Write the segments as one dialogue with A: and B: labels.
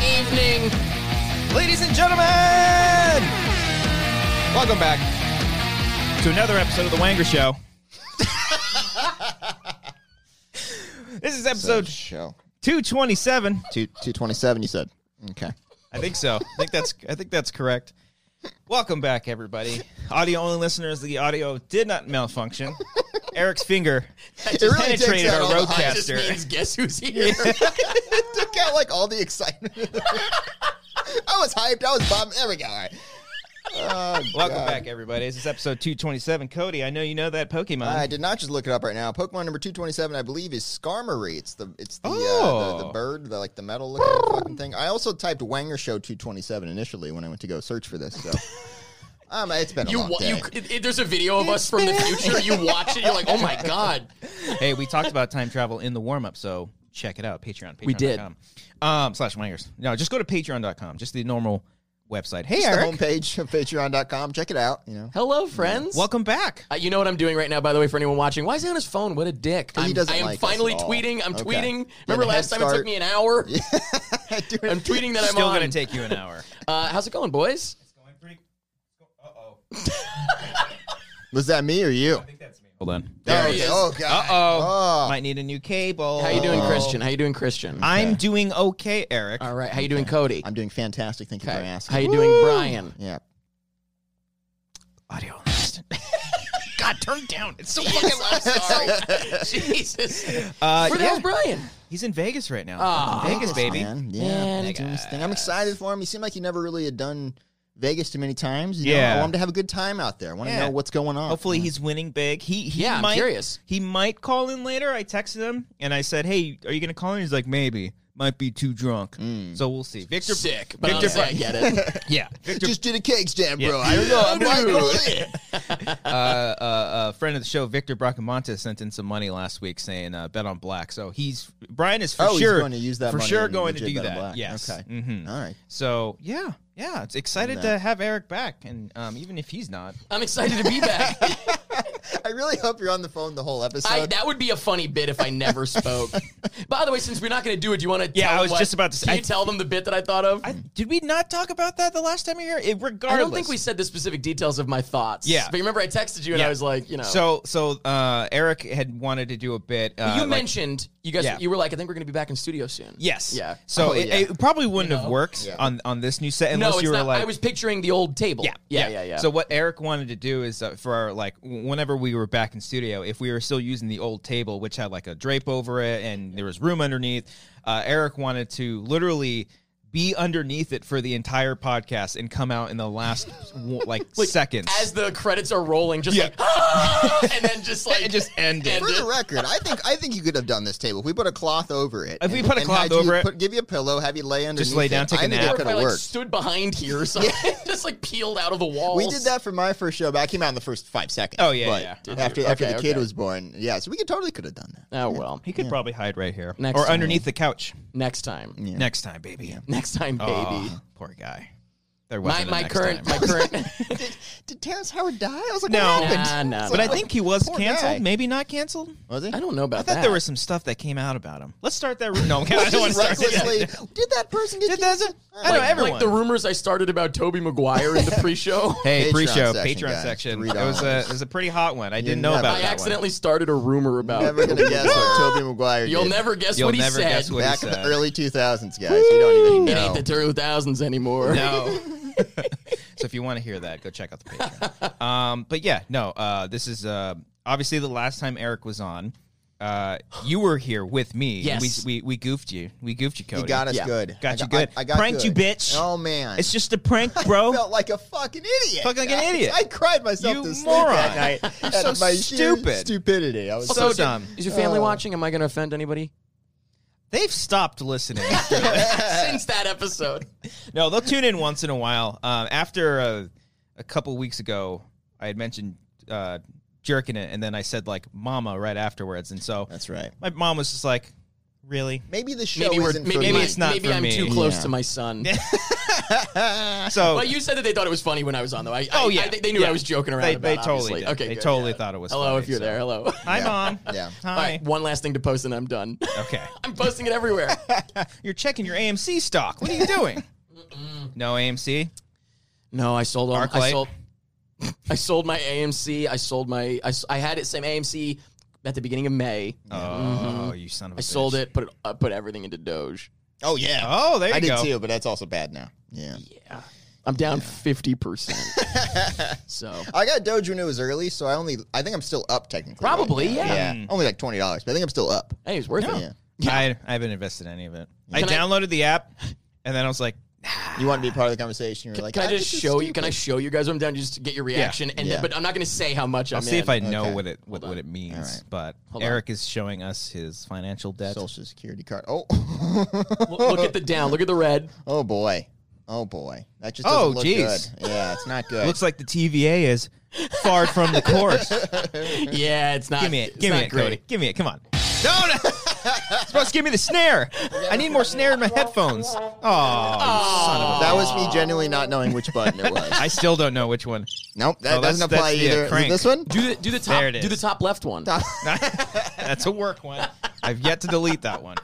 A: evening, ladies and gentlemen. Welcome back to another episode of the Wanger Show. this is episode
B: show.
A: 227.
B: Two two twenty seven. You said okay.
A: I think so. I think that's I think that's correct. Welcome back, everybody. Audio only listeners, the audio did not malfunction. Eric's finger
B: It
A: penetrated our
B: all the hype.
C: Just
A: roadcaster.
C: means guess who's here.
B: It took out like all the excitement. I was hyped. I was bombed. There we go. All right. Oh,
A: Welcome
B: God.
A: back, everybody. This is episode 227. Cody, I know you know that Pokemon.
B: I did not just look it up right now. Pokemon number two twenty seven, I believe, is Skarmory. It's the it's the, uh, the
A: Oh.
B: the bird, the like the metal looking fucking thing. I also typed Wanger Show two twenty seven initially when I went to go search for this. So, um, it's been a
C: You,
B: long
C: wa-
B: day.
C: you, it, it- there's a video of us from the future. You watch it, you're like, oh my god.
A: hey, we talked about time travel in the warm up, so check it out. Patreon. Patreon.
C: We did.
A: Um, slash wangers. No, just go to patreon.com, just the normal website. Hey,
B: It's the
A: Eric.
B: homepage of Patreon.com. Check it out. You know,
C: Hello, friends.
A: Welcome back.
C: Uh, you know what I'm doing right now, by the way, for anyone watching. Why is he on his phone? What a dick! I'm,
B: he doesn't
C: I am
B: like us
C: finally
B: at all.
C: tweeting. I'm
B: Okay.
C: tweeting.
B: Get a
C: Remember
B: head
C: last time it
B: start.
C: took me an hour?
B: Dude,
C: I'm tweeting that I'm
A: Still
C: on.
A: going to take you an hour.
C: uh, how's it going, boys?
B: was that me or you?
A: Hold on.
B: There
C: he is.
B: Oh god.
A: Uh oh.
B: Oh.
A: Might need a new cable. Um,
C: How you doing, Christian? How you doing, Christian?
A: I'm doing okay, Eric.
C: All right. How you doing, Cody?
B: I'm doing fantastic. Thank you for
C: okay.
B: asking.
C: How you doing, Brian?
B: yeah.
A: Audio assistant. God, turn it down. It's so fucking.
C: Fucking I'm sorry. Jesus.
A: Uh,
C: Where the
A: yeah.
C: hell's Brian?
A: He's in Vegas right now.
C: Ah,
A: Fucking Vegas, baby.
B: Man, yeah.
C: Man,
B: Doing his thing. I'm excited for him. He seemed like he never really had done Vegas too many times. You know,
A: Yeah.
B: I want him to have a good time out there. I want to
A: Yeah.
B: know what's going on.
A: Hopefully he's winning big. He, he
C: Yeah, I'm
A: might,
C: curious.
A: He might call in later. I texted him and I said, "Hey, are you going to call in?" He's like, "Maybe. Might be too drunk."
B: Mm.
A: So we'll see. Victor,
C: Sick, but
A: Victor
C: honestly, I get it.
A: yeah, Victor,
B: just did a cake stand, bro.
A: Yeah.
B: I don't know. I'm
C: Dude.
B: like, holy-
A: uh, uh, uh, friend of the show, Victor Bracamonte, sent in some money last week saying uh, bet on black. So he's Brian is for
B: Oh, he's
A: sure
B: going to use that
A: for
B: money
A: sure
B: in
A: going to
B: legit
A: do
B: Bet on
A: that.
B: Black.
A: Yes.
B: Okay.
A: Mhm.
B: All right.
A: So yeah, yeah, it's excited
B: that.
A: to have Eric back, and um, even if he's not,
C: I'm excited to be back.
B: I really hope you're on the phone the whole episode.
C: I, that would be a funny bit if I never spoke. By the way, since we're not going to do it, do you want to?
A: Yeah,
C: tell
A: I was
C: what-
A: just about to say-
C: Can
A: I-
C: you tell them the bit that I thought of? I,
A: did we not talk about that the last time we were here? It, regardless,
C: don't think we said the specific details of my thoughts.
A: Yeah.
C: but remember, I texted you and
A: Yeah.
C: I was like, you know,
A: So so uh, Eric had wanted to do a bit. Uh,
C: Oh. you
A: like-
C: mentioned you guys.
A: Yeah.
C: You were like, I think we're going to be back in studio soon.
A: yes,
C: Yeah.
A: So
B: Oh,
A: it,
B: yeah.
A: it probably wouldn't have
C: know?
A: worked
B: Yeah.
A: on on this new set
C: No,
A: unless
C: it's
A: you were
C: not.
A: like.
C: I was picturing the old table.
A: yeah,
C: yeah, yeah, yeah.
A: So what Eric wanted to do is uh, for our, like w- whenever we were back in studio, if we were still using the old table, which had like a drape over it and there was room underneath, uh, Eric wanted to literally be underneath it for the entire podcast and come out in the last w- like, seconds.
C: as the credits are rolling, just
A: Yeah.
C: like, "Ah!" and then just like,
A: And just end it.
B: For the record, I think I think you could have done this table. If we put a cloth over it,
A: If we
B: and-
A: put a
B: and
A: cloth
B: had you
A: over it-
B: put- give you a pillow, have you lay underneath.
A: lay down,
B: it,
A: take a
B: I think
A: nap.
B: it
C: Or
B: could
C: if I
B: have
C: like
B: worked.
C: stood behind here or something, just like peeled out of the walls.
B: We did that for my first show, but I came out in the first five seconds.
A: Oh, yeah,
B: but
A: yeah.
B: After after,
C: Okay,
B: the kid
C: okay.
B: was born, yeah, so we could totally could have done that.
C: Oh well.
A: he could probably hide right here
C: Next
A: or
C: time.
A: underneath the couch.
C: Next time.
A: Next time, baby.
C: Next time, baby.
A: Oh, poor guy. There
C: my
A: wasn't a
C: my
A: next
C: current
A: time.
C: my current
B: Did, did Terrence Howard die? I was like,
A: No.
B: what
C: nah,
B: happened?
C: nah,
A: but I
C: nah.
A: think he was
B: Poor
A: canceled.
B: guy.
A: Maybe not canceled.
B: Was he?
C: I don't know
A: I
C: about
A: thought
C: that.
A: there was some stuff that came out about him. Let's start that. Re- no, I don't want to start that.
B: recklessly. Did that person get
A: Did that-
B: canceled?
A: I don't know. Everyone.
C: like the rumors I started about Toby Maguire in the pre-show.
A: Hey,
B: Patreon
A: pre-show,
B: section,
A: Patreon
B: guys.
A: section.
B: Three
A: It was a
B: dollars.
A: it was a pretty hot one. I didn't know
B: never-
A: about
C: I
A: that
C: accidentally started a rumor about.
B: Never gonna guess what Toby Maguire
C: You'll
B: did.
C: never guess
A: one. You'll
C: what he
A: never
C: said.
A: guess what
B: Back
A: he
B: in
A: said.
B: the early 2000s, guys. You don't even
C: it
B: know.
C: ain't the two thousands anymore.
A: No. so if you want to hear that, go check out the Patreon. Um, but yeah, no, uh, this is uh, obviously the last time Eric was on. Uh, you were here with me. and
C: Yes.
A: We, we we goofed you. We goofed you, Cody.
B: you got us
C: Yeah.
B: good.
A: Got
B: I
A: you good.
B: I, I got
A: Pranked
B: good.
A: you, bitch.
B: Oh man,
A: It's just a prank, bro.
B: felt like a fucking idiot.
A: Fucking like an
B: guys.
A: idiot.
B: I cried myself
A: You
B: to sleep
A: moron.
B: that night. at
A: so
B: my sheer
A: stupid.
B: Stupidity. I was
A: So
C: did-
A: dumb.
C: Is your family watching? Am I going to offend anybody?
A: They've stopped listening.
C: Since that episode,
A: no, they'll tune in once in a while. Um, after a, a couple weeks ago, I had mentioned uh, jerking it, and then I said like "mama" right afterwards, and so
B: That's right.
A: my mom was just like, Really?
B: Maybe the show
C: Maybe we're
B: isn't
C: maybe,
B: for
A: maybe
B: me.
A: it's not
C: Maybe
A: for
C: I'm
A: me.
C: too close
B: Yeah.
C: to my son.
A: So
C: Well, you said that they thought it was funny when I was on, though. I,
A: Oh,
C: I,
A: yeah.
C: I- they, they knew
A: Yeah.
C: I was joking around.
A: they,
C: about,
A: they totally
C: obviously.
A: did.
C: Okay,
A: they
C: good,
A: totally
C: yeah.
A: thought it was
C: Hello,
A: funny,
C: if you're
A: so.
C: there. Hello.
A: Hi, mom.
B: Yeah.
A: Hi.
C: All right, one last thing to post, and I'm done.
A: Okay.
C: I'm posting it everywhere.
A: You're checking your AMC stock. What are you doing? no AMC.
C: No, I sold all. I
A: Arclight?
C: sold. I sold my AMC. I sold my. I, s- I had it same AMC at the beginning of May.
A: Oh, you son of a
C: Mm-hmm. I sold it. Put it. I put everything into Doge.
B: Oh yeah.
A: Oh, there you
B: I did
A: go.
B: too, but that's also bad now. Yeah.
C: Yeah, I'm down fifty percent. so
B: I got Doge when it was early, so I only I think I'm still up technically. right
C: Probably,
B: now.
C: yeah. Oh.
B: Yeah. Only like twenty dollars, but I think I'm still up.
C: hey, it's worth
B: Yeah.
C: it.
A: I, I haven't invested in any of it. I
C: Can I-
A: downloaded the app, and then I was like,
B: You want to be part of the conversation? You're like,
C: Can I
B: "Ah,
C: just
B: this is
C: show you? Can I
B: stupid."
C: show you guys what I'm down? Just to get your reaction, and
B: Yeah.
C: then, but I'm not going to say how much
A: I'll
C: I'm
A: see if
C: in.
A: I know
B: Okay.
A: what it what,
C: Hold
A: what
C: on.
A: it means.
B: Alright.
A: But
C: Hold on.
A: Eric is showing us his financial debt.
B: social security card? Oh,
C: Look- look at the down. Look at the red.
B: oh boy, oh boy. That just
A: Oh,
B: doesn't look
A: jeez.
B: good. Yeah, it's not good.
A: Looks like the TVA is far from the course.
C: Yeah, it's not.
A: give me it.
C: it's
A: Give me
C: not
A: it,
C: great.
A: Cody. Give me it. Come on. No, no. It's supposed to give me the snare. I need more snare in my headphones. Oh,
B: that was me genuinely not knowing which button it was.
A: I still don't know which one.
B: nope, that
A: Oh, that's-
B: doesn't apply
A: that's- yeah,
B: either. Is it
A: crank.
B: this one?
C: Do the do the top.
A: There it
C: Do the
A: is.
C: top left one.
A: That's a work one. I've yet to delete that one.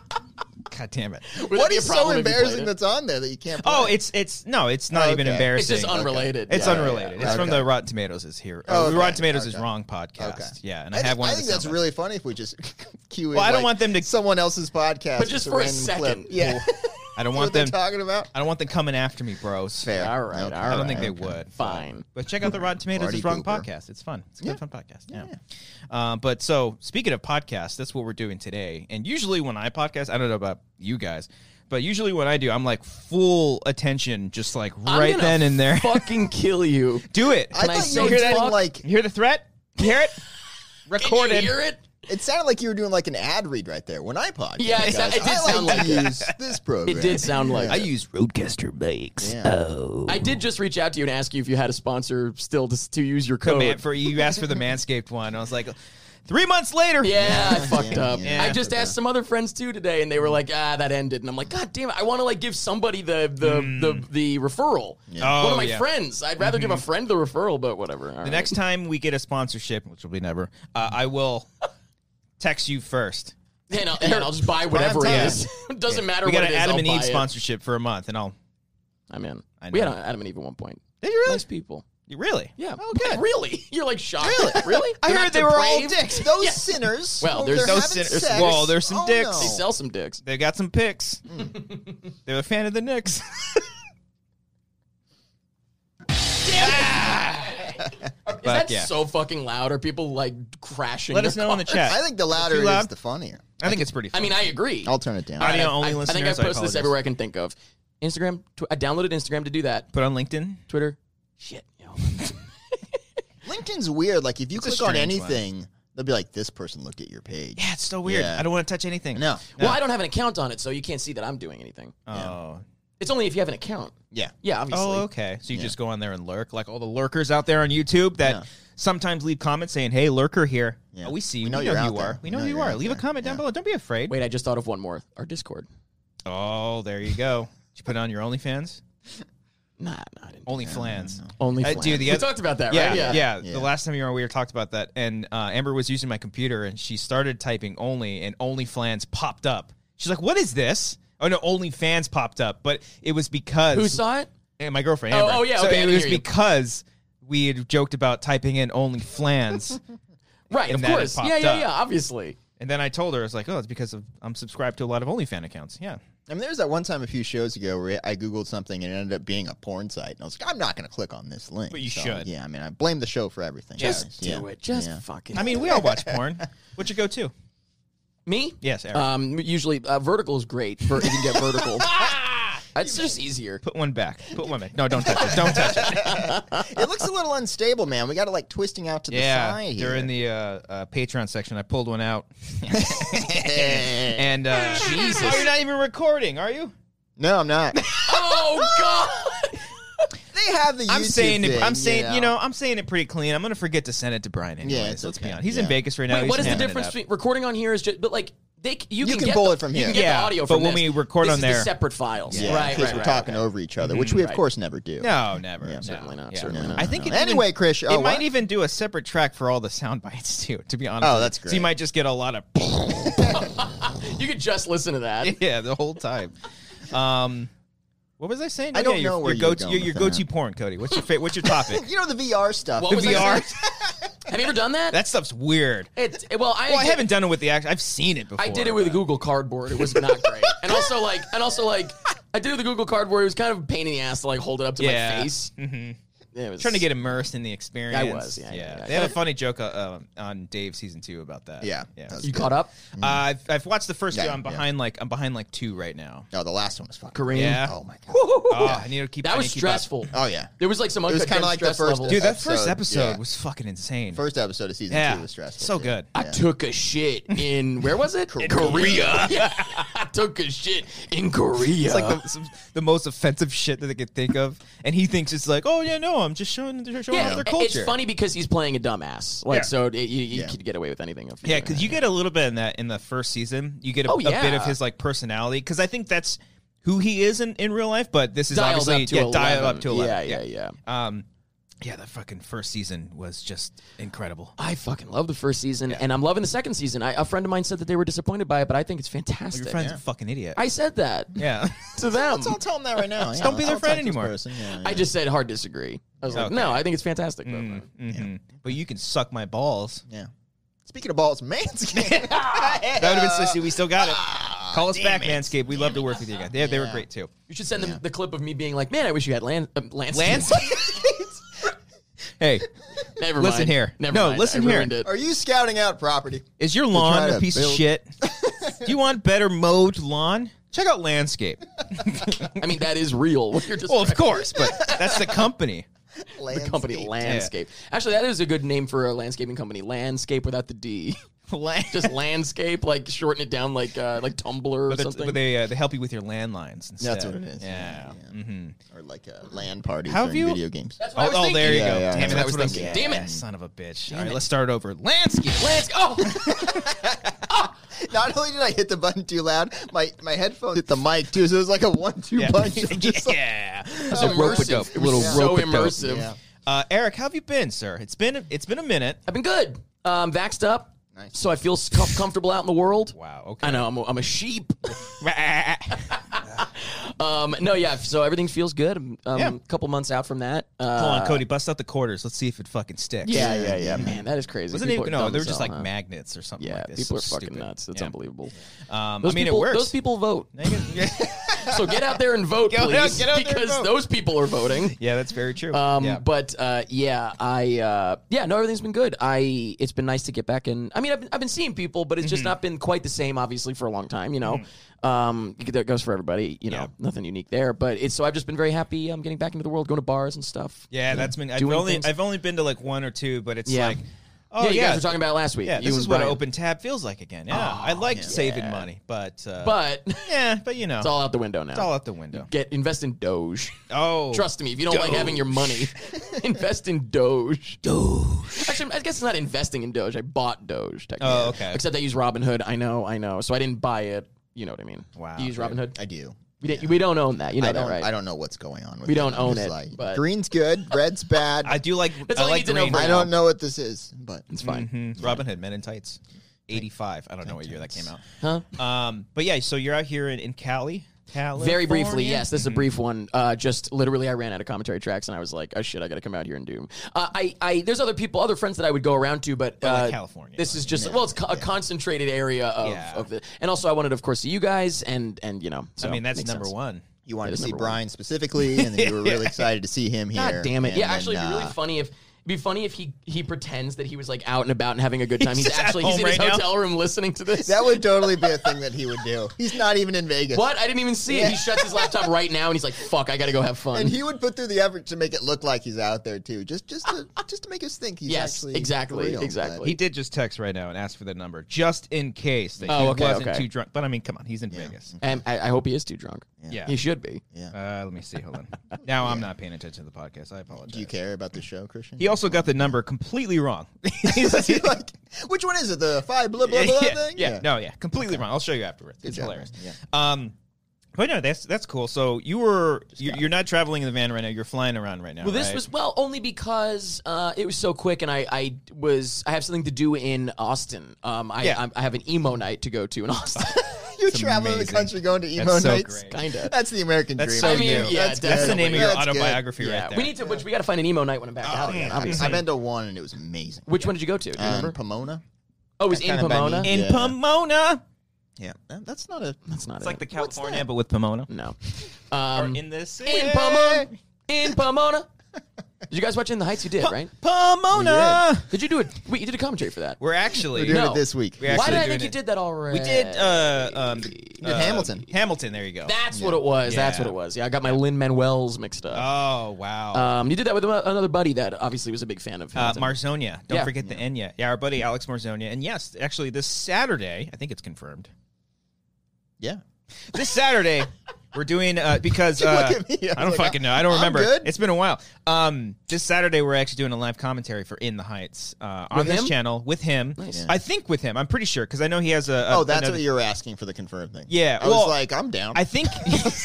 A: God damn it.
C: Would that
B: What
C: be a
B: is so
C: problem if you played
B: embarrassing
C: it?
B: that's on there that you can't? Play?
A: Oh, it's it's no, it's not
B: Oh,
A: even
B: okay.
C: It's
A: embarrassing.
C: just unrelated.
A: It's
C: Yeah, yeah,
A: unrelated.
C: yeah.
A: It's from
B: Okay.
A: the Rotten Tomatoes is here.
B: Oh,
A: uh,
B: okay.
A: Rotten Tomatoes is
B: Okay.
A: wrong podcast.
B: Okay.
A: Yeah, and I, have one.
B: I
A: of
B: think
A: the
B: that's
A: soundbites.
B: really funny if we just cue in.
A: Well, I don't
B: like,
A: want them to-
B: someone elsea's podcast,
C: But just
B: with
C: for a
B: random
C: second.
B: clip. Yeah,
C: Cool.
B: See
A: I don't
B: what
A: want
B: they're
A: them.
B: talking about.
A: I don't want them coming after me, bros.
B: Fair.
C: All right,
B: Okay.
C: all
A: I don't
C: right.
A: think they
B: okay.
A: would.
C: Fine.
A: But check out the Rotten Tomatoes
B: Party
A: is Wrong
B: pooper.
A: podcast. It's fun. It's a good fun podcast. Yeah. Uh, but so speaking of podcasts, that's what we're doing today. And usually when I podcast, I don't know about you guys, but usually when I do, I'm like full attention, just like
C: I'm
A: right
C: gonna
A: then and there.
C: Fucking kill you.
A: do it.
B: I
C: I
B: thought
C: say
B: you were
C: that?
B: doing like
A: You hear the threat? You hear it? Recorded.
C: Did you hear it?
B: it sounded like you were doing like an ad read right there when I podcast.
C: Yeah, it sound- it did
B: I like
C: sound
B: to
C: like that.
B: use this program.
C: It did sound like.
A: I
C: I,
A: use Roadcaster Oh. Bikes.
B: Yeah.
C: did just reach out to you and ask you if you had a sponsor still to, to use your
A: The
C: code.
A: man, for you asked for the Manscaped one. I was like, three months later.
C: yeah, I fucked
B: yeah,
C: up.
A: yeah.
C: I just asked some other friends too today, and they were like, "Ah, that ended." And I'm like, "God damn it! I want to like give somebody the the the, the referral.
A: Oh,
C: One of my
A: Mm. yeah. Mm-hmm.
C: friends. I'd rather give a friend the referral, but whatever. All
A: The
C: right.
A: next time we get a sponsorship, which will be never, uh, I will text you first.
C: and I'll, and I'll just buy whatever it
B: time.
C: is. it doesn't matter
A: We
C: what
A: got an
C: it is.
A: Adam
C: I'll
A: and
C: buy
A: Eve
C: it.
A: sponsorship for a month, and I'll.
C: I'm in.
A: I
C: We had
A: know.
C: an Adam and Eve at one point.
A: Did you really?
C: Nice people.
A: You Really?
C: Yeah.
A: Oh, good.
C: Like, really? You're like shocked. Really? really?
A: I
C: They're
A: heard
C: not
A: they were all
C: depraved?
A: dicks.
B: Those sinners.
C: Well,
B: oh,
C: there's
B: they're
C: those
B: having
A: sinners.
B: sex.
A: Well, there's some
B: Oh,
A: dicks.
B: no.
C: They sell some dicks.
A: They got some picks. They're a fan of the Knicks.
C: Is that
A: yeah.
C: so fucking loud? Are people like crashing?
A: Let
C: their
A: us know in the
C: cars?
A: chat.
B: I think the louder
A: Too
B: it
A: loud?
B: is, the funnier.
A: I think it's pretty. Fun.
C: I mean, I agree.
B: I'll turn it down.
A: Audio
C: I-
A: only
C: I, I think
A: listeners,
C: I've
A: I
C: posted
A: apologize.
C: this everywhere I can think of. Instagram. Tw- I downloaded Instagram to do that.
A: put on LinkedIn.
C: Twitter. Shit. Yo.
B: LinkedIn's weird. Like if you
A: a
B: click on
A: strange one.
B: anything, they'll be like, "This person looked at your page."
A: Yeah, it's so weird.
B: Yeah.
A: I don't want to touch anything.
B: No.
C: Well, I don't have an account on it, so you can't see that I'm doing anything.
A: Oh.
C: It's only if you have an account.
B: Yeah.
C: Yeah, obviously.
A: Oh, okay. So you just go on there and lurk, like all the lurkers out there on YouTube that
B: Yeah.
A: sometimes leave comments saying, "Hey, lurker here.
B: Yeah.
A: Oh, we see you.
B: We
A: We
B: know
A: know,
B: you're
A: who
B: out
A: you
B: there.
A: are. We know, who you are.
B: out
A: Leave a
B: there.
A: comment down below. Don't be afraid."
C: Wait, I just thought of one more. Our Discord.
A: Oh, there you go. Did you put on your OnlyFans?
C: Nah, nah I didn't.
A: Only flans.
C: Only.
A: Uh,
C: Flan.
A: dude, the
C: we
A: other-
C: talked about that,
A: Yeah,
C: right?
A: yeah,
B: Yeah.
A: The last time you were on, we were talked about that, and uh, Amber was using my computer, and she started typing "only," and "only flans" popped up. She's like, "What is this?" Oh no, "only fans" popped up, but it was because
C: Who saw it?
A: and my girlfriend.
C: Oh,
A: Amber.
C: oh, yeah,
A: So
C: okay, I
A: it
C: didn't
A: was
C: hear you.
A: because we had joked about typing in "only flans,"
C: Right,
A: And
C: of
A: that it
C: course.
A: popped
C: Yeah, yeah,
A: up.
C: yeah. Obviously.
A: and then I told her, "I was like, oh, it's because of, I'm subscribed to a lot of OnlyFan accounts." Yeah,
B: I mean, there was that one time a few shows ago where I googled something and it ended up being a porn site, and I was like, "I'm not going to click on this link."
A: But you should.
B: Yeah. I mean, I blame the show for everything.
C: Just
B: yeah.
C: do it. Just
B: Yeah.
C: fucking.
A: I mean, we all watch porn. What's your go-to?
C: me.
A: Yes, Eric.
C: Um, usually uh, vertical is great. Ver- you can get vertical. It's just easier.
A: Put one back. Put one back. No, don't touch it. Don't touch it.
B: it looks a little unstable, man. We got it like twisting out to the
A: Yeah,
B: side here.
A: during the uh, uh, Patreon section, I pulled one out. And uh,
C: Jesus.
A: oh, you're not even recording, are you?
B: no, I'm not.
C: Oh god.
B: They have the.
A: I'm
B: YouTube
A: saying
B: thing,
A: it. I'm saying you know. I'm saying it pretty clean. I'm gonna forget to send it to Brian anyways.
B: it's
A: let's
B: okay.
A: be honest. He's in
B: Yeah.
A: Vegas right now.
C: Wait,
A: He's
C: what is the
A: hamming it
C: difference
A: up.
C: between recording on here is just but like They c- you,
B: You
C: can,
B: can
C: get
B: pull
C: the-
B: it from
C: You
B: here.
C: can get
A: Yeah,
C: the audio
A: but
C: from
A: when
C: this.
A: we record
C: This
A: on
C: is
A: there-
C: the separate files.
B: Yeah,
C: right,
B: because
C: right,
B: we're
C: right,
B: talking
C: right.
B: over each other, which we of
C: Right.
B: course never do.
A: Mm-hmm, No, never. no,
C: certainly not,
A: yeah.
C: certainly not,
A: I think
B: no.
A: it even-
B: Anyway, Krish, uh,
A: it might
B: what?
A: even do a separate track for all the sound bites too. To be honest,
B: Oh,
A: with you.
B: that's
A: So you
B: great.
A: might just get a lot of
C: You could just listen to that.
A: yeah the whole time. Um, what was I saying?
B: I
A: Oh,
B: don't
A: yeah, your-
B: know where
A: your
B: you were
A: go-to
B: going
A: your, your
B: with
A: go-to porn, Cody. What's your fa- what's your topic?
B: You know the VR stuff.
C: What
A: the
C: was I
A: VR.
C: Have you ever done that?
A: that stuff's weird.
C: It's well, I,
A: Well, I
C: did-
A: haven't done it with the action. I've seen it before.
C: I did it with
A: but-
C: Google Cardboard. It was not great. and also like, and also like, I did it with Google Cardboard. It was kind of a pain in the ass to like hold it up to
A: Yeah.
C: my face. Mm-hmm. It was
A: trying to get immersed in the experience.
C: I was, yeah, yeah, yeah.
A: They had a funny joke uh, um, on Dave season two about that.
B: Yeah.
A: yeah.
B: That was
C: You caught up,
A: Uh, I've, I've watched the first
B: Yeah,
A: two. I'm
B: yeah.
A: behind like I'm behind like two right now.
B: No, the last one was fucking.
C: Kareem.
A: Yeah.
B: Oh my god.
A: Oh, I need to keep. I
C: That
A: need
C: was
A: to keep up.
C: stressful.
B: Oh yeah.
C: There was like some
B: was
C: uncut
B: kinda
C: gem
B: like the
C: stress
B: first-
C: level.
A: Dude, that
B: episode,
A: first episode
B: yeah.
A: was fucking insane.
B: First episode of season
A: yeah,
B: two was stressful.
A: so
B: too.
A: good.
C: I took a shit in where was it? Korea. yeah, I took a shit in Korea.
A: It's like the, some, the most offensive shit that they could think of, and he thinks it's like, oh yeah, no, I'm just showing, showing off their
C: it-
A: culture.
C: it's funny because he's playing a dumbass. Like
A: Yeah.
C: so, it, you, you
B: Yeah.
C: could get away with anything. If
A: Yeah,
C: do that.
A: because you get a little bit in that in the first season. You get a,
C: Oh,
A: a bit of
C: yeah.
A: his like personality because I think that's who he is in, in real life. But this is
C: dialed
A: obviously
C: up to
A: yeah,
C: 11.
A: dialed up to eleven.
C: Yeah, yeah, yeah.
A: Um, yeah, the fucking first season was just incredible.
C: I fucking love the first season, and I'm loving the second season. I, a friend of mine said that they were disappointed by it, but I think it's fantastic.
A: Your friend's a fucking idiot.
C: I said that
A: yeah,
C: to them.
B: Don't tell him that right now. Yeah,
A: Don't be
B: let's
A: their
B: all
A: friend
B: text this
A: anymore.
B: person. Yeah, yeah.
C: I just said hard disagree. I was like,
A: Okay.
C: no, I think it's fantastic. though.
A: Mhm. but you can suck my balls.
B: Yeah. Speaking of balls, Manscaped.
A: That would have been so. We still got it. Call us back, Manscaped. We love to work with you guys. Yeah, they were
B: Yeah.
A: great too.
C: You should send them the clip of me being like, man, I wish you had Lan- uh, Lance.
A: Lance, hey,
C: Never
A: Listen
C: mind.
A: here.
C: Never
A: No,
C: mind.
A: listen
C: I
A: here.
C: ruined it.
B: Are you scouting out property?
A: Is your lawn
B: try
A: a
B: to
A: piece of
B: build-
A: shit? Do you want better mowed lawn? Check out Landscape.
C: I mean, that is real. What you're just
A: Well, of course, but that's the company.
B: Landscape.
C: the company Landscape. Actually, that is a good name for a landscaping company. Landscape without the D.
A: Land-
C: Just landscape, like shorten it down, like uh, like Tumblr or
A: but, it's-
C: something.
A: but they uh, they help you with your landlines. Instead.
B: That's what it is.
A: Yeah.
C: Mm-hmm.
B: Or like uh, land parties
A: How
B: How
A: have you-
B: video games.
C: That's what I
A: Oh,
C: was
A: oh,
C: thinking.
A: there you
B: Yeah,
A: go.
B: yeah,
A: Damn it,
B: that's
A: that's what
C: what I
A: I'm
C: was
A: saying.
C: thinking. Damn it.
A: son of a bitch. All right, let's start over. Landscape.
C: Lance, oh,
B: Not only did I hit the button too loud, my, my headphones hit the mic too, so it was like a one-two
A: Yeah.
B: punch. I'm just like-
A: yeah.
C: so
A: dope.
C: immersive. It was
A: Little
C: so
A: rope-a-dope.
C: immersive.
B: Yeah.
A: Uh, Eric, how have you been, sir? It's been it's been a minute.
C: I've been good. Um, vaxxed up,
B: Nice.
C: so I feel s- com- comfortable out in the world.
A: Wow. Okay.
C: I know I'm a, I'm a sheep. um, no, yeah. So everything feels good. I'm um,
A: Yeah.
C: a couple months out from that. Uh,
A: Hold on, Cody. Bust out the quarters. Let's see if it fucking sticks.
C: Yeah, yeah,
B: Yeah,
C: yeah. Man, that is crazy.
A: Wasn't
C: People
A: even,
C: are
A: no,
C: dumb
A: they were
C: as
A: just
C: hell,
A: like
C: huh?
A: magnets or something
C: Yeah,
A: like this.
C: people are
A: So
C: fucking
A: stupid.
C: nuts. That's
A: Yeah.
C: unbelievable.
A: Um, I
C: Those
A: mean,
C: people,
A: it works.
C: Those people vote. so get out there and vote,
A: Go out-
C: please,
A: get out there and
C: because
A: vote.
C: those people are voting.
A: yeah, that's very true.
C: Um,
A: yeah.
C: but uh, yeah, I uh, yeah, no, everything's been good. I it's been nice to get back and I mean, I've, I've been seeing people, but it's
A: Mm-hmm.
C: just not been quite the same, obviously, for a long time. You know, um, that goes for everybody. You know,
A: Yeah.
C: nothing unique there. But it's so I've just been very happy. I'm getting back into the world, going to bars and stuff.
A: yeah, that's been. I've
C: doing
A: only
C: things-
A: I've only been to like one or two, but it's
C: Yeah.
A: like, oh
C: you
A: yeah,
C: guys were talking about it last week.
A: yeah.
C: You
A: This
C: and
A: is what an
C: Brian. Oh,
A: open tab feels like again. Yeah, I like saving money, but uh,
C: but it's
A: yeah, but you know, it's all,
C: all out the window now.
A: out the window.
C: Get invest in Doge.
A: Oh,
C: Trust me, if you don't like having your money, invest in Doge. Doge. Actually, I guess it's not investing in Doge. I bought Doge. Technically.
A: Oh, okay.
C: Except I use Robinhood. I know, I know. So I didn't buy it. You know what I mean?
A: Wow,
C: You use
A: dude.
C: Robinhood.
B: I do.
C: We, didn't, we don't own that. You know
B: I don't.
C: that, right?
B: I don't know what's going on. With
C: We
B: it.
C: don't
B: I'm
C: own
B: just
C: it,
B: Like,
C: but-
B: green's good. Red's bad.
A: I
B: I,
A: do like.
C: That's
A: I
C: all you
A: like
C: need to know
A: green.
C: for now.
B: don't know what this is, but
C: It's fine.
A: Mhm. Robin Hood, Men in Tights, eighty five. I don't know what year that came out.
C: Huh?
A: Um, but yeah, so you're out here in, in Cali, Cali.
C: Very briefly, yes.
A: Mm-hmm.
C: This is a brief one. Uh, just literally, I ran out of commentary tracks, and I was like, "Oh shit, I got to come out here and do." 'em. Uh, I, I, there's other people, other friends that I would go around to, but, uh,
A: Oh, like California,
C: This is just well, it's co- a concentrated area of,
A: Yeah.
C: of the, and also I wanted, of course, you guys, and and you know, so
A: I mean that's
C: makes
A: number
C: sense.
A: one.
B: you wanted to
C: is
B: see
C: number one.
B: Brian specifically, and then you were really excited to see him here.
C: God damn it!
B: and
C: Yeah,
B: then,
C: actually, it'd be
B: uh,
C: really funny if it'd be funny if he he pretends that he was like out and about and having a good time.
A: He's
C: He's,
A: just at
C: actually he's
A: home
C: in his
A: right now.
C: hotel room listening to this.
B: That would totally be a thing that he would do. He's not even in Vegas.
C: what? I didn't even see it. He shuts his laptop right now and he's like, "Fuck, I gotta go have fun."
B: And he would put through the effort to make it look like he's out there too, just just to just to make us think he's
C: Yes,
B: actually
C: exactly,
B: real, but-
C: exactly.
A: He did just text right now and ask for the number just in case that
C: Oh,
A: he
C: okay,
A: wasn't
C: okay.
A: too drunk. But I mean, come on, he's in Vegas.
C: and I, I hope he is too drunk.
A: Yeah.
C: He should be.
B: Yeah.
A: Uh, let me see. Hold on. Now I'm not paying attention to the podcast. I apologize.
B: Do you care about the show, Christian?
A: He also got the number completely wrong.
B: He like, which one is it? The five blah blah blah
A: yeah,
B: thing?
A: yeah, no, yeah, completely wrong. I'll show you afterwards. it's
B: job,
A: hilarious.
B: man.
A: Um, but no, that's that's cool. So you were you're, you're not traveling in the van right now. You're flying around right now.
C: Well, this
A: right?
C: was well only because uh, it was so quick, and I, I was I have something to do in Austin. Um, I,
A: Yeah.
C: I I have an emo night to go to in Austin.
B: You're traveling the
A: amazing.
B: country going to emo
A: That's so
B: nights.
A: great.
C: Kinda.
B: That's the American
A: That's
B: dream.
A: so
C: I mean,
A: you.
C: yeah,
A: that's, that's the name of your
B: That's good.
A: autobiography right there. Oh,
C: we need to, which we got to find an emo night when I'm back out again. Oh, Obviously.
B: I've been to one and it was amazing.
C: Which one did you go to? Do you
B: Um,
C: remember?
B: Pomona.
C: Oh, it was in
B: kinda by
C: Pomona.
B: me.
A: in
B: Yeah.
A: Pomona.
B: Yeah, that- that's not a.
C: That's not
A: It's
C: it.
A: like the California, but with Pomona.
C: no.
A: Or
C: Um,
A: in the city.
C: in Pomona. In Pomona. Did you guys watch In the Heights? You did, right?
A: Pomona.
C: Did you do it? Wait, you did a commentary for that.
A: We're actually
B: Doing
C: No.
B: it this week.
A: We
C: Why
A: actually
C: did I
A: doing
C: think you
A: it.
C: did that already?
A: We did uh, um, uh,
B: Hamilton.
A: Hamilton. There you go.
C: That's what it was. That's
A: Yeah.
C: what it was. Yeah, I got my Lin Manuel's mixed up.
A: oh wow.
B: Uh,
C: Um, you did that with another buddy that obviously was a big fan of
A: Uh,
C: Hamilton.
A: Marzonia. Don't
C: Yeah.
A: forget the Enya. Yeah, our buddy Alex Marzonia. And yes, actually, this Saturday, I think it's confirmed.
B: Yeah.
A: This Saturday, we're doing uh, because uh,
B: Look at me. I
A: I don't
B: was like,
A: fucking know. I don't
B: I'm
A: remember.
B: good.
A: It's been a while. Um, this Saturday, we're actually doing a live commentary for In the Heights uh, on
C: With
A: this
C: him?
A: channel with him.
C: Nice.
A: I think with him. I'm pretty sure because I know he has a. a-
B: Oh, that's
A: another-
B: what you were asking for the confirmed thing.
A: Yeah,
B: I
A: well,
B: was like, I'm down.
A: I think.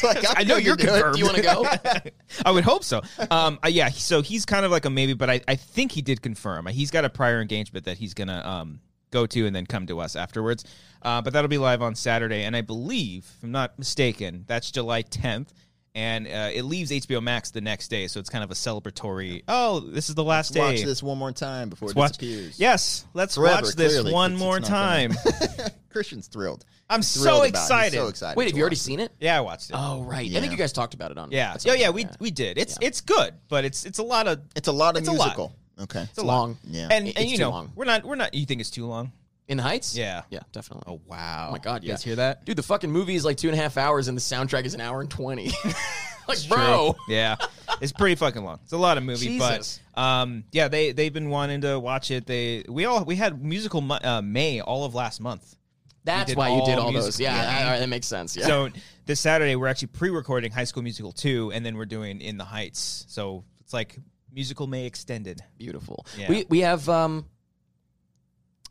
B: like, I'm
A: I know
B: good
A: you're
B: to do it.
A: confirmed.
C: Do you want to go?
A: I would hope so. Um, uh, yeah, so he's kind of like a maybe, but I, I think he did confirm. Uh, He's got a prior engagement that he's going to um, go to and then come to us afterwards. Uh, but that'll be live on Saturday. And I believe, if I'm not mistaken, that's July 10th. And uh, it leaves HBO Max the next day. So it's kind of a celebratory, oh, this is the last day.
B: Watch this one more time before it
A: Watch-
B: disappears.
A: Yes, let's
B: Forever,
A: watch this
B: clearly,
A: one
B: it's- it's
A: more
B: not
A: time.
B: gonna- Christian's thrilled.
A: I'm
B: Thrilled
A: so
B: about it. He's
A: excited.
B: So excited.
C: Wait, have
B: to
C: you already
B: watch
C: seen it?
A: Yeah, I watched it.
C: Oh, right. I think
B: Yeah.
C: you guys talked about it on.
A: yeah.
C: at
A: Oh,
C: some
A: yeah,
C: point,
A: we we did. It's it's good, but it's it's a lot of
B: It's a lot of
A: It's a lot.
B: musical. Okay.
C: It's long.
B: Yeah.
A: and,
C: It-
A: and
C: it's
A: you
C: too
A: know
C: long.
A: we're not we're not you think it's too long
C: In the Heights?
A: Yeah.
C: Yeah, definitely.
A: wow
C: Oh my god,
A: you guys
C: yeah.
A: hear that
C: Dude, the fucking movie is like two and a half hours and the soundtrack is an hour and twenty. like, bro.
A: yeah it's pretty fucking long it's a lot of movie
C: Jesus.
A: but um yeah they they've been wanting to watch it they we all we had musical Mo- uh, May all of last month
C: That's
A: did
C: why you
A: all
C: did all those.
A: music-
C: Yeah,
A: yeah.
C: all right, that makes sense. Yeah.
A: so this Saturday we're actually pre-recording High School Musical two and then we're doing In the Heights so it's like musical May extended
C: Beautiful.
A: Yeah.
C: We we have um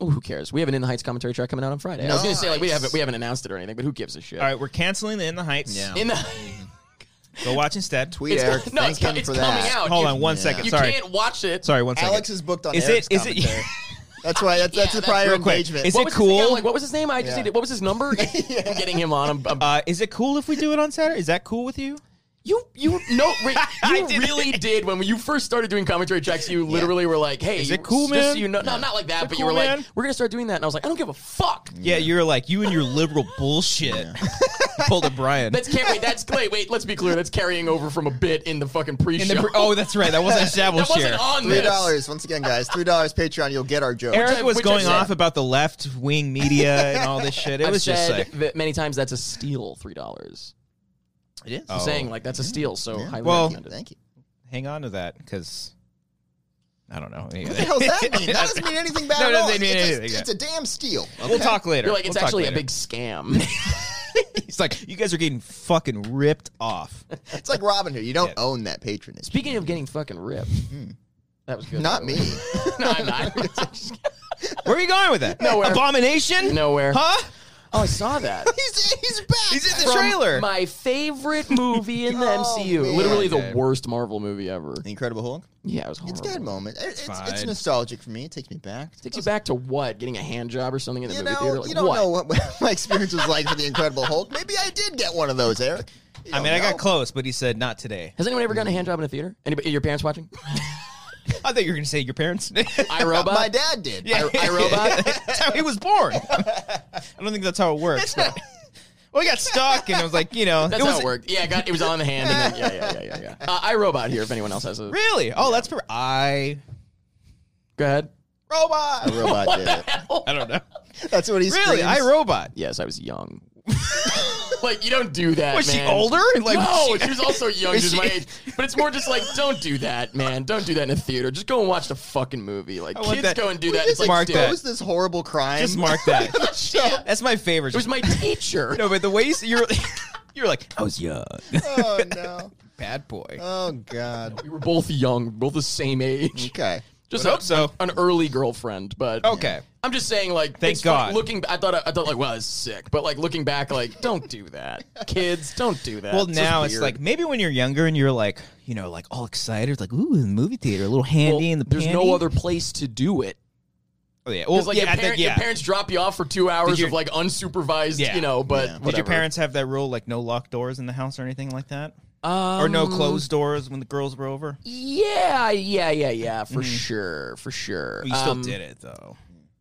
C: Oh, who cares? We have an In the Heights commentary track coming out on Friday. I was gonna say like we
B: Nice.
C: haven't we haven't announced it or anything, but who gives a shit?
A: all right Mm-hmm. we're canceling the In the Heights
B: Yeah.
C: In the
A: go watch instead tweet
B: Tweet Eric.
C: it's, no, it's,
B: thank him
C: it's
B: for
C: coming
B: that.
C: out.
A: hold
C: You-
A: on one
B: Yeah.
A: second.
C: You
A: sorry
C: can't watch it.
A: sorry one second
B: Alex is booked on
A: Is it-
B: Eric's
A: is it-
B: commentary. that's why. That's, that's
C: Yeah, that's-
B: the prior
A: Real quick.
B: engagement.
A: Is
C: What
A: it
C: was his name? I'm
A: cool?
C: Like, what was his name? I just
B: Yeah.
C: need it. What was his number? I'm getting him on. I'm, I'm-
A: uh, is it cool if we do it on Saturday is that cool with you
C: you you no, Rick,
A: I
C: you
A: did
C: really did when you first started doing commentary tracks. You literally were like, "Hey,
A: Is it cool,
C: just
A: man?
C: So you know, no, not like that,
A: it
C: but
A: cool,
C: you were
A: man?
C: like, "We're gonna start doing that," and I was like, "I don't give a fuck."
A: Yeah, you're like you and your liberal bullshit. Pulled a Brian.
C: That's can't wait. That's wait, wait. Let's be clear. That's carrying over from a bit in the fucking pre-show.
A: And then- oh, that's right. That wasn't
C: that
A: established
C: wasn't
A: here.
C: on
B: Three
C: this.
B: dollars once again, guys. Three dollars Patreon. You'll get our joke.
A: Eric
C: I-
A: was
C: which I
A: going
C: said.
A: off about the left wing media and all this shit. It
C: I've
A: was just
C: said
A: like
C: that many times. That's a steal. Three dollars.
B: It is.
A: Oh.
C: Saying like that's a steal. So highly
A: Well-
C: recommended.
B: Thank you.
A: hang on to that because I don't know.
B: What the hell does that mean? That doesn't mean anything bad
A: No, it
B: at
A: doesn't
B: all.
A: mean
B: it's,
A: anything,
B: a,
A: yeah.
B: it's a damn steal.
A: We'll talk later.
C: You're like
A: We'll
C: it's
A: talk
C: actually a
A: later.
C: big scam.
A: It's like you guys are getting fucking ripped off.
B: It's like Robin Hood. You don't
A: Yeah.
B: own that patronage.
C: Speaking of getting fucking ripped, that was good.
B: Not
C: by the
B: me.
C: way. no, I'm not.
A: Where are you going with that?
C: Nowhere.
A: Abomination.
C: Nowhere.
A: Huh?
C: Oh, I saw that.
B: he's he's back.
A: He's in the
C: From
A: trailer.
C: My favorite movie in the
B: Oh,
C: MCU.
B: man.
C: Literally
A: Okay.
C: the worst Marvel movie ever.
B: The Incredible Hulk.
C: Yeah, it was
B: It's
C: horrible.
B: got moments. It- it's, it's
A: Oh. fine.
B: nostalgic for me. It takes me back.
C: Takes you back to what? Getting a hand job or something in the
B: You
C: movie
B: know,
C: theater? Like,
B: you don't
C: what?
B: know what my experience was like with the Incredible Hulk. Maybe I did get one of those, Eric. You
A: I mean, I
B: don't
A: got
B: know.
A: close, but he said not today.
C: Has anyone ever gotten a hand job in a theater? Anybody? Your parents watching?
A: I thought you were going to say your parents.
C: iRobot.
B: My dad did.
A: Yeah.
C: I- iRobot?
A: that's how he was born. I don't think that's how it works. but- Well, he got stuck, and it was like, you know,
C: That's
A: it was
C: how it worked. Yeah, it, got, it was on the hand. And then, yeah, yeah, yeah, yeah. yeah. Uh, iRobot here. If anyone else has a,
A: Really? Oh, that's for I
C: go ahead.
A: robot.
B: I, robot did it.
A: I don't know.
B: That's what he's
A: Really, I robot.
C: Yes, I was young. like you don't do that.
A: Was she
C: man.
A: older? Like, was
C: no,
A: she-
C: she was also young,
A: Is
C: just my
A: she-
C: age. But it's more just like, don't do that, man. Don't do that in a theater. Just go and watch the fucking movie. Like
A: I want
C: kids
A: that.
C: go and do
A: We
C: that.
A: just
C: It's like,
A: marked
C: dude,
A: that.
B: What was this horrible crime?
A: Just mark that.
C: shit.
A: That's my favorite.
C: It was my teacher.
A: no, but the way you, you're You're like, I was young,
B: Oh no.
A: bad boy.
B: Oh god.
C: We were both young, both the same age.
B: Okay.
C: Just
A: Would
C: a,
A: hope so. Oh,
C: an early girlfriend, but
A: Okay.
C: I'm just saying, like,
A: Thank
C: it's funny-
A: God.
C: Looking, I thought, I thought, like, well, it's sick, but like looking back, like, don't do that, kids, don't do that.
A: Well,
C: It's just
A: now it's
C: weird.
A: like maybe when you're younger and you're like, you know, like all excited, like ooh, in the movie theater, a little handy
C: Well,
A: in the.
C: there's
A: panty.
C: no other place to do it.
A: Oh, yeah.
C: 'Cause,
A: Well,
C: like
A: yeah,
C: your,
A: I think-
C: parent- your
A: yeah.
C: parents drop you off for two hours
A: your-
C: of like unsupervised,
A: Yeah.
C: you know. But
B: Did your
A: Did your
C: whatever.
A: parents have that rule, like no locked doors in the house or anything like that,
C: Um,
A: or no closed doors when the girls were over?
C: Yeah, yeah, yeah, yeah, for sure, for sure.
A: Mm-hmm. You still
C: Um,
A: did it though.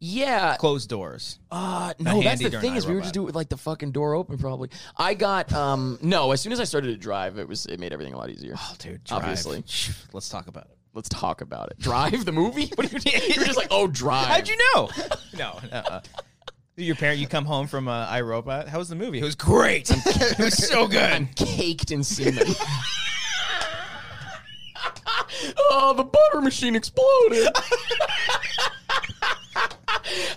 C: Yeah.
A: Closed doors.
C: Uh, no, that's
A: handy
C: the
A: during
C: thing is we would just
A: iRobot.
C: do it with like the fucking door open probably. I got um no, as soon as I started to drive, it was it made everything a lot easier.
A: Oh, dude,
C: drive. Obviously.
A: Let's talk about it.
C: Let's talk about it. Drive the movie? What do you mean? You're just like, "Oh, drive."
A: How'd you know? no, uh-uh. your parent. You come home from uh, iRobot. How was the movie? It was great. it was so good.
C: caked in semen? oh, the butter machine exploded.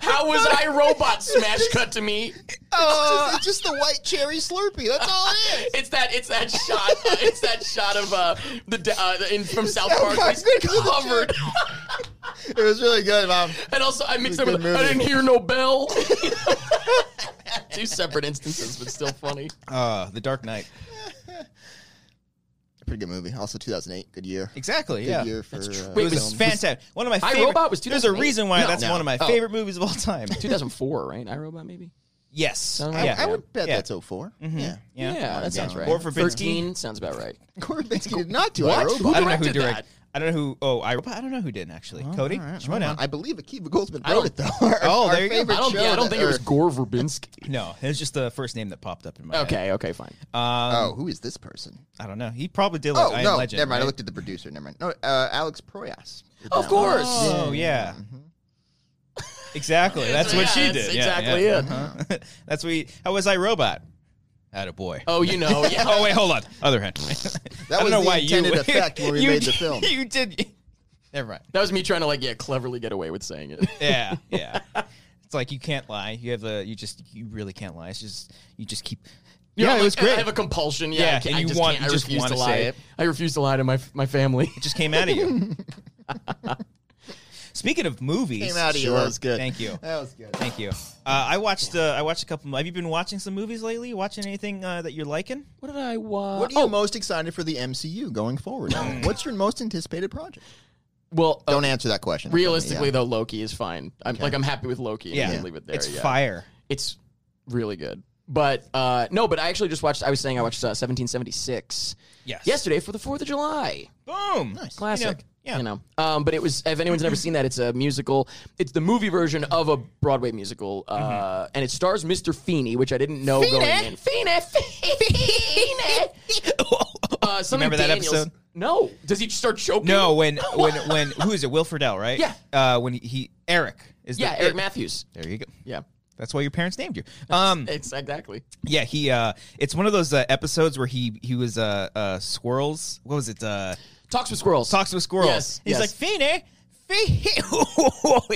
C: How was I robot smash cut to me?
B: Oh, it's just the white cherry Slurpee. That's all it is.
C: It's that. It's that shot. It's that shot of uh, the da- uh, in, from South
B: South
C: Park.
B: Park,
C: He's
B: good job.
C: covered.
B: Oh, It was really good, mom.
C: And also, I mixed
B: a
C: up with.
B: good
C: I
B: movie.
C: didn't hear no bell. Two separate instances, but still funny.
A: Uh, the Dark Knight.
B: Pretty good movie. Also, 2008, good year.
A: Exactly.
B: Good
A: yeah.
B: year for. uh,
A: It
C: Wait,
A: was,
B: films.
A: fantastic. One of my
C: I,
A: favorite.
C: Robot was
A: There's a
C: 2008?
A: reason why
B: No,
A: that's
B: no.
A: one of my
B: Oh.
A: favorite movies of all time.
C: 2004, right? iRobot, maybe.
A: yes.
C: Sound
B: I,
C: Yeah. Mm-hmm.
B: I would bet
A: Yeah. Mm-hmm.
B: that's 4 Yeah.
C: Yeah, that sounds
A: Yeah.
C: right.
A: Or for
C: 13 sounds about right.
B: Corey Baker did not do
C: What?
B: iRobot.
C: Who
A: I don't know who
C: directed
A: directed. I don't know who. Oh, I. I don't know who didn't actually. Cody,
B: All right,
A: slow
B: all right.
A: down.
B: I believe Akiva Goldsman
C: don't-
B: wrote it though. Our-
A: Oh,
B: our
A: there you go.
B: favorite
C: I don't.
B: show
C: Yeah, I don't
B: that-
C: think it was
B: or-
C: Gore Verbinski.
A: no, it was just the first name that popped up in my. head.
C: Okay. Okay. Fine.
B: oh, who is this person?
A: Um, I don't know. He probably did like
B: Oh
A: I
B: no,
A: Am Legend.
B: never mind. I
A: right?
B: looked at the producer. Never mind. No, uh, Alex Proyas.
C: Of course.
A: Oh yeah.
B: Mm-hmm.
A: Exactly. That's what
C: Yeah,
A: she
C: that's
A: did.
C: exactly
A: yeah.
C: it.
A: Uh-huh. that's what. He, how was I Robot? At a boy.
C: Oh, you know. Yeah.
A: Oh wait, hold on. Other hand. I
B: That
A: don't
B: was
A: know
B: the
A: why
B: intended
A: you,
B: effect when we
A: you
B: made the
A: did-
B: film.
A: You did. Never mind.
C: That was me trying to like yeah cleverly get away with saying it.
A: Yeah, yeah. it's like you can't lie. You have the. You just. You really can't lie. It's just. You just keep.
C: You know,
A: yeah,
C: I'm
A: it was
C: like,
A: great.
C: I have a compulsion. Yeah,
A: Yeah,
C: I, can't,
A: and
C: I
A: you
C: just
A: want-
C: can't.
A: you
C: I
A: just
C: refuse to
A: wanna
C: lie.
A: say it.
C: I refuse to lie to my my family.
A: It just came out of you. Speaking of movies,
B: Came out of you.
A: Sure.
B: That was good.
A: Thank you.
B: That was good.
A: Thank you. Uh, I watched. Uh, I watched a couple. Have you been watching some movies lately? Watching anything uh, that you're liking?
C: What did I oh, watch?
B: What are you most excited for the MCU going forward?
C: Mm.
B: What's your most anticipated project?
C: well, uh,
B: Don't answer that question.
C: realistically
B: Yeah.
C: though, Loki is fine. I'm like I'm happy with Loki.
A: Yeah.
C: Yeah, leave it there.
A: it's
C: yeah.
A: fire.
C: It's really good. But uh, no, but I actually just watched. I was saying I watched uh, 1776
A: Yes.
C: yesterday for the Fourth of July.
A: Boom.
B: Nice.
C: classic.
A: You know, yeah.
C: You know. Um, but it was if anyone's never seen that, it's a musical. It's the movie version of a Broadway musical, uh,
A: Mm-hmm.
C: and it stars Mr. Feeney, which I didn't know going in. Feeney, Feeney. Uh, something
A: Remember that
C: Daniels-
A: episode?
C: No. Does he just start choking?
A: No, when when when who is it? Will Friedle, right?
C: Yeah.
A: Uh, when he, he Eric is
C: Yeah,
A: the,
C: Eric Matthews.
A: There you go.
C: Yeah.
A: That's why your parents named you. Um,
C: It's exactly.
A: yeah, he. Uh, it's one of those uh, episodes where he he was uh, uh squirrels. What was it? Uh,
C: Talks with squirrels.
A: talks with squirrels.
C: Yes,
A: he's
C: yes.
A: like Feeney, Feeney,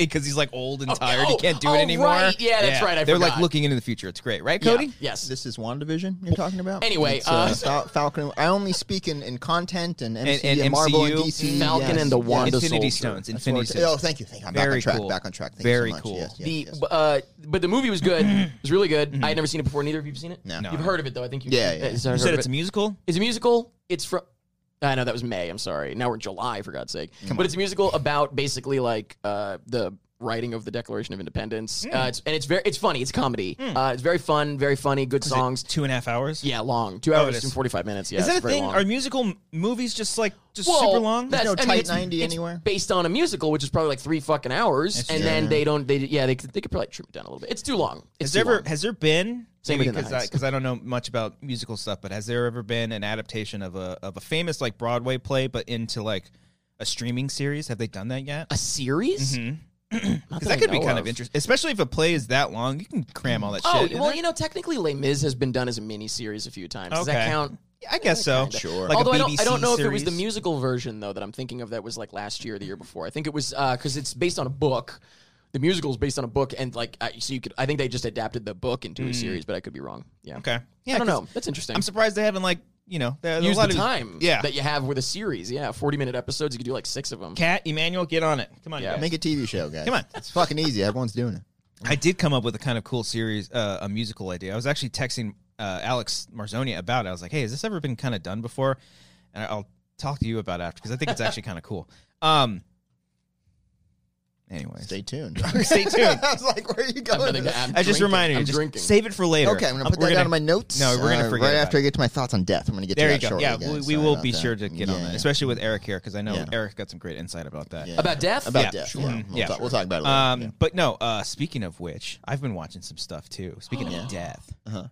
A: because he's like old and tired. he
C: oh,
A: can't do
C: oh,
A: it anymore.
C: right. Yeah, that's right, I
A: They're like
C: forgot.
A: looking into the future. It's great, right,
C: Yeah.
A: Cody?
C: Yes.
B: This is WandaVision you're talking about?
C: Anyway,
B: It's, uh,
C: uh,
B: Fal- Falcon. I only speak in, in content and, MC,
A: and
B: and, Marvel and
A: MCU.
B: DC.
C: Falcon
B: yes,
C: and the
B: yes.
C: Wanda
A: Infinity
C: Soldier.
A: Stones.
B: That's
A: Infinity
B: what I- Oh,
A: Stones.
B: thank you. Thank you. I'm
A: Very
B: back on track.
A: cool.
B: Back on track. Thank
A: Very
B: you so much.
A: cool.
B: Yes, yes,
C: the
B: yes.
C: uh, but the movie was good. it was really good.
A: Mm-hmm.
C: I had never seen it before. Neither of you've seen it.
B: No.
C: You've heard of it though. I think you.
B: Yeah, yeah.
C: uh,
B: You
C: sorry,
A: You
C: heard
A: said
C: of
A: it's a
C: it.
A: musical.
C: It's a musical. It's from. I know that was May. I'm sorry. Now we're in July, for God's sake. but it's a musical about basically like uh, the writing of the Declaration of Independence.
A: Hmm.
C: Uh, it's, and it's very, it's funny. It's a comedy. Uh, it's very fun, very funny, good songs.
A: Two and a half hours.
C: Yeah, long, two
A: it
C: hours
A: is.
C: and forty five minutes. Yeah,
A: Is that a
C: it's very
A: thing?
C: long.
A: Are musical m- movies just like just
C: Well,
A: super long?
C: That's,
B: no
C: I mean,
B: tight
C: it's-
B: 90
C: it's
B: anywhere?
C: Based on a musical, which is probably like three fucking hours, and then they don't. They yeah, they, could- they could probably trim it down a little bit. It's too long.
A: Has
C: It's too
A: there ever
C: long.
A: has there been
C: Same with In the
A: because I,
C: Heights.
A: 'cause I don't know much about musical stuff, but has there ever been an adaptation of a of a famous like Broadway play, but into like a streaming series? Have they done that yet?
C: a series?
A: Mm-hmm. Because that could be kind of interesting, especially if a play is that long. You can cram all that
C: Oh
A: shit. in
C: well,
A: there.
C: you know, technically, Les Mis has been done as a mini series a few times. Does
A: Okay.
C: that count?
A: I guess so.
B: Sure.
A: Like a
C: Although I don't, I
A: BBC
C: don't know if it was
A: series.
C: the uh, musical version though that I'm thinking of that was like last year or the year before. I think it was because it's based on a book the musical is based on a book, and like I, so you could I think they just adapted the book into a series, but I could be wrong. Yeah.
A: Hmm. Okay. Yeah,
C: I don't
A: 'cause
C: know. That's interesting.
A: I'm surprised they haven't like you know there's
C: Use
A: a lot
C: the
A: of
C: time
A: Yeah.
C: that you have with a series. Yeah, forty minute episodes. You could do like six of them.
A: Cat Emmanuel, get on it. Come on,
C: Yeah.
A: guys.
B: Make a TV show, guys.
A: Come on.
B: It's fucking easy. Everyone's doing it.
A: I did come up with a kind of cool series, uh, a musical idea. I was actually texting uh, Alex Marzonia about it. I was like, "Hey, has this ever been kind of done before?" And I'll talk to you about it after because I think it's actually kind of cool. Um. Anyways,
B: Stay tuned.
A: Stay tuned.
B: I was like, where are you
C: I'm
B: going?
C: gonna-
B: with this?
C: I'm
A: I just
C: drinking.
A: reminded you.
C: I'm
A: just
C: drinking.
A: Save it for later. Uh,
B: Okay, I'm gonna put
A: we're
B: that down in my notes.
A: No, we're gonna
B: uh,
A: forget
B: Right
A: about
B: after I
A: it.
B: get to my thoughts on death, I'm gonna get
A: There
B: to
A: you
B: that
A: go.
B: shortly.
A: Yeah,
B: guys.
A: we, we
B: Sorry
A: will
B: about
A: be
B: that.
A: sure to get on
B: Yeah,
A: that,
B: yeah.
A: especially with Eric here because I know
B: Yeah.
A: Eric got some great insight about that.
B: Yeah.
C: About death.
B: about
A: Yeah,
B: death.
A: sure.
B: Yeah, we'll,
A: Yeah.
B: Talk, we'll talk about it later.
A: Um,
B: yeah.
A: but no. Uh, speaking of which, I've been watching some stuff too. Speaking
B: Yeah.
A: of death,
B: Uh-huh.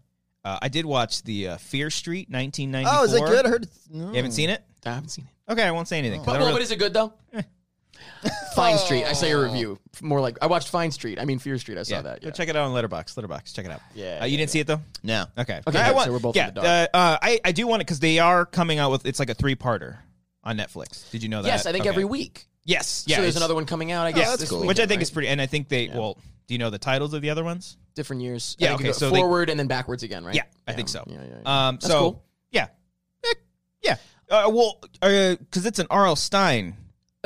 A: uh, I did watch the uh, Fear Street 1994.
B: Oh, is it good? I heard. It's, mm. no.
A: You haven't seen it?
C: I haven't seen it.
A: Okay, I won't say anything. 'cause I
C: But,
A: don't Eh.
C: well, but
A: really-
C: is it good though? Fine Street. I saw your review. More like I watched Fine Street. I mean Fear Street. I saw
A: Oh. yeah,
C: that.
A: go
C: Yeah.
A: check it out on Letterbox. Letterbox, check it out.
C: Yeah,
A: uh, you
C: yeah,
A: didn't see it though.
B: No.
A: Okay,
C: Okay,
A: I
C: good,
A: want-
C: so we're both
A: yeah.
C: in the dark.
A: Uh, uh, I I do want it because they are coming out with it's like a three parter on Netflix. Did you know that?
C: Yes, I think
A: Okay.
C: every week.
A: Yes, yeah.
C: so there's
A: it's-
C: another one coming out. I guess.
B: that's
C: this
B: cool.
A: which I
C: weekend,
A: think
C: right?
A: is pretty. And I think they well, do you know the titles of the other ones?
C: different years.
A: Yeah,
C: I think
A: okay,
C: you go
A: so they-
C: forward and then backwards again, right?
A: Yeah, I think so.
C: Yeah, yeah, yeah.
A: Um,
C: That's
A: so
C: cool.
A: yeah, Eh, yeah. Uh, well, because it's an R.L. Stein.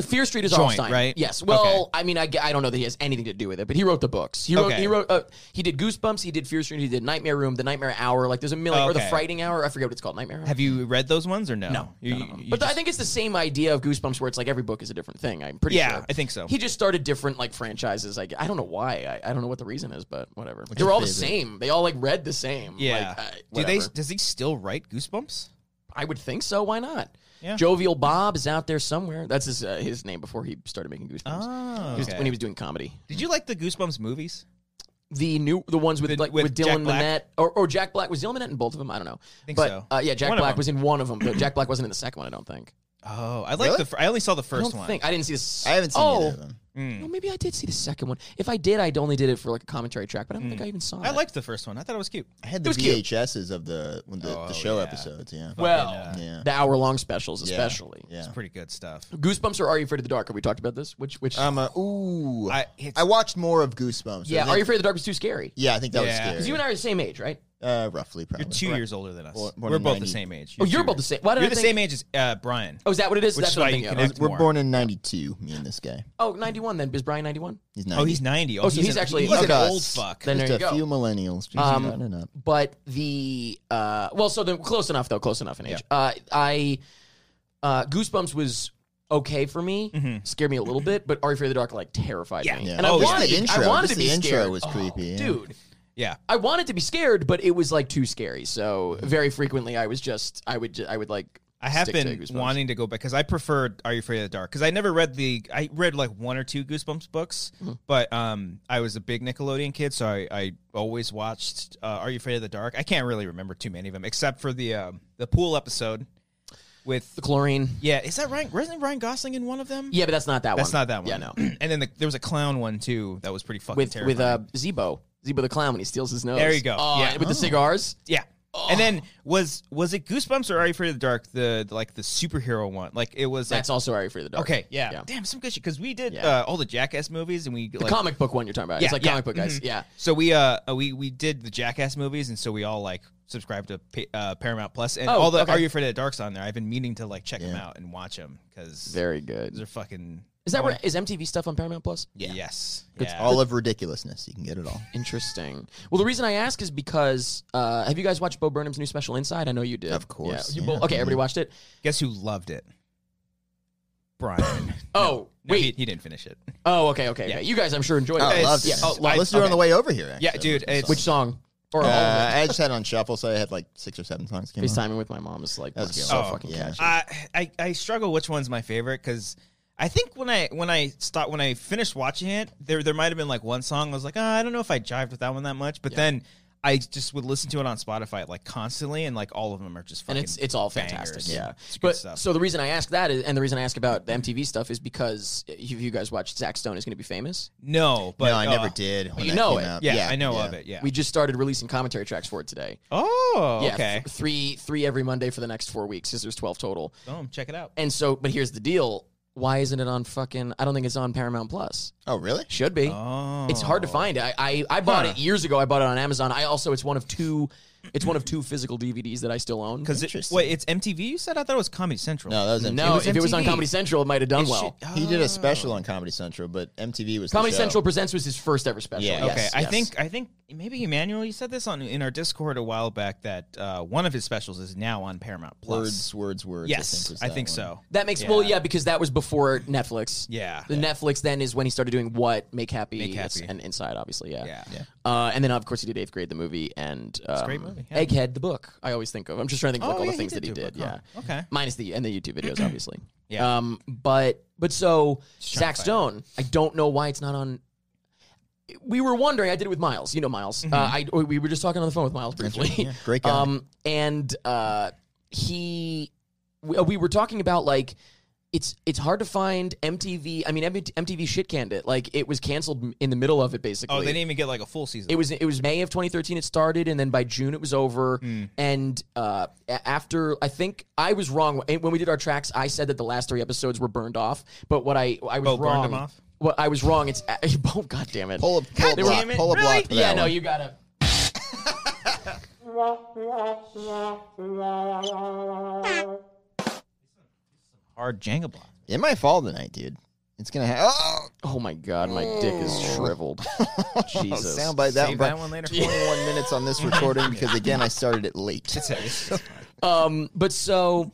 C: Fear Street is
A: Joint,
C: Arlstein,
A: right?
C: Yes.
A: Okay.
C: Well, I mean, I, g- I don't know that he has anything to do with it, but he wrote the books. He wrote.
A: Okay.
C: He wrote. Uh, he did Goosebumps. He did Fear Street. He did Nightmare Room. The Nightmare Hour. Like there's a million, or the
A: Okay.
C: Frightening Hour. I forget what it's called. Nightmare Hour.
A: Have you read those ones or no?
C: no,
A: You-
C: no, no, no.
A: you
C: but
A: just-
C: I think it's the same idea of Goosebumps, where it's like every book is a different thing. I'm pretty
A: yeah,
C: sure.
A: I think so.
C: He just started different like franchises. Like I don't know why. I, I don't know what the reason is, but whatever. they
B: is
C: were all the
B: favorite?
C: same. They all like read the same.
A: yeah.
C: Like,
A: do
C: I-
A: they?
C: whatever.
A: Does he still write Goosebumps?
C: I would think so. Why not?
A: Yeah.
C: Jovial Bob is out there somewhere. That's his uh, his name before he started making Goosebumps.
A: Oh,
C: He was-
A: okay.
C: When he was doing comedy,
A: Did you like the Goosebumps movies?
C: the new the ones with
A: The-
C: like
A: with
C: with
A: Jack
C: Dylan
A: Black?
C: Minnette or, or Jack Black was Dylan Minnette in both of them. I don't know.
A: Think
C: but
A: so.
C: uh, yeah, Jack
A: One of
C: Black
A: them.
C: was in one of them, but Jack Black wasn't in the second one. I don't think.
A: Oh, I like
B: Really?
A: the. Fir- I only saw the
C: I
A: first
C: don't
A: one.
C: think I didn't see this.
B: I haven't seen
C: Oh,
B: either of them.
A: Hmm.
C: no, maybe I did see the second one. If I did, I'd only did it for like a commentary track, but I don't think I even saw.
A: Hmm. I
C: that.
A: liked the first one. I thought it was cute.
B: I had
C: It
B: the
C: was cute.
B: VHSs of the when the,
A: Oh,
B: the show
A: yeah.
B: episodes. Yeah.
C: well
A: fucking, uh,
B: yeah.
C: the hour long specials,
B: Yeah.
C: especially
B: Yeah.
A: It's pretty good stuff.
C: Goosebumps or Are You Afraid of the Dark? Have we talked about this? Which which
B: Um. Uh, ooh.
A: I-
B: I,
A: it's-
B: watched more of Goosebumps.
C: yeah,
B: I think-
C: Are You Afraid of the Dark was too scary.
B: Yeah, I think that
A: Yeah. 'Cause
B: was
C: Because you
B: scary.
C: and I are the same age, right?
B: uh, roughly, probably.
A: You're two years older than us.
B: Born- born
A: We're
B: in
A: both the
B: 90.
A: same age.
C: Oh,
A: two
C: you're
A: years-
C: both the same. Why did
A: You're
C: I
A: the
C: think-
A: same age as uh, Brian.
C: Oh, is that what it is?
A: Which
C: That's
A: is
C: what
A: why
C: I'm
A: you
C: thinking.
A: connect.
C: of.
B: We're
A: more.
B: born in '92. Me and this guy.
C: Oh, 91 then. Is Brian 91?
B: He's
A: Oh, he's
B: 90.
A: 90.
C: Oh, so he's
A: an-
C: actually-
A: he's an
B: okay.
A: old fuck.
C: Then
B: Just
C: there you
B: a
C: go.
B: few millennials. Jeez,
C: Um,
B: not enough.
C: But the uh, well, so then close enough though, close enough in age. Uh, I uh, Goosebumps was okay for me, scared me a little bit, but Are You Afraid of the Dark like terrified
A: Mm-hmm. Yeah.
C: me,
A: Yeah.
C: and I
A: Oh, yeah.
C: wanted
B: Just the
C: to, I
B: intro.
C: wanted
B: Just
C: to be
B: the intro
C: scared.
B: was
C: Oh,
B: creepy, yeah.
C: dude.
A: Yeah.
C: I wanted to be scared, but it was like too scary. So very frequently, I was just I would ju- I would like
A: I have
C: stick
A: been
C: to Goosebumps.
A: wanting to go back because I preferred Are You Afraid of the Dark? Because I never read the. I read like one or two Goosebumps books,
C: Mm-hmm.
A: but um, I was a big Nickelodeon kid, so I, I always watched uh, Are You Afraid of the Dark? I can't really remember too many of them except for the um, the pool episode with.
C: the chlorine.
A: Yeah, is that Ryan? Wasn't Ryan Gosling in one of them?
C: Yeah, but that's not that
A: that's
C: one.
A: not that one.
C: Yeah, no.
A: and then the, there was a clown one too that was pretty fucking
C: With
A: terrifying.
C: with uh Zebo Zebo the clown when he steals his nose.
A: There you go.
C: Oh,
A: Yeah.
C: and with the cigars.
A: Yeah. And then
C: oh.
A: was was it Goosebumps or Are You Afraid of the Dark? The like the superhero one, like it was like
C: That's also Are You Afraid of the Dark?
A: okay, yeah.
C: Yeah.
A: damn some good shit because we did
C: Yeah.
A: uh, all the Jackass movies and we
C: The
A: like
C: comic book one you're talking about.
A: Yeah,
C: it's like
A: yeah.
C: comic book guys. Yeah.
A: so we uh we we did the Jackass movies and so we all like subscribed to pa- uh, Paramount Plus and
C: Oh,
A: all the
C: okay.
A: Are You Afraid of the Dark's on there. I've been meaning to like check them out and watch them because they're
C: Very good.
A: fucking
C: Is that where is MTV stuff on Paramount Plus?
A: yes, yeah.
B: All of ridiculousness. You can get it all.
C: Interesting. Well, the reason I ask is because uh, have you guys watched Bo Burnham's new special Inside? I know you did.
B: Of course,
C: Yeah. You
B: yeah.
C: both- okay,
A: Mm-hmm.
C: everybody watched it.
A: Guess who loved it? Brian. No,
C: Oh,
A: he-
C: wait.
A: he, didn't finish it.
C: Oh, okay, okay, okay. You guys, I'm sure enjoyed
B: Oh,
C: it.
A: It's-
B: loved it.
A: yeah,
B: man.
A: oh,
B: I
A: like-
B: listened to it on the way over here.
A: Yeah,
B: actually.
A: dude, it's-
C: Which song? Or all
B: Uh,
C: of it?
B: I just had it on shuffle, so I had like six or seven songs. Came on.
C: FaceTiming with my mom is like
B: That's good.
C: so
A: Oh,
C: fucking
B: yeah.
C: catchy.
A: I, I I struggle which one's my favorite because I think when I when I stopped when I finished watching it, there there might have been like one song I was like, ah, I don't know if I jived with that one that much, but then I just would listen to it on Spotify like constantly, and like all of them are just fucking
C: and it's it's all fantastic.
A: bangers.
C: Yeah,
A: It's good
C: but
A: stuff.
C: so the reason I ask that is, and the reason I ask about the MTV stuff is because uh, you, you guys watched Zach Stone is going to be famous.
A: no, but
B: no, I
A: uh,
B: never did. when
C: you
B: that
C: know
B: came
C: it.
B: out.
A: Yeah, I know of it. Yeah.
C: We just started releasing commentary tracks for it today.
A: oh,
C: Yeah,
A: okay.
C: th- three three every Monday for the next four weeks. Because there's twelve total.
A: Boom, check it out.
C: And so, but here's the deal: why isn't it on fucking? I don't think it's on Paramount Plus.
B: Oh, really?
C: Should be.
A: Oh.
C: It's hard to find. I I, I bought
A: Huh.
C: it years ago. I bought it on Amazon. I also it's one of two. It's one of two physical DVDs that I still own.
A: Because it,
B: Interesting.
A: wait, it's MTV. You said I thought it was Comedy Central.
B: No, that was MTV.
C: no,
A: was
C: if it was on
A: MTV.
C: Comedy Central, it might have done
A: It
C: well.
A: should-
B: He did
A: Oh.
B: a special on Comedy Central, but MTV was the
C: Comedy
B: show.
C: Central Presents was his first ever special.
B: Yeah.
A: Okay,
C: Yes,
A: I
C: yes.
A: think I think maybe Emmanuel, you said this on in our Discord a while back that uh, one of his specials is now on Paramount Plus.
B: Words, words, words.
A: yes,
B: was
A: I
B: that
A: think
B: one.
A: so.
C: that makes well, yeah, because that was before Netflix.
A: Yeah.
C: The Netflix then is when he started doing what Make Happy,
A: Make Happy.
C: and Inside, obviously, yeah.
A: Yeah.
B: Yeah.
C: Uh, and then of course he did Eighth Grade the movie and um,
A: great movie, yeah.
C: Egghead the book. I always think of. I'm just trying to think of like,
A: Oh,
C: all
A: yeah,
C: the
A: he
C: things
A: did
C: that he
A: do a
C: did.
A: book, huh.
C: Yeah.
A: Okay.
C: Minus the and the YouTube videos, obviously.
A: Yeah.
C: Um. But but so
A: trying to
C: Zach
A: find
C: Stone, I don't know why it's not on. We were wondering. I did it with Miles. You know Miles.
A: Mm-hmm.
C: Uh, I we were just talking on the phone with Miles briefly.
B: right, yeah. Great guy.
C: Um. And uh, he, we, we were talking about like. It's it's hard to find MTV. I mean, MTV shit canned it. Like it was canceled in the middle of it, basically.
A: Oh, they didn't even get like a full season.
C: It was it was May of 2013. It started, and then by June it was over.
A: Hmm.
C: And uh, a- after I think I was wrong when we did our tracks. I said that the last three episodes were burned off, but what I I was
A: Oh, burned
C: wrong.
A: them off?
C: Well, I was wrong. It's oh god damn it.
B: Pull a, pull a
A: God
B: block.
A: damn it,
B: Pull a
A: really?
B: block. For
C: yeah,
B: that
C: no,
B: one.
C: you gotta.
A: hard Jenga block.
B: It might fall tonight, dude. It's gonna have. Oh,
C: Oh my god, my dick is shriveled. Jesus.
B: soundbite that
A: Save
B: one.
A: that one later.
B: 21 minutes on this recording because again I started it late.
A: It's, it's, it's fine.
C: Um, but so.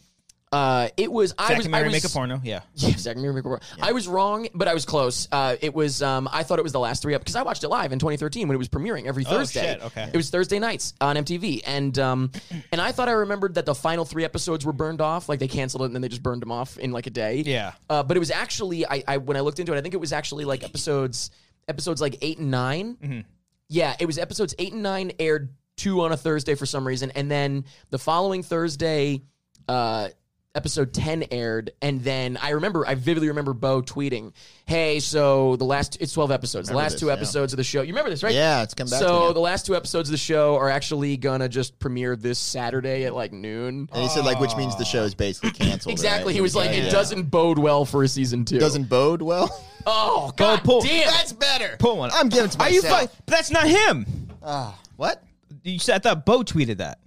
C: Uh, it was I was I
A: Documentary
C: was
A: make a porno. Yeah.
C: Yeah, Zach and Miri Make a War. I was wrong, but I was close. Uh, it was um, I thought it was the last three up because I watched it live in 2013 when it was premiering every
A: Oh,
C: Thursday.
A: shit, okay.
C: It was Thursday nights on MTV, and um, and I thought I remembered that the final three episodes were burned off, like they canceled it and then they just burned them off in like a day.
A: Yeah.
C: Uh, but it was actually I, I when I looked into it, I think it was actually like episodes episodes like eight and 9
B: Mm-hmm.
C: Yeah, it was episodes eight and nine aired two on a Thursday for some reason, and then the following Thursday, uh, episode ten aired, and then I remember I vividly remember Bo tweeting, "Hey, so the last it's twelve episodes, the last
B: this,
C: two
B: yeah.
C: episodes of the show. You remember this, right?
B: Yeah, it's come back.
C: So
B: to
C: the last two episodes of the show are actually gonna just premiere this Saturday at like noon.
B: and he said like, which means the show is basically canceled.
C: Exactly.
B: right?
C: He was like,
B: Oh, Yeah.
C: it doesn't bode well for a season two.
B: doesn't bode well.
C: Oh god,
A: pull.
C: damn!
B: That's better.
A: Pull one.
B: I'm giving it to
A: Are you
B: myself.
A: fine? That's not him.
B: Ah, what?
A: You said I thought Bo tweeted that.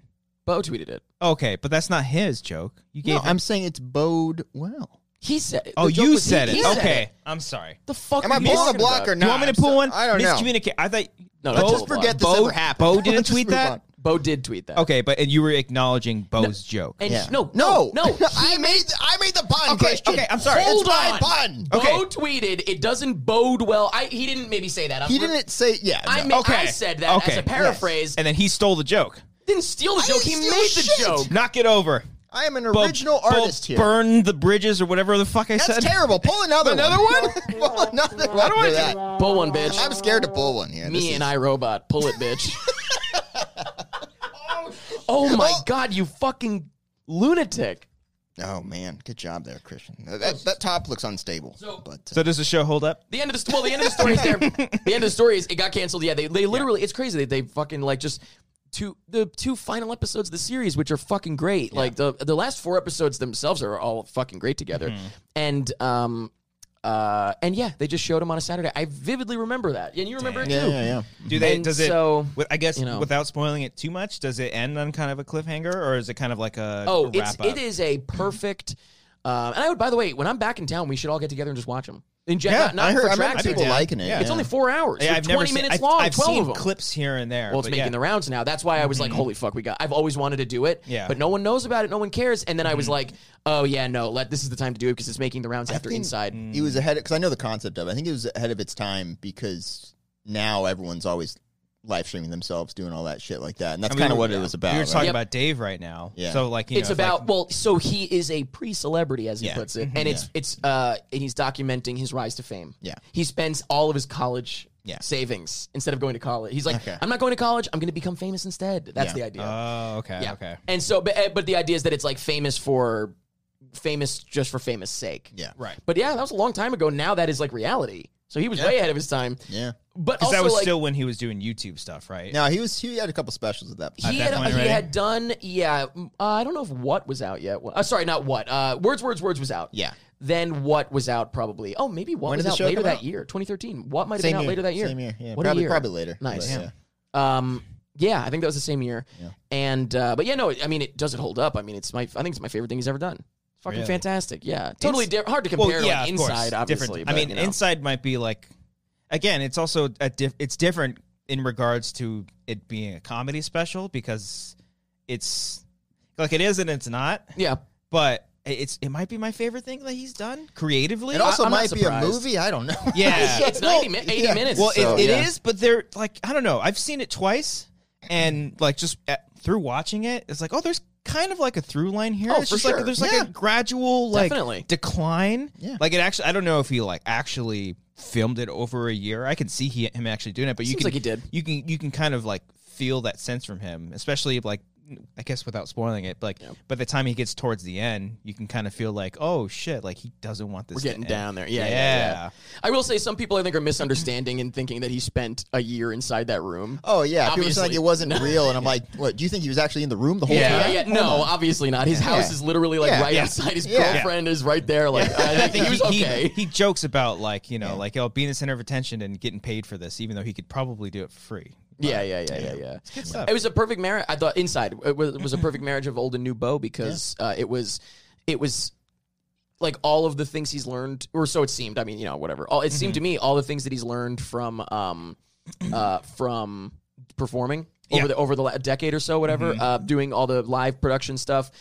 C: Bo tweeted it.
A: Okay, but that's not his joke. You gave.
B: No,
A: him-
B: I'm saying it's bode well.
C: He said.
A: oh,
C: the joke
A: you
C: was he-
A: said
C: he
A: it.
C: said
A: okay, I'm sorry.
C: The fuck?
B: Am I
C: are you
B: pulling
C: talking
B: a block
C: about?
B: or
A: Do
B: not?
A: you want me to pull one?
B: I don't know.
A: Miscommunicate. I thought.
C: No,
A: Bo-
C: that's Pull
B: Let's
C: a block.
B: forget this
A: Bo-
B: ever happened.
A: Bo didn't
B: Let's
A: tweet
B: move
A: that?
B: on.
C: Bo did tweet that.
A: Okay, but and you were acknowledging Bo's joke.
C: And
B: Yeah.
C: no, no, no.
B: I made I made the pun.
A: Okay,
B: Christian.
A: okay, I'm sorry.
B: It's
C: Hold
B: my
C: on.
B: pun.
A: Okay.
C: Bo tweeted it doesn't bode well. I he didn't maybe say that. I'm
B: He didn't say yeah.
C: I,
B: no.
C: ma-
A: Okay.
C: I said that
A: Okay.
C: as a paraphrase.
A: and then he stole the joke.
C: Didn't steal the joke.
B: didn't
C: He
B: steal
C: made the
B: shit.
C: joke.
A: Knock it over.
B: I am an
A: Bo-
B: original
A: Bo
B: artist here.
A: Burn the bridges or whatever the fuck I
B: That's
A: said.
B: terrible. Pull another
A: Another
B: one.
A: one?
B: Pull another one.
A: do I
B: for
A: do
B: that.
C: Pull one, bitch.
B: I'm scared to pull one here. This
C: Me
B: is-
C: and I robot. Pull it, bitch. oh my god, you fucking lunatic.
B: Oh man, good job there, Christian. Uh, That, that top looks unstable.
C: So-
B: but uh,
A: So does the show hold up?
C: The end of the st- well, the end of the story is there. The end of the story is it got canceled. Yeah, they they literally it's crazy that they fucking like just two the two final episodes of the series, which are fucking great. Like the the last four episodes themselves are all fucking great together. And um uh and yeah, they just showed them on a Saturday. I vividly remember that, and you remember it
B: yeah,
C: too.
B: yeah, yeah.
A: Do they?
C: And
A: does it?
C: so,
A: with- I guess
C: you know.
A: without spoiling it too much, does it end on kind of a cliffhanger, or is it kind of like a
C: Oh,
A: wrap
C: it's
A: up?
C: it is a perfect. Um, and I would, by the way, when I'm back in town, we should all get together and just watch them. In gen-
A: Yeah,
C: not, not
B: I heard.
C: for
B: I remember
C: tracks,
A: I'd be
B: people
A: down.
B: liking it.
A: Yeah.
C: It's only four hours.
A: Yeah,
C: They're
A: I've
C: 20
A: never seen-
C: minutes
A: I've-
C: long.
A: I've
C: 12
A: seen
C: of them.
A: clips here and there.
C: Well, it's
A: but
C: making
A: yeah. Mm-hmm.
C: the rounds now. That's why I was like, "Holy fuck, we got!" I've always wanted to do it,
A: Yeah. Mm-hmm.
C: But no one knows about it. No one cares. And then I was like, "Oh yeah, no, let this is the time to do it because it's making the rounds after
B: think-
C: Inside."
A: mm,
B: It was ahead because I know the concept of. it. I think it was ahead of its time because now everyone's always live streaming themselves, doing all that shit like that, and that's
A: And we
B: kind of
A: were-
B: what it
A: yeah.
B: was about.
A: We were
B: right?
A: talking
C: Yep.
A: about Dave right now.
B: Yeah.
A: So like, Mm-hmm. you
C: it's
A: know,
C: about
A: like-
C: well, so he is a pre-celebrity as he
B: Yeah.
C: puts it, and it's it's uh, and he's documenting his rise to fame.
B: Yeah.
C: he spends all of his college.
B: Yeah.
C: Savings instead of going to college. He's like,
B: Okay.
C: I'm not going to college. I'm going to become famous instead. That's
B: Yeah.
C: the idea.
A: oh, okay,
C: Yeah.
A: okay.
C: And so, but, uh, but the idea is that it's like famous for famous just for famous sake.
B: Yeah.
A: Right.
C: But yeah, that was a long time ago. Now that is like reality. So he was way ahead of his time.
B: Yeah.
C: But
A: Because
C: also,
A: that was
C: like,
A: still when he was doing YouTube stuff, right?
B: No, he was. He had a couple specials at that. point.
C: he
A: that
C: had,
A: point
C: he
A: already?
C: had done, yeah, mm, uh, I don't know if what was out yet. Uh, sorry, not what. Uh, Words, Words, Words was out.
B: Yeah.
C: than what was out probably. Oh, maybe what
B: When
C: was
B: did the
C: out
B: show
C: later
B: come
C: that
B: out?
C: year, 2013. What might have
B: Same
C: been out
B: year.
C: later that year?
B: Same year. Yeah,
C: What a
B: probably
C: year.
B: probably later.
C: Nice.
B: But, yeah.
C: Um, yeah, I think that was the same year.
B: Yeah.
C: And uh, but yeah, no, I mean it doesn't hold up. I mean it's my I think it's my favorite thing he's ever done. It's fucking
A: Really?
C: fantastic. Yeah, totally di- hard to compare
A: Well,
C: to
A: yeah,
C: like,
A: of course.
C: inside. Obviously,
A: Different.
C: but,
A: I mean,
C: you know.
A: inside might be like, again, it's also a diff- it's different in regards to it being a comedy special because it's like it is and it's not,
C: yeah,
A: but it's it might be my favorite thing that he's done creatively.
B: It also
C: I'm not
B: might be a
C: surprised.
B: movie. I don't know.
A: yeah.
C: it's
B: Well,
C: 90 min- 80
B: yeah.
C: minutes.
A: Well,
C: so,
A: it, it is,
C: yeah.
A: but they're like I don't know. I've seen it twice, and like just at, through watching it, it's like oh, there's kind of like a through line here.
C: Oh,
A: it's
C: for
A: just
C: sure.
A: like there's like
B: Yeah.
A: a gradual like
C: Definitely.
A: decline.
B: Yeah.
A: Like it actually, I don't know if he like actually filmed it over a year. I can see he, him actually doing it, but you
C: Seems
A: can
C: like he did.
A: You can you can kind of like feel that sense from him, especially like. I guess without spoiling it, but like by the time he gets towards the end, you can kind of feel like, oh shit, like he doesn't want this.
C: We're
A: to
C: getting
A: end.
C: down there. Yeah, yeah.
A: Yeah.
C: yeah. I will say some people I think are misunderstanding and thinking that he spent a year inside that room.
B: Oh yeah, people people
C: Obviously.
B: like it wasn't real, and I'm like, what? Do you think he was actually in the room the whole
C: Yeah,
B: time?
C: yeah, yeah. no, obviously not. His house
B: Yeah.
C: is literally like
B: Yeah.
C: right
A: Yeah.
C: outside. His
B: Yeah.
C: girlfriend is right there. Like,
A: And
C: I think he was
A: he,
C: okay.
A: he jokes about like you know like oh being the center of attention and getting paid for this, even though he could probably do it for free.
C: Yeah, yeah, yeah, yeah, yeah.
A: stuff.
C: It was a perfect marriage. I thought inside it was, it was a perfect marriage of old and new beau because uh, it was, it was, like all of the things he's learned, or so it seemed. I mean, you know, whatever. All it seemed to
A: Mm-hmm.
C: me, all the things that he's learned from, um, uh, from performing over
A: Yeah. Mm-hmm.
C: the over the la- decade or so, whatever. Uh, doing all the live production stuff,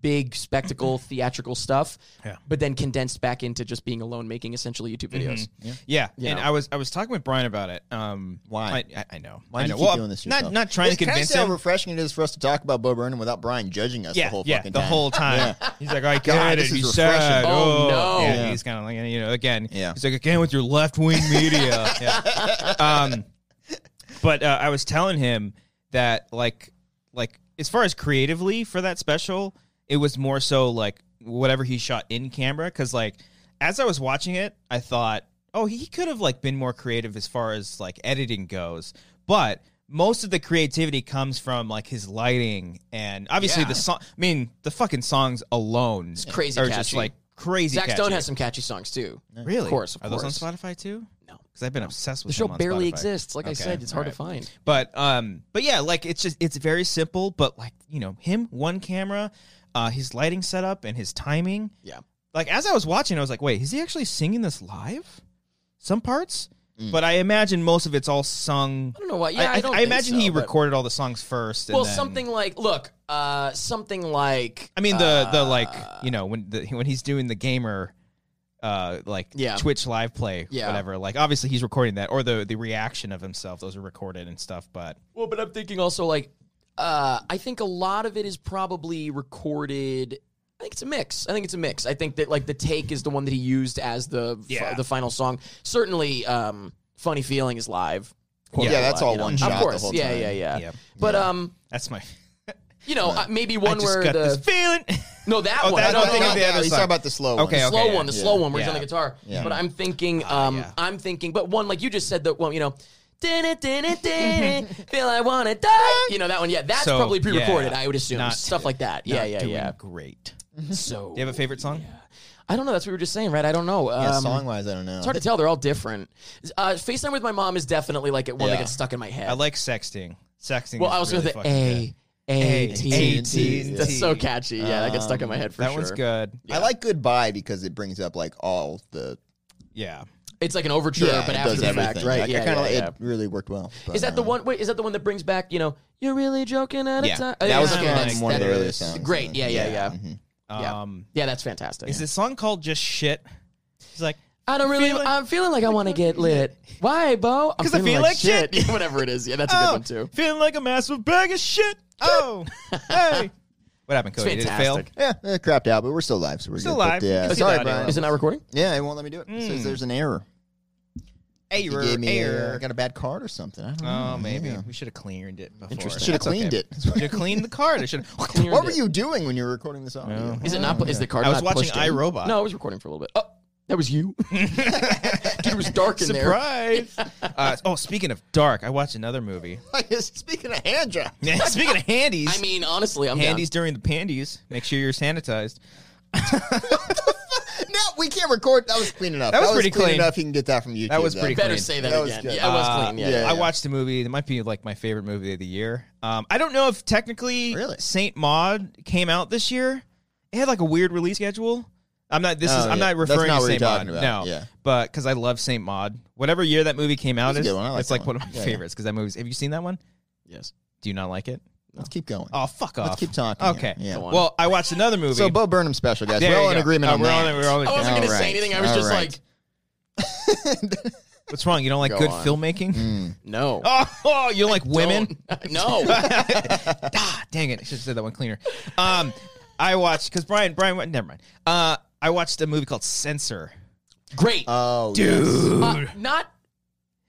C: big spectacle, theatrical stuff.
A: Yeah.
C: But then condensed back into just being alone, making essentially YouTube videos.
A: Mm-hmm. Yeah,
C: You
A: and
C: know.
A: I was I was talking with Brian about it. Um,
B: Why?
A: I, I, I know.
B: Why
A: I
B: do you
A: know.
B: keep doing this to
A: Not
B: yourself?
A: not trying to
B: It's kinda
A: convince
B: see how
A: him.
B: refreshing it is for us to talk about Bo Burnham without Brian judging us
A: yeah,
B: the whole
A: yeah,
B: fucking
A: the
B: time.
A: whole time. He's like, I get
B: God,
A: it.
B: this is
A: He's
B: refreshing.
A: sad.
C: Oh, no.
A: Yeah,
B: Yeah.
A: he's kind of like you know again.
B: Yeah.
A: he's like again with your left wing media. Yeah. Um, but uh, I was telling him that like like as far as creatively for that special, it was more so like whatever he shot in camera because like as I was watching it, I thought, oh, he could have like been more creative as far as like editing goes, but. Most of the creativity comes from like his lighting and obviously
C: Yeah.
A: the song. I mean, the fucking songs alone
C: crazy
A: are just
C: catchy.
A: like crazy.
C: Zach Stone
A: catchy.
C: has some catchy songs too.
A: Really?
C: Of course, of
A: Are
C: course.
A: those on Spotify too?
C: No.
A: Because I've been obsessed with
C: The show
A: them on
C: barely
A: Spotify.
C: exists. Like I
A: Okay,
C: said, it's hard
A: alright.
C: to find.
A: But um, but yeah, like it's just it's very simple. But like you know, him one camera, uh, his lighting setup and his timing.
C: Yeah.
A: Like as I was watching, I was like, wait, is he actually singing this live? Some parts, but I imagine most of it's all sung.
C: I don't know why. Mm. Yeah, I, don't think
A: imagine
C: so,
A: he
C: but-
A: recorded all the songs first. and
C: Well,
A: then-
C: something like look, uh, something like
A: I
C: uh,
A: mean the the like you know when the when he's doing the gamer uh like
C: Yeah.
A: Twitch live play
C: Yeah.
A: whatever like obviously he's recording that or the the reaction of himself those are recorded and stuff but
C: well, but I'm thinking also like uh, I think a lot of it is probably recorded. I think it's a mix. I think it's a mix. I think that like the take is the one that he used as the fi-
A: Yeah.
C: the final song. Certainly, um, funny feeling is live.
B: Yeah,
C: Quote,
B: that's
C: live,
B: all
C: you know.
B: one
C: Of
B: shot the
C: course.
B: whole
C: yeah,
B: time.
C: Yeah, yeah,
A: Yeah.
C: But um,
A: that's my
C: you know, uh, maybe
A: I
C: one
A: just
C: where
A: got
C: the
A: this feeling
C: no that
A: Oh,
C: one.
A: that
C: I don't
A: one.
C: think
A: No,
B: no,
A: of the
B: no,
A: other
B: he's
A: side.
B: talking about the slow one.
A: Okay, okay.
C: slow one, the
A: yeah.
C: slow one where he's
A: Yeah. Ah,
C: on the guitar.
B: Yeah.
C: But I'm thinking, um,
A: yeah.
C: I'm thinking, but one like you just said that one, you know, "Dun-dun, dun-dun, dun-dun, feel I want to die. You know that one, yeah. That's
A: So,
C: probably pre-recorded,
A: yeah,
C: I would assume,
A: not-
C: stuff like
A: Not
C: that. Yeah, yeah,
A: doing
C: yeah.
A: great
C: So
A: do you have a favorite song
C: I don't know. That's what we were just saying, right? I don't know.
B: Yeah,
C: Um,
B: song wise, I don't know.
C: it's hard to tell. They're all different. Uh, FaceTime with my mom is definitely like one that
B: Yeah.
C: gets stuck in my head.
A: I like sexting sexting
C: well,
A: is
C: I was
A: really
C: gonna
A: fucking good.
C: say a a t t.
A: AT&T.
C: That's so catchy. Yeah, that gets stuck in my head for
A: Um, that
C: sure.
A: one's good
B: I like goodbye because it brings up like all the
A: yeah
C: It's like an overture,
B: yeah,
C: but
B: it
C: after
B: does
C: the
B: everything.
C: fact, right?
B: Like, I
C: yeah,
B: kinda
C: yeah,
B: like-
C: yeah.
B: It really worked well. but,
C: Is that the
B: uh,
C: one? Wait, is that the one that brings back? You know, you're really joking at
A: Yeah.
C: a time.
B: That was
A: Okay,
B: from
A: that's-
B: one of the
A: that
B: earlier
A: is
B: songs.
C: Great. Yeah, yeah, yeah.
B: Mhm.
C: Yeah.
A: um
C: Yeah, that's fantastic.
A: is this song called just shit he's like
C: I don't really.
A: Feeling-
C: I'm feeling like I want to get lit. Why, Bo? I'm
A: 'Cause I feel like shit.
C: Yeah, whatever it is. Yeah, that's a good
A: oh
C: one too.
A: feeling like a massive bag of shit oh hey what happened Cody did it fail
C: fantastic.
B: Yeah, it crapped out, but we're still live, so we're
A: Still
B: good. But,
A: live. You
B: yeah,
A: can see
B: sorry,
A: the audio.
B: Brian.
C: Is it not recording?
B: Yeah, it won't let me do it. It says there's an error. You
A: Error,
B: gave me a-
A: error.
B: I got a bad card or something. I don't know.
A: Oh, maybe
B: Yeah.
A: we should have cleaned it before.
C: Interesting.
B: Should have cleaned
A: Should have cleaned the card. I should.
C: Cleared
B: What were
C: it.
B: you doing when you were recording this audio?
C: Is it not? Is the card?
A: I was
C: not
A: watching
C: pushed in?
A: iRobot.
C: No, I was recording for a little bit. Oh, that was you. Dude, it was dark in there.
A: Surprise! uh, oh, speaking of dark, I watched another movie.
B: Speaking of hand job.
A: speaking of handies,
C: I mean, honestly, I'm
A: handies
C: handy.
A: during the pandies. Make sure you're sanitized.
B: No, we can't can't record. That was clean enough.
A: That was pretty
B: clean,
A: clean.
B: enough. You can get that from YouTube.
A: was
B: though.
A: pretty
C: Better
A: clean.
C: say that,
B: That was
C: again.
B: good.
C: Yeah, it was
A: Uh,
C: clean. Yeah.
B: Ah, yeah.
A: I watched a movie that might be like my favorite movie of the year. Um, I don't know if technically
B: Really?
A: Saint Maud came out this year. It had like a weird release schedule. I'm not. This
B: Oh,
A: is. I'm
B: yeah.
A: not
B: That's
A: referring
B: not
A: to
B: what
A: Saint
B: you're
A: Maud.
B: talking
A: No.
B: about. Yeah.
A: But because I love Saint Maud, whatever year that movie came out
B: That's a
A: is,
B: good one. I like
A: it's
B: that
A: like one
B: one.
A: of my
B: Yeah, yeah.
A: favorites. Because that movie's. Have you seen that one?
C: Yes.
A: Do you not like it?
B: Let's keep going.
A: Oh fuck off.
B: Let's keep talking.
A: Okay.
B: Yeah.
C: Go on.
A: Well, I watched another movie.
B: So Bo Burnham special, guys.
A: There
B: we're
A: you
B: all in
A: go.
B: agreement
A: Uh,
B: on
A: we're
B: that.
A: all in- we're all in-
C: I wasn't going
B: All
C: to
B: right.
C: say anything. I was
B: All
C: just
B: right.
C: like,
A: What's wrong? You don't like
C: Go
A: good
C: on.
A: filmmaking?
C: no.
B: Mm.
A: Oh, oh, you don't like women?
C: Don't- no.
A: ah, dang it! I should have said that one cleaner. Um, I watched because Brian, Brian, went- never mind. Uh, I watched a movie called Censor.
C: Great.
B: Oh, dude.
C: Uh, not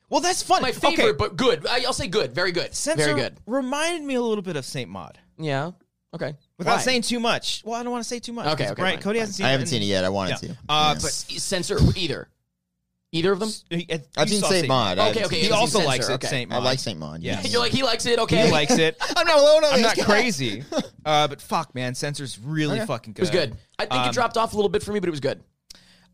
A: Well, that's funny.
C: my favorite, but good. I, I'll say good. Very good.
A: Censor
C: Very good.
A: reminded me a little bit of Saint Maud
C: Yeah. Okay.
A: without
C: Why?
A: saying too much. Well, I don't want to say too much.
C: Okay,
A: 'cause
C: okay,
A: Brian,
C: fine,
A: Cody
C: fine.
A: hasn't seen.
B: I haven't seen it yet. I wanted
A: Yeah.
B: to.
A: Uh,
B: Yeah.
A: but
C: S- censor E, either. Either of them?
A: he-
B: I've seen
A: you saw
B: Saint Maud. I
C: Okay,
B: haven't
C: okay,
B: seen
A: He
B: it.
C: I've
A: also
C: seen
A: likes
C: Censor,
A: it.
C: okay.
A: Saint
B: I
A: Maud.
B: like Saint Maud.
A: Yeah.
B: Yes.
C: You're like, he likes it. Okay.
A: He likes it.
B: I'm not alone. on
A: I'm
B: this,
A: not
B: guys.
A: crazy, uh, but fuck, man, Censor's really fucking
C: It
A: good.
C: was good. I think
A: Um,
C: it dropped off a little bit for me, but it was good.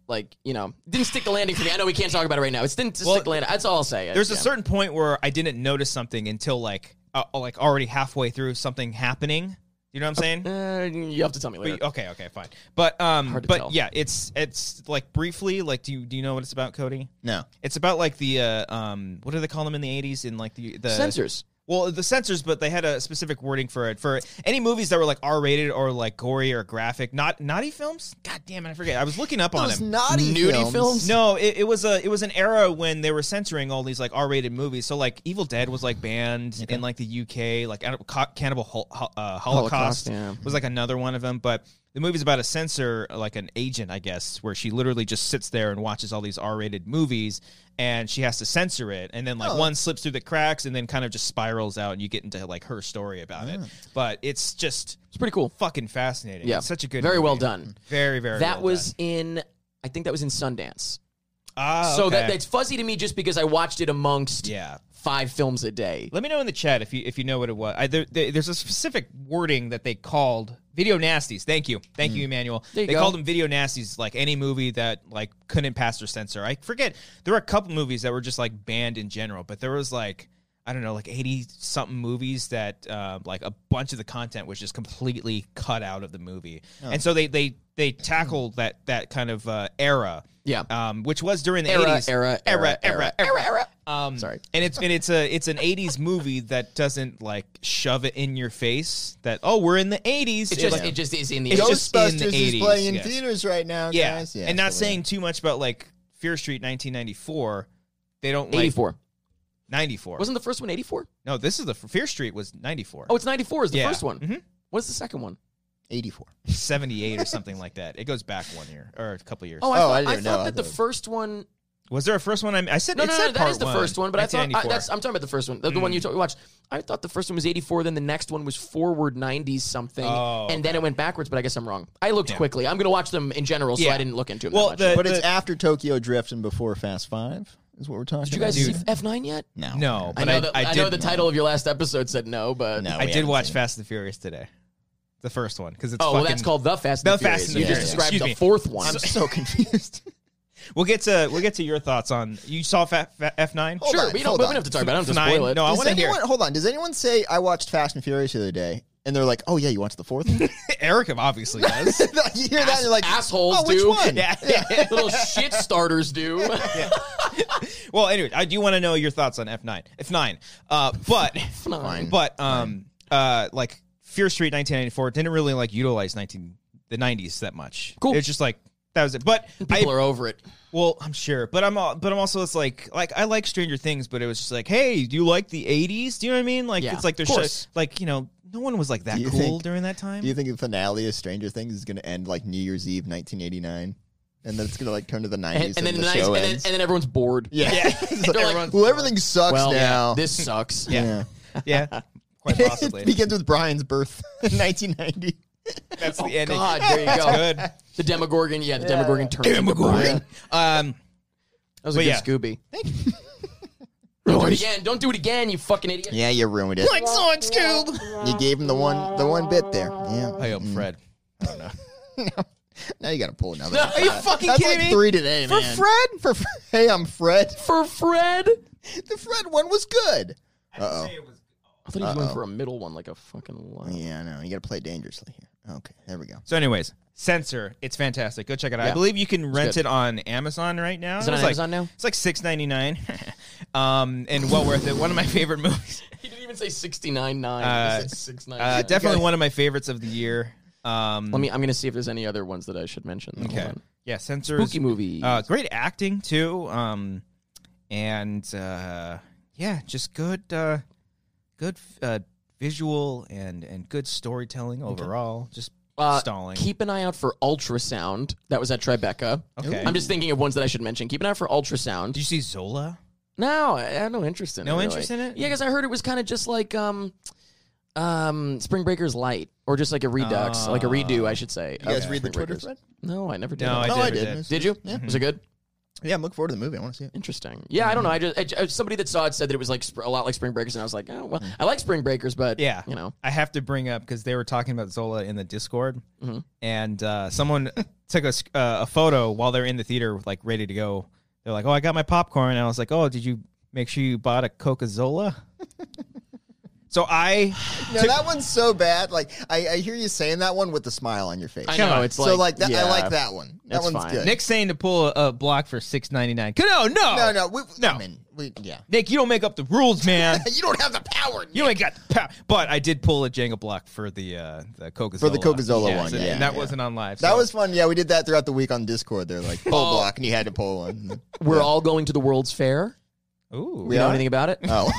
C: Like, you know, didn't stick the landing for me. I know we can't talk about it right now. It didn't
A: Well,
C: stick the landing. That's all I'll say.
A: There's
C: Yeah.
A: a certain point where I didn't notice something until like uh, like already halfway through something happening. You know what I'm saying?
B: Mm-hmm.
C: Uh, you have to tell me later.
A: But- okay, okay, fine. But um,
C: Hard to
A: but
C: tell.
A: yeah, it's it's like briefly, like do you do you know what it's about, Cody?
B: No.
A: It's about like the uh, um, what do they call them in the '80s? In like the the
C: Censors.
A: Well, the censors, but they had a specific wording for it for any movies that were like R-rated or like gory or graphic, not naughty films. God damn it, I forget. I was looking up on
B: Those
A: them.
B: naughty
C: Nudie
B: films.
C: films?
A: No, it, it was a it was an era when they were censoring all these like R-rated movies. So like Evil Dead was like banned in like the UK. Like I don't- Co- Cannibal Hol- Ho- uh, Holocaust,
C: Holocaust, yeah.
A: was like another one of them. But the movie's about a censor, like an agent, I guess, where she literally just sits there and watches all these R-rated movies, and she has to censor it. And then
C: Oh.
A: like one slips through the cracks, and then kind of just spirals out, and you get into like her story about it. But it's just
C: It's pretty cool.
A: fucking fascinating.
C: Ah. Yeah.
A: It's such a good,
C: Very well
A: movie.
C: done.
A: Very very.
C: That
A: well
C: was
A: done.
C: in, I think that was in Sundance.
A: ah,
C: So that,
A: okay.
C: that's fuzzy to me just because I watched it amongst
A: yeah.
C: five films a day.
A: Let me know in the chat if you if you know what it was. I, there, there- there's a specific wording that they called video nasties. Thank you, thank you, Emmanuel.
C: Mm. There you
A: they
C: go.
A: called them video nasties, like any movie that like couldn't pass their censor. I forget there were a couple movies that were just like banned in general, but there was like I don't know, like eighty something movies that uh, like a bunch of the content was just completely cut out of the movie,
C: Oh.
A: and so they they they tackled that that kind of uh, era.
C: Yeah.
A: um, which was during the
C: Era,
A: 80s.
C: era,
A: era,
C: era,
A: era,
C: Era, era.
A: um,
C: Sorry.
A: and it's and it's a it's an '80s movie that doesn't like shove it in your face that oh we're in the '80s.
C: It just,
A: like,
C: it just is in the
A: It's just in
B: Ghostbusters
A: the
B: is
A: 80s,
B: playing in
A: yes.
B: theaters right now,
A: yeah.
B: guys.
A: and not
B: so we-
A: saying too much about like Fear Street 1994. They don't like
C: 84.
A: 94.
C: Wasn't the first one 84?
A: no, this is the Fear Street was 94.
C: Oh, it's 94 is the
A: Yeah.
C: first one.
A: Mhm.
C: What's the second one?
B: 84.
A: 78 or something like that. It goes back one year or a couple years.
C: Oh, I,
B: Oh,
C: thought,
B: I
C: I,
B: didn't
C: thought
B: know. I
C: that the
B: thought-
C: first one.
A: was there a first one? I, I said
C: No,
A: it
C: no,
A: said
C: no, no, that
A: part
C: is the first one. But I thought I,
A: 1994.
C: that's, I'm talking about the first one, the, the one
A: Mm.
C: you to- watched. I thought the first one was 84. Then the next one was forward 90s something,
A: Oh,
C: and then it went backwards. But I guess I'm wrong. I looked quickly. I'm gonna watch them in general, so
A: Yeah.
C: I didn't look into them.
A: Well,
C: that much.
A: the-
B: But it's after Tokyo Drift and before Fast Five, is what we're talking
C: did you guys
B: about.
C: see F9 yet?
B: No.
A: no, but
C: I know,
A: I,
C: that,
A: I
C: I,
A: did,
C: know the title Oh, of your last episode said no, but
B: No,
A: I
B: we
A: did
B: haven't
A: watch
B: seen it.
A: Fast and Furious today. The first one because it's
C: oh, well,
A: fucking-
C: that's called the Fast
A: The
C: and the Furious.
A: Fast and the
C: you
B: Furious,
C: just
B: yeah.
C: described
A: Excuse me.
C: the fourth one.
B: I'm so confused.
A: We'll get to we'll get to your thoughts on you saw F nine.
B: Hold
C: sure,
B: on,
C: we don't,
B: hold
C: we
B: on.
C: don't have to talk about it. Oh, I don't have
A: F9?
C: to spoil it.
A: No, I
B: Does
A: want to hear.
B: anyone- Hold on. Does anyone say I watched Fast and Furious the other day? And they're like, "Oh yeah, you watched the fourth one."
A: Eric obviously does.
B: you hear that? and You're like,
C: assholes
B: oh, which
C: do.
B: one?
A: yeah.
C: Little shit starters do.
A: well, anyway, I do want to know your thoughts on F nine. F nine. Uh, but
C: Fine.
A: but um uh like Fear Street nineteen ninety four didn't really like utilize nineteen the nineties that much.
C: Cool.
A: It's just like that was it. But I
C: People are over it.
A: Well, I'm sure, but I'm all, but I'm also it's like like I like Stranger Things, but it was just like, hey, do you like the '80s? Do you know what I mean? Like
C: Yeah,
A: it's like
C: of
A: there's
C: course.
A: like you know no one was like that
B: Do you
A: cool
B: think-
A: during that time.
B: Do you think the finale of Stranger Things is going to end like New Year's Eve, 1989, and then it's going to like turn to the 90s
C: And,
B: and,
C: and then
B: the,
C: the nice,
B: show
C: and then, and
B: ends?
C: then everyone's bored.
B: yeah, It's like,
C: They're like,
B: well, everything sucks
C: Well,
B: now.
C: yeah, this sucks.
A: yeah, yeah, quite
B: it
A: possibly.
B: begins with Brian's birth in 1990.
A: That's the ending.
C: Oh, God, there you go.
A: Good.
C: The Demogorgon, yeah, the Demogorgon turns into Brian. That
A: Um,
C: was
A: But
C: a good
A: yeah.
C: Scooby. Thank you. Don't do it again. Don't do it again, you fucking idiot.
B: Yeah, you ruined it.
A: song, Scoob.
B: You gave him the one, the one bit there. Yeah.
A: I am Fred. I don't know.
B: Now you got to pull another.
C: No,
A: Are you fucking
B: That's
A: kidding
B: like
A: me?
B: three today,
A: For
B: man.
A: Fred?
B: For Fred. Hey, I'm Fred.
C: For Fred? I
B: The Fred one was good. Uh oh.
C: thought he was going for a middle one, like a fucking line.
B: Yeah, I know. You got to play dangerously here. Okay, there we go.
A: So, anyways, Censor. It's fantastic. Go check it out. I
C: Yeah.
A: believe you can rent
C: good.
A: it on Amazon right now.
C: Is it
A: It's
C: on
A: like-
C: Amazon now?
A: It's like six ninety nine, um, and well worth it. One of my favorite movies.
C: He didn't even say sixty nine nine.
A: Uh,
C: he said six nine.
A: Uh, definitely one of my favorites of the year. Um,
C: Let me. I'm gonna see if there's any other ones that I should mention. Hold
A: okay.
C: on.
A: Yeah, Censor. is-
C: Spooky movie.
A: Uh, great acting too. Um, and uh, yeah, just good, uh, good uh, visual and and good storytelling overall. Just
C: Uh,
A: stalling.
C: Keep an eye out for Ultrasound. That was at Tribeca.
A: Okay.
C: I'm just thinking of ones that I should mention. Keep an eye out for Ultrasound.
A: Did you see Zola?
C: No, I I had no interest in it.
A: No
C: really.
A: interest in it?
C: Yeah, because I heard it was kind of just like um, um, Spring Breakers Light, or just like a redux,
A: Ah.
C: like a redo, I should say.
B: You guys read the
C: Spring
B: Twitter
C: Breakers.
B: thread?
C: No, I never did.
A: No, I Mm-hmm.
C: that.
B: No,
A: did,
B: I
A: I
B: did.
A: did.
B: It's-
C: Did you? Was it good?
B: Yeah, I'm looking forward to the movie. I want to see it.
C: Interesting. Yeah, I don't know. I just I ju- somebody that saw it said that it was like sp- a lot like Spring Breakers, and I was like, oh well, I like Spring Breakers, but
A: Mm-hmm. Yeah,
C: you know,
A: I have to bring up because they were talking about Zola in the Discord,
C: Mm-hmm.
A: and uh, someone took a sc- uh, a photo while they're in the theater, like ready to go. They're like, "Oh, I got my popcorn," and I was like, "Oh, did you make sure you bought a Coca Zola?" so I
B: No, that one's so bad. Like I, I hear you saying that one with the smile on your face.
C: I
A: Come
C: know
A: on.
C: it's like
B: so like that,
C: yeah.
B: I like that one. That
C: That's
B: one's
C: fine.
B: good.
A: Nick's saying to pull a, a block for six ninety nine. No, no,
B: no, no, we,
A: oh. No.
B: I mean, we, yeah.
A: Nick, you don't make up the rules, man.
B: You don't have the power.
A: You ain't got the power. But I did pull a Jenga block for the uh, the Coca
B: For the Coca-Cola one, yeah,
A: and that
B: yeah.
A: wasn't on live.
B: That
A: so-
B: was fun. Yeah, we did that throughout the week on Discord. They're like pull block, and you had to pull one.
C: We're all going to the World's Fair.
A: ooh.
C: You
B: Yeah.
C: know anything about it?
B: Oh,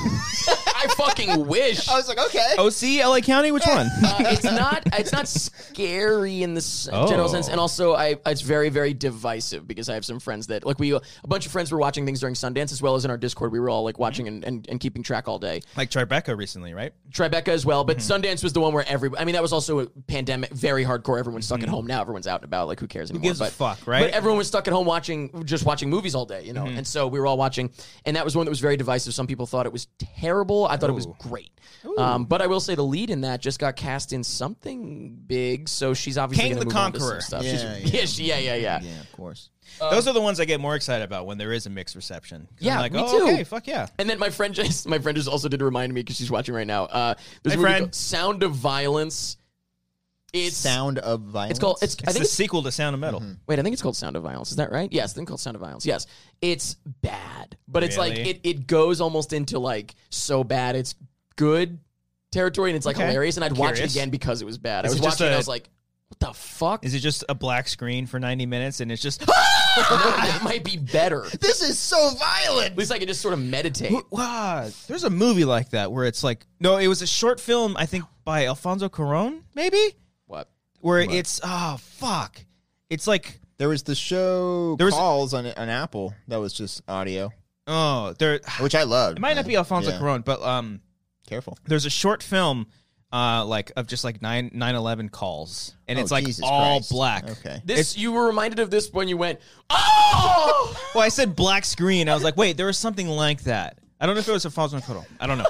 C: I fucking wish.
B: I was like, okay.
A: OC LA County. Which one?
C: Uh, it's not it's not scary in the s-
A: Oh.
C: general sense and also I it's very very divisive because I have some friends that like we a bunch of friends were watching things during Sundance as well as in our Discord we were all like watching and, and, and keeping track all day
A: like Tribeca recently, right?
C: Tribeca as well but
A: Mm-hmm.
C: Sundance was the one where every I mean that was also a pandemic very hardcore everyone's stuck at home now everyone's out and about like who cares anymore
A: Mm-hmm. gives a
C: but
A: fuck, right? Mm-hmm.
C: but everyone was stuck at home watching just watching movies all day you know and so we were all watching and that was one that was very divisive some people thought it was terrible I thought it was
A: Ooh.
C: great. Um, but I will say the lead in that just got cast in something big, so she's obviously
A: Kang
C: gonna
A: the
C: move on to some
A: Conqueror.
C: stuff.
B: Yeah,
C: She's- yeah, she- yeah, yeah, yeah,
B: Yeah, of course.
A: Those are the ones I get more excited about when there is a mixed reception. 'Cause I'm
C: Yeah,
A: like,
C: me
A: oh,
C: too.
A: Okay, fuck yeah.
C: And then my friend just my friend just also did remind me because she's watching right now. Uh, there's
A: Hey,
C: a movie
A: friend.
C: called Sound of Violence. It's
B: Sound of violence.
C: It's called. It's. I
A: It's
C: think
A: the
C: it's,
A: sequel to Sound of Metal.
B: Mm-hmm.
C: wait. I think it's called Sound of Violence. Is that right? Yes. I think it's called Sound of Violence. Yes. It's bad, but it's like
A: Really?
C: it. It goes almost into like so bad it's good territory, and it's like
A: Okay.
C: hilarious. And I'd watch it
A: Curious.
C: again because it was bad.
A: Is
C: I was
A: it just
C: watching. it and
A: a-
C: I was like, what the fuck?
A: Is it just a black screen for ninety minutes and it's just
C: No, that might be better. At
B: This is so violent.
C: least I can just sort of meditate.
A: Wh- Wow, there's a movie like that where it's like no, it was a short film I think by Alfonso Cuarón maybe
C: What?
A: where it's oh fuck, it's like
B: There was the show
A: There was-
B: calls on on Apple that was just audio,
A: oh there it
B: which I loved.
A: might not be Alfonso
B: Yeah.
A: Cuarón but um
B: Careful.
A: there's a short film uh like of just like nine nine eleven calls and
B: Oh,
A: it's like
B: Jesus
A: all
B: Christ.
A: black.
B: Okay.
C: This you were reminded of this when you went. Oh,
A: Well, I said black screen. I was like, wait, there was something like that. I don't know if it was Alfonso Cuarón. I don't know.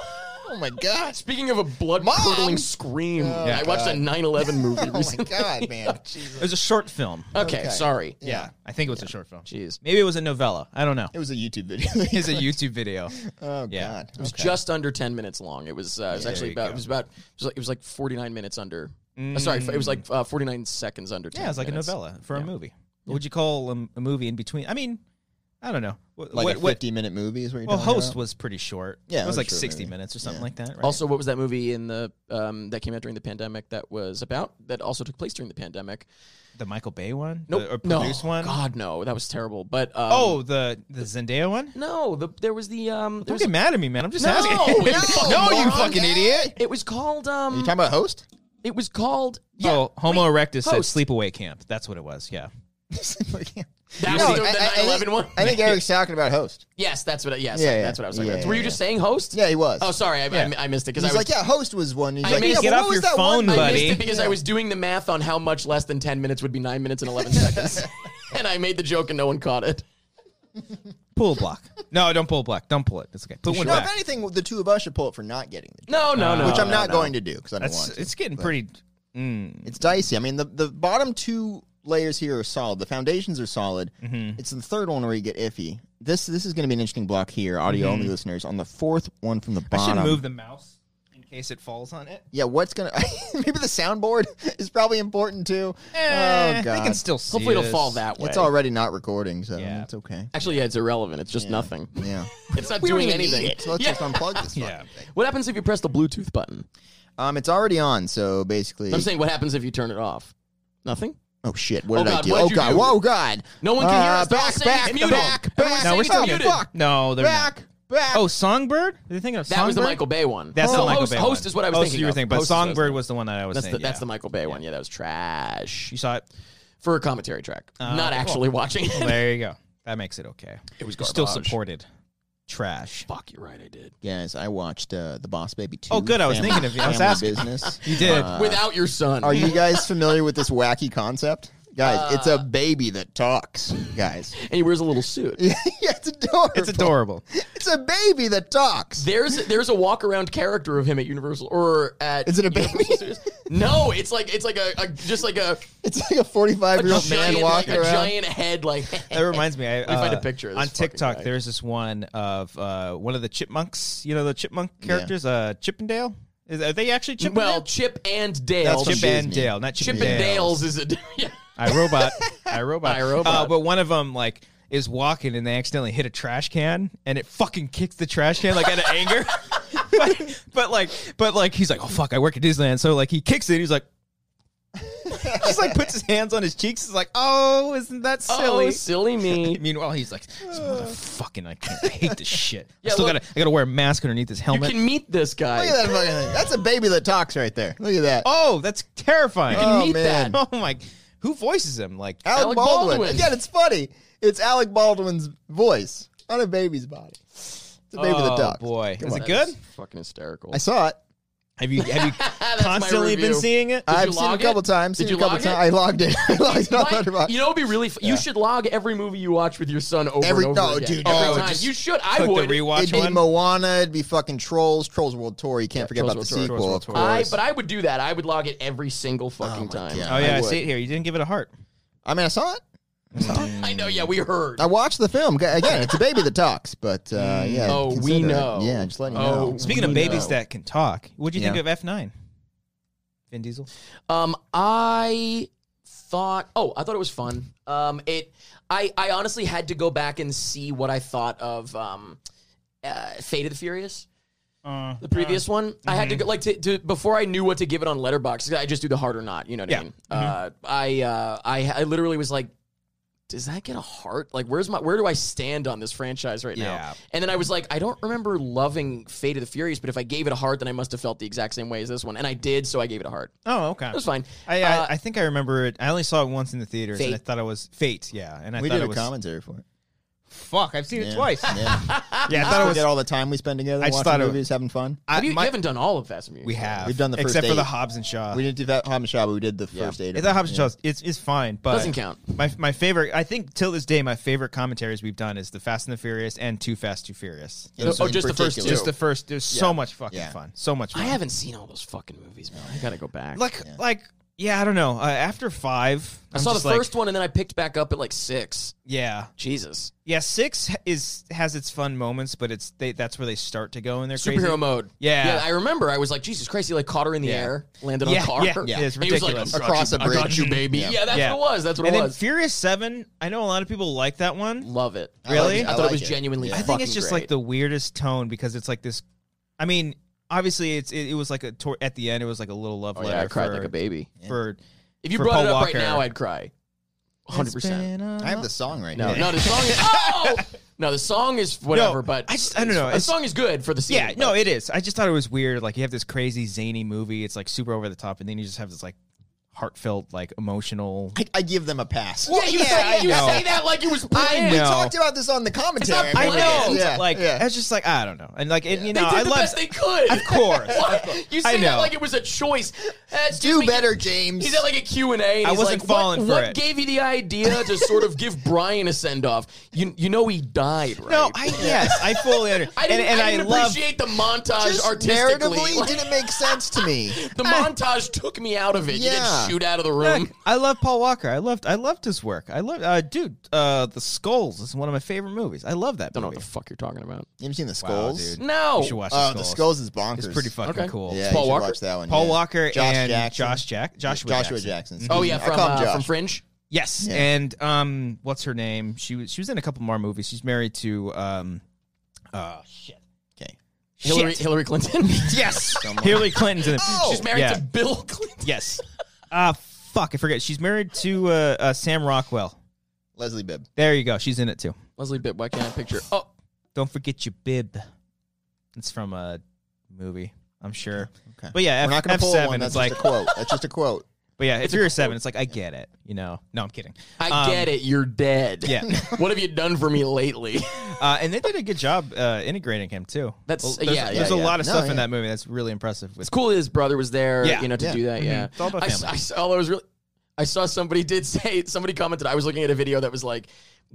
B: Oh my gosh.
C: speaking of a blood curdling scream,
B: Yeah.
C: I watched a 9/11 movie
B: Oh my
C: recently.
B: god, man.
A: It was a short film.
C: Okay, sorry.
A: yeah. I think it was a short film.
C: Jeez.
A: Maybe it was a novella. I don't know.
B: It was a YouTube video.
A: It's a YouTube video.
B: oh
A: Yeah.
B: god.
C: It was
B: Okay.
C: just under 10 minutes long. It was uh, it was
A: There
C: actually
A: you
C: about
A: go.
C: it was about it was like, it was like 49 minutes under. uh, sorry, it was like uh, 49 seconds under 10.
A: Yeah, it's like
C: minutes.
A: a novella for a movie. What would you call a, a movie in between? I mean, I don't know. What,
B: like
A: what,
B: a
A: what-
B: 50 minute movie is what you're
A: well,
B: talking
A: Host
B: about?
A: was pretty short.
B: Yeah,
A: it was
B: it was a
A: like
B: short
A: 60
B: movie.
A: minutes or something
B: Yeah.
A: like that. Right?
C: Also, what was that movie in the um, that came out during the pandemic that was about that also took place during the pandemic?
A: the Michael Bay one,
C: Nope.
A: the, or produced
C: no.
A: one.
C: God no, that was terrible. But um,
A: Oh, the the Zendaya one.
C: no, the, there was the um. There
A: Don't
C: was,
A: get mad at me, man. I'm just
C: No,
A: asking.
C: you fucking
A: you
B: Oh,
C: moron.
A: fucking idiot.
C: it was called
B: Are you
C: um.
B: talking about host?
C: It was called. Yeah,
A: oh, Homo erectus at
C: Host.
A: sleepaway camp. That's what it was. Yeah.
C: that
B: No,
C: was the, the
B: I- I- I think-
C: 9/11 one.
B: I think Eric's talking about host.
C: yes, that's what. I, yes,
B: Yeah, yeah.
C: that's what I was like.
B: Yeah,
C: Were you
B: yeah,
C: just saying host?
B: Yeah, he was.
C: Oh, sorry, I,
A: Yeah.
C: I, I missed it because I
B: He's
C: was.
B: like, yeah, host was one. He's
C: I
B: like,
C: made-
B: yeah,
A: Get
B: but
A: off
B: what was
A: your
B: that
A: phone,
B: one?
A: buddy.
C: I missed it because I was doing the math on how much less than 10 minutes would be 9 minutes and 11 seconds. and I made the joke and no one caught it.
A: Pull a block. No, don't pull a block. Don't pull it. It's okay. Put one
B: No,
A: back.
B: if anything, the two of us should pull it for not getting the
C: No, no, no.
B: which I'm
C: no,
B: not
C: no.
B: going to do because I don't
A: That's
B: want to.
A: it's getting pretty.
B: It's dicey. I mean, the, the bottom two layers here are solid. The foundations are solid.
C: Mm-hmm.
B: It's the third one where you get iffy. This this is going to be an interesting block here, audio
C: Mm-hmm.
B: only listeners. On the fourth one from the
A: I should
B: bottom.
A: move the mouse in case it falls on it.
B: Yeah, what's gonna? maybe the soundboard is probably important too.
A: Eh,
B: oh god,
A: They can still see
C: Hopefully, it'll
A: us.
C: fall that way.
B: it's already not recording, so
A: Yeah.
B: it's okay.
C: Actually, yeah, it's irrelevant. It's just nothing.
B: Yeah,
C: It's not
B: We don't
C: doing
B: even need
C: anything.
B: it, so let's
C: Yeah.
B: just unplug this.
A: Yeah.
B: fucking thing.
C: What happens if you press the Bluetooth button?
B: Um, it's already on, so basically,
C: I'm saying, what happens if you turn it off? Nothing.
B: oh shit, what
C: Oh,
B: did I
C: God,
B: do?
C: what'd
B: Oh
C: you
B: god,
C: do?
B: whoa god,
C: No one can hear
B: Uh,
C: us. They're all
B: Back,
C: saying
B: back,
C: it's muted.
B: back,
C: Everyone's saying
B: back.
A: No, we're
C: it's
A: still
C: muted.
A: muted. No, they're not.
B: back, back.
A: Oh, Songbird? Are you thinking of
C: That
A: Songbird?
C: was the Michael Bay one.
A: That's
C: no,
A: the Michael
C: host,
A: Bay
C: host
A: one.
C: is what I was
A: Host is
C: thinking.
A: you were
C: of.
A: thinking, but
C: Host is what I was
A: Songbird
C: thinking.
A: was the one that I was
C: That's the,
A: thinking.
C: that's the
A: yeah.
C: Michael Bay one. Yeah, that was trash
A: You saw it?
C: for a commentary track.
A: Uh,
C: Not
A: cool.
C: actually watching it.
A: Well, there you go. That makes it okay.
C: It was
A: You're still
C: garbage.
A: supported. Trash.
C: Fuck, you're right. I did.
B: Guys, I watched uh, the Boss Baby two.
A: Oh, good, I was
B: Family-
A: thinking of you. I was
B: Family
A: asking.
B: Business.
A: You did.
C: Without your son.
B: Are you guys familiar with this wacky concept? Guys, it's a baby that talks. Guys,
C: and he wears a little suit.
B: yeah, it's adorable.
A: it's adorable.
B: It's a baby that talks.
C: There's there's a walk around character of him at Universal or at
B: Is it a baby?
C: Universal Studios. no, it's like it's like a, a just like a,
B: It's like a 45
C: a
B: year old
C: giant,
B: man
C: like
B: walking
C: a
B: around.
C: giant head like
A: That reminds me. I
C: Let me find
A: uh,
C: a picture of this
A: on
C: fucking
A: TikTok.
C: guy.
A: There's this one of uh, one of the chipmunks. You know the chipmunk characters, uh, Chippendale. Is, are they actually Chippendale?
C: well, Chip and Dale.
B: That's
A: Chip
B: Disney.
A: and Dale, not Chip,
C: Chip
A: and
C: and
A: Dale.
C: Dale's is a yeah.
A: I Robot. I Robot.
C: I, Robot.
A: Uh, but one of them like is walking and they accidentally hit a trash can and it fucking kicks the trash can like out of anger. but, but like, but like he's like, oh fuck, I work at Disneyland, so like he kicks it. He's like. just like puts his hands on his cheeks. He's like, "Oh, isn't that silly?"
C: Oh, silly me.
A: Meanwhile, he's like, this motherfucking, I can't, I hate this shit.
C: Yeah,
A: I still
C: look-
A: gotta, I gotta wear a mask underneath this
C: You
A: helmet.
C: can meet this guy.
B: Look at that fucking thing. That's a baby that talks right there. Look at that.
A: oh, that's terrifying.
C: You can
B: Oh,
C: meet
B: man. Ah.
C: that.
A: oh my, who voices him? Like,
B: Alec,
C: Alec
B: Baldwin.
C: Baldwin.
B: Again, it's funny. It's Alec Baldwin's voice on a baby's body. It's a baby
A: oh
B: that talks.
A: boy,
B: Come
A: is
B: on.
A: it good?
C: That's fucking hysterical.
B: I saw it.
A: Have you, have you
C: That's my
A: constantly been
C: review.
A: seeing it?
C: you
B: I've seen it a
C: log
B: couple
C: it?
B: times.
C: Did
B: seen it
C: you
B: a couple
C: log
B: times.
C: it?
B: I logged it. I logged it on
C: Like,
B: Letterboxd.
C: you know, it'd be really. F- You should log every movie you watch with your son over
B: Every-
C: and over
B: no,
C: again.
B: dude,
C: Every
B: no,
C: time.
B: just
C: you should. I
A: Click
C: would.
A: the rewatch
B: It'd be
A: one.
B: Moana. It'd be fucking Trolls. Trolls World Tour. You can't forget
C: Trolls
B: about the
C: World Tour,
B: sequel,
A: Trolls World
B: of
A: Tour.
C: I,
B: course.
C: but I would do that. I would log it every single fucking
B: my
C: time.
B: God.
A: oh yeah, I,
C: would.
A: see it here. You didn't give it a heart.
B: I mean, I saw it.
C: I know. Yeah, we heard.
B: I watched the film. G- Again, it's a baby that talks, but uh, yeah.
C: Oh, we
B: consider it.
C: know.
B: Yeah, just letting you
C: Oh,
B: know.
A: Speaking of
C: We
A: babies
C: know.
A: that can talk, what'd you
B: Yeah.
A: think of F nine? Vin Diesel.
C: Um, I thought. Oh, I thought it was fun. Um, it. I I honestly had to go back and see what I thought of um, uh, Fate of the Furious.
A: Uh,
C: The previous one, I
A: Mm-hmm.
C: had to go, like to, to before I knew what to give it on Letterbox. I just do the hard or not. You know what
A: Yeah. Mm-hmm.
C: I mean? Uh, I uh, I I literally was like, does that get a heart? Like, where's my where do I stand on this franchise right
A: Yeah.
C: now? And then I was like, I don't remember loving Fate of the Furious, but if I gave it a heart, then I must have felt the exact same way as this one, and I did, so I gave it a heart.
A: oh okay.
C: It was fine.
A: I,
C: Uh,
A: I I think I remember it. I only saw it once in the theaters, and I
C: Fate.
A: thought it was Fate. Yeah, and I
B: we
A: thought
B: did
A: it
B: a
A: was
B: commentary for it.
A: fuck. I've seen
B: Yeah.
A: it twice.
B: Yeah.
A: Yeah, I thought it was
B: Forget all the time we spend together
A: I just
B: watching
A: thought it was-
B: movies, having fun.
A: I-
C: have you, you
A: my-
C: haven't done all of Fast and Furious.
A: We have.
B: We've done the first
A: except for the
B: eight.
A: Hobbs and Shaw.
B: We didn't do that Hobbs and Shaw, but we did the first eight.
A: it's
B: of
A: not
B: them.
A: Hobbs and Shaw. It's it's fine, but
C: Doesn't count.
A: My my favorite. I think till this day, my favorite commentaries we've done is the Fast and the Furious and Too Fast Too Furious.
B: Yeah. Those
C: Oh,
B: in
C: just the first
B: particular.
C: two.
A: Just the first. There's so much fucking
B: Yeah.
A: fun. So much. fun.
C: I haven't seen all those fucking movies, man. I gotta go back.
A: like like yeah. I don't know. Uh, after five,
C: I saw the first one, and then I picked back up at like six.
A: Yeah,
C: Jesus,
A: yeah. Six ha- is has its fun moments, but it's they. That's where they start to go in their
C: superhero
A: crazy.
C: mode.
A: Yeah.
C: yeah. I remember. I was like, Jesus Christ, he like caught her in the
A: Yeah.
C: air, landed on
A: Yeah,
C: a car.
A: yeah, yeah. It's
C: And he was like,
A: ridiculous.
C: "I got
B: Across
C: you,
B: a
C: I got
B: bridge.
C: you, baby. Yeah, that's
A: Yeah.
C: what it was. That's what
A: and
C: it
A: then
C: was.
A: Furious Seven. I know a lot of people like that one.
C: Love it.
A: Really?
C: I,
A: I
C: thought
B: like
C: it was
B: it.
C: genuinely.
B: Yeah.
A: I think it's
C: fucking
A: just
C: great.
A: like the weirdest tone because it's like this. I mean, obviously, it's it, it was like a tor- at the end. It was like a little love
C: Oh,
A: letter.
C: yeah, I cried
A: for,
C: like a baby.
A: For
C: If you
A: for
C: brought
A: Paul
C: it up
A: Walker.
C: right now, I'd cry. Hundred percent.
B: I have the song right
C: No, no,
B: now.
C: the song is. Oh! No, the song is whatever.
A: No,
C: but
A: I just- I don't know.
C: The
A: It's-
C: song is good for the scene.
A: Yeah,
C: but-
A: no, it is. I just thought it was weird. Like you have this crazy zany movie. It's like super over the top, and then you just have this like heartfelt, like emotional.
B: I, I give them a pass.
C: Yeah, you, say,
A: I
C: you
A: know.
C: say that like it was planned.
B: We
A: know.
B: talked about this on the commentary.
C: It's not
B: remember?
C: planned.
B: Yeah,
A: like
B: yeah.
A: it's just like I don't know, and like it, you know,
C: they did
A: I
C: the
A: love.
C: best they could.
A: Of course.
C: What? You
A: I
C: say that
A: know.
C: like it was a choice. Uh, excuse
B: do
C: me,
B: better, James.
C: He's at like a Q and A.
A: I wasn't
C: like,
A: falling
C: what,
A: for
C: what
A: it.
C: gave you the idea to sort of give Brian a send off? You you know he died, right?
A: no, I yes, I fully under-
C: I didn't,
A: and, and
C: I didn't
A: love.
C: appreciate the montage
B: Just
C: artistically.
B: narratively,
C: Like,
B: didn't make sense to me.
A: Ah.
C: the montage took me out of it. You
B: Yeah.
C: didn't shoot out of the room.
A: Heck, I love Paul Walker. I loved I loved his work. I love uh, dude. Uh, the Skulls is one of my favorite movies. I love that
C: Don't know what
A: movie.
C: the fuck you're talking about.
B: You haven't seen the skulls?
A: dude.
C: No.
A: You should watch
B: oh,
A: the
B: the
A: Skulls.
B: skulls is bonkers.
A: It's pretty fucking
C: Okay.
A: cool.
B: Yeah,
C: It's Paul
B: you should
C: Walker?
B: watch that one.
A: Paul
B: yeah.
A: Walker
B: Josh
A: and
B: Jackson.
A: Josh Jack Joshua,
B: Joshua
A: Jackson.
B: Jackson.
C: Oh
B: excuse
C: yeah,
B: me. I
C: from
B: call him
C: uh,
B: Josh.
C: from Fringe.
A: Yes,
B: Yeah.
A: and um, what's her name? She was she was in a couple more movies. She's married to um, uh, shit.
B: Okay.
C: Hillary
A: Shit.
C: Hillary Clinton.
A: Yes, Hillary Clinton's in it.
C: She's married
A: Yeah.
C: to Bill Clinton.
A: Yes. Ah, fuck, I forget. She's married to uh, uh, Sam Rockwell.
B: Leslie Bibb.
A: There you go. She's in it too.
C: Leslie Bibb. Why can't I picture? Oh,
A: Don't forget your bib. It's from a movie, I'm sure.
B: Okay.
A: But yeah,
B: We're not
A: F-
B: gonna pull
A: F7,
B: one.
A: it's
B: That's just
A: like,
B: a quote. That's just a quote.
A: but yeah, if you're a seven, it's like, I get it, you know? No, I'm kidding.
C: I get it. You're dead.
A: Um, Yeah.
C: what have you done for me lately?
A: Uh, and they did a good job uh, integrating him too.
C: That's-
A: Well, there's,
C: yeah, yeah,
A: There's a
B: yeah.
A: lot of
B: No,
A: stuff
B: yeah.
A: in that movie that's really impressive. With
C: It's cool that his brother was there.
A: Yeah. Mm-hmm.
C: You know to
B: Yeah.
C: do that. Yeah.
A: It's all about
C: I, s-
A: family.
C: I s- although I was really. I saw somebody did say somebody commented. I was looking at a video that was like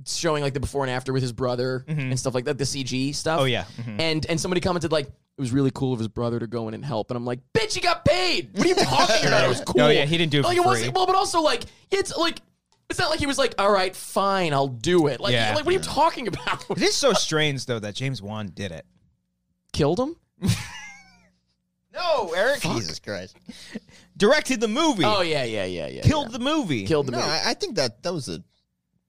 C: showing like the before and after with his brother and stuff like that, the CG stuff.
A: Mm-hmm. Oh, yeah. Mhm.
C: and and somebody commented like it was really cool of his brother to go in and help, and I'm like, bitch, he got paid. What are you talking about? It was cool.
A: No, Oh, yeah, he didn't do it for
C: Like it
A: free.
C: wasn't well, but also like it's like it's not like he was like, all right, fine, I'll do it. Like
A: Yeah.
C: like what are you talking about?
A: It is so strange though that James Wan did it.
C: Killed him.
A: No, Eric
B: Jesus Christ.
A: directed the movie.
C: Oh yeah, yeah, yeah, yeah.
A: killed
C: yeah.
A: the movie.
C: killed the
B: No,
C: movie.
B: I, I think that that was a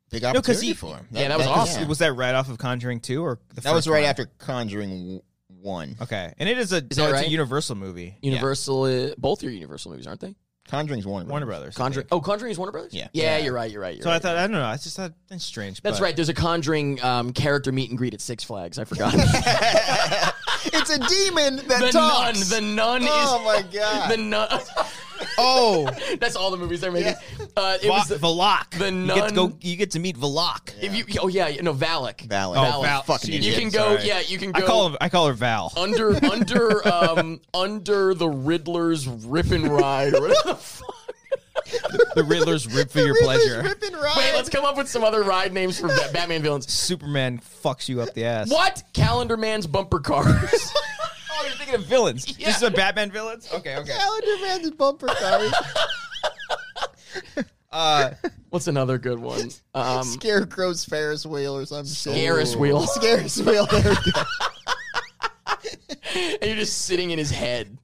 B: big
A: No, because
B: opportunity
A: he-
B: for him.
C: Yeah, that was awesome.
A: Was that right off of Conjuring 2 or the
B: That was
A: first
B: right
A: one?
B: after Conjuring One.
A: Okay, and it is a
C: that
A: no, it's
C: right?
A: a Universal movie.
C: Universal, uh, both your Universal movies, aren't they?
B: Conjuring's Warner.
A: yeah. Warner
B: Brothers.
A: Brothers. I
C: Conjuring.
A: think.
C: Oh, Conjuring is Warner Brothers.
B: Yeah.
C: yeah,
B: Yeah.
C: you're right. You're right. You're
A: So
C: right,
A: I thought
C: you're right.
A: I don't know. I just thought that's strange.
C: that's
A: but-
C: right. There's a Conjuring um, character meet and greet at Six Flags. I forgot.
B: It's a demon that
C: the nun.
B: talks.
C: The nun
B: oh
C: is
B: my god.
C: the nun.
A: Oh,
C: That's all the movies they're making. Uh, it was
A: Va-
C: the,
A: Valak.
C: the
A: you get to go.
C: nun-
A: You get to meet Valak.
C: if you. Oh yeah, no Valak.
B: Valak.
A: Oh, Val-
B: fucking
A: Jesus,
C: You can
B: idiot.
C: go.
A: sorry.
C: Yeah, you can
A: I
C: go.
A: call him. I call her Val.
C: under under um under the Riddler's rip and ride. or whatever the fuck.
A: the Riddler's rip for your
B: Riddler's
A: pleasure.
B: rip and ride.
C: Wait, let's come up with some other ride names for Ba- Batman villains.
A: Superman fucks you up the ass.
C: What Calendar Man's bumper cars?
A: Oh, you're thinking of villains.
C: Yeah.
A: This is a Batman villains. Okay, okay.
B: Calendar Man's bumper cars.
A: Uh,
C: What's another good one? Um,
B: Scarecrow's Ferris wheel or some
C: Scaris
B: shit.
C: wheel.
B: Scaris wheel. There we go.
C: and you're just sitting in his head.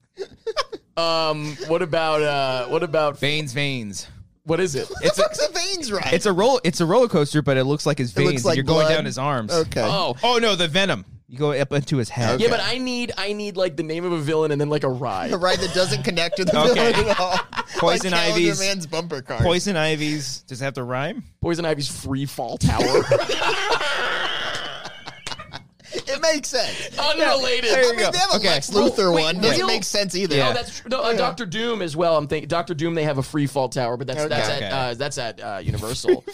C: Um, what about uh, what about
A: veins, veins.
C: what is it?
A: It's a,
B: Fuck's a veins ride.
A: it's a roll. It's a roller coaster, but it looks like his veins.
B: looks
A: and
B: like
A: you're going
B: blood.
A: down his arms.
B: okay.
C: Oh,
A: Oh no, the venom. You go up into his head.
C: yeah,
B: Okay.
C: but I need I need like the name of a villain and then like a ride.
B: The ride that doesn't connect to the
A: Okay.
B: villain at all.
A: Poison
B: like Calendar
A: Ivy's-
B: Man's bumper cars.
A: Poison ivies. Does it have to rhyme?
C: Poison Ivy's free fall tower.
B: It makes sense.
C: Unrelated.
A: There you
B: I mean,
A: go.
B: they have a
A: Okay.
B: Lex Luthor
C: Wait,
B: one.
C: wait,
B: Doesn't
C: no.
B: make sense either.
A: Yeah.
C: Oh, that's true. No, uh, Doctor Doom as well. I'm thinking Doctor Doom. They have a free fall tower, but that's that's
A: Okay.
C: at uh, that's at uh, Universal.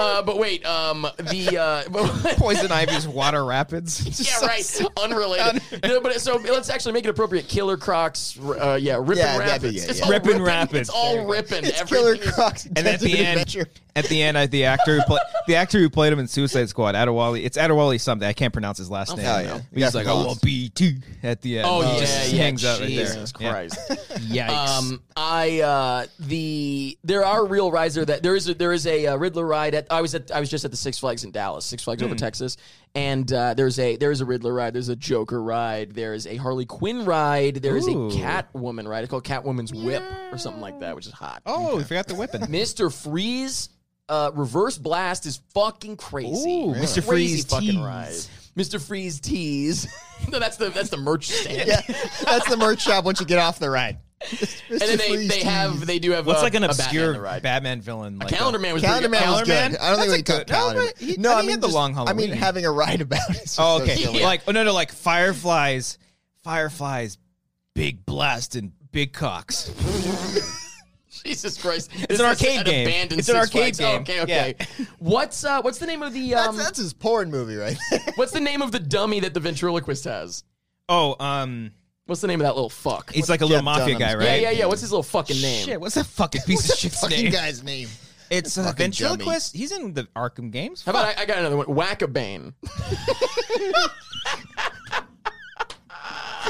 C: uh, but wait, um, the uh,
A: Poison Ivy's Water Rapids. Just
C: Yeah,
A: so
C: right. Unrelated. No, but so let's actually make it appropriate. Killer Crocs. Uh, yeah, ripping
B: Yeah, that'd
C: rapids.
B: be it,
C: It's
B: yeah.
C: all
A: Rippin'
C: ripping
A: Rapids.
C: It's all ripping.
B: It's Killer
C: Everything is-
B: Crocs.
A: And at the
B: Desert
A: end,
B: Adventure.
A: at the end, I, the actor who pla- the actor who played him in Suicide Squad, Adewale, it's Adewale something. I can't pronounce his last name.
B: Oh, hell yeah.
A: He's
B: Yeah,
A: like,
B: from
A: I
B: Lost.
A: want BT at the end.
C: Oh,
A: He
C: yeah,
A: just
C: yeah.
A: hangs out right there.
C: Jesus
A: Yeah.
C: Christ.
A: Yikes.
C: Um, I uh, the there are real rides there that there is a, there is a uh, Riddler ride at I was at I was just at the Six Flags in Dallas, Six Flags
A: Hmm.
C: over Texas, and uh, there's a there's a Riddler ride, there's a Joker ride, there is a Harley Quinn ride, there is
A: Ooh.
C: a Catwoman ride. It's called Catwoman's Whip or something like that, which is hot.
A: oh, we forgot the weapon.
C: Mister Freeze. Uh, reverse blast is fucking crazy.
A: Ooh,
C: It's
A: Mr.
C: a
A: Freeze
C: fucking
A: tees.
C: ride. Mr. Freeze tease. no, that's the that's the merch stand.
B: Yeah, that's the merch shop once you get off the ride.
C: And then they, they have they do have
A: What's
C: uh,
A: like an
C: a
A: obscure
C: Batman,
A: Batman,
C: ride.
A: villain? Like
C: Calendar
A: a-
C: Man was
B: Calendar
C: pretty
B: Man was
A: Calendar Man?
B: good. I don't
A: That's
B: think
A: a
B: we took
A: good- no,
B: Calendar Man.
A: but he- I think he had the long
B: I mean,
A: Halloween.
B: having a ride about it. is
A: Oh,
B: so
A: okay.
B: silly.
C: Yeah.
A: Like, oh no, no, like fireflies, fireflies, big blast and big cocks.
C: Jesus Christ!
A: It's an arcade game. It's an arcade game.
C: Okay, Oh, okay. What's uh what's the name of the
B: That's,
C: um
B: that's his porn movie, right? there.
C: what's the name of the dummy that the ventriloquist has?
A: Oh, um,
C: What's the name of that little fuck?
A: he's like a little
B: Jeff
A: mafia
B: Dunham's
A: guy,
C: yeah,
A: right?
C: yeah, yeah. What's his little fucking name?
A: Shit, what's that fucking piece of shit's
B: Fucking
A: name?
B: guy's name.
A: It's a
B: Fucking dummy.
A: ventriloquist. He's in the Arkham games.
C: How about I, I got another one? Whackabane.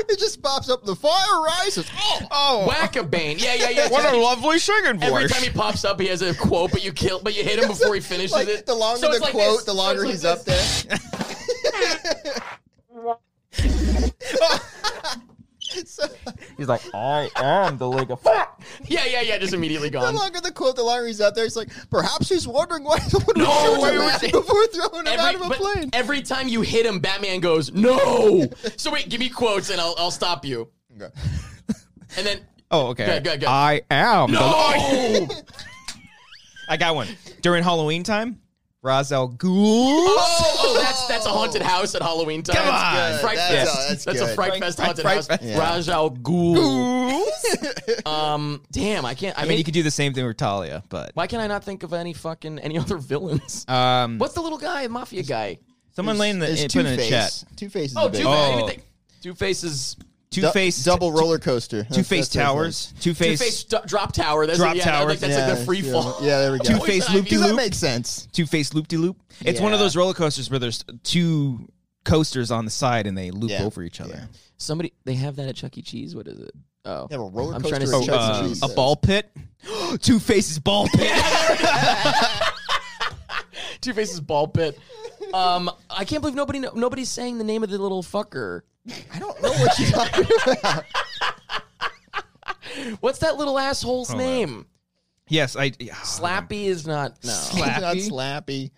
B: it just pops up. The fire rises. Oh,
A: Oh,
C: Whackabane. Yeah, yeah, yeah.
D: What a lovely singing voice.
C: Every time he pops up, he has a quote, but you kill, but you hit him before he finishes
B: like,
C: it.
B: The longer
C: So
B: the
C: it's like
B: quote,
C: this.
B: the
C: So
B: longer
C: it's
B: he's
C: like
B: up
C: this.
B: there. so,
A: he's like, I am the League of Fuck.
C: Yeah, yeah, yeah. Just immediately
B: the
C: gone.
B: longer the quote, the longer he's up there. It's like perhaps he's wondering why someone
C: No,
B: was
C: wait,
B: shooting
C: wait.
B: him before throwing him out of a
C: but
B: plane.
C: every time you hit him, Batman goes no. so wait, give me quotes and I'll I'll stop you.
B: Okay.
C: And then
A: Oh,
C: "Oh,
A: okay.
C: Good, good, good.
A: I am. the-
C: no.
A: I got one. During Halloween time, Ra's al Ghul.
C: Oh, oh, that's that's a haunted house at Halloween time.
A: Come on.
B: That's good.
C: Fright
B: That's-
C: Fest.
B: oh, that's
C: a
B: good.
C: Fright
A: Fright-
C: Fest
A: Fright-
C: haunted
A: Fright
C: house.
A: Fest.
B: Yeah.
C: Raj al Ghul. Um, damn, I can't. I,
A: I
C: mean,
A: mean, you could do the same thing with Talia, but
C: why can I not think of any fucking any other villains?
A: um,
C: What's the little guy, mafia guy?
A: someone laying the
B: It's
A: it- put
B: two
A: in the chat.
B: face. Two faces.
C: Oh, Two
A: Oh.
C: Face. Two Faces.
A: Two face,
B: double roller coaster. That's-
A: Two face
B: that's what it
A: towers. Two
C: Two Face
A: face,
C: drop tower. That's
A: Drop
C: yeah, no,
A: tower.
C: Like, that's
B: is.
C: like the free
B: yeah,
C: fall.
B: Yeah, there we go.
A: two
C: Always
A: face
C: an
A: loop de
C: idea.
B: Does that
A: loop,
B: make sense?
A: two face loop de loop. It's one of
B: Yeah.
A: those roller coasters where there's two coasters on the side and they loop
B: Yeah.
A: over each other.
B: Yeah.
C: Somebody they have that at Chuck E. Cheese. What is it? Oh,
B: They have a roller
C: I'm
B: coaster
C: trying to
B: at
C: see-
B: Chuck E.
A: Uh,
B: Cheese.
A: a ball pit, two faces ball pit.
C: Two Faces ball pit. Um, I can't believe nobody kno- nobody's saying the name of the little fucker.
B: I don't know what you're talking about.
C: What's that little asshole's name?
A: yes, I
C: Slappy is not. No.
B: It's not
A: Slappy?
B: slappy.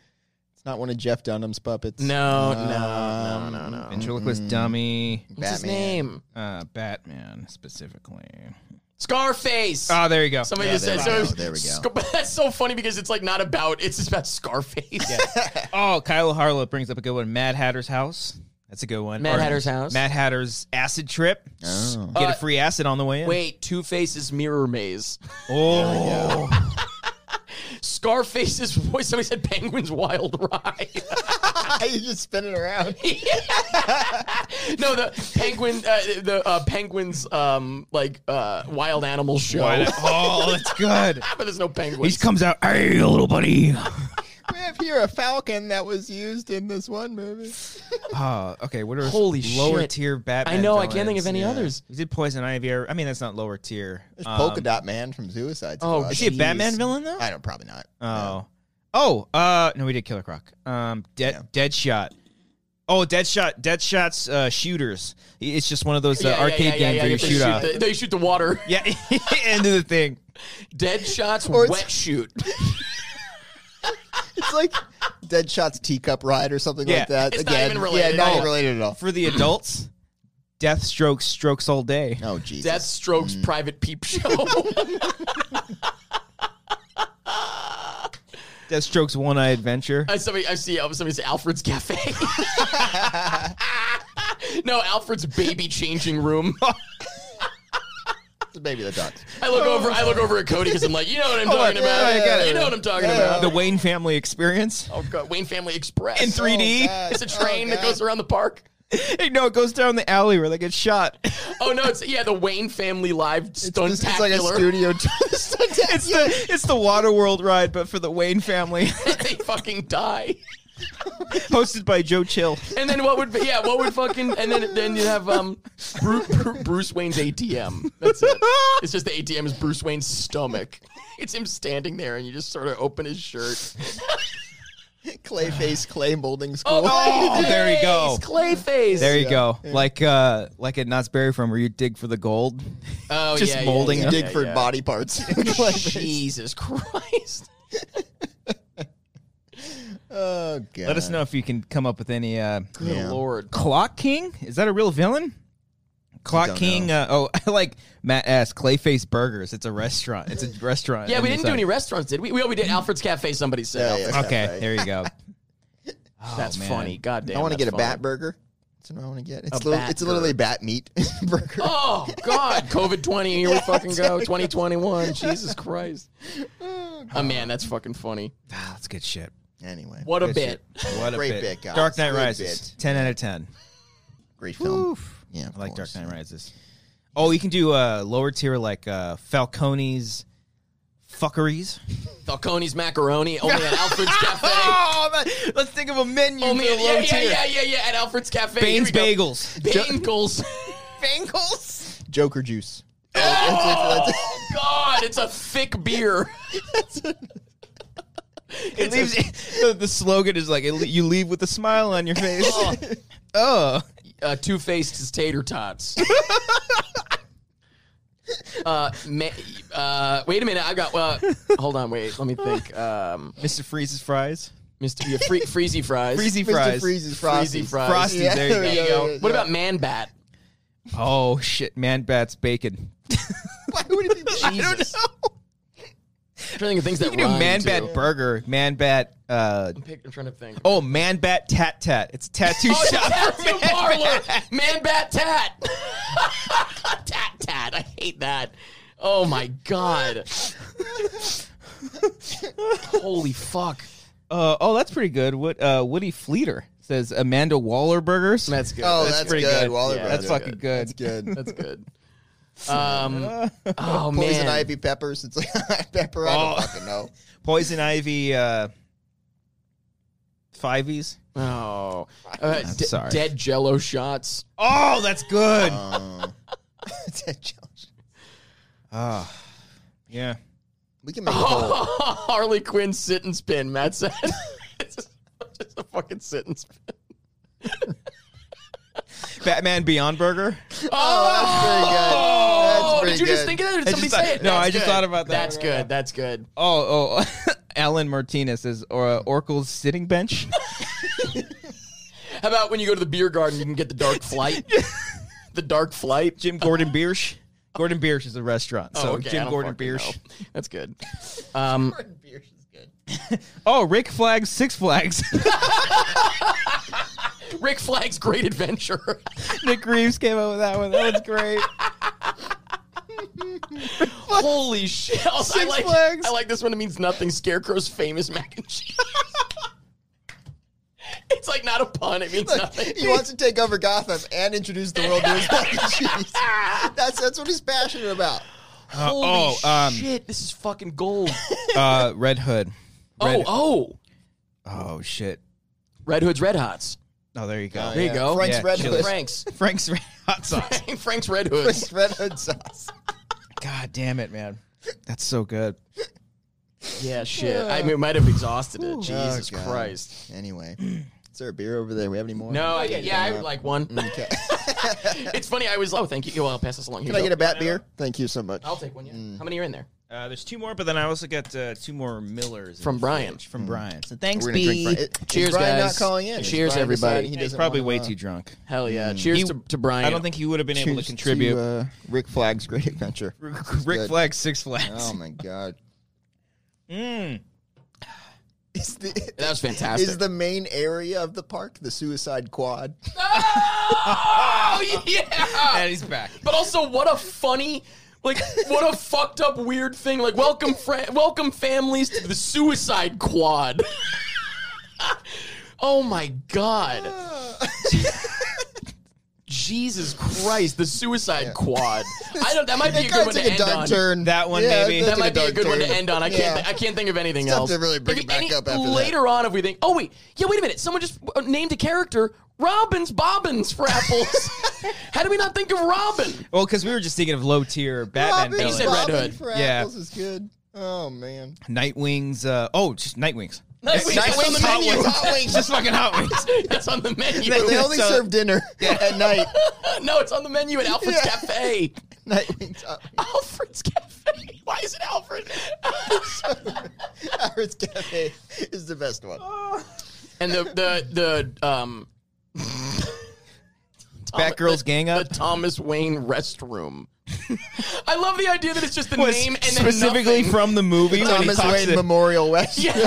B: It's not one of Jeff Dunham's puppets.
C: no, no, no, no, no.
B: Mm-hmm.
A: ventriloquist dummy,
C: What's his
B: Um, Batman.
C: name?
A: uh, Batman specifically.
B: Ah,
C: Scarface.
A: Ah, there you go.
C: Somebody
B: Yeah,
C: just
B: there
C: said
B: we
C: so.
B: go, there we go.
C: Sc- that's so funny because it's like not about. It's just about Scarface.
A: Oh, Kyle Harlow brings up a good one. Mad Hatter's house. That's a good one.
C: Mad Hatter's house.
A: Mad Hatter's acid trip.
B: Oh.
A: Get
C: Uh,
A: a free acid on the way in.
C: Wait, Two Face's mirror maze.
A: Oh,
C: Scarface's voice. Somebody said Penguin's Wild Ride.
B: You're just spinning around.
C: no, the penguin. Uh, the uh, penguins. Um, like uh, wild animal show. Ah,
A: Why not? oh, that's good.
C: but there's no
A: He
C: penguins.
A: just comes out, hey, little buddy.
B: We have here a falcon that was used in this one movie.
A: Uh, okay, what are
C: Holy
A: lower
C: shit.
A: tier Batman?
C: I know. I
A: villains?
C: can't think of any
B: yeah.
C: others.
A: We did Poison Ivy. I mean, that's not lower tier.
B: There's
A: Um,
B: Polka Dot Man from Suicide
C: oh,
B: Squad.
A: Is he a
C: Jeez.
A: Batman villain though?
B: I don't, probably not.
A: Oh. Oh, uh no, we did Killer Croc. Um Dead Deadshot. Oh, Deadshot, Deadshot's uh shooters. It's just one of those uh,
C: Yeah, yeah,
A: arcade
C: yeah, yeah,
A: games
C: yeah,
A: where
C: yeah,
A: you
C: they
A: shoot out.
C: The, they shoot the water.
A: yeah, end of the thing.
C: Dead shots.
B: Or it's-
C: wet shoot.
B: It's like Deadshot's Teacup Ride or something
A: Yeah,
B: like that.
C: it's not
B: Again,
C: even related
B: Yeah, not
C: at
B: even
C: all.
B: related at all.
A: For the adults, Death Strokes strokes all day.
B: Oh, Jesus.
C: Death Strokes
B: Hmm.
C: Private Peep Show.
A: Death Strokes One Eye Adventure.
C: I, somebody, I see uh, somebody say Alfred's Cafe. no, Alfred's Baby Changing Room.
B: Maybe the ducks.
C: I look over. I look over at Cody because I'm like, you know what I'm talking
A: Oh, yeah,
C: about.
A: I get it.
C: You know what I'm talking
B: Yeah.
C: about.
A: the Wayne Family Experience.
C: Oh God, Wayne Family Express
A: In 3D?
B: God.
C: It's a train
B: Oh,
C: that
B: God.
C: goes around the park.
A: Hey, no, it goes down the alley where they get shot.
C: Oh no, it's yeah, the Wayne Family Live
B: It's,
C: Stuntacular.
B: just- it's like a studio.
A: It's the it's the Waterworld ride, but for the Wayne family,
C: they fucking die.
A: hosted by Joe Chill.
C: And then what would be, yeah, what would fucking and then then you have um Bruce, Bruce Wayne's ATM. That's it. It's just the ATM is Bruce Wayne's stomach. It's him standing there and you just sort of open his shirt.
B: Clayface clay molding
C: Oh,
B: school.
A: Oh, there you go.
C: Clayface.
A: There you go, like uh, like at Knott's Berry Farm, where you dig for the gold.
C: oh,
A: just molding
B: You
A: Yeah,
B: dig for
C: yeah.
B: body parts. Oh, Clayface.
C: Jesus Christ.
B: Oh, God.
A: Let us know if you can come up with any. Uh,
C: Good
B: Yeah.
C: lord.
A: Clock King is that a real villain? Clock
B: don't
A: King. Uh, oh, I like Matt S. Clayface Burgers. It's a restaurant. It's a restaurant.
C: Yeah,
A: on
C: we
A: the
C: didn't do
A: side.
C: any restaurants, did we? We, oh, we did Alfred's Cafe, somebody said.
B: Yeah,
C: Alfred's
B: yeah.
A: Okay,
B: Cafe.
A: there you go. Oh,
C: That's
A: man.
C: funny. God damn.
B: I want to
C: that's
B: get a
C: funny.
B: bat burger. That's what I want to get. It's,
C: A
B: li-
C: bat
B: it's literally a bat meat burger.
C: Oh God, COVID twenty, here we fucking go. Twenty twenty one. Jesus Christ. Oh man, that's fucking funny.
A: Ah, that's good shit.
B: Anyway,
C: What a
A: Good
C: bit.
A: shit. What a
B: Great
A: bit.
B: bit, guys.
A: Dark Knight
B: Good
A: Rises.
B: bit.
A: Ten out of ten.
B: great film. Yeah, of
A: I like
B: course.
A: Dark Knight Rises. Oh, you can do uh, lower tier like uh, Falcone's fuckeries.
C: Falcone's macaroni only at Alfred's Cafe.
A: Oh, that- let's think of a menu
C: Only
A: for
C: at,
A: the low
C: Oh, yeah, yeah,
A: tier.
C: yeah, yeah, yeah, at Alfred's Cafe.
A: Bane's
C: Here we go.
A: Bagels.
C: Bagels.
A: Bengals.
B: Joker juice.
C: Oh God, it's a thick beer.
A: It leaves the, the slogan is like it, le- you leave with a smile on your face. oh,
C: uh, Two Faced tater tots. uh, ma- uh, wait a minute, I've got. Uh, hold on, wait, let me think. Um,
A: Mr. Freeze's fries.
C: Mr. Yeah, free- Freezy fries.
A: Freezy
B: Mr.
A: fries.
B: Freeze's
C: Freezy
B: Frosties.
C: fries.
A: Frosties,
B: Yeah,
A: there you
C: There
A: go.
C: you go.
B: Yeah,
C: What
B: yeah.
C: about Man Bat?
A: Oh shit, man bats bacon.
B: Why would it be
A: I don't know.
C: I'm trying to think of things that
A: You can do
C: rhyme,
A: man
C: too.
A: bat burger, man bat uh
C: I'm pick- I'm trying to think.
A: oh man bat tat tat. It's a tattoo
C: Oh, it's a
A: shop. for
C: tattoo
A: Man
C: parlor.
A: Bat.
C: Man bat tat. tat tat. I hate that. Oh my god. Holy fuck.
A: Uh, oh, that's pretty good. What uh, Woody Fleeter says Amanda Waller burgers.
C: That's good.
B: Oh,
C: that's,
B: that's,
A: pretty
B: good.
A: good.
B: Waller
C: Yeah,
A: that's
B: Brothers.
A: fucking good.
B: That's good.
C: that's good. Um Oh
B: Poison
C: man.
B: ivy peppers. It's like pepper. I don't
A: Oh.
B: fucking know.
A: Poison ivy uh, fiveys.
C: Oh. Uh, d-
A: sorry.
C: Dead jello shots.
A: Oh, that's good.
C: Uh.
B: Um, it's a challenge.
A: Ah, yeah.
B: we can make a whole.
C: Harley Quinn sentence pin, Matt said. it's just, just a fucking sentence pin.
A: Batman Beyond Burger.
B: Oh, that's pretty
C: did you just
B: good. That's pretty good.
C: think of that or did
A: I
C: somebody
A: just thought-
C: say it?
A: no,
C: That's
A: I just
C: good.
A: thought about that.
C: That's good. That's good.
A: Oh, oh. Alan Martinez says or uh, Oracle's sitting bench.
C: How about when you go to the beer garden, you can get the dark flight? the dark flight.
A: Jim Gordon Biersch. Gordon Biersch is a restaurant. So
C: Oh, okay, I
A: Jim
C: don't
A: Gordon
C: fucking
A: Biersch.
C: know. That's good. Um,
A: Oh, Rick Flags, Six Flags.
C: Rick Flag's Great Adventure.
A: Nick Reeves came up with that one. That was great.
C: Holy shit! Also, I
A: Six
C: like
A: Flags.
C: I like this one. It means nothing. Scarecrow's famous mac and cheese. it's like not a pun. It means nothing.
B: He wants to take over Gotham and introduce the world to his fucking cheese. That's that's what he's passionate about.
C: Uh, Holy
A: oh, um,
C: shit! This is fucking gold.
A: Uh, Red Hood.
C: oh
A: Red-
C: oh,
A: Oh shit.
C: Red Hood's Red Hots.
A: Oh, there you go.
B: Oh,
C: There you
B: yeah.
C: go.
B: Frank's
A: Yeah,
B: Red
A: chili.
B: Hood.
C: Frank's
A: Frank's Red hot sauce.
C: Frank's Red Hoods.
B: Frank's Red Hood sauce.
A: God damn it, man. That's so good.
C: Yeah, shit. I mean, we might have exhausted it. Jesus
B: Oh, God.
C: Christ.
B: Anyway, is there a beer over there? We have any more?
C: No, I- yeah, I would like one.
B: Okay.
C: it's funny. I was. Oh, thank you. Well, I'll pass this along. Here
B: Can I
C: you
B: get
C: go.
B: a Mm. bat beer? Thank you so much.
C: I'll take one. Yeah. How many are in there?
A: Uh, there's two more, but then I also got uh, two more Millers in
C: From
A: the
C: Brian.
A: fridge From Brian. So thanks,
B: We're gonna drink.
A: B.
B: Fran- Is
C: Cheers,
B: Brian
C: guys.
B: Not calling in. Is
C: Cheers,
B: Brian
C: everybody.
B: deciding He
C: Yeah,
A: He's
B: doesn't
A: probably
B: wanna,
A: way
B: uh,
A: too drunk.
C: Hell yeah! Cheers
A: He-
C: to, to Brian.
A: I don't think he would have been able to
B: cheers
A: contribute.
B: To, uh, Rick Flag's Great Adventure.
A: Rick
B: good.
A: Flag, Six Flags.
B: Oh my God.
A: Mm.
B: Is the
C: Mmm. that was fantastic.
B: is the main area of the park the Suicide Quad?
C: oh yeah!
A: And he's back.
C: But also, what a funny. Like what a fucked up weird thing! Like welcome, fr- welcome families to the Suicide Quad. oh my god! Jesus Christ, the Suicide Quad. I don't. That might be a good
B: Kinda
C: one
B: took
C: to
B: a
C: end
B: dark
C: on.
B: turn.
A: That one,
B: Yeah,
A: maybe.
B: that
C: That
B: took
C: might be a
B: dark
C: good one to
B: turn.
C: end on. I can't.
B: Yeah.
C: thi- I can't think of anything
B: Tough
C: else.
B: to really bring
C: Like,
B: it back
C: any-
B: up after that.
C: later on, if we think, oh wait, yeah, wait a minute. Someone just uh, named a character Robin's Bobbins for apples. How do we not think of Robin?
A: Well, because we were just thinking of low tier Batman
B: Robin,
A: villains.
C: said Red
B: Robin
C: Hood.
B: for
A: Yeah.
B: apples is good. Oh man.
A: Nightwings. Uh, oh, just Nightwings.
C: Nightwings
B: Nightwings
C: on the
B: Hot
C: menu.
B: Wings. Hot Wings.
A: just fucking Hot Wings.
C: That's on the menu.
B: They only
A: So-
B: serve dinner at night.
C: no, it's on the menu at Alfred's
B: Yeah.
C: Cafe.
B: Nightwings. Hot Wings. Uh,
C: Alfred's Cafe. Why is it Alfred?
B: Howard's Cafe is the best one.
C: and the the the um. Tom-
A: Batgirl's
C: the-
A: gang up?
C: The Thomas Wayne restroom. I love the idea that it's just the
A: Was
C: name and then
A: specifically
C: nothing.
A: from the movie. when he
B: Thomas
A: talks
B: Wayne
A: to-
B: Memorial West.
C: Thomas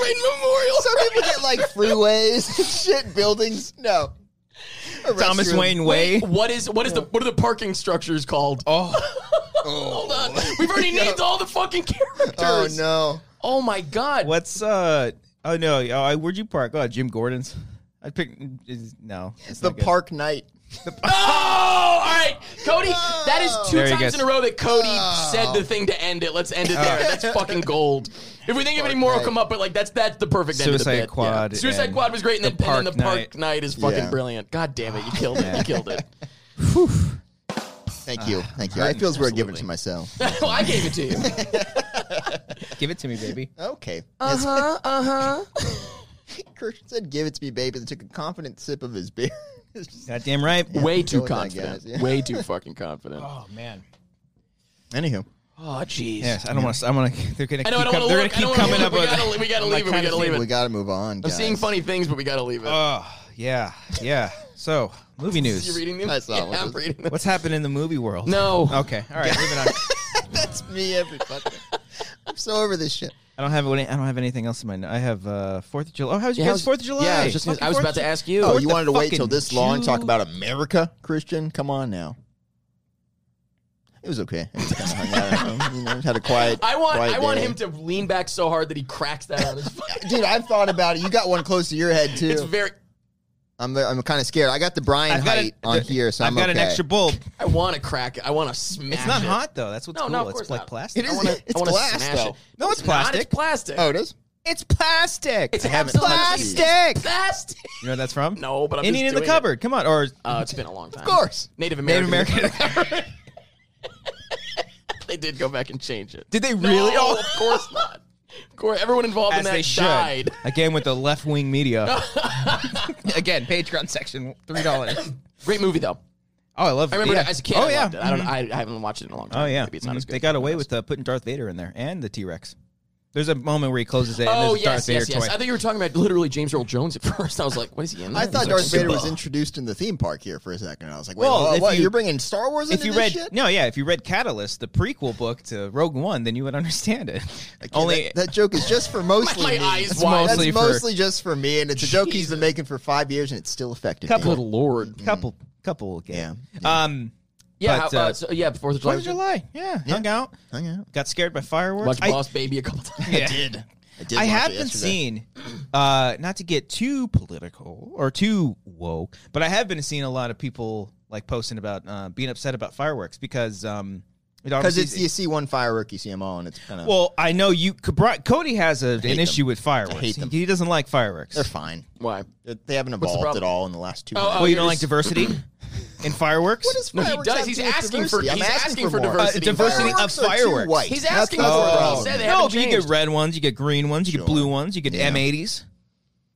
C: Wayne Memorial.
B: Some people get like freeways, and shit, buildings. No. A
A: Thomas
B: restroom.
A: Wayne Way.
C: Wait, what is what is the what are the parking structures called?
A: Oh,
C: Hold on, we've already named all the fucking characters.
B: Oh no.
C: Oh my god!
A: what's uh? Oh no! Oh, I, where'd you park? Oh, Jim Gordon's. I picked. is- No, it's
B: The
A: not good.
B: park night.
C: Oh, all right, Cody. That is two
A: There he
C: times
A: goes.
C: in a row that Cody said the thing to end it. Let's end it there. That's fucking gold. If we think of any more, will come up. But like, that's that's the perfect
A: Suicide
C: end of the bit.
A: Quad
C: Yeah. Suicide
A: and
C: Quad was great, and
A: the
C: then, and
A: Park
C: then the Park
A: Knight.
C: Knight, is fucking
B: Yeah. Oh.
C: brilliant. God damn it, you killed it. You killed it.
B: Thank
A: Ah,
B: you. Thank you. I feel as weird giving it to myself.
C: well, I gave it to you.
A: Give it to me, baby.
B: Okay.
C: Uh huh. Uh huh.
B: Christian said, "Give it to me, baby," and took a confident sip of his beer. It's just-
A: Goddamn right.
C: Way too
B: with that,
C: confident.
B: guys. Yeah.
C: Way too fucking confident.
A: Oh man.
B: Anywho,
C: Oh jeez.
A: Yes, I don't want to. I want to. They're gonna.
C: I know. I
A: Keep
C: don't
A: com-
C: want to
A: they're
C: look.
A: gonna
C: I
A: keep
C: don't
A: coming
C: wanna
A: up
C: look. We
A: with.
C: gotta, we gotta
A: I'm
C: leave it. We
A: kinda
C: gotta leave it.
B: we got to move on.
C: I'm seeing funny things, but we gotta leave it.
A: Oh yeah, yeah. So movie
C: you
A: news.
C: reading them?
B: I saw
C: yeah,
B: one.
C: I'm reading them.
A: What's happened in the movie world?
C: No.
A: Okay. All right. Moving on.
B: That's me every fucking. I'm so over this shit.
A: I don't have. Any, I don't have anything else in mind. I have uh, Fourth of July. Oh, how's your
C: Yeah, I
A: guys
C: was-
A: Fourth of July?
C: Yeah, I was, just gonna, I was about to ask you.
B: Oh,
A: Fourth
B: you
A: of
B: wanted to wait till
A: fucking
B: this long and talk
A: June.
B: about America, Christian? Come on now. It was okay. I just kinda hung out. You know, had a quiet.
C: I want
B: quiet
C: I want
B: day.
C: him to lean back so hard that he cracks that out. His fucking-
B: Dude, I've thought about it. You got one close to your head too.
C: it's very.
B: I'm I'm kind of scared. I got the Brian
A: I've got
B: height
A: an-
B: on here, so
A: I've
B: I'm
A: got an
B: okay.
A: extra bulb.
C: I want to crack it. I want to smash.
A: It's not
C: it.
A: hot though. That's what's
C: No,
A: cool.
C: no, of course
A: it's like
C: not.
A: plastic.
B: It
C: I
B: is.
C: wanna,
B: It's
C: I wanna
B: glass,
C: smash
B: though.
C: It.
A: No, it's
C: not.
A: plastic.
C: It's plastic.
B: Oh, it is.
A: It's plastic.
C: it's
B: I haven't-
C: absolutely
A: Plastic.
C: Plastic.
A: You know where that's from?
C: No, but I'm
A: Indian
C: just
A: in the
C: doing it.
A: cupboard. Come on, or
C: Uh, it's been a long time. Of
B: course.
C: Native
A: Native
C: American.
A: American.
C: they did go back and change it.
A: Did they really?
C: No,
A: Oh.
C: of course not. Of course, everyone involved in
A: As
C: that
A: they should.
C: died.
A: Again with the left wing media. Again, Patreon section three dollars.
C: Great movie though.
A: Oh, I love.
C: I remember
A: yeah.
C: it as a kid.
A: Oh
C: I
A: yeah.
C: loved it. I don't. I, I haven't watched it in a long time.
A: oh yeah.
C: Maybe it's not
A: Mhm.
C: as good.
A: They got away with uh, putting Darth Vader in there and the T Rex. There's a moment where he closes it. and
C: Oh
A: there's a Darth
C: yes,
A: Vader
C: yes, yes.
A: toy.
C: I thought you were talking about literally James Earl Jones at first. I was like, what is he in? There?
B: I
C: He's
B: thought
C: like,
B: Darth Vader
C: "Simba."
B: was introduced in the theme park here for a second. I was like, wait,
A: Well,
B: what,
A: if
B: what,
A: you-
B: you, are bringing Star Wars into
A: if you
B: this
A: read
B: shit?
A: no, yeah, if you read Catalyst, the prequel book to Rogue One, then you would understand it.
B: Yeah,
A: Only
B: that, that joke is just for mostly
C: My
B: me.
C: eyes
B: That's
C: wide.
B: That's
A: Mostly for-
B: mostly just for me, and it's a joke he's been making for five years, and it's still effective.
A: Couple-
B: man.
C: Good lord.
A: couple, couple. Again. Um.
C: Yeah.
A: But,
C: how, uh,
A: uh,
C: so, yeah. Fourth of July.
A: Fourth of July. Yeah, Hung out.
B: Hung out.
A: Got scared by fireworks.
C: Watched
A: I-
C: Boss Baby a couple times.
A: Yeah.
B: did. I, did
A: I
B: watch it
A: haven't
B: yesterday.
A: seen, uh, not to get too political or too woke, but I have been seeing a lot of people like posting about uh, being upset about fireworks because um, it
B: because
A: obviously-
B: it's you see one firework, you see them all, and it's kind of
A: well, I know you. Cobra- Cody has a, an
B: them.
A: issue with fireworks.
B: I hate them.
A: He, he doesn't like fireworks.
B: they're fine.
C: Why?
B: They're- They haven't
C: the
B: evolved at
C: problem?
B: all in the last two.
C: Oh,
B: minutes.
A: oh, you don't
C: you're
A: like
C: just-
A: diversity in fireworks?
C: No, he does. He's asking for- he's asking for diversity.
A: Uh, diversity of fireworks.
C: He's
B: He's
C: asking
B: asking
C: for
B: for
C: diversity. He
B: more.
C: said
B: That's
A: Oh.
C: they
B: the problem.
A: no,
C: haven't
A: but you get
C: changed.
A: red ones, you get green ones, you get
B: Sure.
A: blue ones, you get
B: Yeah.
A: M80s.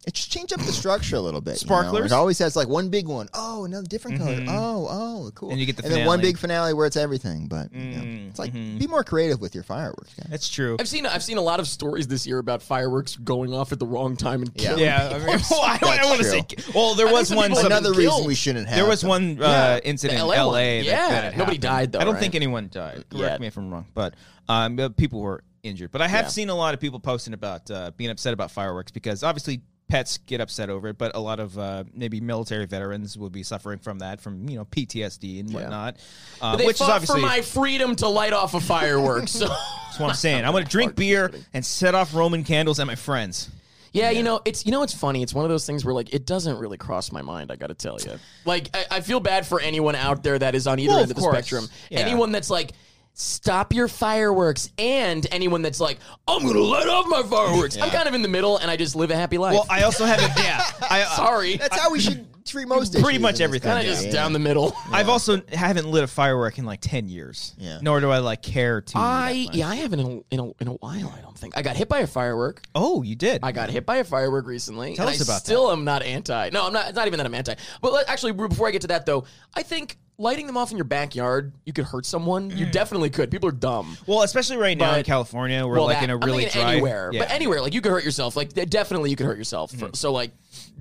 B: It just changed up the structure a little bit. you know?
A: Sparklers? Mm-hmm.
B: It always has like one big one. Oh, another different color. Oh, oh, cool.
A: And you get the
B: and then
A: finale. Mm,
B: one
A: mm-hmm.
B: big finale where it's everything. But you know, it's like be more creative with your fireworks. Guys.
A: That's true.
C: I've seen I've seen a lot of stories this year about fireworks going off at the wrong time and
B: Yeah.
C: killing
A: yeah, I mean, well, I don't,
B: That's
A: want to
B: true.
A: say. Well, there
C: I think
A: was
C: some
A: one.
C: people-
A: some-
B: Another
C: killed.
B: reason we shouldn't have.
A: There was
B: them.
A: one
C: Yeah.
A: uh, incident
C: The
A: in
C: LA
A: LA.
C: one.
A: that-
C: Yeah.
A: that had
C: Nobody
A: happened.
C: died, though,
A: I don't
C: right?
A: think anyone died. Correct
C: Yet.
A: me if I'm wrong, but um, but people were injured. But I have
C: Yeah.
A: seen a lot of people posting about uh, being upset about fireworks because obviously pets get upset over it, but a lot of uh, maybe military veterans will be suffering from that, from you know PTSD and whatnot, uh,
C: They
A: which is
C: fought
A: obviously
C: for my freedom to light off a firework. So
A: that's what I'm saying. I'm going to drink beer and set off Roman candles at my friends.
C: Yeah, you know, it's you know, it's funny. It's one of those things where like it doesn't really cross my mind. I got to tell you, like I, I feel bad for anyone out there that is on either
A: Well,
C: end
A: of
C: of the
A: course.
C: spectrum.
A: Yeah.
C: Anyone that's like. Stop your fireworks, and anyone that's like, "I'm gonna light off my fireworks." I'm kind of in the middle, and I just live a happy life.
A: Well, I also have a yeah. I, uh,
C: Sorry,
B: That's how we should treat most.
A: Pretty
B: issues
A: much
B: in this
A: everything,
C: kind
B: country.
C: of just
B: Yeah.
C: down the middle.
A: I've also haven't lit a firework in like ten years.
B: Yeah.
A: Nor do I like care to.
C: I yeah, I haven't in a, in a in a while. I don't think I got hit by a firework.
A: oh, you did.
C: I got hit by a firework recently.
A: Tell
C: and
A: us
C: I
A: about
C: still am not anti. No, I'm not. It's not even that I'm anti. But let, actually, before I get to that though, I think lighting them off in your backyard, you could hurt someone. You definitely could. People are dumb.
A: Well, especially right now in
C: But-
A: California, we're like
C: that-
A: in a
C: I'm
A: really
C: thinking
A: dry.
C: anywhere,
A: Yeah. Mm.
C: but anywhere, like you could hurt yourself. Like de- definitely, you could hurt yourself. For- so like,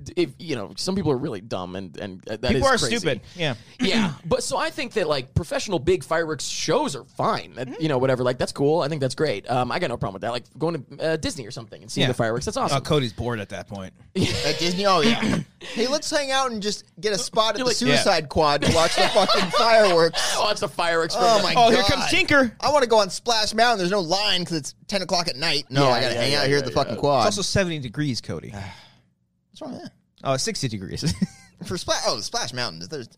C: d- if you know, some people are really dumb, and and uh, that
A: people
C: is
A: are
C: crazy.
A: stupid. Yeah.
C: yeah, but so I think that like professional big fireworks shows are fine. That,
A: Mm.
C: You know, whatever. Like that's cool. I think that's great. Um, I got no problem with that. Like going to uh, Disney or something and seeing
A: Yeah.
C: the fireworks. That's
A: Oh,
C: awesome.
A: Cody's bored at that point.
B: At Disney, oh yeah. hey, let's hang out and just get a spot at
C: You're
B: the
C: like-
B: Suicide Quad to watch the fucking fireworks.
C: Oh, it's the fireworks. from
B: Oh
C: the-
B: my
A: oh,
B: god!
A: here comes Tinker.
B: I want to go on Splash Mountain. There's no line because it's ten o'clock at night. No,
C: Yeah,
B: I gotta
C: yeah,
B: hang
C: yeah,
B: out here
C: yeah,
B: at the
C: yeah.
B: fucking quad.
C: Ah.
A: It's also 70 degrees, Cody.
B: What's wrong with that?
A: Oh, 60 Uh, degrees.
B: for Splash. Oh, Splash Mountain. There's,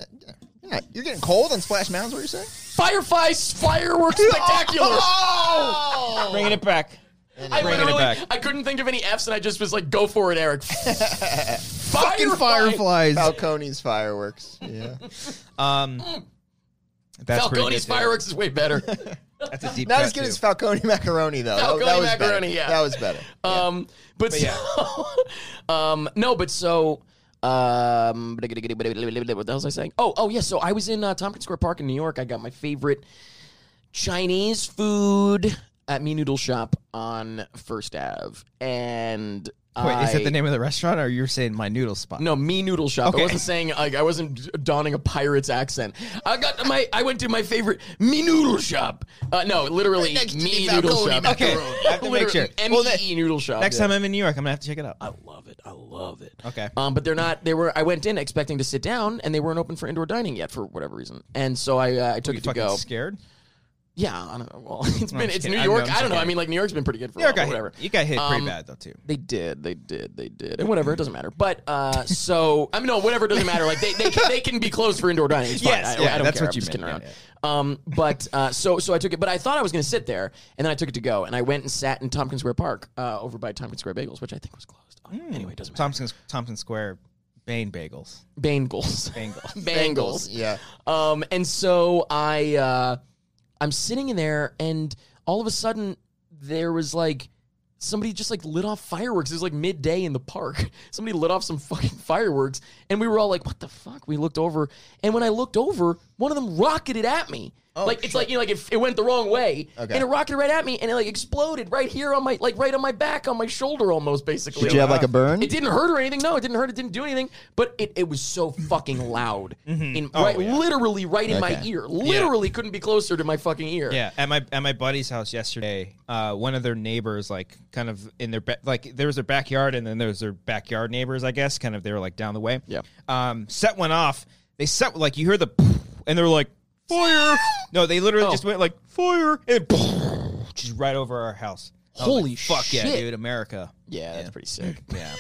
B: you're, not, you're getting cold on Splash Mountain. Is what you're saying?
C: Fireflies fireworks spectacular. Oh!
A: Bringing it back.
C: I
A: Bringing it
C: literally,
A: back.
C: I couldn't think of any F's, and I just was like, "Go for it, Eric." Fucking
A: Fireflies.
B: Falcone's fireworks. Yeah.
A: Um, That's pretty
C: Falcone's
A: good, too.
C: fireworks is way better.
A: That's a deep
B: Not
A: cut,
B: as good
A: too.
B: as Falcone macaroni though. That-
C: Falcone
B: that was
C: macaroni,
B: Better.
C: yeah.
B: That was better.
C: Um, but,
A: yeah.
C: so, um, no, but so, um, what the hell was I saying? Oh, oh yeah. So I was in uh, Tompkins Square Park in New York. I got my favorite Chinese food at Me Noodle Shop on First Ave, and
A: Wait, is that
C: I-
A: the name of the restaurant, or you're saying my noodle spot?
C: No, me noodle shop.
A: Okay.
C: I wasn't saying like I wasn't donning a pirate's accent. I got my I went to my favorite me noodle shop. Uh, no, literally
B: next to
C: me
B: the
C: noodle
B: Falcone
C: shop.
A: macaroni. I have to make sure.
C: M
A: Well,
C: E noodle shop.
A: Next
C: Yeah.
A: time I'm in New York, I'm gonna have to check it out.
C: I love it. I love it.
A: Okay.
C: Um, but they're not. They were. I went in expecting to sit down, and they weren't open for indoor dining yet for whatever reason. And so I, uh, I took
A: you
C: it to
A: fucking
C: go.
A: scared?
C: Yeah. I don't know. Well, it's
A: I'm
C: been.
A: just
C: It's
A: kidding.
C: New
A: I know,
C: York.
A: I'm
C: I,
A: just
C: don't know. I
A: kidding.
C: mean, like New York's been pretty good for
A: New York
C: a while.
A: got
C: whatever.
A: hit. You got hit pretty
C: Um,
A: bad though too.
C: They did, they did, they did, and whatever it doesn't matter. But uh, so I mean, no, whatever it doesn't matter. Like they, they, can, they can be closed for indoor dining. It's fine.
A: Yes,
C: I,
A: yeah,
C: I don't
A: that's
C: care.
A: what
C: I'm
A: you
C: just kidding
A: meant,
C: around.
A: yeah,
C: Um, but uh, so so I took it, but I thought I was going to sit there, and then I took it to go, and I went and sat in Tompkins Square Park uh, over by Tompkins Square Bagels, which I think was closed. Oh,
A: Hmm.
C: Anyway, it doesn't matter.
A: Thompson Thompson Square, Bane Bagels.
C: Bangles.
A: Bagels.
C: Bangles.
B: Yeah.
C: Um, and so I, uh, I'm sitting in there, and all of a sudden there was like somebody just like lit off fireworks. It was like midday in the park. Somebody lit off some fucking fireworks, and we were all like, "What the fuck?" We looked over, and when I looked over, one of them rocketed at me. like it's like you know, like it, it went the wrong way,
B: Oh, Okay.
C: and it rocketed right at me, and it like exploded right here on my like right on my back, on my shoulder, almost basically.
B: Did you have like a burn?
C: It didn't hurt or anything. No, it didn't hurt. It didn't do anything. But it, it was so fucking loud.
A: Mm-hmm.
C: In,
A: Oh,
C: right, Literally right in my
B: Okay.
C: ear. Literally couldn't be closer to my fucking ear.
A: Yeah, at my at my buddy's house yesterday, uh, one of their neighbors, like, kind of in their ba- like, there was their backyard, and then there was their backyard neighbors, I guess, kind of they were like down the way.
C: Yeah.
A: Um, set went off. They set like you hear the, and they were like fire. No, they literally just went like fire and just right over our house. I was
C: Holy
A: like, fuck yeah,
C: shit.
A: dude, America.
C: Yeah, that's pretty sick.
A: Yeah.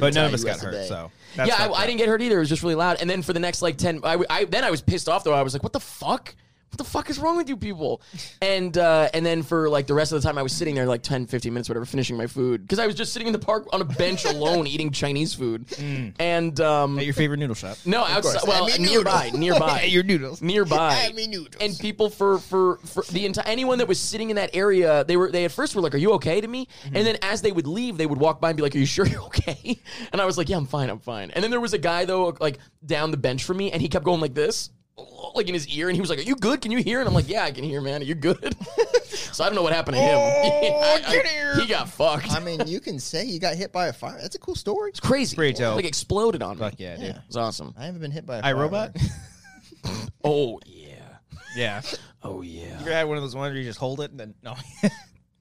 A: but none of us
B: tight.
A: got hurt,
B: USA.
A: so that's
C: yeah,
A: fucked
C: I, I
A: up.
C: didn't get hurt either. It was just really loud. And then for the next like 10, I, I- then I was pissed off though. I was like, what the fuck? What the fuck is wrong with you people? And uh, and then for like the rest of the time, I was sitting there like 10, 15 minutes, whatever, finishing my food. Because I was just sitting in the park on a bench alone eating Chinese food.
A: Mm.
C: And um,
A: At your favorite noodle shop.
C: no, outside, well,
B: mean,
C: nearby,
B: noodle.
C: nearby.
A: At your noodles.
C: nearby
B: I mean, noodles.
C: and people for for for the entire anyone that was sitting in that area they were they at first were like are you okay to me and then as they would leave they would walk by and be like are you sure you're okay and i was like yeah i'm fine i'm fine and then there was a guy though like down the bench from me and he kept going like this like in his ear and he was like are you good can you hear and i'm like yeah i can hear man are you good so i don't know what happened to him I- I-
A: Oh, get here.
C: he got fucked
B: I mean, you can say you got hit by a fire. That's a cool story.
C: crazy
A: Pretty dope.
C: like exploded on me
A: Fuck yeah, dude.
C: it was awesome
B: I haven't been hit by a
A: I
B: fire.
A: robot.
C: oh yeah
A: yeah.
C: oh yeah
A: You ever had one of those ones where you just hold it and then no.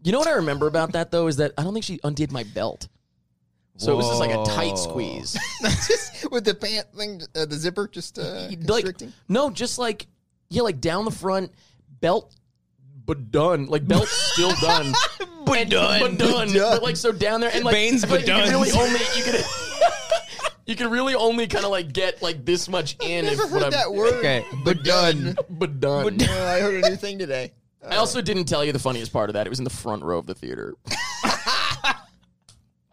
C: You know what I remember about that though is that I don't think she undid my belt. So it was just like a tight squeeze.
B: just with the pant thing, uh, the zipper just uh,
C: like
B: constricting.
C: no, just like yeah, like down the front, belt but done. Like belt still done. but, done. but done. But
B: done.
C: like so down there and like,
A: Bane's
C: but
A: but
C: you can
A: done.
C: really only you can You can really only kind of like get like this much in
B: Never
C: if what I'm
B: heard that word.
A: Okay,
B: but done.
C: but done.
B: Uh, I heard a new thing today.
C: I also didn't tell you the funniest part of that. It was in the front row of the theater.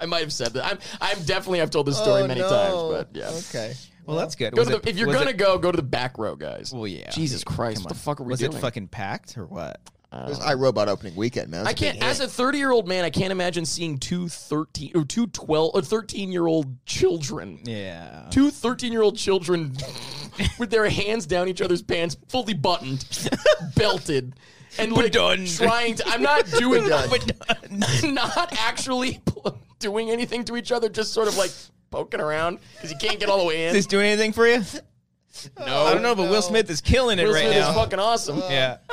C: I might have said that. I'm, I'm definitely. I've told this story
B: Oh,
C: many
B: no.
C: times, but yeah.
B: Okay.
A: Well, that's good.
C: Go
A: Was
C: to the,
A: it-
C: if you're
A: was
C: gonna
A: it-
C: go, go to the back row, guys.
A: Well, yeah.
C: Jesus Christ, what the fuck are we
A: was
C: doing?
A: it fucking packed or what?
B: Uh, It was iRobot opening weekend, man. It was
C: I
B: a big
C: can't.
B: hit.
C: As a 30 year old man, I can't imagine seeing two 13 or two 12 or 13 year old children.
A: Yeah.
C: Two 13 year old children with their hands down each other's pants, fully buttoned, belted, and like
A: done.
C: trying to. I'm not doing
B: done.
C: that. not actually pl- doing anything to each other, just sort of like poking around because you can't get all the way in.
A: Is this doing anything for you?
C: no,
A: I don't
B: Oh,
A: know, but Will Smith is killing it
C: Will
A: right
C: Smith
A: now.
C: is fucking awesome.
A: yeah.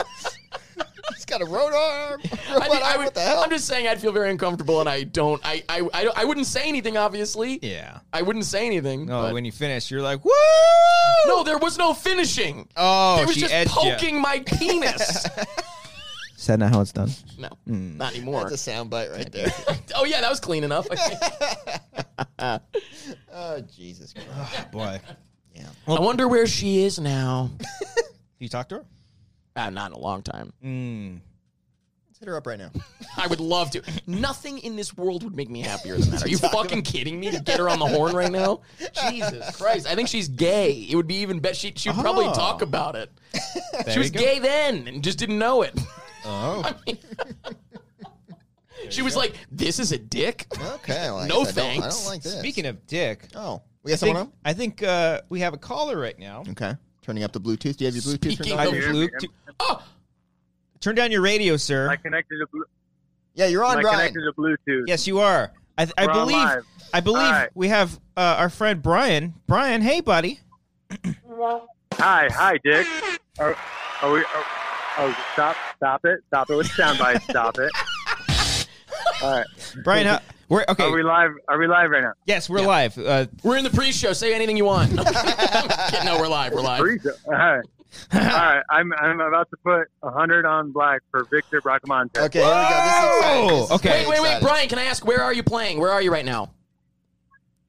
B: He's got a road arm.
C: I
B: Robot
C: mean, I
B: arm.
C: would,
B: what the hell?
C: I'm just saying I'd feel very uncomfortable, and I don't. I I, I, don't- I wouldn't say anything. Obviously,
A: Yeah.
C: I wouldn't say anything.
A: No,
C: but-
A: when you finish, you're like, woo!
C: no, there was no finishing.
A: Oh,
C: there was
A: she
C: just
A: edged ya.
C: poking my penis.
A: Is that not how it's done?
C: no, not
A: Hmm.
C: anymore.
B: That's a soundbite right there.
C: Oh yeah, that was clean enough. I think.
B: Oh Jesus Christ!
A: Boy,
B: Yeah.
C: I wonder where she is now.
A: you talk to her?
C: Ah, not in a long time.
A: Hmm.
B: Let's hit her up right now.
C: I would love to. Nothing in this world would make me happier than that. Are you fucking kidding me? To get her on the horn right now? Jesus Christ! I think she's gay. It would be even better. She she would probably
A: Oh.
C: talk about it.
A: There
C: she was
A: you go.
C: gay then and just didn't know it.
A: Oh,
C: she was like, "This is a dick."
B: Okay. Well, I
C: No
B: guess I don't- I
C: thanks.
B: don't like this.
A: speaking of dick,
B: oh, we got
A: I
B: someone
A: think, I think uh, we have a caller right now.
B: on. Okay. Turning up the Bluetooth. Do you have your Bluetooth
C: Speaking
B: turned
A: Hi,
B: on?
C: of-
D: Yeah,
A: Luke.
D: man.
A: Tu-
C: Ah!
A: Turn down your radio, sir.
D: I connected to Blu-
B: Yeah, you're on,
D: I
B: Brian.
D: connected to Bluetooth.
A: Yes, you are. I, I
D: We're on
A: believe.
D: live.
A: I believe
D: All right.
A: we have uh, our friend Brian. Brian, hey buddy.
D: Hi, hi, Dick. Are, are we? Are, oh, stop! Stop it! Stop it with soundbite! Stop it! All right.
A: Brian, how, we're okay.
D: Are we live? Are we live right now?
A: yes, we're live. Uh,
C: We're in the pre-show. Say anything you want. Kidding, no, we're live. We're live.
D: Free show. All right. All right. I'm I'm about to put hundred on black for Victor Bracamonte.
B: Okay. Here we go. This is exciting.
A: Whoa!
B: This is
A: Okay.
B: very
C: Wait, wait, wait,
B: exciting.
C: Brian. Can I ask where are you playing? Where are you right now?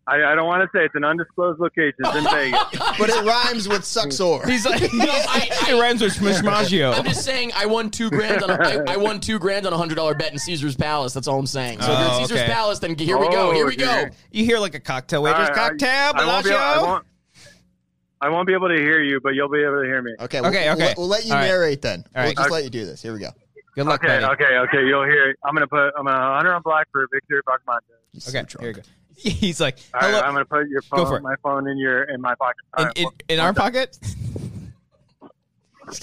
D: I, I don't want to say it's an undisclosed location. It's in Vegas.
B: But it rhymes with sucksor.
A: he's like,
C: I-
A: it rhymes with
C: I'm
A: Smashmaggio.
C: just saying I won two grand on a, I, I won two grand on a hundred dollar bet in Caesar's Palace. That's all I'm saying. So if you're
A: Oh,
C: at Caesar's
A: okay.
C: Palace, then here we go.
D: Oh,
C: Here we
D: dude.
C: go.
A: You hear like a cocktail
D: All
A: waitress
D: right,
A: cocktail,
D: I, I won't be. able- I
A: Bellagio?
D: won't, I won't be able to hear you, but you'll be able to hear me.
B: Okay.
A: Okay,
B: We'll,
A: okay.
B: We'll, we'll let you
A: All right.
B: narrate then.
A: All
B: we'll
A: right.
B: just let you do this. Here we go.
A: Good luck,
D: Okay,
A: buddy.
D: okay, okay. You'll hear it. I'm gonna put I'm gonna hundred on black for Victor Bracamonte.
B: He's so
A: Okay,
B: drunk.
A: here you go. He's like,
D: All right,
A: hello.
D: I'm gonna put your
A: Go
D: phone,
A: for it.
D: my phone in your in my pocket. All
A: in,
D: right,
A: in, in our pocket,
B: He's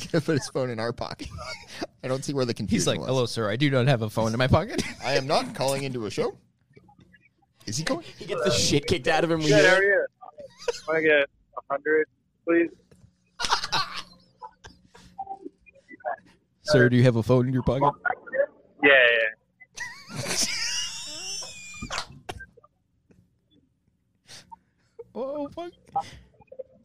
B: gonna put his phone in our pocket. I don't see where the confusion
A: he's like,
B: was.
A: "Hello, sir. I do not have a phone in my pocket."
B: I am not calling into a show. Is he calling?
C: He gets the shit kicked out of him. We
D: Good, how
C: hear
D: are
C: it.
D: you? Can I get hundred, please?
A: sir, do you have a phone in your pocket?
D: Yeah, yeah.
A: Oh fuck!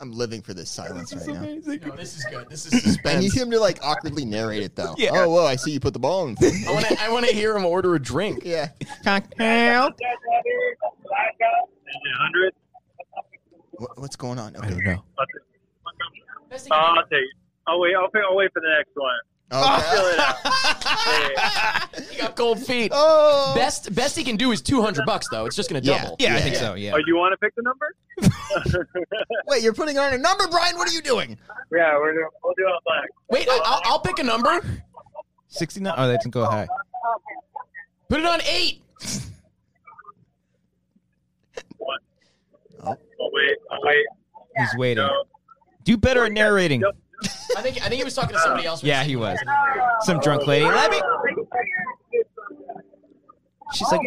B: I'm living for this silence
A: It's
B: right now.
A: amazing.
C: No, this is good. This is
B: I need
C: suspense.
B: him to like awkwardly narrate it though.
A: Yeah.
B: Oh, whoa! I see you put the ball in.
C: I want to. I want to hear him order a drink.
B: yeah.
A: Cocktail.
D: Hundred.
B: What, what's going on?
A: I
B: Okay.
A: don't know.
D: Oh, I'll take. I'll wait. I'll, I'll wait for the next one.
B: Okay.
D: Fill it out. Yeah.
C: He got cold feet.
B: Oh.
C: Best best he can do is two hundred bucks though. It's just gonna
B: Yeah.
C: double.
A: Yeah, I think so. Yeah.
D: Oh, you want to pick the number?
B: Wait, you're putting on a number, Brian. What are you doing?
D: Yeah, we're gonna, we'll do it on black.
C: Wait, I, I'll, I'll pick a number.
A: Sixty-nine. Oh, that didn't go high.
C: Put it on eight.
D: One. I'll wait. I'll wait.
A: He's waiting.
D: No.
A: Do better
D: Oh,
A: at narrating.
D: Yep.
C: I think. I think he was talking to somebody else.
A: Yeah, he was. Some drunk lady. Let me. She's like,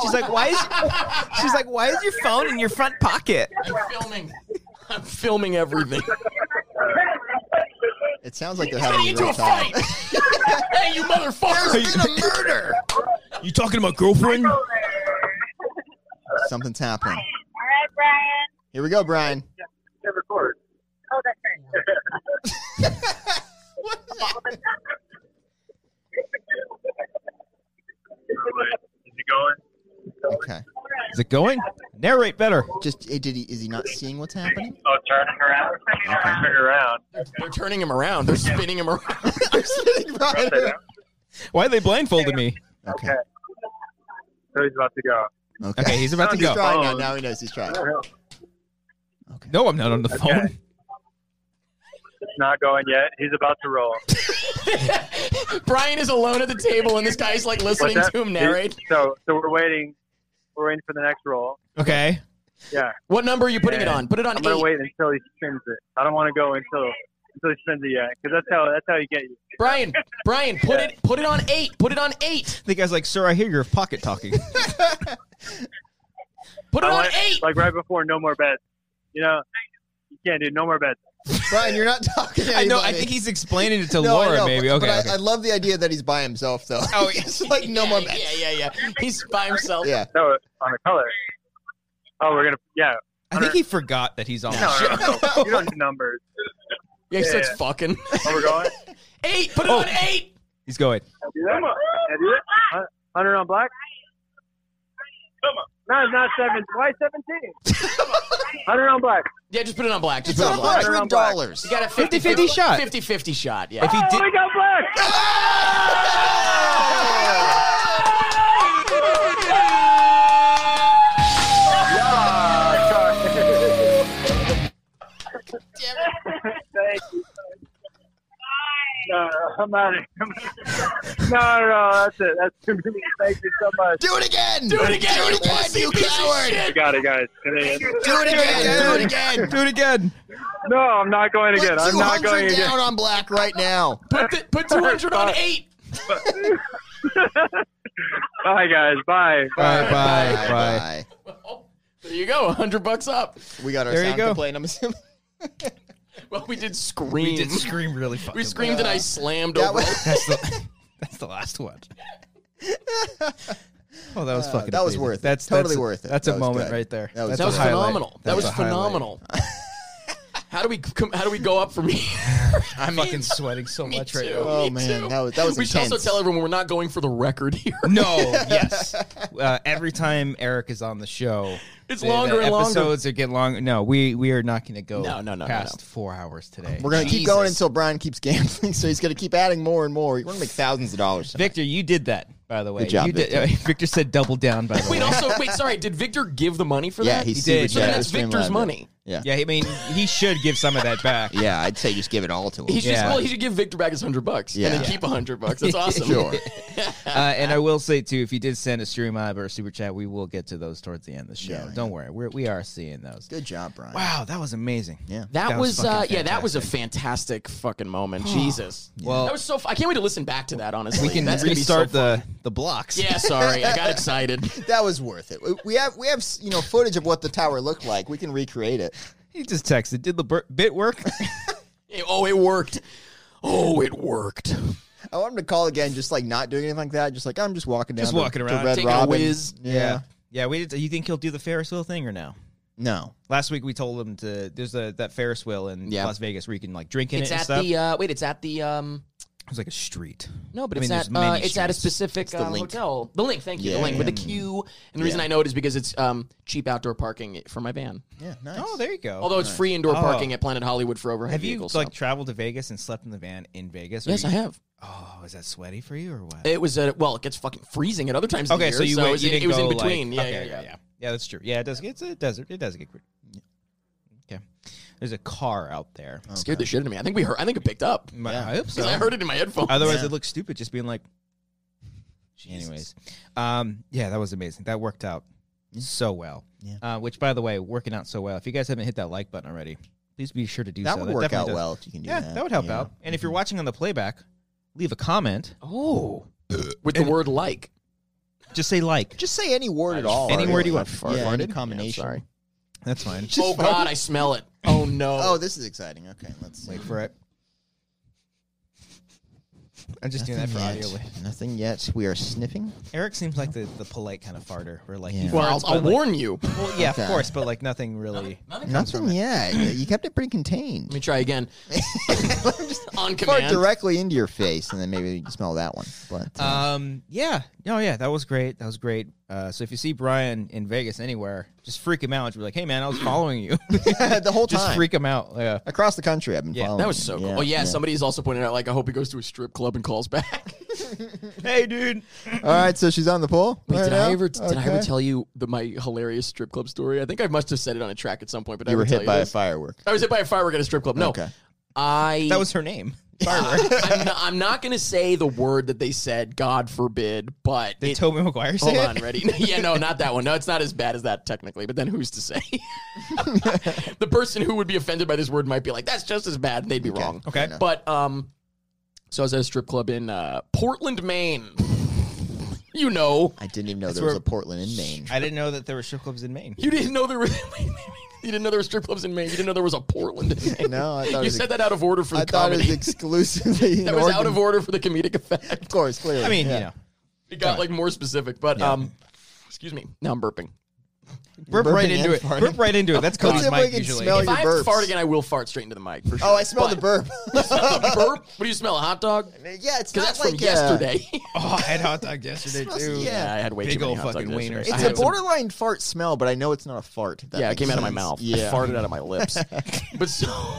A: she's like, why is, she's like, why is your phone in your front pocket?
C: I'm filming. I'm filming everything.
B: It sounds like they're
C: He's getting
B: having a
C: into
B: real
C: a
B: time.
C: fight. hey, you motherfucker!
B: There's been a murder.
A: You talking to my girlfriend?
B: Something's happening.
E: All right, Brian.
B: Here we go, Brian.
D: Hit record.
E: Oh, that's right.
D: Is he going?
B: Okay.
A: Is it going? Narrate better.
B: Just eh, did he? Is he not seeing what's happening?
D: Oh, turn him around. Turn it around.
C: They're turning him around. They're spinning him around.
B: I'm sitting right
D: Upside
B: here.
D: down.
A: Why they blindfolded me?
B: Okay.
D: Okay. So he's about to go.
B: Okay.
A: Okay, he's about to
B: he's
A: go.
B: trying now.
D: Oh.
B: Now he knows he's trying. Okay.
A: No, I'm not on the phone.
D: It's not going yet. He's about to roll.
C: Brian is alone at the table, and this guy's like listening
D: What's that?
C: to him narrate.
D: So, so we're waiting. We're waiting for the next roll.
A: Okay.
D: Yeah,
C: What number are you putting it
D: Yeah.
C: on? Put it on
D: I'm gonna
C: eight.
D: wait until he spins it. I don't want to go until until he spins it yet, because that's how that's how you get you.
C: Brian, Brian, put it, put it on eight. Put it on eight.
A: The guy's like, sir, I hear your pocket talking.
C: Put it
D: I
C: on
D: went,
C: eight.
D: Like right before no more bets. You know, you can't do no more bets.
B: Brian, you're not talking. To
A: I know. I
B: anybody.
A: think he's explaining it to
B: No, I
A: Laura.
B: know,
A: maybe.
B: but-
A: Okay.
B: But I,
A: okay.
B: I love the idea that he's by himself though.
A: Oh,
B: it's like no
C: yeah,
B: more
C: Yeah,
B: bets.
C: yeah, yeah. He's by himself.
B: Yeah.
D: No, on the color. Oh, we're gonna yeah.
A: I think he forgot that he's on.
D: No, no, no, no. you don't do numbers.
C: Yeah, he starts
D: Yeah.
C: fucking
D: Oh, we're going.
C: eight. Put it on eight.
A: He's going.
D: Can I do that? Can I do that? Hun- Hunter on black. Come on. No, it's not seven. Why seventeen? Hundred on black.
C: Yeah, just put it on black. Just
B: It's
C: put it
B: a
C: on black.
B: hundred dollars.
C: You got a 50
A: 50-50 shot.
C: 50 50 shot, yeah.
A: If you
D: Oh,
A: did,
D: we got black. Thank you. No, I'm out of here. No, no, no, that's it. That's too many. Thank you so much.
B: Do it again.
C: Do it again, you pussy,
B: you
C: piece of
B: coward.
C: shit.
D: I got it, guys. It is.
B: Do it again. Do it again.
A: do it again.
D: No, I'm not going again.
B: Put
D: I'm not going
B: 200
D: again.
B: down on black right now.
C: put, the, put 200 on 8.
D: Bye, guys. Bye.
A: Bye, bye, bye.
B: Bye.
C: There you go, 100 bucks up.
B: We got our
A: There you
B: sound
A: go.
B: complaint. I'm assuming.
C: Well, we did scream.
A: We did scream really fucking.
C: We screamed and I slammed
B: That
C: over.
B: was-
C: it.
A: That's the, that's the last one. Oh, that was
B: Uh,
A: fucking.
B: that was
A: amazing.
B: worth it.
A: That's
B: Totally
A: that's a-
B: worth it.
A: That's
B: That
A: a
B: was
A: moment
B: good.
A: right there.
B: That was
A: That's
C: That
A: a
C: was
A: highlight.
C: phenomenal. That
A: That's
C: was
A: a highlight.
C: phenomenal. How do we come, how do we go up from here?
A: I'm fucking sweating so
C: Me
A: much right
C: too.
A: now.
B: Oh,
C: Me
B: man,
C: too.
B: that was- that was
C: We should also
B: intense.
C: tell everyone we're not going for the record here.
A: No, yes. Uh, every time Eric is on the show,
C: It's
A: the-
C: longer
A: the
C: and longer.
A: Episodes are get longer. No, we we are not going to go
C: No, no, no, no,
A: past
C: no.
A: four hours today.
B: We're gonna keep
C: Jesus.
B: going until Brian keeps gambling, so he's gonna keep adding more and more. We're gonna make thousands of dollars. tonight.
A: Victor, you did that by the way.
B: Good job,
A: you did,
B: Victor.
A: Victor said double down by the
C: Wait,
A: way.
C: also, wait, sorry, did Victor give the money for
B: Yeah,
C: that?
B: he,
A: He
B: super
A: did. So
C: then
B: generous.
C: that's
B: Streamlined
C: Victor's
B: it.
C: money.
B: Yeah. yeah,
A: Yeah, I mean, he should give some of that back.
B: I'd say just give it all to him.
C: He should just,
A: Yeah.
C: well, he should give Victor back his hundred bucks and then
B: Yeah.
C: keep a hundred bucks. That's awesome.
B: Sure.
A: Uh, and I will say too, if you did send a stream mob or a super chat, we will get to those towards the end of the show.
B: Yeah, I
A: Don't worry, we're, we are seeing those.
B: Good job, Brian.
A: Wow, that was amazing.
B: Yeah.
C: That,
A: That was
C: was, uh,
A: fucking
C: yeah, that was a fantastic fucking moment. Jesus.
A: Well-
C: that was so. F- I can't wait to listen back to that. Honestly,
A: We can
C: That's gonna be so
A: restart
C: fun.
A: the the blocks.
C: Yeah, sorry, I got excited.
B: That was worth it. We- We have we have you know footage of what the tower looked like. We can recreate it.
A: He just texted, "Did the bur- bit work?"
C: It- oh, it worked. Oh, it worked.
B: I want him to call again, just like not doing anything like that. Just like I'm just walking down,
A: Just
B: to-
A: walking
B: to
A: around,
B: Red
C: taking a
B: Robin.
C: whiz.
B: Yeah.
A: yeah. We did, you think he'll do the Ferris wheel thing or no?
B: No.
A: Last week we told him to. There's a that Ferris wheel in
C: Yeah.
A: Las Vegas where you can like drink in
C: It's
A: it and
C: at
A: stuff.
C: the uh, wait. It's at the um.
A: it was like a street.
C: No, but
A: I
C: it's
A: mean,
C: at
A: there's
C: uh,
A: many
C: it's at a
A: streets.
C: specific
B: the
C: uh,
B: link.
C: hotel. The link, thank you.
B: Yeah,
C: the link with a
B: yeah.
C: Q. And the reason
B: Yeah.
C: I know it is because it's um, cheap outdoor parking for my van.
B: Yeah. Nice.
A: Oh, there you go.
C: Although it's free indoor
A: Oh.
C: parking at Planet Hollywood for overhead
A: have you
C: vehicles.
A: like
C: so-
A: traveled to Vegas and slept in the van in Vegas? or
C: yes,
A: you-
C: I have.
A: Oh, is that sweaty for you or what?
C: It was at well, it gets fucking freezing at other times. of the
A: okay,
C: year,
A: so you
C: it
A: went-
C: was,
A: you
C: in,
A: didn't
C: it was
A: go
C: in between.
A: Like,
C: yeah,
A: okay,
C: yeah, yeah,
A: yeah. Yeah, that's true. Yeah, it does. It's a desert. It does get pretty. Okay, there's a car out there.
C: Scared the shit out of me. I think we heard. I think it picked up
A: My-
B: Yeah.
A: I hope so.
C: because I heard it in my headphones.
A: Otherwise,
B: Yeah.
A: it looks stupid just being like. Anyways, um, yeah, that was amazing. That worked out so well.
B: Yeah.
A: Uh, which, by the way, working out so well. If you guys haven't hit that like button already, please be sure to do
B: That
A: so.
B: would work out
A: definitely does-
B: well if you can do
A: Yeah,
B: that.
A: that would help
B: Yeah. Mm-hmm.
A: out. And if you're watching on the playback, leave a comment.
C: oh,
A: Uh,
C: with the word like.
A: Just say like.
B: Just say any word
C: I
B: at
C: just
B: all.
C: farted.
A: Any word you
C: I
A: want.
C: farted.
B: Yeah, any
C: I'm
B: combination.
C: sorry.
A: That's fine.
B: Just
C: oh
B: farted.
C: God, I smell it. Oh no.
B: Oh, this is exciting. Okay, let's
A: Wait for it. I'm just doing that for
B: Nothing
A: audio.
B: yet. Nothing yet. We are sniffing.
A: Eric seems like the, the polite kind of farter. We're like,
B: Yeah.
A: he farts,
C: well, I'll,
A: but
C: I'll
A: like-
C: warn you.
A: Well, yeah,
B: Okay.
A: of course, but like nothing really.
B: Nothing yet. you kept it pretty contained.
C: Let me try again. on
B: Fart
C: command.
B: directly into your face, and then maybe you can smell that one. But uh,
A: Um. Yeah. No. Yeah. That was great. That was great. Uh, so if you see Brian in Vegas anywhere, just freak him out. Just be like, "Hey, man, I was following you."
B: the whole time,
A: Uh, just freak him out. Yeah.
B: across the country, I've been
A: Yeah,
B: following.
C: That was so
B: him.
C: cool. Oh yeah, somebody's also pointed out like I hope he goes to a strip club and calls back.
A: Hey, dude.
B: All right, so she's on the pole.
C: Wait,
B: right
C: did
B: now?
C: I ever did I ever
B: Okay.
C: tell you the my hilarious strip club story? I think I must have said it on a track at some point, but I
B: you were
C: would tell
B: hit by a
C: this.
B: firework?
C: I was hit by a firework at a strip club. No,
B: Okay.
C: I
A: That was her name. Firework.
C: I'm not, I'm not gonna say the word that they said. God forbid, but
A: Did
C: it-
A: Toby McGuire say it?
C: hold on, ready? yeah, no, not that one. No, it's not as bad as that technically. But then who's to say? the person who would be offended by this word might be like, "That's just as bad," and they'd be wrong.
A: Okay.
B: enough.
C: But um, so I was at a strip club in uh, Portland, Maine. you know,
B: I didn't even know
A: That's
B: there was
A: where-
B: a Portland in Maine.
A: I didn't know that there were strip clubs in Maine.
C: you didn't know there were. You didn't know there were strip clubs in Maine. You didn't know there was a Portland. In Maine.
B: No, I thought it
C: you
B: was-
C: said that out of order for the
B: I thought it
C: comedy.
B: was exclusively in
C: that was out
B: Oregon.
C: of order for the comedic effect.
B: Of course, clearly.
A: I mean,
B: yeah.
A: you know,
C: It got like more specific, but um, excuse me. Now I'm burping.
A: burp right
B: burping
A: into
B: and
A: it.
B: farting.
A: Burp right into it. That's Cody's
B: Let's see if we
A: mic
B: can
A: usually.
B: smell
C: If
B: Oh, your
C: I have to
B: burps.
C: fart again, I will fart straight into the mic for sure.
B: Oh, I smell the
C: But-
B: burp.
C: burp. What do you smell? A hot dog?
B: yeah, it's
C: Because
B: not
C: that's
B: like
C: from
B: uh,
C: yesterday.
A: Oh, I had hot dog yesterday too.
B: Yeah.
C: I had way
A: Big
C: too many
A: old
C: hot dog
A: fucking
C: dinners.
A: wieners.
C: I
B: It's
C: had
B: a
C: some-
B: borderline fart smell, but I know it's not a fart. if that
C: Yeah, it
B: makes
C: came out of my
B: sense.
C: mouth.
B: Yeah,
C: I farted out of my lips. but so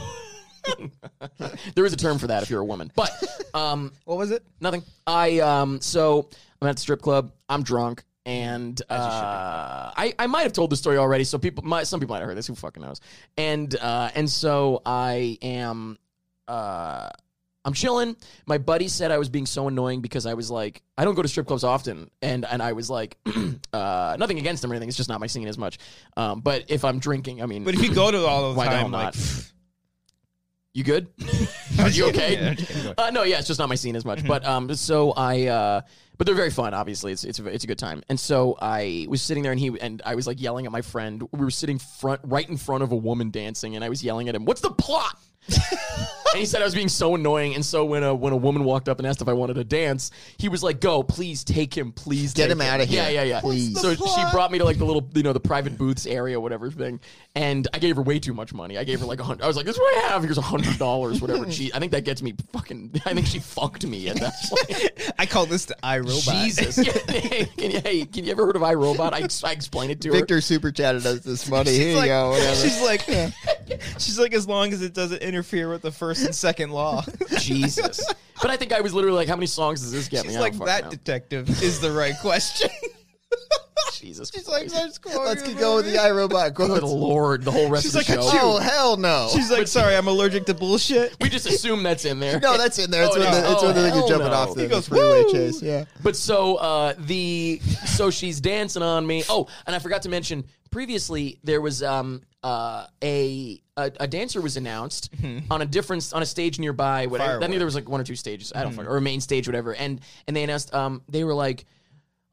C: there is a term for that if you're a woman. But um,
A: What was it?
C: nothing. I um, so I'm at the strip club. I'm drunk. And uh, I, I might have told the story already, so people might some people might have heard this. Who fucking knows? And uh, and so I am uh, I'm chilling. My buddy said I was being so annoying because I was like, I don't go to strip clubs often, and and I was like, uh, nothing against them or anything. It's just not my scene as much. Um, but if I'm drinking, I mean,
A: But if you go to all the
C: Why the hell
A: time, like,
C: not? you good? Are you okay?
A: Yeah, I'm just kidding. Go ahead.
C: Uh, no, yeah, it's just not my scene as much. But um, so I, uh, but they're very fun. Obviously, it's it's a, it's a good time. And so I was sitting there, and he and I was like yelling at my friend. We were sitting front right in front of a woman dancing, and I was yelling at him, "What's the plot?" and he said I was being so annoying. And so when a when a woman walked up and asked if I wanted to dance, he was like, "Go, please take him, please
B: Get
C: take
B: him outta here.
C: Yeah, yeah, yeah.
B: Please. What's
C: So
B: the
C: she brought me to like the little you know the private booths area, whatever thing. And I gave her way too much money. I gave her like a hundred. I was like, "This is what I have. Here's a hundred dollars, whatever." She, I think that gets me fucking. I think she fucked me at that point.
A: I call this the iRobot.
C: Jesus. Yeah, can you, hey, can you ever heard of iRobot? I, ex- I explained it to her.
B: Victor super chatted us this money. Here you
A: like,
B: go. Whatever.
A: She's like, she's like, as long as it doesn't interfere with the first and second law.
C: Jesus. But I think I was literally like, "How many songs does this get
A: She's
C: me?" I
A: like,
C: don't fucking
A: that
C: know.
A: detective is the right question.
C: Jesus.
A: she's like,
C: Christ.
A: let's go.
B: Let's get going with the iRobot
C: Good
B: quotes.
C: lord, the whole rest
A: She's
C: of
A: like,
C: the show.
A: "Achoo."
B: Oh hell no!
A: She's like, sorry, I'm allergic to bullshit.
C: We just assume that's in there.
B: No, that's in there. It's
C: Oh,
B: when
C: no.
B: the, it's
C: Oh,
B: when they're
C: hell
B: jumping
C: no.
B: off the,
A: He goes,
B: the freeway
A: "Woo!"
B: chase. Yeah,
C: But so uh, the so she's dancing on me. Oh, and I forgot to mention previously there was um uh a a, a dancer was announced
A: Mm-hmm.
C: on a different on a stage nearby. Whatever. I think
A: Firework.
C: there was like one or two stages. I don't
A: Mm-hmm.
C: fuck- or a main stage, whatever. And and they announced um they were like.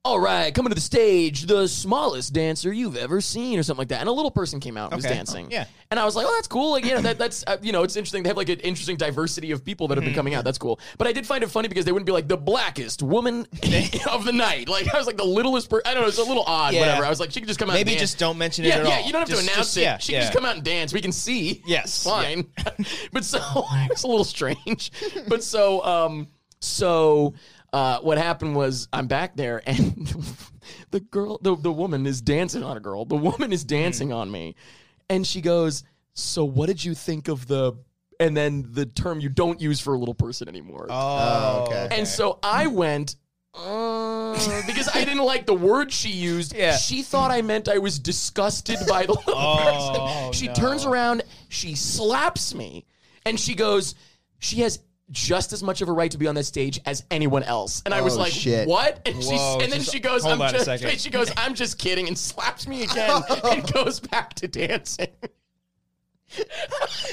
C: All right, coming to the stage, the smallest dancer you've ever seen, or something like that. And a little person came out and was
A: Okay.
C: dancing.
A: Yeah.
C: And I was like, oh, that's cool. Like, yeah, that, that's, uh, you know, it's interesting. They have like an interesting diversity of people that have
A: Hmm.
C: been coming out. That's cool. But I did find it funny because they wouldn't be like the blackest woman of the night. Like, I was like the littlest person. I don't know. It's a little odd,
A: Yeah.
C: whatever. I was like, she can just come out
A: Maybe
C: and dance.
A: just don't mention it
C: Yeah,
A: at
C: yeah,
A: all.
C: you don't have
A: Just-
C: to announce
A: just-
C: it.
A: yeah,
C: she
A: yeah.
C: can just come out and dance. We can see.
A: Yes,
C: It's fine. but so it was a little strange. But so um so uh what happened was I'm back there and the girl the, the woman is dancing on a girl. The woman is dancing
A: Hmm.
C: on me. And she goes, "So what did you think of the and then the term you don't use for a little person anymore?"
A: Oh,
B: okay.
C: And so I went uh, because I didn't like the word she used.
A: Yeah.
C: She thought I meant I was disgusted by the little
A: Oh,
C: person. She
A: no.
C: turns around, she slaps me, and she goes, she has just as much of a right to be on that stage as anyone else. And I was
B: Oh,
C: like,
B: shit.
C: what? And
A: Whoa,
C: she and then
A: just-
C: she goes,
A: hold
C: I'm
A: on a
C: just
A: second.
C: she goes, I'm just kidding, and slaps me again and goes back to dancing.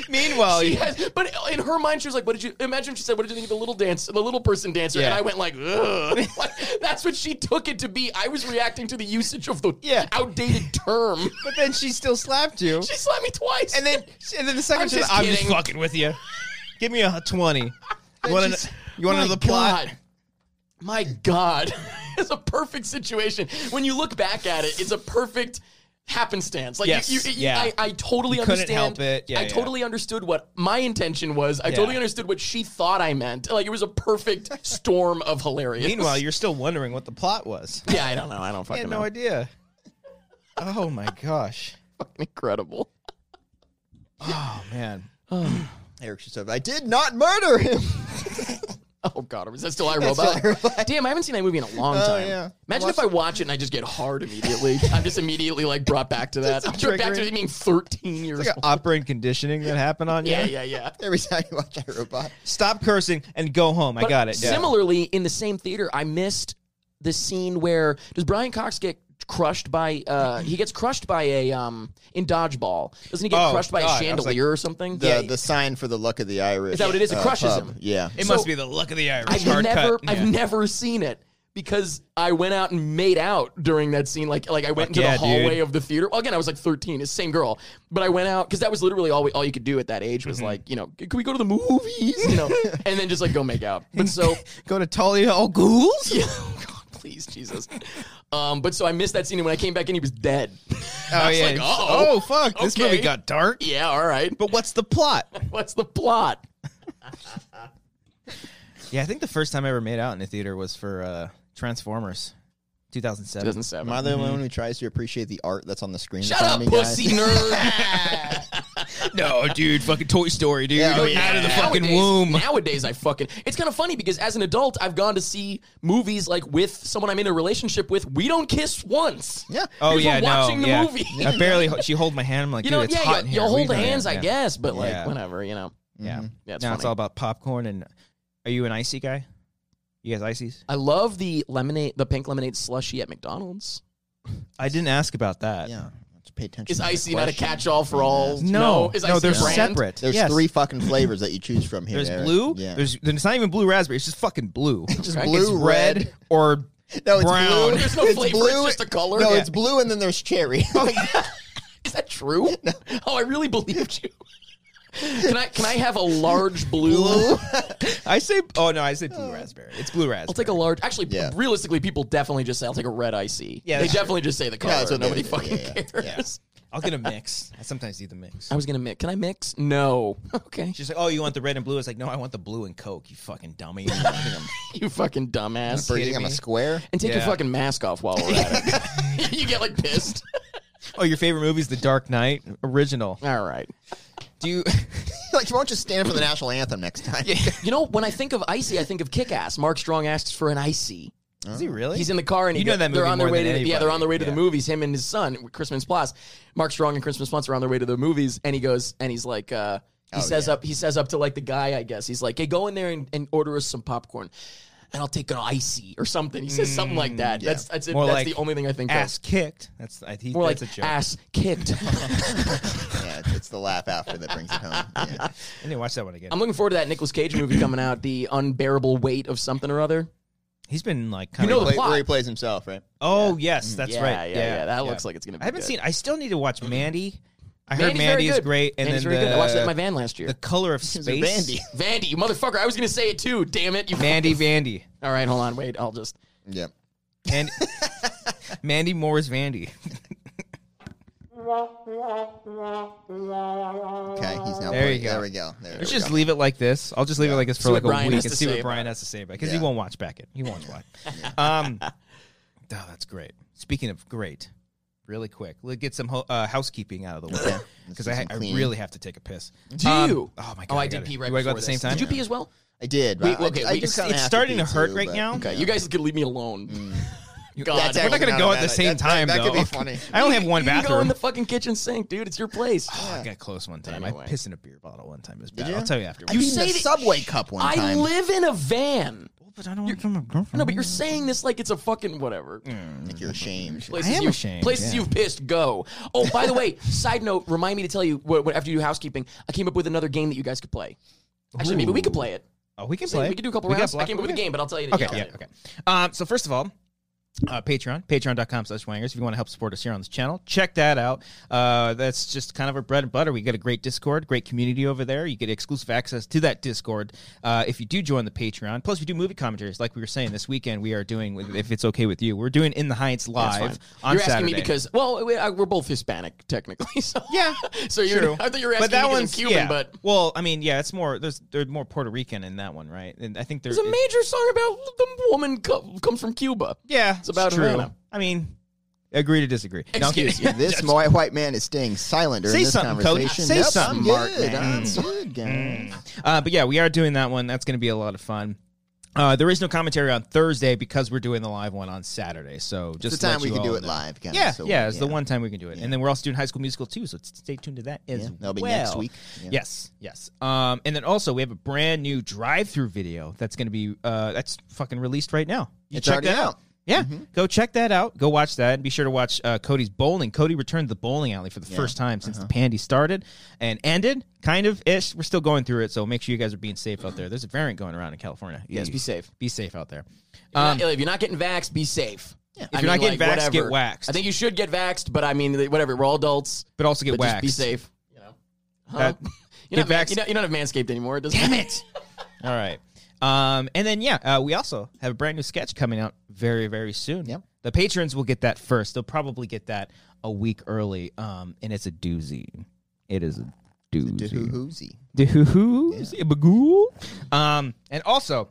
A: Meanwhile,
C: She has, but in her mind, she was like, "What did you imagine?" She said, "What did you think of the little dance, the little person dancer?" And
A: Yeah.
C: I went like, "Ugh." Like, that's what she took it to be. I was reacting to the usage of the
A: Yeah.
C: outdated term.
A: but then she still slapped you.
C: she slapped me twice,
A: And then, and then the second
C: I'm
A: she's
C: just
A: like, I'm just
C: kidding.
A: fucking with you. Give me a 20. You want
C: just-
A: to you wanna know
C: My
A: the plot?
C: God. My God, it's a perfect situation. When you look back at it, it's a perfect happenstance. Like
A: Yes,
C: you, you, you-
A: yeah.
C: I, I totally
A: You couldn't
C: understand.
A: help it. Yeah,
C: I
A: yeah.
C: totally understood what my intention was. I totally understood what she thought I meant. Like it was a perfect storm of hilarious.
A: Meanwhile, you're still wondering what the plot was.
C: Yeah, I don't know. I don't
A: I
C: fucking
A: had
C: know.
A: no idea. Oh my gosh.
C: Incredible.
A: Oh man.
B: Eric should have. I did not murder him.
C: Oh god, is that still
B: still
C: iRobot?
B: iRobot.
C: Damn, I haven't seen that movie in a long
B: Oh,
C: time.
B: yeah.
C: Imagine
B: I
C: if I watch it and I just get hard immediately. I'm just immediately like brought back to that.
A: Just
C: I'm brought back to
A: triggering.
C: being 13 years
A: It's like
C: old.
A: an operant conditioning that happened on you.
C: yeah, yeah, yeah.
B: Every time you watch iRobot,
A: Stop cursing and go home. I
C: But
A: got it. Yeah.
C: Similarly, in the same theater, I missed the scene where does Brian Cox get crushed by uh he gets crushed by a um in dodgeball doesn't he get
A: Oh,
C: crushed by
A: God, I
C: a
A: was
C: chandelier or something
B: the
C: Yeah.
B: the sign for the luck of the Irish. uh,
C: Is that what it is? It crushes him.
B: Yeah.
A: It
C: So-
A: must be the luck of the Irish.
C: I've
A: Hard
C: never,
A: cut.
C: I've
A: Yeah.
C: never seen it because I went out and made out during that scene. Like, like I went
A: Fuck
C: into
A: yeah,
C: the hallway
A: dude.
C: of the theater. Well, again, I was like 13, it's the same girl, but I went out because that was literally all we, all you could do at that age was
A: Mm-hmm.
C: like, you know, can we go to the movies, you know, and then just like go make out. But so,
A: go to Talia O'Ghouls.
C: yeah, oh, God, please, Jesus. Um, but so I missed that scene, and when I came back in, he was dead.
A: Oh
C: was
A: yeah.
C: like,
A: it's-
C: "Uh-oh.
A: oh fuck. This
C: Okay.
A: movie got dark.
C: yeah, all right. But
A: But what's the plot?
C: what's the plot?
A: yeah, I think the first time I ever made out in a theater was for uh, Transformers, 2007.
C: 2007.
B: Am I the one who tries to appreciate the art that's on the screen? in
C: Shut
B: front
C: up,
B: of me, guys?
C: pussy nerd.
A: No, dude, fucking Toy Story, dude.
B: Yeah, oh, yeah.
A: Out of the fucking
C: nowadays,
A: womb.
C: Nowadays, I fucking. It's kind of funny because as an adult, I've gone to see movies like with someone I'm in a relationship with. We don't kiss once.
B: Yeah.
A: Oh
C: Because we're
A: yeah, no,
C: watching the
A: yeah.
C: movie.
A: I barely. She hold my hand. I'm like,
C: You
A: dude,
C: know,
A: it's
C: yeah,
A: hot
C: you'll,
A: in here.
C: you'll
A: What are you
C: hold the
A: doing?
C: hands, I
A: Yeah.
C: guess, but like
A: Yeah.
C: whatever, you know.
B: Mm-hmm.
A: Yeah.
C: Yeah, it's
A: now it's
C: funny.
A: all about popcorn and. Are you an icy guy? You guys ices?
C: I love the lemonade, the pink lemonade slushy at McDonald's.
A: I didn't ask about that.
B: Yeah. Let's pay attention.
C: Is
B: to the
C: icy not a
B: question.
C: catch-all for all?
A: No,
C: is
A: no,
C: icy
A: they're
C: a brand?
A: separate.
B: There's
A: Yes.
B: three fucking flavors that you choose from here.
A: There's
B: Eric.
A: blue.
B: Yeah.
A: There's. then It's not even blue raspberry. It's just fucking blue.
B: just
C: Okay.
B: blue,
A: It's red, or
B: No, it's
A: brown.
B: blue.
C: There's no
B: It's
C: flavor.
B: blue.
C: It's just a color.
B: No,
C: Yeah.
B: it's blue and then there's cherry.
C: Is that true? Oh, I really believed you. Can I can I have a large blue?
A: I say. Oh no, I say blue raspberry. It's blue raspberry.
C: I'll take a large. Actually,
B: Yeah.
C: realistically, people definitely just say I'll take a red icy.
A: Yeah,
C: they
A: that's
C: definitely just say the color.
B: that's what they
C: Nobody
B: do.
C: fucking
B: Yeah, yeah,
C: cares.
B: yeah.
A: I'll get a mix. I sometimes do the mix.
C: I was gonna mix. Can I mix? No. Okay.
A: She's like, "Oh, you want the red and blue?" It's like, "No, I want the blue and Coke." You fucking dummy. That's
C: You fucking dumbass.
B: For you think I'm a
A: me?
B: square.
C: And take your
A: Yeah.
C: fucking mask off while we're at it. you get like pissed.
A: Oh, your favorite movie is The Dark Knight original.
C: All right.
A: Do you?
B: like, why don't you stand for the national anthem next time?
C: You know, when I think of icy, I think of kick ass. Mark Strong asks for an icy.
A: Is he really?
C: He's in the car and he
A: You know
C: go-
A: that
C: they're
A: movie
C: on their
A: more
C: way
A: than
C: to the, yeah they're on their way to the
A: anybody.
C: movies. Him and his son, Christmas Plus, Mark Strong and Christmas Plus are on their way to the movies, and he goes and he's like. Uh, he
A: Oh,
C: says up. He says up to like the guy. I guess he's like, "Hey, go in there and, and order us some popcorn, and I'll take an icy or something." He says something like that. That's that's it.
A: Mm, More
C: that's
A: like
C: the only thing I think
A: ass kicked. That's I think
C: of. More
A: that's
C: like
A: a joke.
C: ass kicked.
B: yeah, it's- it's the laugh after that brings it home. Yeah.
A: I need to watch that one again.
C: I'm looking forward to that Nicolas Cage movie coming out. The unbearable weight of something or other.
A: He's been like kind
C: You know
A: of.
C: the
B: Play-
C: plot.
B: Where he plays himself, right?
A: oh yes, that's
C: yeah,
A: right.
C: Yeah, yeah, That looks like it's gonna. be
A: I haven't
C: good. Mm-hmm.
A: seen. I still need to watch Mandy. I heard
C: Mandy's very
A: Mandy is
C: good.
A: great, and
C: Mandy's
A: then
C: very
A: the,
C: good. I watched that in my van last year.
A: the color of
B: He's a
A: space.
B: Bandy.
C: Vandy, you motherfucker! I was gonna say it too. Damn it, you
A: Mandy, Vandy,
C: All right, hold on. Wait, I'll just.
B: Yeah.
A: and Mandy Moore's Vandy.
B: Okay, he's
A: There
B: now playing.
A: you go.
B: There we go. There
A: Let's
B: we
A: just
B: go.
A: leave it like this. I'll just leave it like this for
C: See
A: like
C: what Brian
A: a week
C: has to
A: and see
C: say
A: what
C: about
A: Brian has to say about it because
B: Yeah.
A: he won't watch back it. He won't watch. Um, oh, that's great. Speaking of great, really quick, let's get some ho- uh, housekeeping out of the way because
B: do
A: I,
B: some
A: I
B: cleaning.
A: really have to take a piss.
C: Do you?
A: Oh my god!
C: Oh, I,
A: gotta-
C: did pee right
A: Do I go
C: before
A: at the same
C: this.
A: time?
C: Did you pee as well?
B: I did.
C: We-
B: but I-
C: okay,
B: I,
C: we-
B: do
C: it's-
B: kinda
A: it's
B: have
A: starting to
B: pee,
A: hurt
B: too,
A: right
B: but-
A: now.
C: Okay, you guys could leave me alone. God,
B: That's
C: we're
A: We're not
B: actually
A: gonna go at
B: not
A: the
B: a-
A: same
B: that-
A: time
B: That
A: though.
B: could be funny.
A: I only have one
C: you can
A: bathroom.
C: go in the fucking kitchen sink, dude. It's your place.
A: Oh, I got close one time.
C: Anyway.
A: I pissed in a beer bottle one time. It was bad.
B: you?
A: I'll tell you after.
B: You
C: say
B: say the
C: that-
B: Subway cup one
C: I
B: time.
C: live in a van.
A: but I don't want to become a girlfriend.
C: No, but you're saying this like it's a fucking whatever.
B: Like you're ashamed.
C: Places
A: I am
C: you,
A: ashamed,
C: Places
A: yeah.
C: you've pissed, go. Oh, by the way, side note, remind me to tell you what, what, after you do housekeeping, I came up with another game that you guys could play. Actually, maybe we could play it.
A: Oh, we can
C: So
A: play.
C: We could do a couple
A: We got
C: rounds. I
A: block-
C: came up with a game, but I'll tell you.
A: Okay,
C: I'll
A: yeah,
C: tell you.
A: okay. Um, so first of all, uh, Patreon, patreon.com slash wangers. If you want to help support us here on this channel, check that out. Uh, that's just kind of our bread and butter. We got a great Discord, great community over there. You get exclusive access to that Discord uh, if you do join the Patreon. Plus, we do movie commentaries. Like we were saying this weekend, we are doing, with, if it's okay with you, we're doing In the Heights
C: That's
A: live
C: fine.
A: on
C: you're asking
A: Saturday.
C: me because well, we, I, we're both Hispanic technically. So
A: Yeah,
C: so you're.
A: True.
C: I thought you were asking me because I'm Cuban,
A: yeah.
C: but
A: well, I mean, yeah, it's more there's there's more Puerto Rican in that one, right? And I think there's
C: there's a major song about the woman co- comes from Cuba.
A: yeah,
C: It's about
A: true.
C: Havana.
A: I mean, agree to disagree. No, I'm
C: Excuse
A: kidding.
C: you.
B: This my white man is staying silent during
A: Say
B: this
A: something, Cody.
B: conversation.
A: Say
B: Yep,
A: something,
B: I'm
A: Mark,
B: good.
A: man.
B: I'm good, guys.
A: Uh, but yeah, we are doing that one. That's going to be a lot of fun. Uh, there is no commentary on Thursday because we're doing the live one on Saturday. So just
B: It's the
A: to let
B: time we
A: you
B: can
A: all
B: do it
A: know.
B: live, guys.
A: Yeah,
B: So,
A: yeah, it's the one time we can do it, and then we're also doing High School Musical too. So stay tuned to that as
B: Yeah, that'll be
A: well.
B: next week. Yeah.
A: Yes, yes. Um, and then also we have a brand new drive-through video that's going to be uh, that's fucking released right now. You
B: It's
A: check
B: already
A: that out.
B: out. Mm-hmm.
A: Yeah, go check that out. Go watch that, and be sure to watch uh, Cody's bowling. Cody returned to the bowling alley for the first time since
B: Uh-huh.
A: the pandy started and ended, kind of ish. We're still going through it, so make sure you guys are being safe out there. There's a variant going around in California. You
C: Yes, be safe.
A: Be safe out there. Um,
C: Not- if you're not getting vaxxed, be safe.
A: If you're not getting vaxxed, get waxed.
C: I think you should get vaxxed, but I mean, whatever. We're all adults.
A: But also get
C: but Just be
A: waxed.
C: safe. You know. Huh?
A: That-
C: you're,
A: get
C: not man-
A: vaxxed.
C: you don't- you don't have Manscaped anymore. It doesn't Damn it.
A: All right. Um, and then yeah, uh, we also have a brand new sketch coming out very very soon.
B: Yep.
A: The patrons will get that first. They'll probably get that a week early. Um, and it's a doozy. It is a doozy.
B: Doozy.
A: Doozy. Bagoo. Um, and also,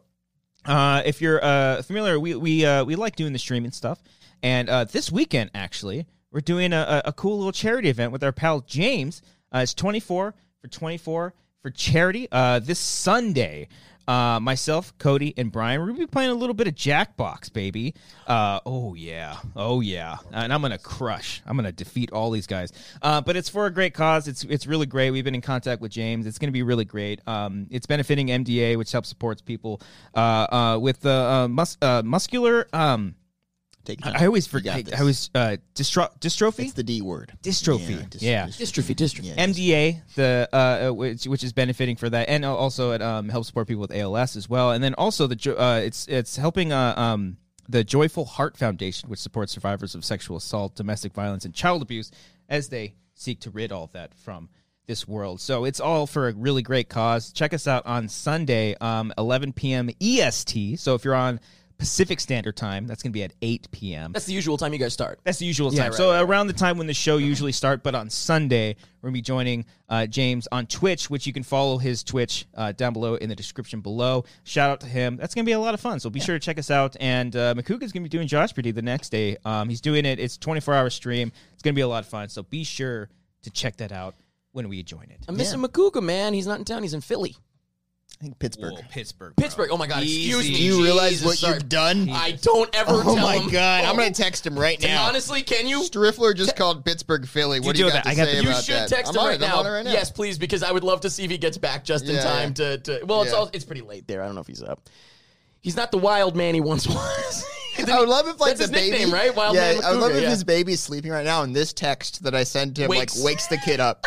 A: uh, if you're uh, familiar, we we uh, we like doing the streaming stuff. And uh, this weekend, actually, we're doing a, a a cool little charity event with our pal James. Uh, it's 24 for 24 for charity. Uh, this Sunday, uh, myself, Cody, and Brian, we're gonna be playing a little bit of Jackbox, baby. Uh, oh yeah, oh yeah, and I'm gonna crush. I'm gonna defeat all these guys. Uh, but it's for a great cause. It's it's really great. We've been in contact with James. It's gonna be really great. Um, it's benefiting MDA, which helps supports people uh, uh, with the uh, mus- uh, muscular. Um,
B: Take it.
A: I I always
B: got
A: forget.
B: Uh, this.
A: I was uh, dystro- dystrophy.
B: It's the D word.
A: Dystrophy. Yeah.
C: Dystrophy, dystrophy.
B: Yeah.
A: MDA, the uh, uh, which which is benefiting for that, and also it um, helps support people with ALS as well, and then also the jo- uh, it's it's helping uh, um, the Joyful Heart Foundation, which supports survivors of sexual assault, domestic violence, and child abuse as they seek to rid all of that from this world. So it's all for a really great cause. Check us out on Sunday, um, 11 p.m. EST. E So if you're on Pacific Standard Time, that's going to be at 8 p.m.
C: That's the usual time you guys start.
A: That's the usual time.
C: Yeah, right,
A: so
C: right, right.
A: around the time when the show usually start, but on Sunday we're gonna be joining uh, James on Twitch, which you can follow his Twitch uh, down below in the description below. Shout out to him. That's gonna be a lot of fun. So be sure to check us out. And uh, Makuka's gonna be doing Josh Pretty the next day. Um, he's doing it. It's a 24 hour stream. It's gonna be a lot of fun. So be sure to check that out when we join it.
C: I'm missing Makuga, Uh, man. He's not in town. He's in Philly.
B: I think Pittsburgh.
A: Whoa, Pittsburgh. bro.
C: Pittsburgh. Oh, my God. Excuse
A: Easy.
C: me.
B: Do you realize
C: Jesus,
B: what
C: sorry.
B: you've done?
C: I don't ever
B: oh
C: tell
B: my
C: him.
B: god! I'm
C: Oh.
B: gonna text him right
C: And
B: now.
C: Honestly, can you?
B: Striffler just called Pittsburgh Philly. What do
A: do
B: you got
A: that.
B: to
A: I got
B: say
A: the-
C: You
B: about
C: should
B: that?
C: text
B: I'm
C: him
B: on
C: right,
B: it. I'm
C: now.
B: on it right now.
C: Yes, please, because I would love to see if he gets back just in
B: Yeah,
C: time to, to. Well, it's
B: Yeah.
C: all, it's pretty late there. I don't know if he's up. He's not the wild man he once was.
B: I would love if like
C: That's
B: the
C: his
B: baby,
C: nickname, right? Wild
B: yeah,
C: Man
B: I would love
C: Makuga,
B: if
C: yeah.
B: his baby is sleeping right now, and this text that I sent to him
C: Wakes.
B: like wakes the kid up.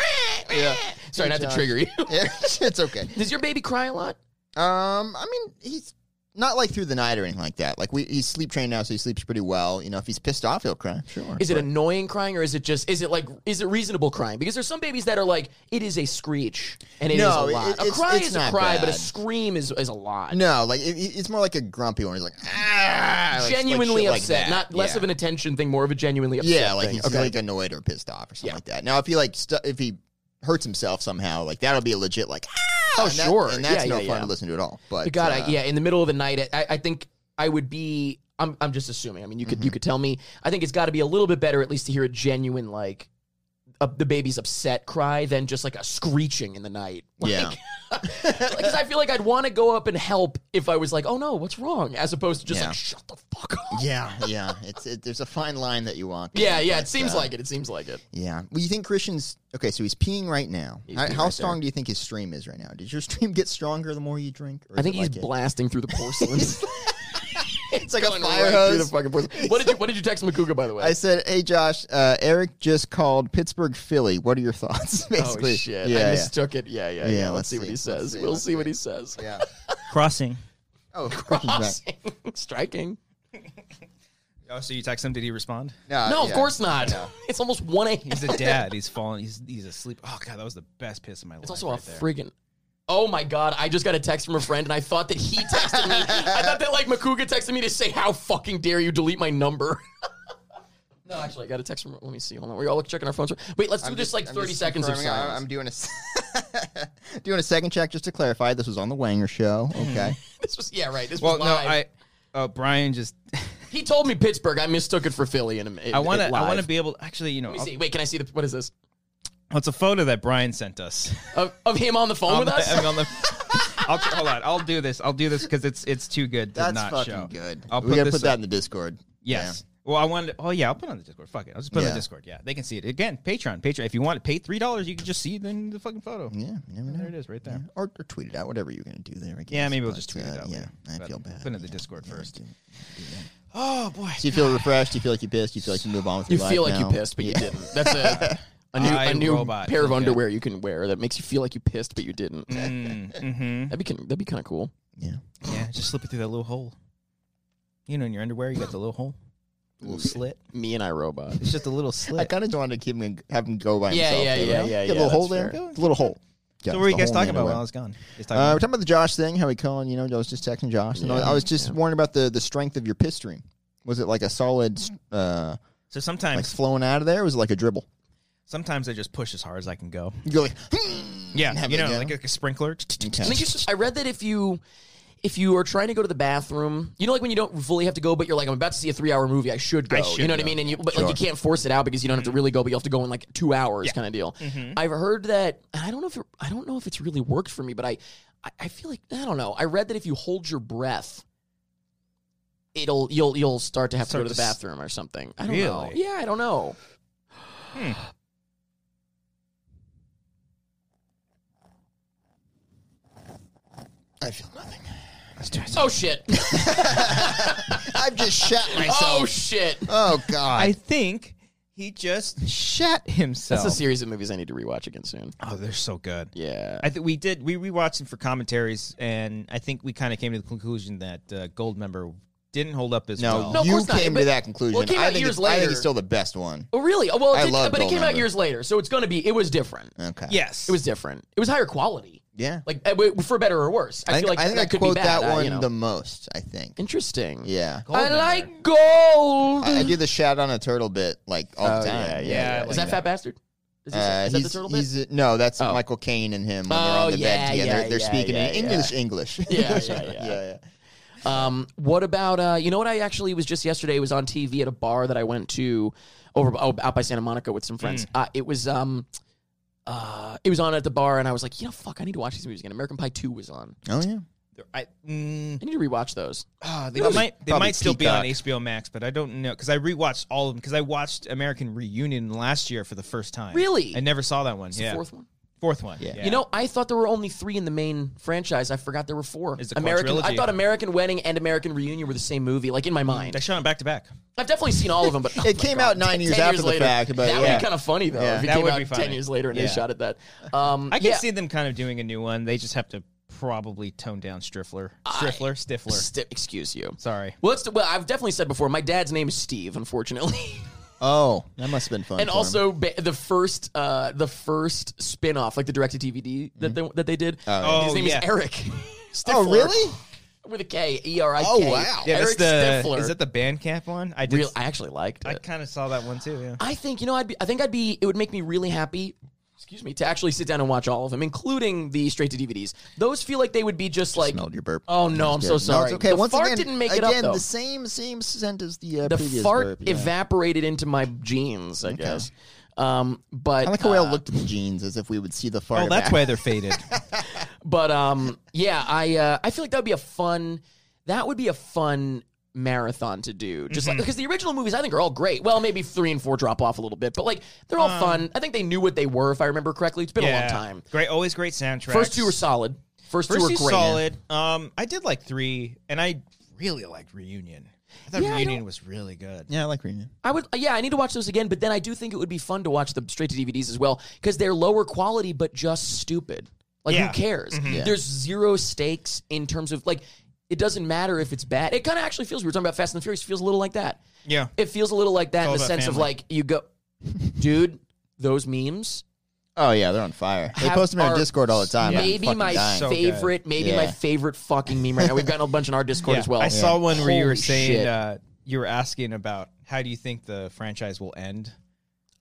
B: yeah,
C: Sorry, not to
B: Josh.
C: trigger you.
B: yeah, it's okay.
C: Does your baby cry a lot?
B: Um, I mean, he's not like through the night or anything like that. Like we, he's sleep trained now, so he sleeps pretty well. You know, if he's pissed off, he'll cry. Sure.
C: Is it annoying crying or is it just is it like is it reasonable crying? Because there's some babies that are like it is a screech and it is a
B: No,
C: lot.
B: it-
C: a
B: it's-
C: cry
B: it's
C: is a
B: not
C: cry, but a
B: bad.
C: scream is is a lot.
B: No, like it, it- it's more like a grumpy one. He's like, ah, like- like
C: genuinely
B: shit like
C: upset,
B: that.
C: not less
B: Yeah.
C: of an attention thing, more of a genuinely upset.
B: yeah, like
C: thing.
B: he's like annoyed or pissed off or something
C: Yeah.
B: like that. Now, if he like stu- if he hurts himself somehow, like that'll be a legit like.
C: Oh,
B: Ah, and that-
C: sure.
B: and that's
C: Yeah,
B: no
C: yeah,
B: fun
C: yeah.
B: to listen to at all. But
C: But God,
B: uh,
C: I, yeah, in the middle of the night, I, I think I would be. I'm, I'm just assuming. I mean, you could you
B: Mm-hmm.
C: could tell me. I think it's got to be a little bit better, at least, to hear a genuine like a, the baby's upset cry than just like a screeching in the night. Like,
B: Yeah.
C: because I feel like I'd want to go up and help if I was like, oh no, what's wrong, as opposed to just
B: Yeah.
C: like shut the fuck up.
B: yeah, yeah. It's it, there's a fine line that you walk.
C: Yeah, yeah, it seems
B: uh,
C: like it. It seems like it.
B: Yeah. Well, you think Christian's okay? So he's peeing right now.
C: He's
B: How,
C: peeing
B: how
C: right
B: strong
C: there.
B: do you think his stream is right now? Did your stream get stronger the more you drink? Or
C: I
B: is
C: think
B: it
C: he's
B: like a-
C: blasting through the porcelain.
B: It's like a
C: going
B: fire
C: right
B: hose.
C: through the fucking porcelain. What did you What did you text Makuga by the way?
B: I said, "Hey Josh, uh, Eric just called Pittsburgh Philly. What are your thoughts?" Basically,
C: oh shit,
B: Yeah,
C: I
B: yeah.
C: mistook it. Yeah, yeah, yeah.
B: Yeah,
C: Let's,
B: let's
C: see, what
B: see.
C: he
B: Let's
C: says.
B: see,
C: we'll
B: let's
C: see what he says.
B: yeah.
A: Crossing.
B: Oh, of course he's back.
C: Crossing, striking.
A: Oh, so you text him? Did he respond?
C: No, of
B: Uh, yeah.
C: course not. It's almost one a.m.
A: He's a dad. he's falling. He's he's asleep. Oh god, that was the best piss of my life.
C: It's also a
A: right there.
C: friggin'. Oh my god! I just got a text from a friend, and I thought that he texted me. I thought that like Makuga texted me to say, "How fucking dare you delete my number." No, actually, I got a text from. Let me see. Hold on, we're all checking our phones. Wait, let's do
B: I'm
C: this
B: just-
C: like
B: I'm
C: thirty
B: just
C: seconds of
B: confirming. I-
C: silence.
B: I'm doing a s- doing a second check just to clarify. This was on the Wanger show. Okay.
C: this was yeah, right. This
A: Well,
C: was
A: no,
C: live.
A: I. Uh, Brian just.
C: He told me Pittsburgh. I mistook it for Philly. And
A: I want to. I want to be able. Actually, you know,
C: Let me see. Wait, can I see the? What is this?
A: I'll- it's a photo that Brian sent us.
C: Of, of him on the phone with
A: On the-
C: us?
A: I mean, on the- I'll, hold on. I'll do this. I'll do this because it's it's too good to
B: That's
A: not
B: fucking
A: show.
B: good.
A: I'll
B: we
A: put
B: gotta
A: this
B: put that in the Discord.
A: Yes. Well, I wanted. Oh yeah, I'll put it on the Discord. Fuck it. I'll just put it on
B: Yeah.
A: the Discord. Yeah, they can see it again. Patreon, Patreon. If you want to pay three dollars, you can just see then the fucking photo.
B: Yeah. yeah you never know.
A: There it is, right there.
B: Or, or tweet it out, whatever you're gonna do there. I
A: Yeah,
B: guess,
A: maybe we'll
B: but,
A: just tweet it
B: uh,
A: out.
B: Yeah,
A: later.
B: I
A: But
B: feel
A: I'll
B: bad.
A: Put it in the
B: Yeah,
A: Discord
B: yeah,
A: first.
B: do-
A: Oh boy.
B: Do you feel refreshed? Do you feel like you pissed? Do you feel like you move on with
C: You
B: your life?
C: feel like
B: now?
C: you pissed, but you
B: Yeah.
C: didn't. That's a a new
A: I,
C: a new
A: Robot. Mm.
C: pair of
A: Okay.
C: underwear you can wear that makes you feel like you pissed, but you didn't.
A: mm-hmm.
C: That'd be kin- that'd be kind of cool.
B: Yeah.
A: Yeah, just slip it through that little hole. You know, in your underwear, you got the little hole, the little slit.
C: Me and I robot.
A: It's just a little
B: I
A: slit.
B: kind of wanted to keep him, have him go by
C: Yeah,
B: himself.
C: yeah,
B: you
C: yeah,
B: know?
C: yeah,
B: Get
C: yeah,
B: a little hole
C: that's
B: there.
C: fair.
B: It's a little hole.
A: So
B: gotten
A: what were you
B: the
A: guys
B: whole
A: talking
B: man
A: about
B: away.
A: while I was gone? Just talking
B: Uh, we're
A: about-
B: talking about the Josh thing, how he calling, you know, I was just texting Josh. And I- I was just wondering about the, the strength of your piss stream. Was it like a solid, uh,
A: so
B: like
A: sometimes,
B: flowing out of there? Or was it like a dribble?
A: sometimes I just push as hard as I can go.
B: You go like, and
A: Yeah,
B: have
A: you
B: it
A: know,
B: go.
A: like, a sprinkler.
B: Okay.
C: I think it's- I read that if you if you are trying to go to the bathroom, you know, like when you don't fully have to go, but you're like, I'm about to see a three hour movie, I should go.
A: I should
C: you know what
A: go.
C: I
A: Mm.
C: mean? And you, but like you can't force it out because you don't have to really go, but you have to go in like two hours, kind of
A: Mm-hmm.
C: deal. I've heard that. I don't know if it, I don't know if it's really worked for me, but I, I I feel like I don't know. I read that if you hold your breath. It'll you'll you'll start to have
A: Start
C: to go to
A: to
C: the
A: s-
C: bathroom or something. I don't know.
A: Really?
C: Yeah, I don't know.
B: I feel nothing.
C: Oh shit!
B: I've just shat
C: oh
B: myself.
C: shit!
B: Oh, God.
A: I think he just shat himself.
C: That's a series of movies I need to rewatch again soon.
A: oh, they're so good.
C: Yeah.
A: I think we did. We rewatched them for commentaries, and I think we kind of came to the conclusion that uh, Gold Member didn't hold up as
B: no,
A: well.
C: No, of
B: you
C: course not,
B: came
C: but-
B: to that conclusion.
C: well, it came
B: I,
C: out
B: think
C: years
B: it's- I think
C: later.
B: it's still the best one.
C: Oh, really? Oh, well, it
B: I
C: did,
B: love
C: but it came out
B: Goldmember.
C: years later, so it's going to be. It was different.
B: Okay.
A: yes,
C: It was different. It was higher quality,
B: Yeah.
C: like uh, w- for better or worse. I,
B: I think
C: feel like
B: I, think
C: that
B: I
C: could
B: quote
C: be bad,
B: that
C: uh,
B: one
C: you know.
B: the most, I think.
C: Interesting.
B: Yeah.
A: Gold
C: I
A: Member.
C: like gold.
B: I, I do the shat on a turtle bit like all
C: Oh,
B: the time.
C: Mm-hmm. yeah, yeah,
A: yeah.
C: is that Fat Bastard? Is, this,
B: Uh,
C: is that the
B: he's-
C: turtle
B: he's,
C: bit?
B: uh, no, that's
C: Oh.
B: Michael Caine and him when
C: Oh,
B: they're on the
C: yeah,
B: bed together.
C: yeah,
B: they're
C: yeah,
B: speaking
C: yeah,
B: in English, English.
C: Yeah, yeah, yeah. Um, what about uh, you know what I actually was just yesterday was on TV at a bar that I went to over oh, out by Santa Monica with some
A: Mm.
C: friends. Uh, it was um, uh, it was on at the bar, and I was like, you know, fuck, I need to watch these movies again. American Pie Two was on.
B: Oh yeah.
A: I, mm,
C: I need to rewatch those.
A: ah, they
B: Probably-
A: might they
B: probably
A: might still
B: Peacock.
A: be on HBO Max, but I don't know because I rewatched all of them because I watched American Reunion last year for the first time.
C: Really?
A: I never saw that one.
C: It's
A: yeah,
C: the fourth one.
A: Fourth one.
B: Yeah.
A: Yeah.
C: You know, I thought there were only three in the main franchise. I forgot there were four.
A: It's a
C: American. I
A: quadrilogy.
C: thought American Wedding and American Reunion were the same movie, like in my mind.
A: they shot them back to back.
C: I've definitely seen all of them, but oh
B: It
C: my
B: came
C: God,
B: out nine
C: 10
B: years after the
C: later.
B: fact, but
C: that
B: yeah.
C: would be kind of funny though.
B: Yeah.
C: if it
A: That
C: came
A: would
C: out
A: be
C: ten
A: funny.
C: years later and
B: Yeah.
C: they shot at that. Um,
A: I can
C: yeah.
A: see them kind of doing a new one. They just have to probably tone down Striffler,
C: I-
A: Striffler, Stiffler.
C: Sti- excuse you.
A: Sorry.
C: Well, it's, well, I've definitely said before. My dad's name is Steve, unfortunately,
B: Oh, that must have been fun.
C: and
B: for him. Oh,
C: also ba- the first, uh, the first spin-off, like the direct to DVD that they, that they did.
A: yeah.
C: His
A: Oh,
C: name
A: yeah.
C: is Eric.
B: Mm-hmm. Oh
C: Stifler.
B: really?
C: with a K, E R I K.
B: Oh, wow.
A: Yeah,
C: Eric
A: that's the
C: Stifler.
A: is that the Bandcamp one? I did.
C: Real, I actually liked
A: I
C: it.
A: kind of saw that one too. Yeah.
C: I think you know. I'd be. I think I'd be. It would make me really happy. Excuse me to actually sit down and watch all of them, including the straight to DVDs. Those feel like they would be just like.
B: Smelled your burp.
C: Oh no, I'm
B: Yeah.
C: so sorry.
B: No, it's okay.
C: The
B: Once
C: fart
B: again,
C: didn't make
B: again,
C: it up though.
B: the same same scent as the uh,
C: The
B: previous
C: fart
B: burp, yeah.
C: evaporated into my jeans, I guess. Um, but
B: I like how we all
C: uh,
B: looked at the jeans as if we would see the fart.
A: Oh, that's
B: evap-
A: why they're faded.
C: But um, yeah, I uh, I feel like that would be a fun. That would be a fun marathon to do. Just
B: Mm-hmm.
C: like because the original movies I think are all great. Well, maybe three and four drop off a little bit, but like they're
B: Mm.
C: all fun. I think they knew what they were, if I remember correctly. It's been a long time.
A: Great, always great soundtrack.
C: First two were solid. First,
A: First
C: two were
A: two's
C: great.
A: solid. Um, I did like three, and I really liked Reunion. I thought
C: Yeah, I
A: Reunion
C: don't-
A: was really good.
B: Yeah, I like reunion.
C: I would, yeah, I need to watch those again. But then I do think it would be fun to watch the straight to DVDs as well because they're lower quality but just stupid. Like
A: Yeah. Mm-hmm.
C: who cares?
B: Yeah.
C: There's zero stakes in terms of like it doesn't matter if it's bad. It kind of actually feels we were talking about Fast and the Furious. It feels a little like that.
A: Yeah,
C: It feels a little like that in
A: all
C: the
A: about
C: sense of
A: family.
C: like you go, dude. Those memes
B: Oh yeah, they're on fire. They
C: have
B: post them in our
C: are
B: Discord all the time. I'm
C: Maybe
B: fucking
C: my
B: dying.
A: So good.
C: favorite, maybe
B: Yeah.
C: my favorite fucking meme right now. We've gotten a bunch in our Discord
A: Yeah.
C: as well.
A: I saw one where you
C: Holy
A: were saying
C: shit.
A: uh, you were asking about how do you think the franchise will end.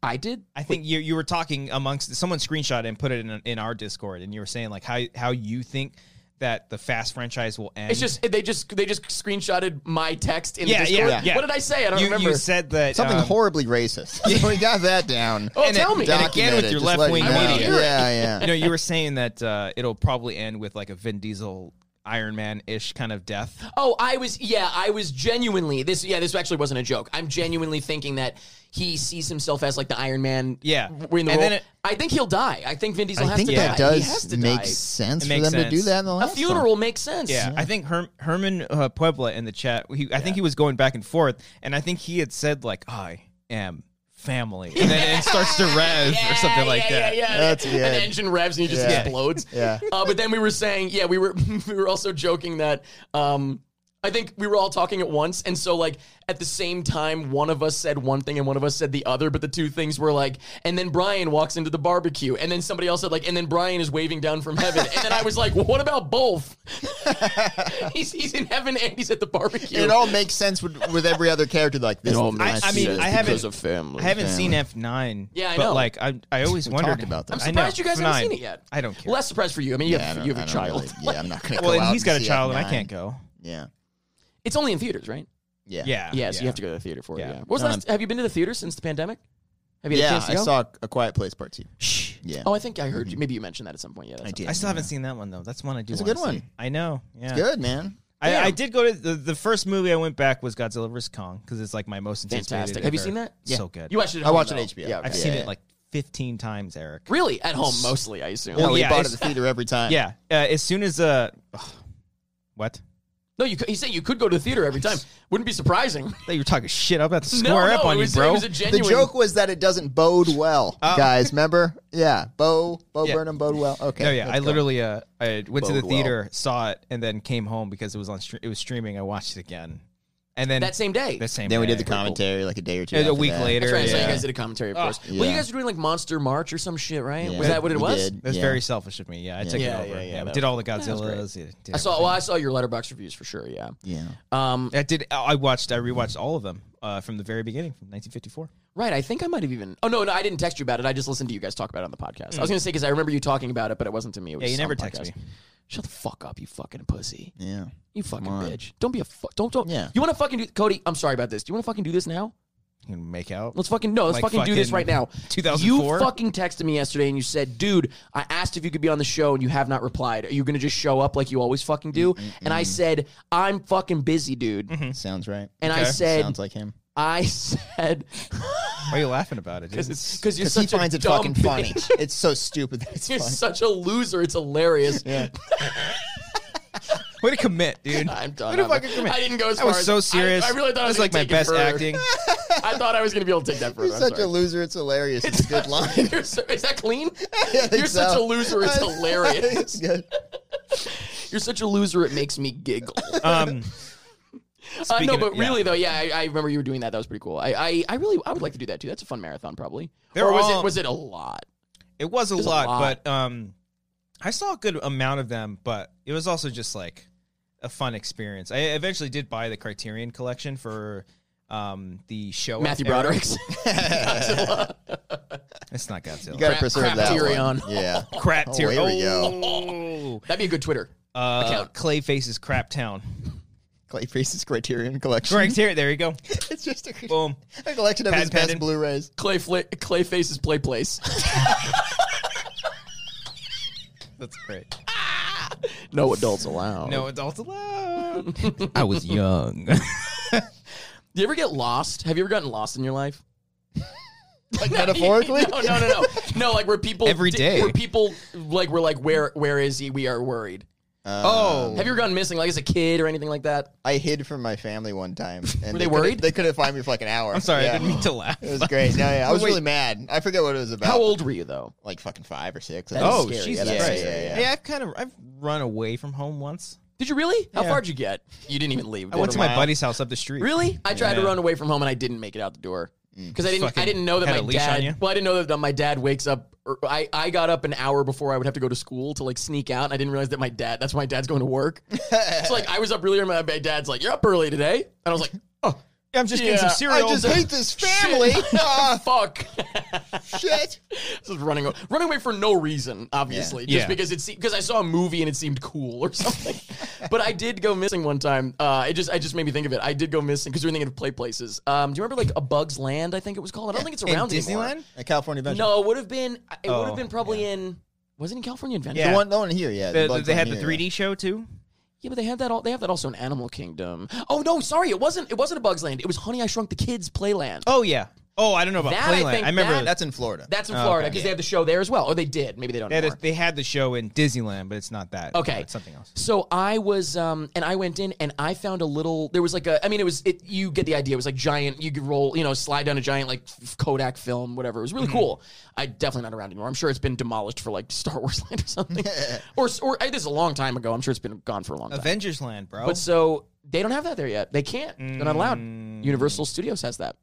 C: I did.
A: I think you you were talking amongst someone screenshot and put it in in our Discord, and you were saying like how how you think that the Fast franchise will end.
C: It's just they just they just screenshotted my text in
A: Yeah,
C: the Discord.
A: yeah, yeah.
C: What did I say? I don't
A: you,
C: remember.
A: You said that
B: Something
A: um,
B: horribly racist. we got that down.
C: Oh, tell me.
A: and again with
B: Documented,
A: your
B: just letting
A: left-wing
B: you know.
A: media.
B: Yeah,
A: you
B: yeah.
A: know, you were saying that uh, it'll probably end with like a Vin Diesel Iron Man ish kind of death.
C: Oh, I was yeah, I was genuinely this yeah, this actually wasn't a joke. I'm genuinely thinking that he sees himself as like the Iron Man.
A: Yeah.
C: we're in the
A: And
C: role.
A: then it-
C: I think he'll die. I think Vin Diesel
B: I
C: has
B: think
C: to
B: that
C: die.
B: does
C: he has to
B: make
C: die.
B: sense
A: It
B: for
A: makes
B: them to do
A: sense.
B: that in the
C: A
B: last one.
C: funeral makes sense.
A: Yeah, I think Herm, Herman uh, Puebla in the chat. He, I think he was going back and forth, and I think he had said like, "I am family," and then it starts to rev
C: Yeah,
A: or something like
C: yeah,
A: that.
C: Yeah, yeah.
B: That's
C: An
B: good.
C: engine revs and he just
B: Yeah.
C: explodes.
B: Yeah.
C: Uh, but then we were saying, yeah, we were we were also joking that um, I think we were all talking at once, and so like at the same time, one of us said one thing and one of us said the other, but the two things were like, and then Brian walks into the barbecue, and then somebody else said like, and then Brian is waving down from heaven, and then I was like, well, what about both? he's, he's in heaven and he's at the barbecue.
B: It all makes sense with, with every other character. Like this,
C: all
A: I,
C: makes
A: I mean,
C: sense
A: I haven't,
C: because of family.
A: I haven't seen F nine.
C: Yeah, I
A: but
C: know.
A: Like, I, I always
B: We
A: wondered
B: talked about that.
C: I'm
A: I know,
C: surprised you guys haven't
A: F9.
C: seen it yet.
A: I don't care.
C: Less surprised for you. I mean, you
B: I
C: have,
B: don't-
C: you have
B: I
C: a
B: don't
C: child.
B: really- yeah, I'm not gonna.
A: well,
B: go
A: and
B: out
A: he's got a
B: see
A: child, and I
B: F9.
A: can't go.
B: Yeah,
C: It's only in theaters, right?
B: yeah,
A: Yeah.
C: Yeah, so you have to go to the theater for it.
A: Yeah.
C: Yeah. What was the
B: Um,
C: last? Have you been to the theater since the pandemic? Have you had a
B: Yeah,
C: chance to
B: I
C: go?
B: saw A Quiet Place Part Two.
C: Shh.
B: Yeah.
C: Oh, I think I heard you. Maybe you mentioned that at some point. Yeah, that's
B: I
C: not-
B: did.
A: I still haven't seen that one though. That's one I do.
B: It's a
A: wanna
B: good one.
A: see. I know. Yeah.
B: It's good, man.
A: I,
C: Damn.
A: I did go to the, the first movie I went back was Godzilla vs Kong because it's like my most anticipated.
C: Fantastic. Have you
A: ever.
C: seen that?
A: So good.
C: You watched it. At
B: I
C: home,
B: watched it
C: though.
B: on HBO.
C: Yeah,
A: I've
C: okay.
A: seen
B: Yeah.
A: it like fifteen times, Eric.
C: really at home mostly. I assume.
A: Well,
B: Oh, we
A: yeah,
B: bought it
A: it's-
B: at the theater every time.
A: Yeah. Uh, as soon as uh, what?
C: No, you. could- He said you could go to the theater every time. Wouldn't be surprising.
A: That you're talking shit. I'm about to
C: No,
A: square
C: no,
A: up on
C: it
A: you,
C: was,
A: bro.
C: It was a
B: The
C: genuine.
B: joke was that it doesn't bode well,
A: Oh.
B: guys. Remember? Yeah, Bo Bo
A: Yeah.
B: Burnham bode well. Okay.
A: no, yeah, I
B: let's go.
A: literally uh, I went to the
B: Bode well.
A: theater, saw it, and then came home because it was on stre- it was streaming. I watched it again, and then
C: that same day.
A: the same.
B: Then we did the
A: day.
B: commentary like a day or two.
A: It was a
B: after
A: week
B: that.
A: later.
C: That's right. I saw
A: yeah.
C: you guys did a commentary, of
A: Ah.
C: course. Well, you
B: Oh, Yeah.
C: guys were doing like Monster March or some shit, right?
B: Yeah.
C: Was that what it
B: We
C: was?
B: did.
A: That's
B: Yeah.
A: very selfish of me. Yeah, I took it
C: Yeah,
A: over.
C: yeah,
A: Yeah,
C: yeah,
A: we
C: that-
A: did all the
C: was great.
A: Godzillas. yeah, did
C: I saw.
A: everything.
C: Well, I saw your letterbox reviews for sure. Yeah.
B: Yeah.
C: Um.
A: I did. I watched. I rewatched all of them uh, from the very beginning, from 1954.
C: Right, I think I might have even. Oh no, no, I didn't text you about it. I just listened to you guys talk about it on the podcast.
B: Mm.
C: I was gonna say because I remember you talking about it, but it wasn't to me. It was
A: you
C: some
A: never text
C: podcast.
A: me.
C: Shut the fuck up, you fucking pussy.
B: Yeah.
C: You fucking
B: on.
C: bitch. Don't be a fuck. Don't don't.
B: Yeah.
C: You want to fucking do Cody? I'm sorry about this. Do you want to fucking do this now?
A: You can make out.
C: Let's fucking no. Let's
A: Like
C: fucking, do this
A: fucking
C: right now.
A: 2004?
C: You fucking texted me yesterday and you said, "Dude, I asked if you could be on the show and you have not replied. Are you gonna just show up like you always fucking do?" And I said, "I'm fucking busy, dude."
B: Sounds right.
C: And I
A: Okay.
C: said,
B: Mm-hmm. Sounds like him.
C: "I said."
A: Why are you laughing about it? dude?
C: Because you're
B: Because he
C: such a
B: finds it
C: dumb
B: fucking
C: bitch.
B: funny. It's so stupid. That it's
C: You're
B: funny.
C: such a loser. It's hilarious.
B: Yeah.
A: Way to commit, dude.
C: I'm
A: Way
C: done.
A: to
C: I'm-
A: fucking commit.
C: I didn't go as
A: That
C: far
A: was
C: as-
A: so serious.
C: I, I really thought
A: that
C: I
A: was like
C: was
A: my
C: gonna take
A: best
C: it further.
A: acting.
C: I thought I was going to be able to take that further.
B: You're
C: I'm
B: such
C: sorry.
B: a loser. It's hilarious. It's a good line.
C: You're so- is that clean?
B: I think
C: You're such a
B: so.
C: loser. It's
B: it's
C: hilarious.
B: good.
C: You're such a loser. It makes me giggle.
A: Um,
C: Uh,
A: Speaking
C: no,
A: of-
C: but
A: yeah.
C: really though, yeah, I, I remember you were doing that. That was pretty cool. I, I, I really, I would like to do that too. That's a fun marathon, probably.
A: They're
C: or was
A: all- Oh,
C: it? Was it a lot?
A: it was a
C: There's a
A: lot,
C: lot.
A: but um, I saw a good amount of them, but it was also just like a fun experience. I eventually did buy the Criterion collection for um the show.
C: Matthew
A: era.
C: Broderick's. Godzilla.
A: It's not Godzilla.
B: You gotta
C: Crap-
B: preserve that
C: Crapterion.
B: one. Yeah.
A: crap
B: Oh,
A: tier.
B: here we go.
A: Oh.
C: That'd be a good Twitter.
A: Uh,
C: Account.
A: Clayface's Crap Town.
B: Clayface's Criterion Collection.
A: Correct here. There you go.
B: It's just a,
A: Boom.
B: a collection of
A: Pat
B: his
A: Patton.
B: best Blu-rays.
C: Clay Fla- Clayface's play place.
A: That's great.
C: no adults allowed.
A: No adults allowed. I was young.
C: Do you ever get lost? Have you ever gotten lost in your life?
B: Like metaphorically.
C: No, no, no, no, no. Like where people
A: Every
C: di-
A: day.
C: where people like were like, where, where is he? We are worried.
A: Oh.
B: Uh,
C: Have you ever gone missing, like as a kid or anything like that?
B: I hid from my family one time. And
C: Were they
B: couldn't-
C: worried?
B: They couldn't find me for like an hour.
A: I'm sorry.
B: Yeah.
A: I didn't mean to laugh.
B: It was great. No, yeah, I was
A: Wait.
B: really mad. I forget what it was about.
C: How old were you though?
B: Like fucking five or six.
C: That
A: Oh,
C: That's scary.
A: Jesus
C: Yeah,
B: that's
A: Christ.
B: scary, yeah.
A: Hey, I've kind of I've run away from home once.
C: Did you really? How
A: Yeah.
C: far did you get? You didn't even leave.
A: I went to
C: did you?
A: my buddy's house up the street.
C: Really? I tried to
A: Yeah.
C: run away from home and I didn't make it out the door because I didn't.
A: Fucking
C: I didn't know that
A: had
C: my
A: a leash
C: dad.
A: on you?
C: Well, I didn't know that my dad wakes up. Or I I got up an hour before I would have to go to school to like sneak out. And I didn't realize that my dad. That's why my dad's going to work. so like I was up really early. and My dad's like, "You're up early today," and I was like, "Oh."
A: I'm just getting
C: Yeah,
A: some
C: I
A: cereal.
B: I just hate this family.
C: Shit.
B: Ah,
C: Fuck.
B: shit.
C: just running away. running away for no reason, obviously.
A: Yeah.
C: Just because it seemed because I saw a movie and it seemed cool or something. but I did go missing one time. Uh, it just I just made me think of it. I did go missing because we were thinking of play places. Um, do you remember like a Bug's Land? I think it was called. I don't think it's
A: In
C: around anymore.
A: Disneyland?
B: A California Adventure.
C: No, it would have been. uh, It would
A: Oh,
C: have been probably in. Was it in California Adventure?
A: Yeah.
B: The one, the one here, yeah.
A: The-
B: bug
A: they
B: one
A: had the
B: here.
A: 3D show too.
C: Yeah, but they had that. All, they have that also in Animal Kingdom. Oh no, sorry, it wasn't. It wasn't a Bug's Land. It was Honey I Shrunk the Kids Playland.
A: Oh yeah. Oh, I don't know about
C: That, I
A: Playland.
C: think
A: I remember
C: that-
B: That's in Florida.
C: That's in
A: Oh,
C: Florida
A: okay.
C: because they have the show there as well, or they did. Maybe they don't
A: They had,
C: anymore.
A: a, they had the show in Disneyland, but it's not that.
C: Okay.
A: It's something else.
C: So I was, um, and I went in and I found a little. There was like a. I mean, it was. It you get the idea. It was like giant. You could roll, you know, slide down a giant like f- Kodak film, whatever. It was
B: Mm-hmm.
C: really cool. I definitely not around anymore. I'm sure it's been demolished for like Star Wars Land or something. or or I, this is a long time ago. I'm sure it's been gone for a long time.
A: Avengers Land, bro.
C: But so they don't have that there yet. They can't. They're not allowed.
A: Mm.
C: Universal Studios has that.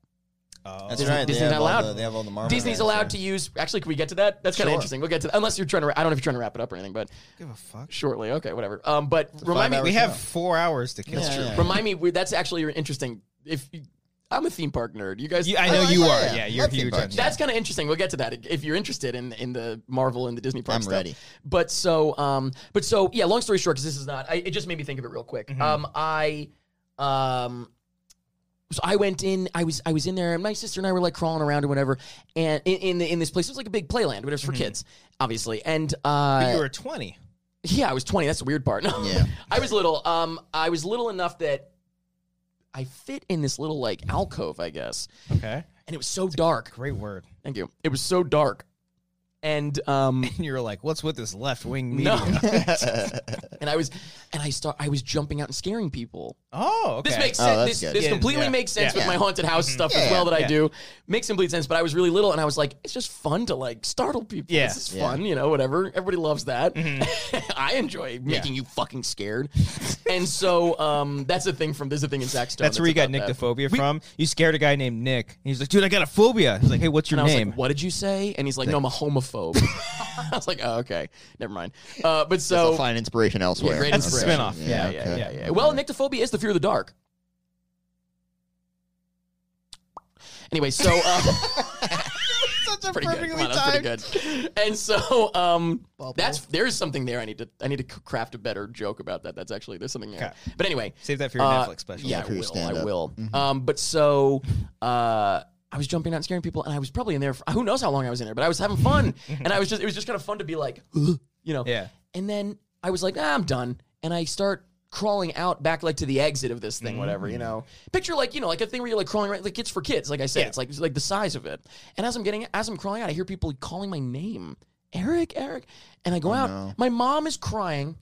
A: Oh.
B: That's
C: Disney-
B: right.
C: Disney's
B: they have
C: not
B: all
C: allowed.
B: The, they have all the Marvel.
C: Disney's
B: rights
C: allowed
B: there.
C: to use. Actually, can we get to that? That's kind of
B: Sure.
C: interesting. We'll get to. Unless you're trying to. I don't know if you're trying to wrap it up or anything, but
A: Give a fuck.
C: shortly. Okay, whatever. Um, but remind me.
B: five-hour
A: We
B: show.
A: have four hours to kill.
B: That's true. Yeah.
C: Remind me, we- that's actually interesting. If you, I'm a theme park nerd, you guys,
A: You- I know
B: like
A: you
B: that.
A: are. Yeah,
B: Yeah, love
A: you're
B: theme
A: huge.
B: parks.
A: on-
C: oh, that's kind of interesting. We'll get to that if you're interested in in the Marvel and the Disney park
B: I'm
C: stuff.
B: ready.
C: But so, um, but so, yeah. Long story short, because this is not, I, it just made me think of it real quick. Um, I, um. So I went in. I was I was in there, and my sister and I were like crawling around or whatever, and in in, the, in this place it was like a big playland, but it was for kids, obviously. And uh,
A: But you were 20.
C: yeah, I was 20. That's the weird part. No.
B: Yeah.
C: I was little. Um, I was little enough that I fit in this little like alcove, I guess.
A: Okay.
C: And it was so dark.
A: Great word.
C: Thank you. It was so dark. And um
A: And you were like, what's with this left wing media?
C: no. and I was and I start I was jumping out and scaring people.
A: Oh, okay.
C: This makes
B: Oh,
C: sense.
B: that's
C: this
B: good.
C: this
A: Yeah,
C: completely
A: yeah,
C: makes sense
A: yeah. Mm-hmm.
C: with my haunted house stuff
B: Yeah,
C: as well that I
A: yeah.
C: do. Makes complete sense, but I was really little and I was like, it's just fun to like startle people.
A: Yeah. Mm-hmm.
C: This is
B: Yeah.
C: fun, you know, whatever. Everybody loves that. I enjoy making you fucking scared. and so um that's a thing from there's a thing in Zach Stone.
A: That's where you got
C: about that.
A: nyctophobia from. You scared a guy named Nick. And he's like, dude, I got a phobia. He's like, hey, what's your
C: And I was
A: name?
C: like, "What did you say?" And he's like, "No, I'm a homophobe." I was like, "Oh, okay, never mind." Uh, but
B: They'll
C: so,
B: find inspiration elsewhere.
C: great
A: That's a
C: inspiration.
A: spinoff.
C: yeah,
A: Yeah,
C: yeah,
A: okay.
C: yeah, yeah. Well, nyctophobia is the fear of the dark. Anyway, so uh,
B: Such a
C: pretty good. Come on, that's pretty good. And so, um, that's there is something there. I need to I need to craft a better joke about that. That's actually there's something there. But anyway,
A: Save that for your
C: uh,
A: Netflix special.
C: Yeah,
B: Yeah, for your
C: I will. I
B: stand-up.
C: will.
A: Mm-hmm.
C: Um, but so uh, I was jumping out and scaring people, and I was probably in there for who knows how long I was in there, but I was having fun, and I was just it was just kind of fun to be like, "Ugh," you know,
A: Yeah.
C: And then I was like, ah, I'm done, and I start crawling out back like to the exit of this thing,
A: Mm-hmm.
C: whatever, you know. Picture like you know like a thing where you're like crawling right like it's for kids, like I said,
A: Yeah.
C: it's like it's like the size of it. And as I'm getting as I'm crawling out, I hear people calling my name, Eric, Eric, and
A: Oh,
C: I go out.
B: no.
C: My mom is crying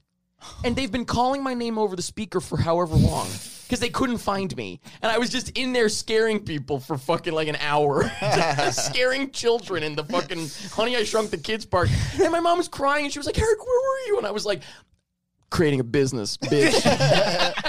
C: and they've been calling my name over the speaker for however long because they couldn't find me and i was just in there scaring people for fucking like an hour scaring children in the fucking honey i shrunk the kids part and my mom was crying and she was like eric where were you and i was like creating a business bitch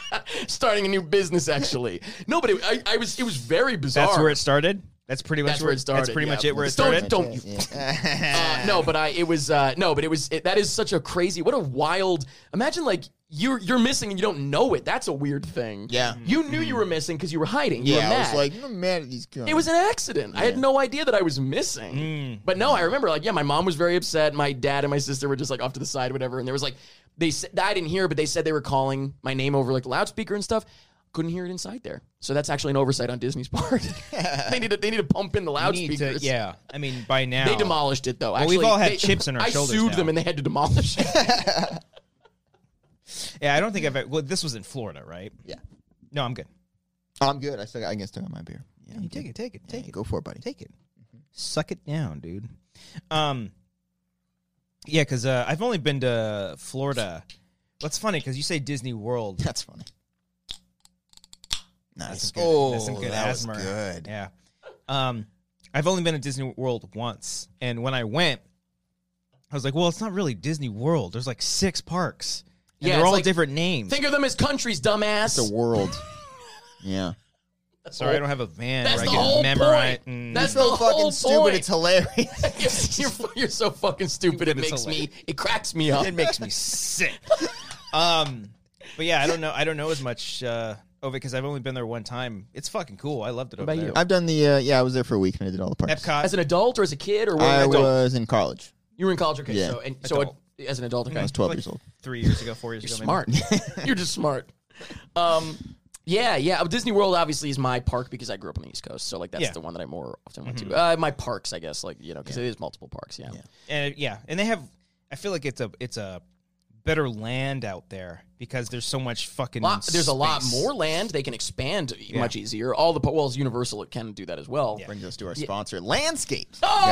C: starting a new business actually no but it, I, I was it was very bizarre
A: That's where it started? That's pretty much
C: That's where it started,
A: That's pretty
C: yeah.
A: much it where it
C: Don't-
A: started?
C: don't you uh, no, but I it was uh, no, but it was it, that is such a crazy. What a wild. Imagine like you're you're missing and you don't know it. That's a weird thing.
B: Yeah.
C: you knew you were missing because you were hiding. You
B: Yeah,
C: were
B: I was
C: mad.
B: like, I'm mad at these guys.
C: It was an accident. I had no idea that I was missing. But no, I remember like yeah, my mom was very upset. My dad and my sister were just like off to the side, whatever. And there was like they said I didn't hear, but they said they were calling my name over like the loudspeaker and stuff. Couldn't hear it inside there. So that's actually an oversight on Disney's part. they need to they need to pump in the
A: You need
C: loudspeakers.
A: to- yeah. I mean, by now.
C: They demolished it though. Actually,
A: we've all had
C: they-
A: chips in our
C: I
A: shoulders
C: sued
A: now.
C: them and they had to demolish it.
A: Yeah, I don't think I've ever. Well, this was in Florida, right?
B: Yeah.
A: No, I'm good.
B: I'm good. I still got, I guess still got my beer. Yeah,
A: You take it, take it, take it.
B: Go for it, buddy.
A: Take it. Suck it down, dude. Um, yeah, because uh, I've only been to Florida. That's funny because you say Disney World.
B: That's funny.
A: That's
B: Nice.
A: some good,
B: oh,
A: that's some good
B: that was
A: asthma.
B: good.
A: Yeah. Um, I've only been to Disney World once, and when I went, I was like, "Well, it's not really Disney World. There's like six parks, and
C: Yeah,
A: they're
C: it's
A: all
C: like-
A: different names."
C: Think of them as countries, dumbass.
B: The world. yeah.
A: Sorry, I don't have a van.
C: That's
A: where
C: the
A: I can
C: whole
A: memorize.
C: point.
A: Mm.
C: That's
B: So
C: the
B: fucking
C: whole
B: stupid.
C: point.
B: It's hilarious.
C: you're, you're so fucking stupid. It
A: It's
C: makes me.
A: hilarious.
C: It cracks me up.
A: it makes me sick. Um, but yeah, I don't know. I don't know as much uh, over because I've only been there one time. It's fucking cool. I loved it over
C: about
A: there.
C: you?
B: I've done the. Uh, yeah, I was there for a week and I did all the parts.
A: Epcot.
C: As an adult or as a kid or
B: I
C: when you
B: was in college.
C: you were in college, okay?
B: Yeah.
C: So and so
A: Adult.
C: it- as an adult, okay.
B: I was 12
A: Like
B: years old.
A: three years ago, four years
C: You're
A: ago. maybe.
C: smart. you're just smart. Um, yeah, yeah. Uh, Disney World obviously is my park because I grew up on the East Coast, so like that's
A: Yeah. Mm-hmm.
C: the one that I more often went to. Uh, my parks, I guess, like you know, because it is multiple parks. Yeah.
A: And yeah, and they have. I feel like it's a it's a better land out there because there's so much fucking.
C: Lot- there's a lot
A: space.
C: more land. They can expand much easier. All the po- well, Universal can do that as well.
A: Yeah.
B: Brings us to our sponsor, Landscapes.
C: Oh!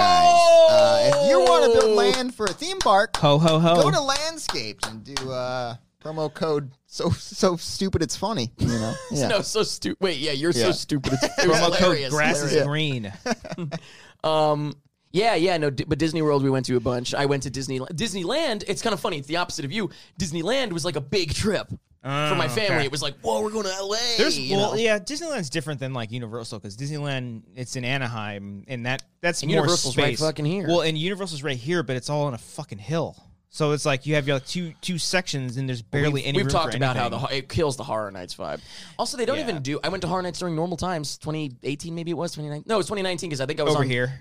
B: Guys, uh, if you want to build land for a theme park,
A: Ho ho ho!
B: go to Landscapes and do uh, promo code so so stupid it's funny. You know, yeah.
C: No, so stupid. Wait, yeah, you're so
B: Yeah.
C: stupid. It's, it was
A: Promo code
C: hilarious,
A: grass
C: hilarious.
A: is green.
C: Um, yeah, yeah, no, di- but Disney World we went to a bunch. I went to Disney Disneyland. It's kind of funny. It's the opposite of you. Disneyland was like a big trip for my
A: Oh,
C: family.
A: okay.
C: It was like, whoa, we're going to LA.
A: There's
C: you
A: well,
C: know?
A: yeah, Disneyland's different than like Universal because Disneyland it's in Anaheim and that that's
C: And
A: more
C: Universal's right
A: space.
C: fucking here.
A: Well, and Universal's right here, but it's all on a fucking hill, so it's like you have your like two two sections and there's barely
C: We've,
A: any.
C: we've
A: room
C: talked
A: for
C: about how
A: anything.
C: the ho- it kills the horror nights vibe. Also, they don't
A: Yeah.
C: even do. I went to horror nights during normal times, 2018 maybe it was 2019. No, it was 2019 because I think I was
A: over
C: on,
A: here.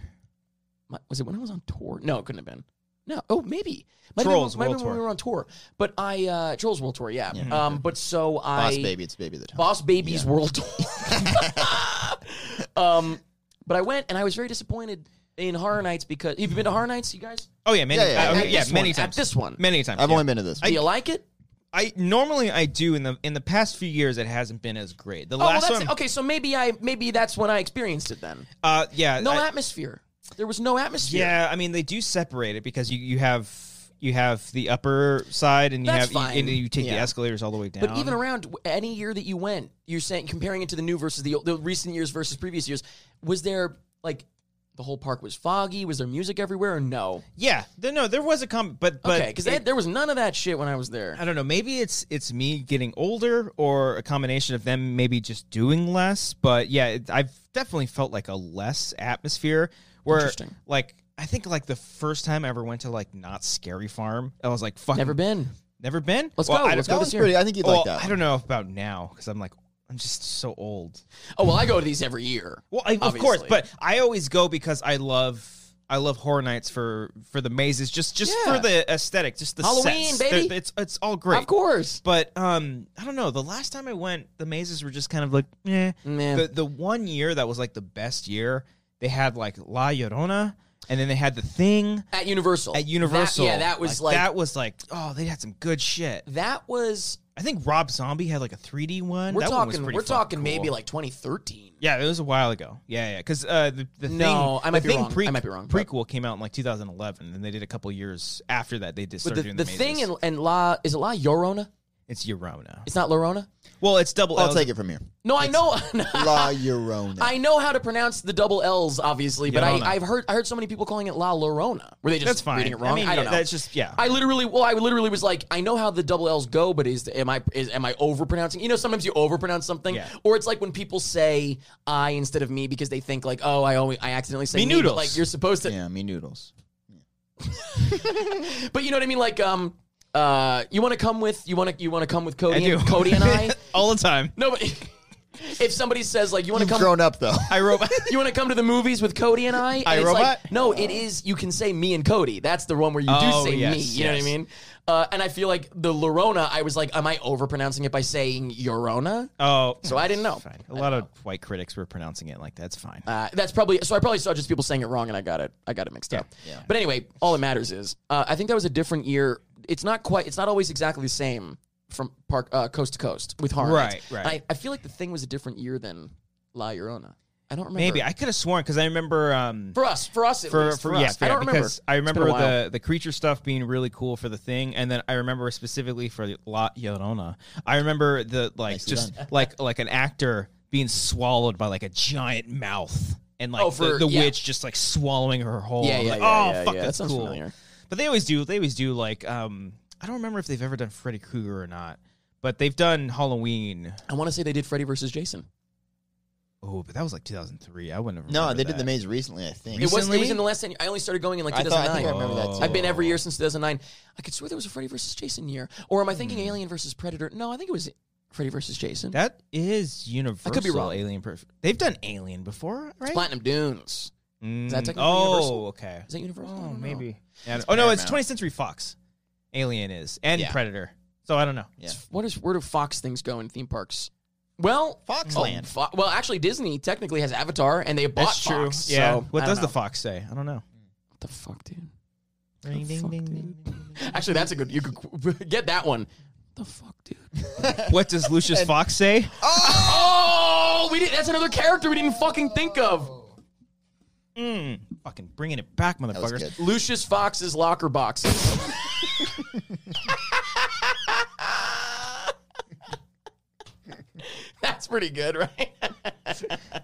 C: my- was it when I was on tour? No, it couldn't have been. No, oh maybe. Might have been-
A: Trolls
C: might have
A: World
C: been when we
A: Tour.
C: were on tour. But I uh Trolls World Tour, yeah. Um, but so I
B: Boss baby, it's baby the time.
C: Boss Baby's World Tour. um, but I went and I was very disappointed in Horror Nights because you've been to Horror Nights, you guys.
A: Oh yeah, many.
B: Yeah, yeah,
A: uh,
B: yeah.
A: okay,
C: At
A: yeah,
C: this
A: many
C: one,
A: times.
C: At this one,
A: many times.
B: I've
A: yeah.
B: only been to this.
C: do you like it?
A: I normally I do in the in the past few years it hasn't been as great. The
C: Oh, well,
A: last
C: that's
A: one,
C: okay. So maybe I maybe that's when I experienced it. Then
A: uh, yeah,
C: no
A: I-
C: atmosphere. There was no atmosphere.
A: yeah. I mean they do separate it because you you have you have the upper side and you
C: That's
A: have you, and
C: fine.
A: you take the
C: Yeah.
A: escalators all the way down.
C: But even around any year that you went, you're saying comparing it to the new versus the, the recent years versus previous years, was there like the whole park was foggy? Was there music everywhere? Or no.
A: yeah, there- no, there was a comment, but but
C: Okay, because
A: it-
C: there was none of that shit when I was there.
A: I don't know. Maybe it's it's me getting older, or a combination of them maybe just doing less. But yeah, it, I've definitely felt like a less atmosphere. Where
C: Interesting.
A: like I think like the first time I ever went to like not scary farm, I was like, "Fuck,
C: Never been.
A: never been."
C: Let's
A: Well,
C: go.
A: I,
C: Let's
B: That
C: go
B: was
C: this year.
B: pretty. I think you'd
A: well,
B: like that.
A: I
B: one.
A: don't know about now because I'm like I'm just so old.
C: Oh well, I go to these every year.
A: Well, I, of
C: Obviously.
A: course, but I always go because I love I love horror nights for for the mazes, just just
C: Yeah.
A: for the aesthetic, just the
C: Halloween,
A: sets.
C: baby.
A: They're- It's it's all great.
C: of course.
A: But um, I don't know. The last time I went, the mazes were just kind of like, eh.
C: Meh.
A: The the one year that was like the best year, they had like La Llorona, and then they had the thing
C: At Universal.
A: at Universal.
C: That, yeah, that was like,
A: that was like oh, they had some good shit.
C: that, was.
A: I think Rob Zombie had like a 3D one.
C: We're
A: That one was
C: talking.
A: pretty
C: We're
A: fucking
C: talking
A: cool.
C: maybe like 2013.
A: Yeah, it was a while ago. Yeah, yeah, because uh, the, the
C: No,
A: thing,
C: I might
A: the
C: be
A: thing
C: wrong. I might be wrong, but-
A: Prequel came out in like 2011, and they did a couple years after that. They just
C: But
A: started
C: the,
A: doing
C: the
A: the,
C: thing
A: mazes.
C: in, in La is it La Llorona?
A: it's Yorona.
C: It's not Llorona.
A: Well, it's double.
B: I'll
A: L's.
B: take it from here.
C: No, I know.
B: La Llorona.
C: I know how to pronounce the double L's, obviously, but
A: Llorona.
C: I, I've heard I heard so many people calling it La Llorona. Were they just
A: That's fine.
C: reading it wrong?
A: I, mean,
C: don't
A: yeah,
C: know.
A: That's just yeah.
C: I literally, well, I literally was like, I know how the double L's go, but is am I is am I overpronouncing? You know, sometimes you overpronounce something,
A: Yeah.
C: or it's like when people say I instead of me because they think like, oh, I only I accidentally say
A: Me
C: me,
A: noodles.
C: but like you're supposed to,
B: yeah, me noodles.
C: but you know what I mean? Like, um, uh, you want to come with you want to you want to come with Cody, and, Cody and I.
A: all the time.
C: no, but if somebody says like you want to
B: You've
C: come,
B: grown up though.
A: I robot.
C: you want to come to the movies with Cody and I? And it's
A: iRobot?
C: like, no, it is. You can say me and Cody. That's the one where you do
A: Oh,
C: say
A: yes,
C: me. You know what I
A: yes.
C: mean? Uh, and I feel like the Lorona. I was like, am I overpronouncing it by saying Yorona?
A: Oh,
C: So I didn't know.
A: Fine. A lot of white critics were pronouncing it like that's fine.
C: Uh, that's probably so. I probably saw just people saying it wrong, and I got it. I got it mixed up. But anyway, all that matters is uh, I think that was a different year. It's not quite. It's not always exactly the same from park uh, coast to coast with horror.
A: Right,
C: nights.
A: right.
C: I, I feel like the thing was a different year than La Llorona. I don't remember.
A: Maybe I could have sworn because I remember um,
C: for us, for us, at
A: for,
C: least,
A: for,
C: for
A: yeah,
C: us.
A: for-
C: I
A: yeah,
C: don't remember.
A: because I
C: It's been a
A: remember
C: while.
A: the the creature stuff being really cool for the thing, and then I remember specifically for La Llorona. I remember the like
B: Nicely
A: just like like an actor being swallowed by like a giant mouth, and like
C: Oh,
A: the,
C: for-
A: the
C: yeah.
A: witch just like swallowing her whole.
C: Yeah,
A: I'm
C: yeah,
A: like,
C: yeah,
A: oh
C: yeah,
A: fuck,
C: yeah, that
A: that's
C: sounds
A: cool.
C: familiar.
A: But they always do. They always do like um, I don't remember if they've ever done Freddy Krueger or not, but they've done Halloween.
C: I want to say they did Freddy versus Jason.
A: Oh, but that was like 2003. I wouldn't. Have
B: no,
A: remembered
B: they did
A: that.
B: the maze recently. I think.
C: It was, it
A: Recently?
C: was in the last 10 years. I only started going in like
B: I thought. I
C: 2009.
B: think I remember that too.
A: Oh.
C: I've been every year since 2009. I could swear there was a Freddy versus Jason year. Or am I thinking Alien versus Predator? No, I think it was Freddy versus Jason.
A: Hmm. That is universal.
C: be wrong.
A: Alien. Perf- They've done Alien before, right?
C: Platinum Dunes.
A: Is
C: that technically
A: oh,
C: Universal?
A: okay.
C: Is that Universal? I
A: Oh,
C: don't know.
A: maybe. Yeah, I don't- oh no, it's
B: Paramount.
A: 20th Century Fox. Alien is and
B: Yeah.
A: Predator. So I don't know.
B: Yeah.
C: What is where do Fox things go in theme parks? Well,
B: Foxland.
C: Oh, Fo- well, actually, Disney technically has Avatar, and they bought
A: That's true.
C: Fox.
A: yeah.
C: So,
A: what
C: I
A: does
C: don't
A: the
C: know.
A: fox say? I don't know.
C: What the fuck, dude?
A: Ring, ding, ding, ding,
C: Actually, that's a good. You could get that one. The fuck, dude.
A: ding. What does Lucius Fox say?
C: Oh, we did. That's another character we didn't fucking think of.
A: Fucking bringing it back,
B: was
A: motherfuckers.
B: good.
C: Lucius Fox's locker boxes. that's pretty good, right?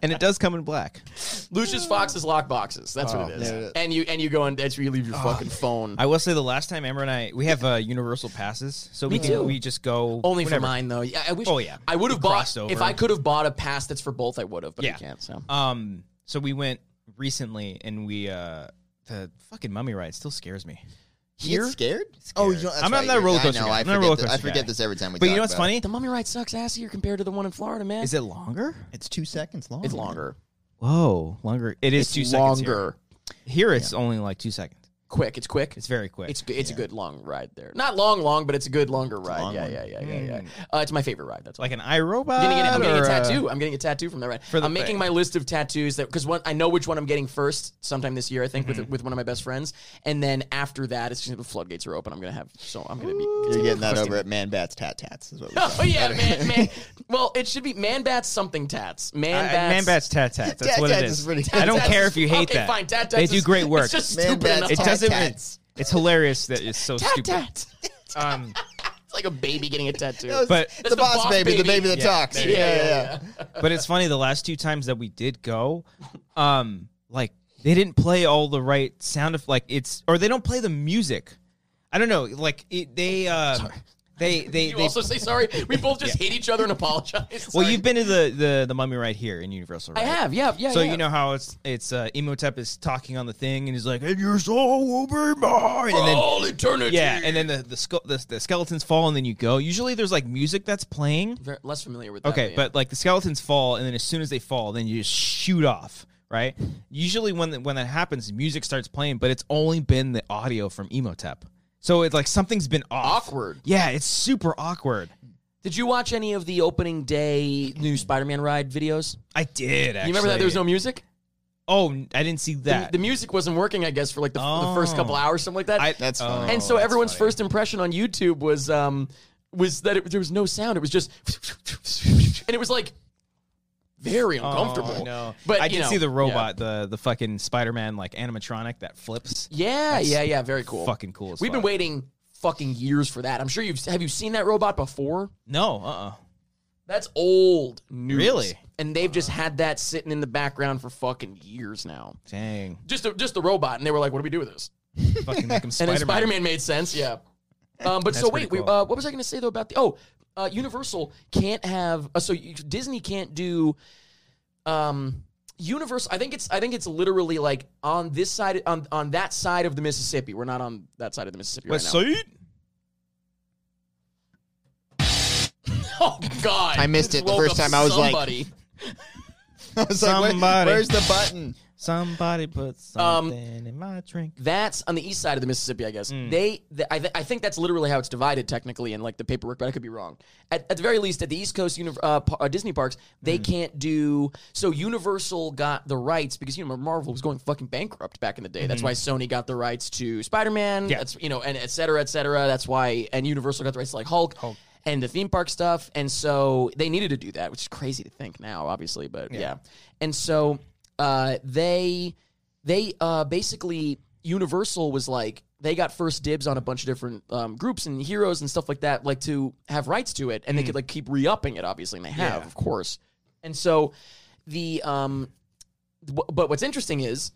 A: And it does come in black.
C: Lucius Fox's lock boxes. That's what Oh, it is.
B: there it is.
C: And you and you go and that's where you leave your fucking phone.
A: I will say the last time Amber and I we have uh, universal passes, so we
C: Me
A: can,
C: too.
A: we just go
C: Only
A: whenever.
C: for mine though. Yeah, I wish.
A: Oh, yeah.
C: I would have
A: We
C: bought
A: crossed over.
C: if I could have bought a pass that's for both. I would have, but
A: Yeah.
C: I can't. So
A: Um, so we went recently, and we uh, the fucking mummy ride still scares me.
B: You get scared? Oh, you don't, that's
A: I'm not-
B: right.
A: I'm not a
B: You're-
A: roller
B: I
A: coaster
B: know,
A: guy.
B: I
A: I'm not a
B: forget
A: roller
B: this- I
A: coaster
B: forget
A: guy.
B: this every time we
A: But
B: talk
A: you know what's
B: about it.
A: funny?
C: the mummy ride sucks assier compared to the one in Florida, man.
A: Is it longer?
B: It's two seconds long.
C: It's longer.
A: Whoa, longer. It is
C: It's
A: two seconds here.
C: longer.
A: Here it's only like two seconds.
C: Quick. It's quick.
A: It's very quick.
C: It's good. It's a good long ride there. Not long, long, but it's a good longer ride.
B: long
C: yeah,
B: one.
C: yeah, yeah, yeah, yeah. Uh, it's my favorite ride. That's all.
A: Mm. like an iRobot.
C: I'm getting, it, I'm getting
A: or,
C: a
A: uh,
C: tattoo. I'm getting a tattoo from that ride.
A: the
C: I'm making
A: thing.
C: my list of tattoos that because I know which one I'm getting first sometime this year. I think
A: Mm-hmm.
C: with with one of my best friends, and then after that, it's just the floodgates are open. I'm gonna have so I'm gonna be. it's
B: You're
C: gonna
B: getting
C: be
B: that
C: crusty.
B: over at Man Bats Tat Tats. Is what we
C: Oh yeah, man, man. Well, it should be man bats something tats. Man
A: I-
C: bats.
A: I- Man bats tat tat. That's
B: Tat
A: what it
B: Tats
A: is.
B: is pretty-
A: I don't
C: Tats
A: care
C: is-
A: if you hate
C: okay,
A: that.
C: fine, tat
A: they
C: tats
A: do
C: is-
A: great work.
C: It's just
B: Man
C: stupid
B: bats
C: enough.
A: it
B: tat
A: doesn't.
B: tats.
A: It's hilarious that it's so
C: tat
A: stupid.
C: tat.
A: Um,
C: It's like a baby getting a tattoo.
B: No, it's-
A: But-
B: it's
A: That's
B: the,
C: the
B: boss,
C: boss
B: baby, the
C: baby.
B: baby that
A: Yeah,
B: talks.
A: there
B: Yeah,
A: you
B: yeah, yeah.
A: but it's funny. The last two times that we did go, um, like they didn't play all the right sound of like it's or they don't play the music. I don't know. Like it, they uh, they they
C: You
A: they.
C: also say sorry. We both just hate each other and apologize.
A: well,
C: Sorry.
A: you've been to the the the mummy right here in Universal.
C: I
A: right?
C: have, yeah, yeah.
A: So
C: yeah.
A: you know how it's it's uh, Imhotep is talking on the thing and he's like, "And your soul will be mine," and then
C: all eternity.
A: yeah, and then the the, skull, the the skeletons fall and then you go. Usually there's like music that's playing.
C: Very- less familiar with. That,
A: Okay, but like the skeletons fall and then as soon as they fall, then you just shoot off. Right. Usually when that when that happens, music starts playing, but it's only been the audio from Emotep. So it's like something's been off.
C: Awkward.
A: Yeah, it's super awkward.
C: did you watch any of the opening day new Spider-Man ride videos?
A: I did. Actually.
C: You remember that there was no music.
A: Oh, I didn't see
C: The-
A: that.
C: The, music wasn't working, I guess, for like the, the first couple
A: Oh.
C: hours, something like that.
A: I-
B: That's
A: oh,
B: funny.
C: and so
A: that's
C: everyone's
A: funny.
C: first impression on YouTube was um was that it, there was no sound. It was just and it was like very uncomfortable.
A: Oh, no.
C: But
A: I
C: you
A: did
C: know,
A: see the
C: yeah.
A: robot, the the fucking Spider Man like animatronic that flips.
C: Yeah, yeah, yeah. Very cool.
A: Fucking cool. as
C: We've been
A: fuck.
C: waiting fucking years for that. I'm sure you've have you seen that robot before?
A: No, uh, uh
C: That's old news.
A: Really?
C: And they've just had that sitting in the background for fucking years now.
A: dang,
C: Just a, just the robot, and they were like, "What do we do with this?"
A: fucking make him
C: And
A: Spider
C: then
A: Man.
C: Spider Man made sense. Yeah. Um, but
A: That's
C: so
A: pretty
C: wait,
A: cool.
C: we, uh, what was I going to say though about the? Oh, uh, Universal can't have. Uh, so you, Disney can't do. Um, Universal. I think it's. I think it's literally like on this side, on on that side of the Mississippi. We're not on that side of the Mississippi right now. Oh God!
B: I missed it the
C: Woke
B: first
C: up
B: time. I was like-
C: somebody.
B: I was like, where-
A: Somebody.
B: where's the button?
A: Somebody put
C: Um,
A: something in my drink.
C: That's on the east side of the Mississippi, I guess. They, th- I, th- I think that's literally how it's divided technically in like the paperwork, but I could be wrong. At, at the very least, at the East Coast uni- uh, pa- uh, Disney parks, they can't do so. Universal got the rights because you know Marvel was going fucking bankrupt back in the day. That's why Sony got the rights to Spider Man.
A: Yeah.
C: That's you know, and et cetera, et cetera. That's why and Universal got the rights to like Hulk. Hulk. And the theme park stuff, and so they needed to do that, which is crazy to think now, obviously, but yeah. And so uh, they they uh, basically Universal was like they got first dibs on a bunch of different um, groups and heroes and stuff like that, like to have rights to it, and
A: Hmm.
C: they could like keep re-upping it, obviously, and they have, of course. And so the um, w- but what's interesting is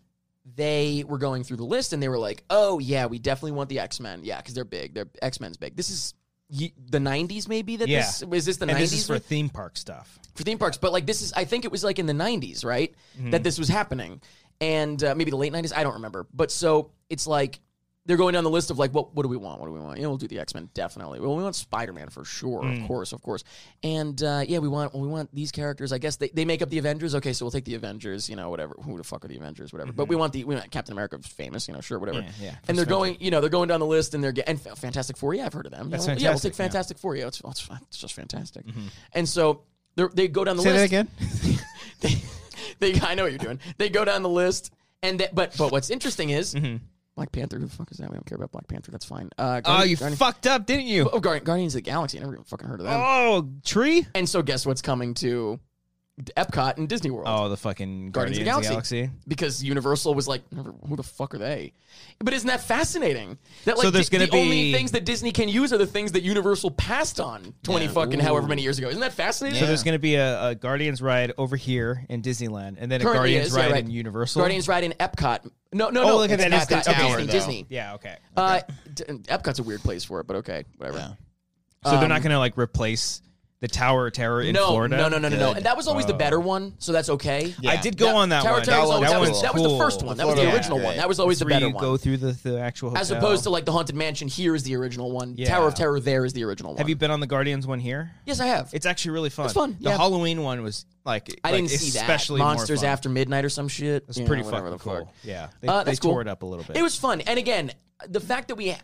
C: they were going through the list and they were like, oh yeah, we definitely want the X Men, yeah, because they're big, they're X Men's big. This is. ye- The '90s, maybe that
A: Yeah.
C: this is this the
A: And
C: '90s
A: this is for
C: maybe?
A: theme park stuff.
C: for theme parks, but like this is, I think it was like in the 90s, right? That this was happening. And uh, maybe the late 90s, I don't remember. But so it's like they're going down the list of like, what, what do we want? What do we want? You know, we'll do the X Men, definitely. Well, we want Spider Man for sure, of course, of course. And uh, yeah, we want we want these characters. I guess they, they make up the Avengers. Okay, so we'll take the Avengers, you know, whatever. Who the fuck are the Avengers, whatever. But we want the we want Captain America, famous, you know, sure, whatever.
A: Yeah, yeah.
C: and they're going, you know, they're going down the list and they're getting and Fantastic Four. Yeah, I've heard of them. You
A: That's
C: know, Yeah, we'll
A: fantastic,
C: take
A: yeah. Mm-hmm.
C: Fantastic Four. Yeah, it's, oh, it's, it's just fantastic. And so they're- they go down the list. they, they, I know what you're doing. They go down the list, and they, but but what's interesting is Black Panther. Who the fuck is that? We don't care about Black Panther. That's fine.
A: Mm-hmm. Oh,
C: Uh, Guardian-
A: you
C: Guardian-
A: fucked up, didn't you?
C: oh, Guardian- Guardians of the Galaxy. I never even fucking heard of them.
A: Oh, tree.
C: And so, guess what's coming to Epcot and Disney World?
A: Oh, the fucking Guardians,
C: Guardians of the
A: of the Galaxy.
C: Because Universal was like, "Never- who the fuck are they? But isn't that fascinating? That like
A: So there's
C: the,
A: gonna
C: the only
A: be-
C: things that Disney can use are the things that Universal passed on twenty fucking however many years ago. Isn't that fascinating?
A: So there's going to be a, a Guardians ride over here in Disneyland, and then a
C: Currently
A: Guardians
C: is, yeah,
A: ride
C: right.
A: in Universal.
C: Guardians ride in Epcot. No, no,
A: Oh,
C: no.
A: look at
C: it's
A: that. It's
C: not
A: the tower,
C: Disney.
B: though.
C: Disney.
A: Yeah. Okay.
C: Uh, D- Epcot's a weird place for it, but okay, whatever.
B: Yeah.
A: So they're
C: Um,
A: not going to like replace the Tower of Terror in
C: no,
A: Florida.
C: No, no, no, no, no.
B: Good.
C: And that was always the
A: Whoa.
C: better one, so that's okay.
A: I did go
C: That-
A: on that
C: Tower
A: one.
C: Terror was always-
B: That one-
C: that,
B: that
C: was,
B: one's
C: that was the
A: cool.
C: first one. That was the
B: Florida,
C: original
B: yeah.
C: one. That was always the
A: Where
C: better
A: you
C: one.
A: go through the, the actual hotel.
C: As opposed to like the Haunted Mansion here is the original one.
A: Yeah.
C: Tower of Terror there is the original one.
A: Have you been on the Guardians one here?
C: Yes, I have.
A: It's actually really fun.
C: It's fun,
A: The
C: yeah.
A: Halloween one was like
C: I
A: like,
C: didn't see that.
A: especially more
C: Monsters
A: fun.
C: After Midnight or some shit.
A: It's
C: Yeah,
A: pretty
C: whatever
A: fucking
C: the
A: cool.
C: fuck.
A: Yeah, they,
C: Uh,
A: they
C: that's cool.
A: tore it up a little bit.
C: It was fun, and again, the fact that we, I,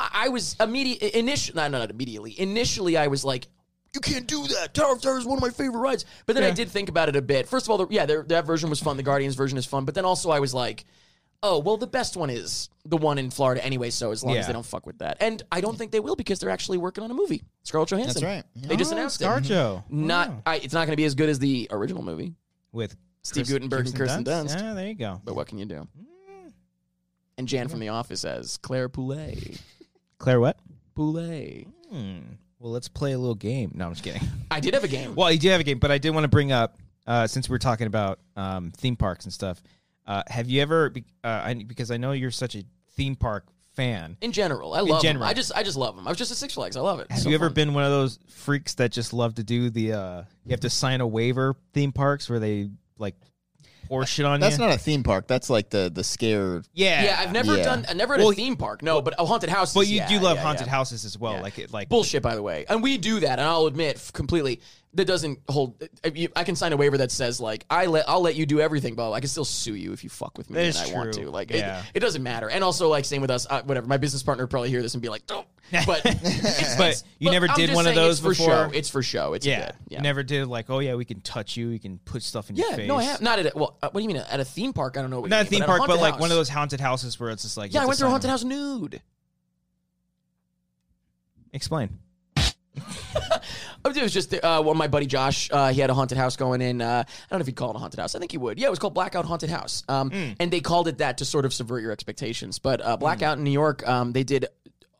C: I was immediately initially, no, no, not immediately. Initially, I was like, "You can't do that." Tower of Terror is one of my favorite rides. But then I
A: Yeah.
C: did think about it a bit. First of all, the, yeah, their- that version was fun. The Guardians version is fun. But then also, I was like. Oh well, the best one is the one in Florida anyway. So as long as
A: Yeah.
C: they don't fuck with that, and I don't think they will because they're actually working on a movie. Scarlett Johansson.
B: That's right.
C: They just announced it.
A: Oh,
C: Mm-hmm.
A: Starjo
C: Not,
A: Oh.
C: I, it's not going to be as good as the original movie.
A: with
C: Steve
A: Kirsten-
C: Guttenberg and Kirsten Dunst.
A: Yeah, there you go.
C: But what can you do? And Jan from The Office as Claire Poulet.
A: Claire, what?
C: Poulet.
A: Hmm. Well, let's play a little game. No, I'm just kidding.
C: I did have a game.
A: Well, you do have a game, but I did want to bring up uh, since we were talking about um, theme parks and stuff. Uh, have you ever? be- Uh, I, because I know you're such a theme park fan.
C: in general, I love 'em.
A: general.
C: I just, I just love them. I was just at Six Flags. I love it. It's
A: Have
C: so
A: you ever
C: fun.
A: been one of those freaks that just love to do the? Uh, you have to sign a waiver theme parks where they like pour shit on
B: That's
A: you.
B: not a theme park. That's like the the scare.
A: yeah,
C: Yeah, I've never
B: Yeah.
C: done. I never at
A: Well,
C: a theme park. No, but a haunted house.
A: But you do love haunted houses as well.
C: Yeah.
A: Like it, like
C: Bullshit, by the way. And we do that, and I'll admit f- completely that doesn't hold. I- you- I can sign a waiver that says like I let I'll let you do everything, but I can still sue you if you fuck with me
A: That
C: and
A: is
C: I want
A: true.
C: to. Like
A: Yeah.
C: it, it doesn't matter. And also like same with us. Uh, whatever. My business partner would probably hear this and be like, don't. But it's,
A: But
C: it's-
A: you never
C: I'm
A: did
C: just
A: one of
C: saying
A: those
C: it's for
A: before?
C: show. It's for show. It's a
A: yeah,
C: bit.
A: You never did like oh yeah, we can touch you, we can put stuff in your
C: Yeah,
A: face.
C: no, I have not at a, well. Uh, what do you mean at a theme park? I don't know. What you
A: Not a
C: mean,
A: theme
C: at
A: park, but
C: haunted
A: like
C: house.
A: one of those haunted houses where it's just like you
C: Yeah,
A: have
C: I
A: to
C: went to a
A: sign
C: haunted house nude.
A: Explain.
C: Oh, It was just uh, well, my buddy Josh. Uh, he had a haunted house going in. Uh, I don't know if he'd call it a haunted house. I think he would. Yeah, it was called Blackout Haunted House. Um,
A: Hmm.
C: and they called it that to sort of subvert your expectations. But uh, Blackout in New York, um, they did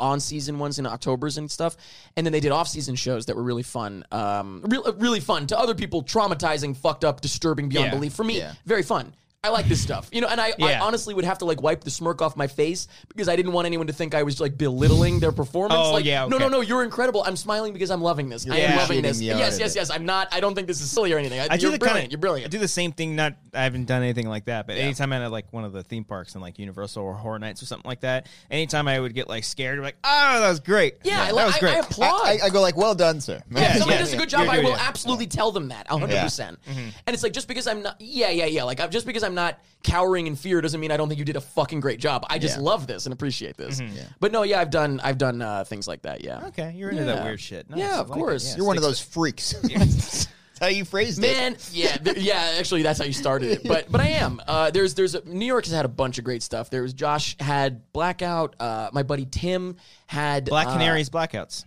C: on season ones in October's and stuff, and then they did off season shows that were really fun. Um, re- really fun to other people, traumatizing, fucked up, disturbing beyond
A: Yeah.
C: belief. For me,
B: Yeah.
C: very fun. I like this stuff, you know, and I, I
A: Yeah.
C: honestly would have to like wipe the smirk off my face because I didn't want anyone to think I was like belittling their performance.
A: Oh,
C: like,
A: yeah,
C: no,
A: okay.
C: no, no, you're incredible. I'm smiling because I'm loving this. I am
A: Yeah.
C: loving this.
B: Appreciating the art
C: Yes,
B: of
C: yes,
B: it.
C: yes. I'm not. I don't think this is silly or anything. I,
A: I
C: you're
A: do the
C: brilliant.
A: kind of
C: you're brilliant.
A: I do the same thing. Not I haven't done anything like that, but anytime I'm at like one of the theme parks and like Universal or Horror Nights or something like that, anytime I would get like scared, I'd be like oh that was great.
C: yeah, I,
A: that
C: like-
A: was
C: I,
A: great.
C: I applaud.
B: I, I go like, well done, sir.
C: yeah,
A: Yeah,
C: if somebody
A: yeah,
C: does a
A: yeah.
C: good job,
A: You're
C: I
A: good,
C: will
A: yeah. Mm-hmm.
C: absolutely tell them that 100%. And it's like, just because I'm not, yeah, yeah, yeah. Like, I'm, just because I'm not cowering in fear doesn't mean I don't think you did a fucking great job. I just
B: Yeah.
C: love this and appreciate this. But no, yeah, I've done, I've done uh, things like that. Yeah.
A: Mm-hmm. okay, you're into
C: Yeah.
A: that weird shit. Nice,
C: Yeah,
A: I
C: of
A: like it,
C: course.
A: yeah.
B: You're one of those freaks. That's how you phrased it.
C: Man, yeah, th- yeah. Actually, that's how you started it. But but I am. Uh, there's there's a, New York has had a bunch of great stuff. There was Josh had blackout. Uh, my buddy Tim had
A: Black
C: uh,
A: Canaries blackouts.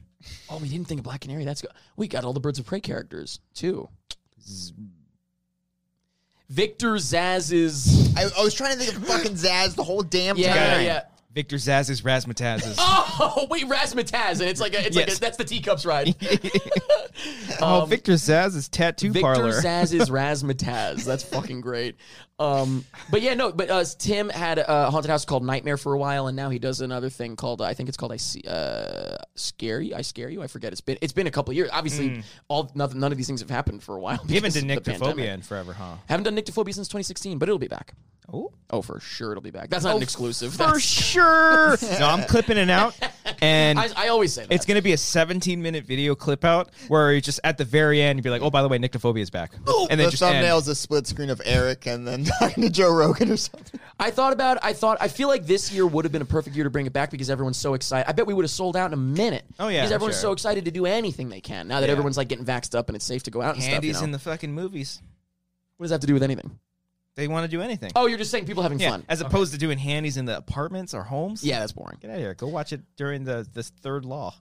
C: oh, we didn't think of Black Canary. That's good. We got all the Birds of Prey characters too. Victor Zaz's.
B: I, I was trying to think of fucking Zaz the whole damn
C: Yeah, yeah,
B: time.
C: yeah.
A: Victor Zaz's Razzmatazzes.
C: Oh wait, Razzmatazz, and it's like a, it's like
A: Yes.
C: a, that's the teacups ride.
A: oh, Victor Zaz's tattoo
C: um, Victor
A: parlor.
C: Zaz is Razzmatazz. That's fucking great. Um, but yeah, no. But uh, Tim had a haunted house called Nightmare for a while, and now he does another thing called I think it's called I see, uh, scare you. I scare you. I forget. It's been it's been a couple of years. Obviously, all nothing, none of these things have happened for a while.
A: you haven't
C: because
A: done
C: of the pandemic.
A: Nyctophobia in forever, huh?
C: Haven't done Nyctophobia since 2016, but it'll be back.
A: Oh,
C: Oh, for sure, it'll be back. That's not an exclusive.
A: for
C: That's-
A: sure. no, I'm clipping it out, and
C: I, I always say that.
A: It's going to be a 17 minute video clip out where you just at the very end, you'd be like, oh, by the way, Nyctophobia is back. and
B: The
A: then just end.
B: thumbnail's a split screen of Eric and then talking to Joe Rogan or something.
C: I thought about. I thought. I feel like this year would have been a perfect year to bring it back because everyone's so excited. I bet we would have sold out in a minute.
A: Oh, yeah,
C: because everyone's
A: sure.
C: so excited to do anything they can now that everyone's like getting vaxxed up and it's safe to go out and
A: Handy's
C: stuff. You know?
A: in the fucking movies.
C: what does that have to do with anything?
A: They want to do anything.
C: Oh, you're just saying people having
A: yeah,
C: fun.
A: as opposed to doing handies in the apartments or homes.
C: Yeah, that's boring.
A: Get out of here. Go watch it during the this third law.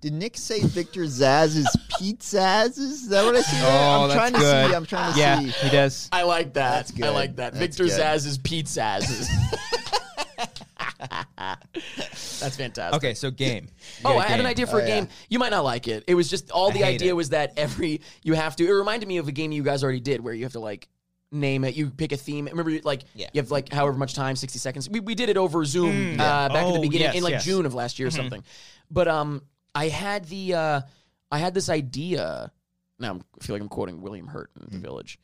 B: Did Nick say Victor Zaz is Pete Zaz? Is that what I see? there?
A: Oh,
B: I'm
A: that's
B: trying to
A: good.
B: see. I'm trying to
A: Yeah,
B: see.
A: he does.
C: I like that.
B: That's good.
C: I like that.
B: That's
C: Victor
B: good.
C: Zaz is Pete Zaz's. that's fantastic.
A: Okay, so game. You
C: Oh,
A: got a
C: I had an
A: game.
C: idea for
B: Oh,
C: a game. You might not like it. It was just all
A: I
C: the
A: hate
C: idea
A: it.
C: was that every you have to. It reminded me of a game you guys already did where you have to like name it. You pick a theme. Remember, you- like
A: Yeah.
C: you have like however much time, sixty seconds. We, we did it over Zoom
A: Mm,
C: uh, back at the
A: Oh,
C: beginning
A: yes,
C: in like
A: yes. Mm-hmm.
C: June of last year or something. But um, I had the uh, I had this idea. Now I'm- I feel like I'm quoting William Hurt in
A: Mm.
C: The Village.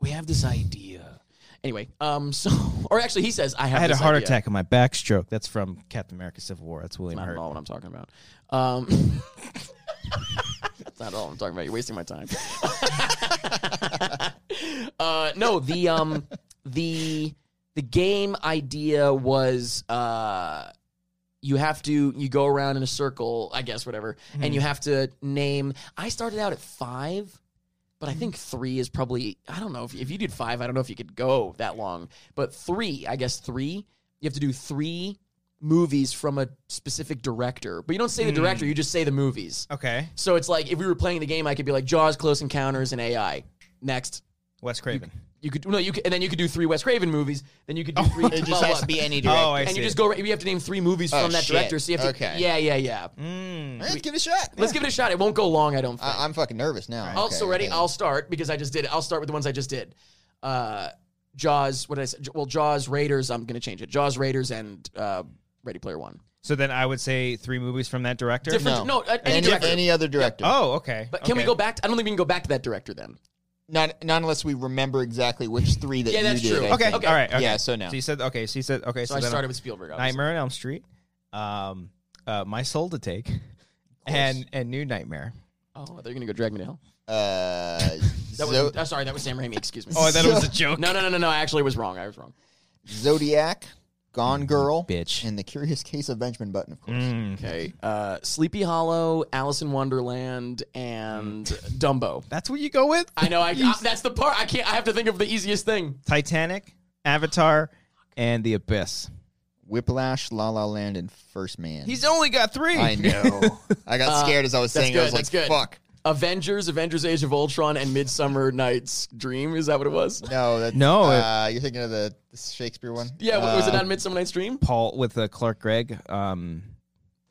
C: We have this idea. Anyway, um, so or actually, he says I have.
A: I had a
C: this
A: heart
C: idea."
A: attack on my backstroke. That's from Captain America: Civil War. That's William
C: Not
A: Hurt.
C: at all what I'm talking about. Um, that's not all I'm talking about. You're wasting my time. uh, no, the um, the the game idea was uh, you have to you go around in a circle, I guess, whatever, and you have to name. I started out at five. But I think three is probably I don't know if, if you did five I don't know if you could go that long but three I guess three you have to do three movies from a specific director but you don't say the director you just say the movies
A: Okay,
C: so it's like if we were playing the game I could be like Jaws Close Encounters and AI next
A: Wes Craven.
C: you could no you could, and then you could do three Wes Craven movies then you could do three
B: It
C: blah,
B: Oh, just has
C: blah.
B: to be any director.
A: oh, I
C: and
A: see.
C: you just go you have to name three movies
B: Oh,
C: from that
B: shit.
C: director so you have to
B: Okay.
C: yeah yeah yeah
A: Mm.
B: Let's give it a shot.
C: let's give it a shot it won't go long I don't think
B: I, I'm fucking nervous now. Uh, Okay,
C: Also, ready?
B: okay.
C: I'll start because I just did. it. I'll start with the ones I just did. Uh, Jaws. What did I say? J- Well, Jaws, Raiders. I'm gonna change it. Jaws, Raiders, and uh, Ready Player One.
A: So then I would say three movies from that director.
C: Different- no,
B: No,
C: uh, any
B: any,
C: director.
B: any other director.
A: Oh, okay.
C: But can we
A: Okay.
C: go back? To, I don't think we can go back to that director then.
B: Not, not unless we remember exactly which three that
C: Yeah,
B: you
C: that's
B: did.
C: true.
B: I
A: Okay.
B: think.
A: All right. Okay.
B: Yeah, so no.
A: So you said okay. So you said okay.
C: So,
A: So,
C: I
A: then
C: started with Spielberg. Obviously.
A: Nightmare on Elm Street, um, uh, My Soul to Take, and and New Nightmare.
C: Oh, they're gonna go drag me to hell.
B: Uh,
C: That
B: Zo-
C: was, oh, sorry, that was Sam Raimi. Excuse me.
A: Oh, I thought it was
B: So-
A: a joke.
C: no, no, no, no, no. I actually was wrong. I was wrong.
B: Zodiac, Gone Girl,
A: Mm, bitch.
B: and The Curious Case of Benjamin Button, of course.
A: Mm.
C: Okay. Uh, Sleepy Hollow, Alice in Wonderland, and Dumbo.
A: That's what you go with.
C: Mm. I know. I, I that's the part I can't. I have to think of the easiest thing.
A: Titanic, Avatar, and The Abyss.
B: Whiplash, La La Land, and First Man.
A: He's only got three.
B: I know. I got scared as I was
C: Uh, that's
B: saying. it.
C: good,
B: I was like,
C: that's good.
B: "Fuck."
C: Avengers, Avengers: Age of Ultron, and Midsummer Night's Dream. Is that what it was?
B: No, that's,
A: No, it-
B: Uh, you're thinking of the, the Shakespeare one.
C: Yeah, wa- was it
B: Uh,
C: on Midsummer Night's Dream?
A: Paul with uh, Clark Gregg. Um,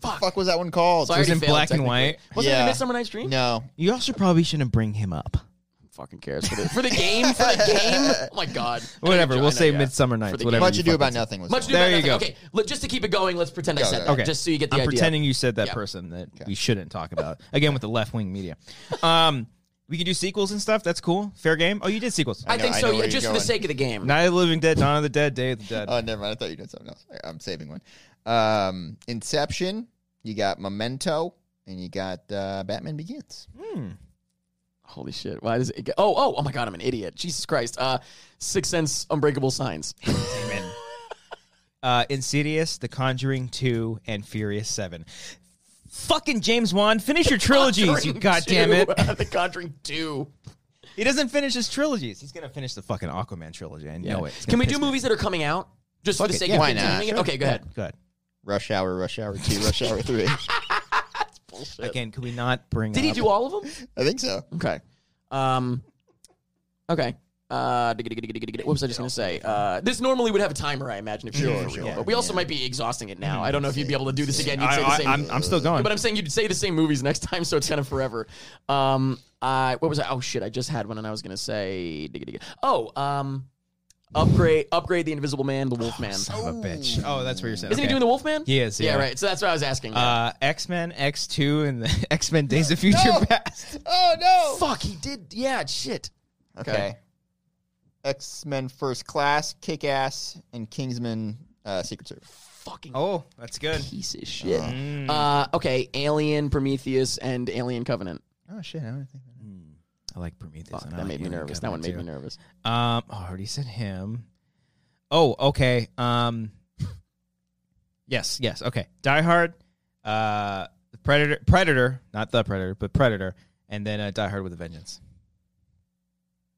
C: Fuck.
B: Fuck was that one called?
C: So
A: it
C: I
A: was
C: already
A: in
C: failed,
A: black and
C: technically.
A: white.
C: Wasn't it
B: Yeah.
C: in Midsummer Night's Dream?
B: No,
A: You also probably shouldn't bring him up.
C: Who Fucking cares for the, for the game. For the game. Oh my god.
A: Whatever.
C: I know,
A: We'll
C: I know,
A: say
C: yeah.
A: Midsummer
C: For
A: Nights.
C: the
A: Whatever.
B: Much Ado
A: you
B: About
A: fucking-
B: Nothing was.
C: Much
B: one.
C: ado about
A: There you
C: nothing.
A: go.
C: Okay, let, just to keep it going, let's pretend I
B: Go,
C: said
B: go,
C: that.
A: Okay.
C: Just so you get the
A: I'm
C: idea.
A: pretending you said that
C: Yeah.
A: person that
B: Okay.
A: we shouldn't talk about. Again, with the left wing media. Um, we could do sequels and stuff. That's cool. Fair game. Oh, you did sequels.
C: I,
B: know-
C: think
B: I
C: so.
B: know
C: Yeah,
B: where
C: just
B: you're
C: for the
B: going.
C: sake of the game.
A: Night of the Living Dead, Dawn of the Dead, Day of the Dead.
B: Oh, never mind. I thought you did something else. I- I'm saving one. Um, Inception. You got Memento, and you got uh, Batman Begins.
C: Holy shit! Why does it? Get, oh, oh, oh my god! I'm an idiot. Jesus Christ! Uh, Six Sense, Unbreakable Signs.
A: uh, Insidious, The Conjuring 2, and Furious 7. Fucking James Wan, finish your trilogies, you
C: Conjuring
A: goddamn it.
C: 2, the Conjuring Two.
A: He doesn't finish his trilogies. He's going to finish the fucking Aquaman trilogy. I know it. It's
C: Can
A: gonna
C: we
A: piss
C: do
A: me
C: movies that are coming out? Just for
A: Fuck
C: the
A: it,
C: sake
A: yeah.
C: of
B: Why
C: continuing
B: not?
C: it? Okay, go ahead.
A: Go ahead.
B: Rush Hour, Rush Hour Two, Rush Hour Three.
A: Again, could we not bring
C: Did he
A: up-
C: do all of them?
B: I think so.
C: Okay. Um. Okay. Uh, diggity-diggity-diggity-diggity. what was I just gonna say? Uh, this normally would have a timer, I imagine, if you
A: Mm-hmm.
C: were real. But we also might be exhausting it now. I don't know if you'd be able to do this again. You'd say the
A: I,
C: same.
A: am I'm still going.
C: but I'm saying you'd say the same movies next time, so it's kind of forever. Um, I what was I? Oh shit! I just had one, and I was gonna say. diggity-diggity. Oh, um, upgrade, upgrade the Invisible Man, the Wolf Man. Isn't
A: Son of a bitch. Oh, that's what you're saying.
C: he
A: Oh, Okay.
C: doing the Wolf Man?
A: He is, yeah.
C: right. So that's what I was asking. yeah.
A: uh, X Men, X Two, and the X Men Days of Future Past.
B: Oh no.
C: Fuck, he did. Yeah, shit.
B: Okay. X Men First Class, Kick Ass, and Kingsman uh, Secret Service. Uh-huh.
C: Fucking
A: Oh, Hmm. that's good. Mm.
C: piece of shit. Uh, okay, Alien, Prometheus, and Alien Covenant.
B: Oh shit! I don't think that.
A: I like Prometheus.
C: Fuck,
A: and I
C: that
A: like
C: made me
A: Oh, Alien
C: nervous. That one
A: Covenant,
C: made me
A: too.
C: nervous.
A: Um, oh, I already said him. Oh, okay. Um, yes, yes. Okay, Die Hard, uh, Predator, Predator, not the Predator, but Predator, and then uh, Die Hard with a Vengeance.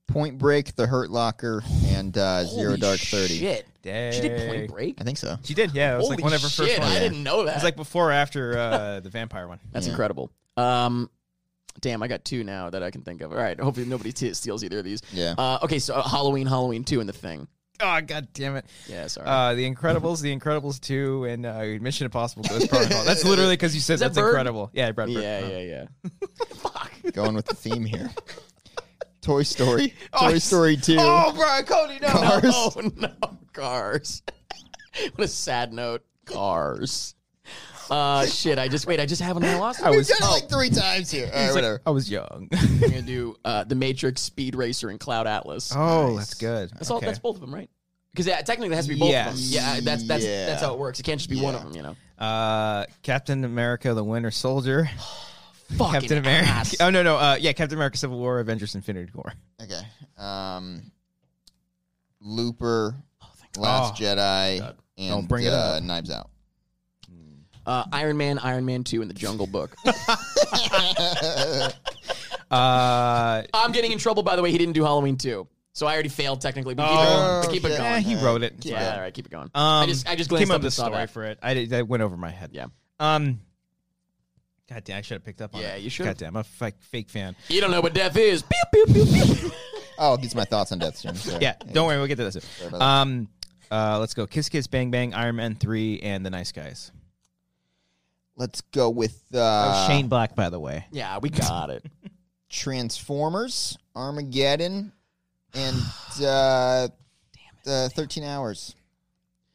B: Point Break, The Hurt Locker, and uh, Zero
C: Holy
B: Dark Thirty.
C: Shit.
A: Dang.
C: She did Point Break.
B: I think so.
A: She did, yeah. It was
C: Holy
A: like one of her
C: shit!
A: first ones.
C: I didn't know that.
A: It was like before or after uh, the vampire one.
C: That's
B: Yeah.
C: incredible. Um, damn, I got two now that I can think of. All right, hopefully nobody t- steals either of these.
B: Yeah.
C: Uh, okay, so uh, Halloween, Halloween two, and the thing.
A: Oh god damn it!
C: Yeah, sorry.
A: Uh, the Incredibles, The Incredibles Two, and uh, Mission Impossible: Ghost Protocol. That's literally because you said
C: that
A: that's
C: Bird?
A: incredible. Yeah, Brad Bird.
C: yeah,
A: Oh.
C: yeah, yeah. Fuck.
B: Going with the theme here. Toy Story.
A: Oh,
B: Toy
A: it's-
B: Story Two.
A: Oh, Brian Cody, no.
B: Cars.
C: Oh no, cars. what a sad note. Cars. Uh, shit. I just wait. I just have one. I lost.
A: I
C: it.
A: was,
B: Done it like three times here. All right, whatever.
A: I was young.
C: I'm gonna do uh, the Matrix, Speed Racer, and Cloud Atlas.
A: oh, that's good.
C: That's all. That's both of them, right? Because yeah, technically it has to be both of them.
A: Yes.
C: Yeah, that's that's
B: Yeah.
C: that's how it works. It can't just be one
B: Yeah.
C: of them, you know.
A: uh, Captain America: The Winter Soldier.
C: Fucking
A: Captain America.
C: ass.
A: Oh no, no. Uh, yeah, Captain America: Civil War, Avengers: Infinity War.
B: Okay. Um, Looper,
C: Oh, thank
B: Last
A: Oh,
B: Jedi,
C: God.
B: and
A: Don't bring it
B: uh,
A: up.
B: Knives Out.
C: Uh, Iron Man, Iron Man Two, and The Jungle Book.
A: Uh,
C: I'm getting in trouble, by the way. He didn't do Halloween Two, so I already failed technically. But
A: Oh,
C: keep it going. Keep it
B: shit.
A: eh,
C: going.
A: he
B: Yeah.
A: wrote it.
C: Yeah, all right, keep it going.
A: Um,
C: I just I just glanced
A: came up
C: up
A: with
C: and
A: a
C: saw
A: story
C: that.
A: for it. I did, that went over my head.
C: Yeah.
A: Um. God damn, I should have picked up on
C: Yeah,
A: it.
C: you should.
A: God damn, I'm a fake, fake fan.
C: You don't know what death is. Pew, pew, pew, pew.
B: Oh, it gets my thoughts on Death Jim. Sorry.
A: Yeah, don't worry, we'll get to that
B: Sorry
A: soon.
B: about that.
A: Um, uh, let's go. Kiss Kiss Bang Bang, Iron Man three, and the Nice Guys.
B: Let's go with
A: That was Oh,
B: uh,
A: Shane Black, by the way.
C: yeah, we got it.
B: Transformers, Armageddon, and uh, uh, 13 Hours.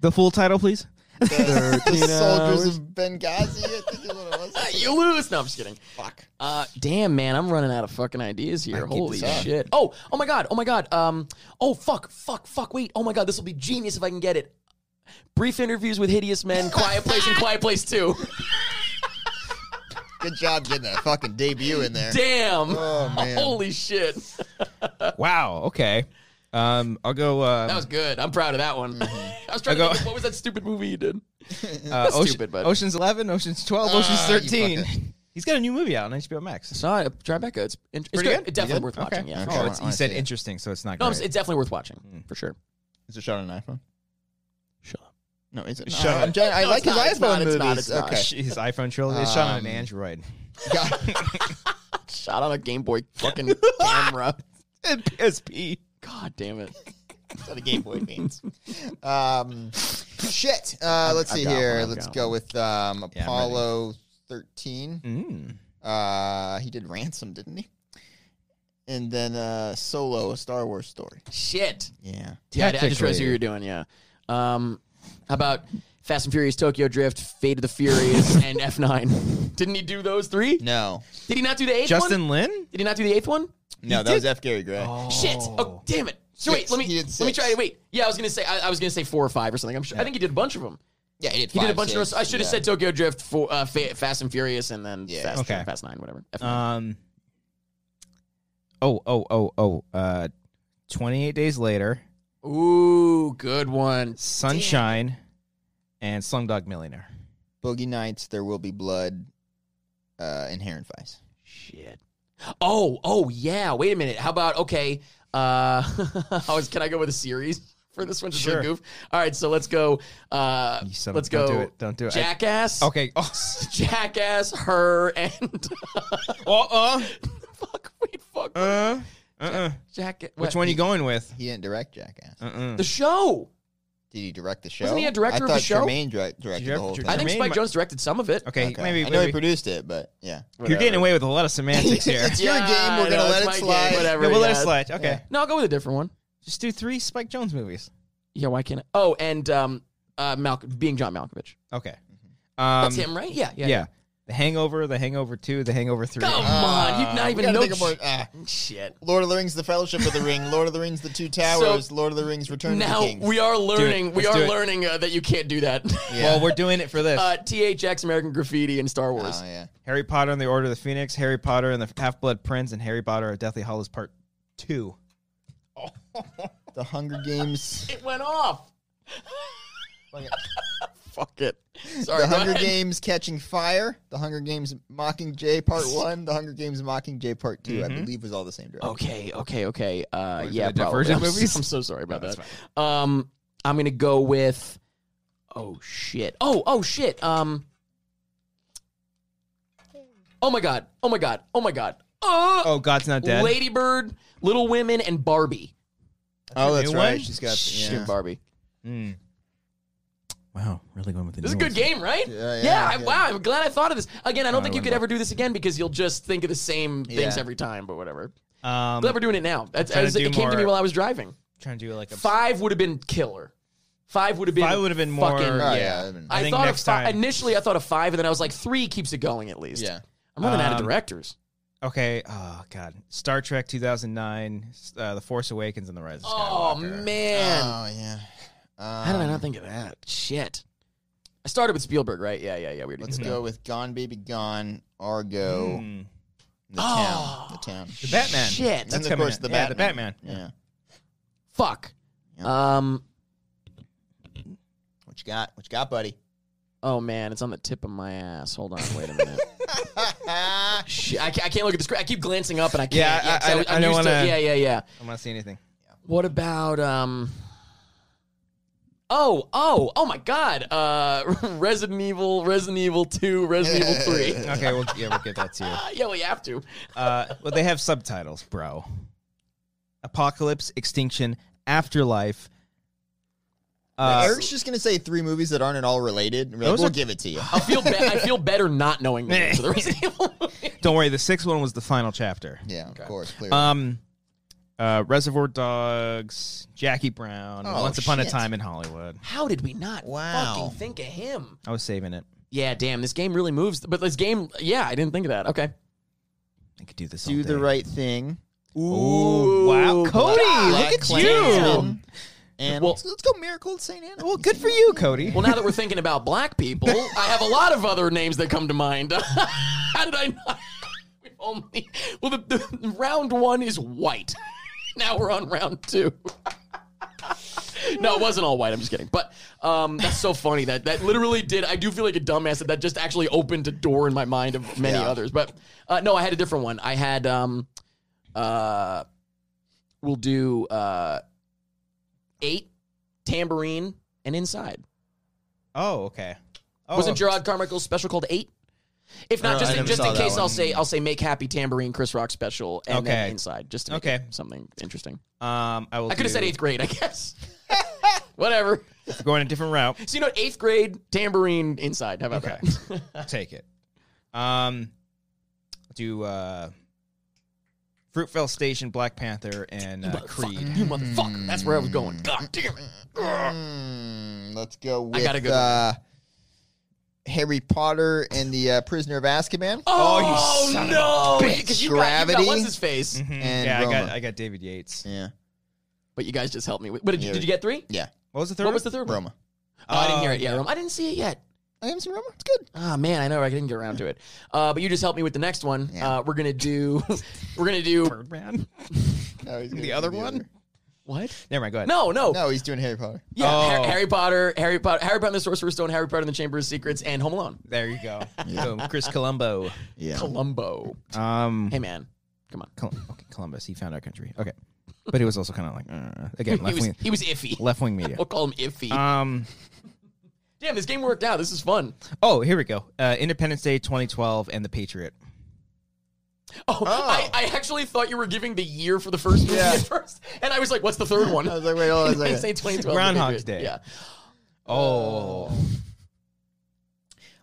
A: The full title, please.
B: The, the soldiers of Benghazi. I think is what it was.
C: you lose. No, I'm just kidding.
B: Fuck.
C: Uh, damn, man, I'm running out of fucking ideas here.
B: keep
C: Holy
B: this up.
C: shit! Oh, oh my god, oh my god. Um, oh fuck, fuck, fuck. Wait, oh my god, this will be genius if I can get it. Brief interviews with hideous men, Quiet Place, and Quiet Place Two.
B: Good job getting that fucking debut in there.
C: Damn.
B: Oh, man.
C: Holy shit.
A: Wow. Okay. Um, I'll go. Uh,
C: Uh, That was good. I'm proud of that one.
B: Mm-hmm.
C: I was trying
A: I
C: to
A: go-
C: think of what was that stupid movie you did?
A: uh, Ocean-
C: stupid, but-
A: Ocean's Eleven, Ocean's Twelve, Ocean's
B: Ah, you
A: Thirteen. He's got a new movie out on HBO Max.
C: Saw it, Tribeca. It's, it's
A: Pretty good?
C: It's definitely
B: good?
C: worth
A: Okay.
C: watching. Yeah.
B: Okay.
A: Oh, it's,
B: I
A: you said
B: see.
A: interesting, so it's not.
C: No,
A: Great.
C: it's, it's definitely worth watching for sure.
B: Is it shot on an iPhone?
C: Shut up.
B: No, is it?
A: Shut up.
B: I'm trying- I
C: No, it's
B: like his
C: not, it's
B: iPhone
C: not, it's
B: movies.
C: not, it's not.
B: okay.
A: his iPhone trilogy. It's shot on an
B: Um,
A: Android.
B: God.
C: Shot on a Game Boy fucking camera.
A: PSP.
C: God damn it.
B: That's what a Game Boy means. um, shit. Uh, let's
C: I've
B: see
C: got
B: here.
C: one, I've
B: let's
C: got
B: go
C: one.
B: with um,
A: Yeah, I'm
B: Apollo 13.
A: Mm.
B: Uh, he did Ransom, didn't he? And then uh, Solo, a Star Wars story.
C: Shit.
B: Yeah.
C: Yeah, I, I just realized
A: Technically.
C: what you were doing. Yeah. Um, how about Fast and Furious, Tokyo Drift, Fate of the Furious, and F9? Didn't he do those three?
B: No.
C: Did he not do the eighth one?
A: Justin Lin.
C: Did he not do the eighth one?
B: No, that was F. Gary Gray.
C: Shit! Oh, damn it! So wait, let me
B: He
C: let
B: did
C: me
B: six.
C: try. Wait, yeah, I was gonna say I, I was gonna say four or five or something. I'm sure. I think he did a bunch of them.
B: Yeah, he did.
C: He did a
B: five,
C: bunch of.
B: six,
C: Those. I should have
B: yeah.
C: said Tokyo Drift, for, uh, Fa- Fast and Furious, and then
B: Yeah.
C: Fast,
A: Okay.
C: Fast Nine, whatever. F9.
A: Um. Oh oh oh oh. Uh, twenty eight days later,
C: Ooh, good one.
A: Sunshine, and Slumdog Millionaire.
B: Boogie Nights, There Will Be Blood, uh, Inherent Vice.
C: Shit. Oh, oh yeah. Wait a minute. How about okay? Uh, I was. Can I go with a series for this one? Just
A: Sure.
C: a goof. All right. So let's go. Uh,
A: You son of-
C: let's
A: don't
C: go.
A: do it, don't do it. I-
C: Jackass.
A: Okay. Oh.
C: Jackass. Her and
A: Uh.
C: fuck. Wait. Fuck.
A: Uh. Uh. uh.
C: Jacket.
A: Which one are you going with?
B: He didn't direct Jackass.
A: Uh. uh
C: The show.
B: Did he direct the show?
C: Wasn't he a director of the
B: I thought
C: show?
B: Jermaine direct- directed
A: Jer-
B: the whole
A: Jer-
B: thing.
C: I think
A: Jermaine
C: Spike
A: Mi-
C: Jones directed some of it.
A: Okay.
B: Okay.
A: Maybe.
B: I know he
A: maybe.
B: produced it, but yeah.
A: You're getting away with a lot of semantics here.
B: It's your game. We're
C: I
B: gonna
C: know,
B: let
C: it's
B: it
C: my game,
B: slide.
A: Yeah,
C: Whatever.
A: we'll let it
C: yeah.
A: slide. Okay.
B: Yeah.
C: No, I'll go with a different one.
A: Just do three Spike Jones movies.
C: Yeah. Why can't I? Oh, and um, uh, Malk- being John Malkovich.
A: Okay. Um,
C: That's him, right? Yeah. Yeah.
A: Yeah. The Hangover, The Hangover 2, The Hangover 3.
C: Come on, you've
B: Uh,
C: not
B: we
C: even
B: gotta
C: know.
B: think of more- ah,
C: Shit.
B: Lord of the Rings, The Fellowship of the Ring, Lord of the Rings, The Two Towers, Lord of the Rings, Return
C: Now
B: of the King.
C: we are learning. We
A: Let's do
C: are
A: it.
C: learning uh, that you can't do that.
A: Well, we're doing it for this.
C: uh, THX, American Graffiti, and Star Wars.
B: Oh, yeah.
A: Harry Potter and the Order of the Phoenix, Harry Potter and the Half Blood Prince, and Harry Potter at Deathly Hollows Part 2.
B: The Hunger Games.
C: It went off. Fuck it. Sorry,
B: the
C: go
B: Hunger
C: ahead.
B: Games Catching Fire, The Hunger Games Mockingjay Part 1, The Hunger Games Mockingjay Part 2, I believe was all the same director.
C: Okay, okay, okay. Uh,
A: Going for
C: yeah,
A: the
C: probably.
A: Divergent
C: I'm, so-
A: movies?
C: I'm so sorry about that. Um, I'm gonna go with. Oh shit! Oh oh shit! Um. Oh my god! Oh my god! Oh my god! Oh,
A: Oh, God's not dead.
C: Lady Bird, Little Women, and Barbie.
B: Oh,
A: a
B: that's
A: new
B: right.
A: one?
B: She's got
C: Shit,
B: yeah.
C: Barbie.
A: Mm. Wow, really going with the.
C: This is a
A: new
C: good
A: ones.
C: game, right?
B: Yeah, yeah,
C: I,
B: good.
C: wow, I'm glad I thought of this. Again, I don't
A: I
C: think you
A: wouldn't
C: could
A: mind.
C: ever do this again because you'll just think of the same things
B: Yeah.
C: every time, but whatever.
A: Um,
C: Glad we're doing it now. That's,
A: trying to
C: as- it
A: do
C: came to me
A: more-
C: while I was driving.
A: trying to do like a.
C: Five would have been killer. Five would have been.
A: Five would have been more.
C: fucking-
B: Oh,
A: yeah.
B: yeah, I mean-
A: I,
C: I,
A: think
C: thought
A: next
C: of five,
A: time.
C: initially I thought of five, and then I was like, three keeps it going at least.
B: Yeah.
C: I'm running out of
A: Um,
C: directors.
A: Okay. Oh God. Star Trek 2009, uh, The Force Awakens, and The Rise of
C: Oh
A: Skywalker.
C: man,
B: Oh, yeah. Um,
C: how did I not think of that? Shit. I started with Spielberg, right? Yeah, yeah, yeah. We already
B: Let's
C: did
B: go with Gone Baby Gone, Argo,
A: Mm.
B: The
C: Oh.
B: Town. The Town.
A: The Batman.
C: Shit.
A: That's
B: And of
A: coming
B: course,
A: out.
B: the
A: yeah, the Batman.
B: Batman. Yeah.
C: that. Fuck. Um.
B: What you got? What you got, buddy?
C: Oh man, it's on the tip of my ass. Hold on, wait a minute.
B: Uh,
C: Shit, I, ca- I can't look at the screen. I keep glancing up, and I can't.
A: Yeah, I-
C: 'cause
A: I-
C: was-
A: I
C: I'm
A: don't
C: used to-
A: wanna-
C: Yeah, yeah, yeah.
A: I'm not seeing anything.
C: What about um? Oh, oh, oh my God! Uh, Resident Evil, Resident Evil Two, Resident Evil Three.
A: Okay. We'll yeah, we'll get that to you.
C: Ah, yeah, we have to.
A: Uh, well, they have subtitles, bro. Apocalypse, extinction, afterlife. Uh,
B: Eric's just gonna say three movies that aren't at all related. and we're like,
A: Those
B: we'll
A: are-
B: give it to you.
C: I feel be- I feel better not knowing the names of the Resident Evil movie.
A: don't worry. The sixth one was the final chapter.
B: yeah, of course. Clearly.
A: Um, uh, Reservoir Dogs, Jackie Brown,
B: Oh,
A: Once Upon a
B: shit.
A: Time in Hollywood.
C: How did we not
B: Wow.
C: fucking think of him?
A: I was saving it.
C: Yeah, damn, this game really moves. But this game, yeah, I didn't think of that. Okay.
A: I could do this. all
B: Do the
A: day.
B: right thing.
A: Ooh, wow, Cody,
B: Black
A: look at you.
B: Klansman. And
C: Well-
B: let's, let's go, Miracle at St. Anna.
A: Well, good for you, Cody.
C: Well, now that we're thinking about black people, I have a lot of other names that come to mind. How did I not? We only well, the, the round one is white. now we're on round two. no, it wasn't all white. I'm just kidding. But um, that's so funny that that literally did. I do feel like a dumbass that that just actually opened a door in my mind of many
B: Yeah.
C: others. But uh, no, I had a different one. I had um, uh, we'll do uh, eight tambourine and inside.
A: oh, okay. Oh,
C: Wasn't Gerard Carmichael's special called Eight? If not,
B: Uh,
C: just
B: I
C: in,
B: never
C: just
B: saw
C: in
B: that
C: case, I'll
B: one.
C: say I'll say make happy tambourine Chris Rock special and then
A: Okay.
C: inside just to make
A: Okay.
C: it something interesting.
A: Um, I will.
C: I could
A: do-
C: have said eighth grade, I guess. Whatever.
A: We're going a different route.
C: So you know, what? eighth grade tambourine inside. How about
A: Okay.
C: that?
A: I'll take it. Um, do uh, Fruitvale Station, Black Panther, and uh,
C: Motherfucker.
A: Creed.
C: You motherfucker. That's where I was going. God damn it.
A: uh,
B: Mm, let's go with
C: gotta go.
B: Uh, Harry Potter and the uh, Prisoner of Azkaban.
A: Oh, you son of a
C: no!
A: bitch.
C: Because you got, you got
B: Gravity.
C: what's his face,
A: Mhm.
B: And
A: yeah, I got
B: Roma.
A: I got David Yates.
B: Yeah,
C: but you guys just helped me. with What did you,
B: Yeah.
C: did you get three?
B: yeah.
A: What was the third?
C: What was the
A: one?
C: third one?
B: Roma.
C: Oh, I didn't hear
A: Oh,
C: it. Yeah, Rome. I didn't see it yet.
B: I haven't seen Roma. It's good.
C: Ah man, I know I didn't get around to it. Uh, but you just helped me with the next one.
B: Yeah.
C: Uh, we're gonna do, we're gonna do
A: Um, Birdman.
B: No, he's gonna
A: The
B: do
A: other one.
C: what?
A: Never mind. Go ahead.
C: No, no,
B: No, he's doing Harry Potter.
C: Yeah, Har-
A: Oh.
C: Harry Potter, Harry Potter, Harry Potter and the Sorcerer's Stone, Harry Potter and the Chamber of Secrets, and Home Alone.
A: There you go. Boom. Chris Colombo.
B: Yeah.
C: Columbo.
A: Um,
C: Hey man, come on.
A: Col- okay, Columbus. He found our country. Okay, but he was also kind of like uh, again
C: He
A: left
C: was Oh,
A: wing
C: he was iffy.
A: left wing media.
C: We'll call him iffy.
A: Um.
C: Damn, this game worked out. This is fun.
A: Oh, here we go. Uh, Independence Day 2012 and The Patriot.
C: Oh, I, I actually thought you were giving the year for the first movie
B: Yeah.
C: at first, and I was like, "What's the third one?"
B: I was like, wait, hold on a
C: I
B: second.
C: say 2012.
A: Groundhog's Day.
C: Yeah.
A: Oh,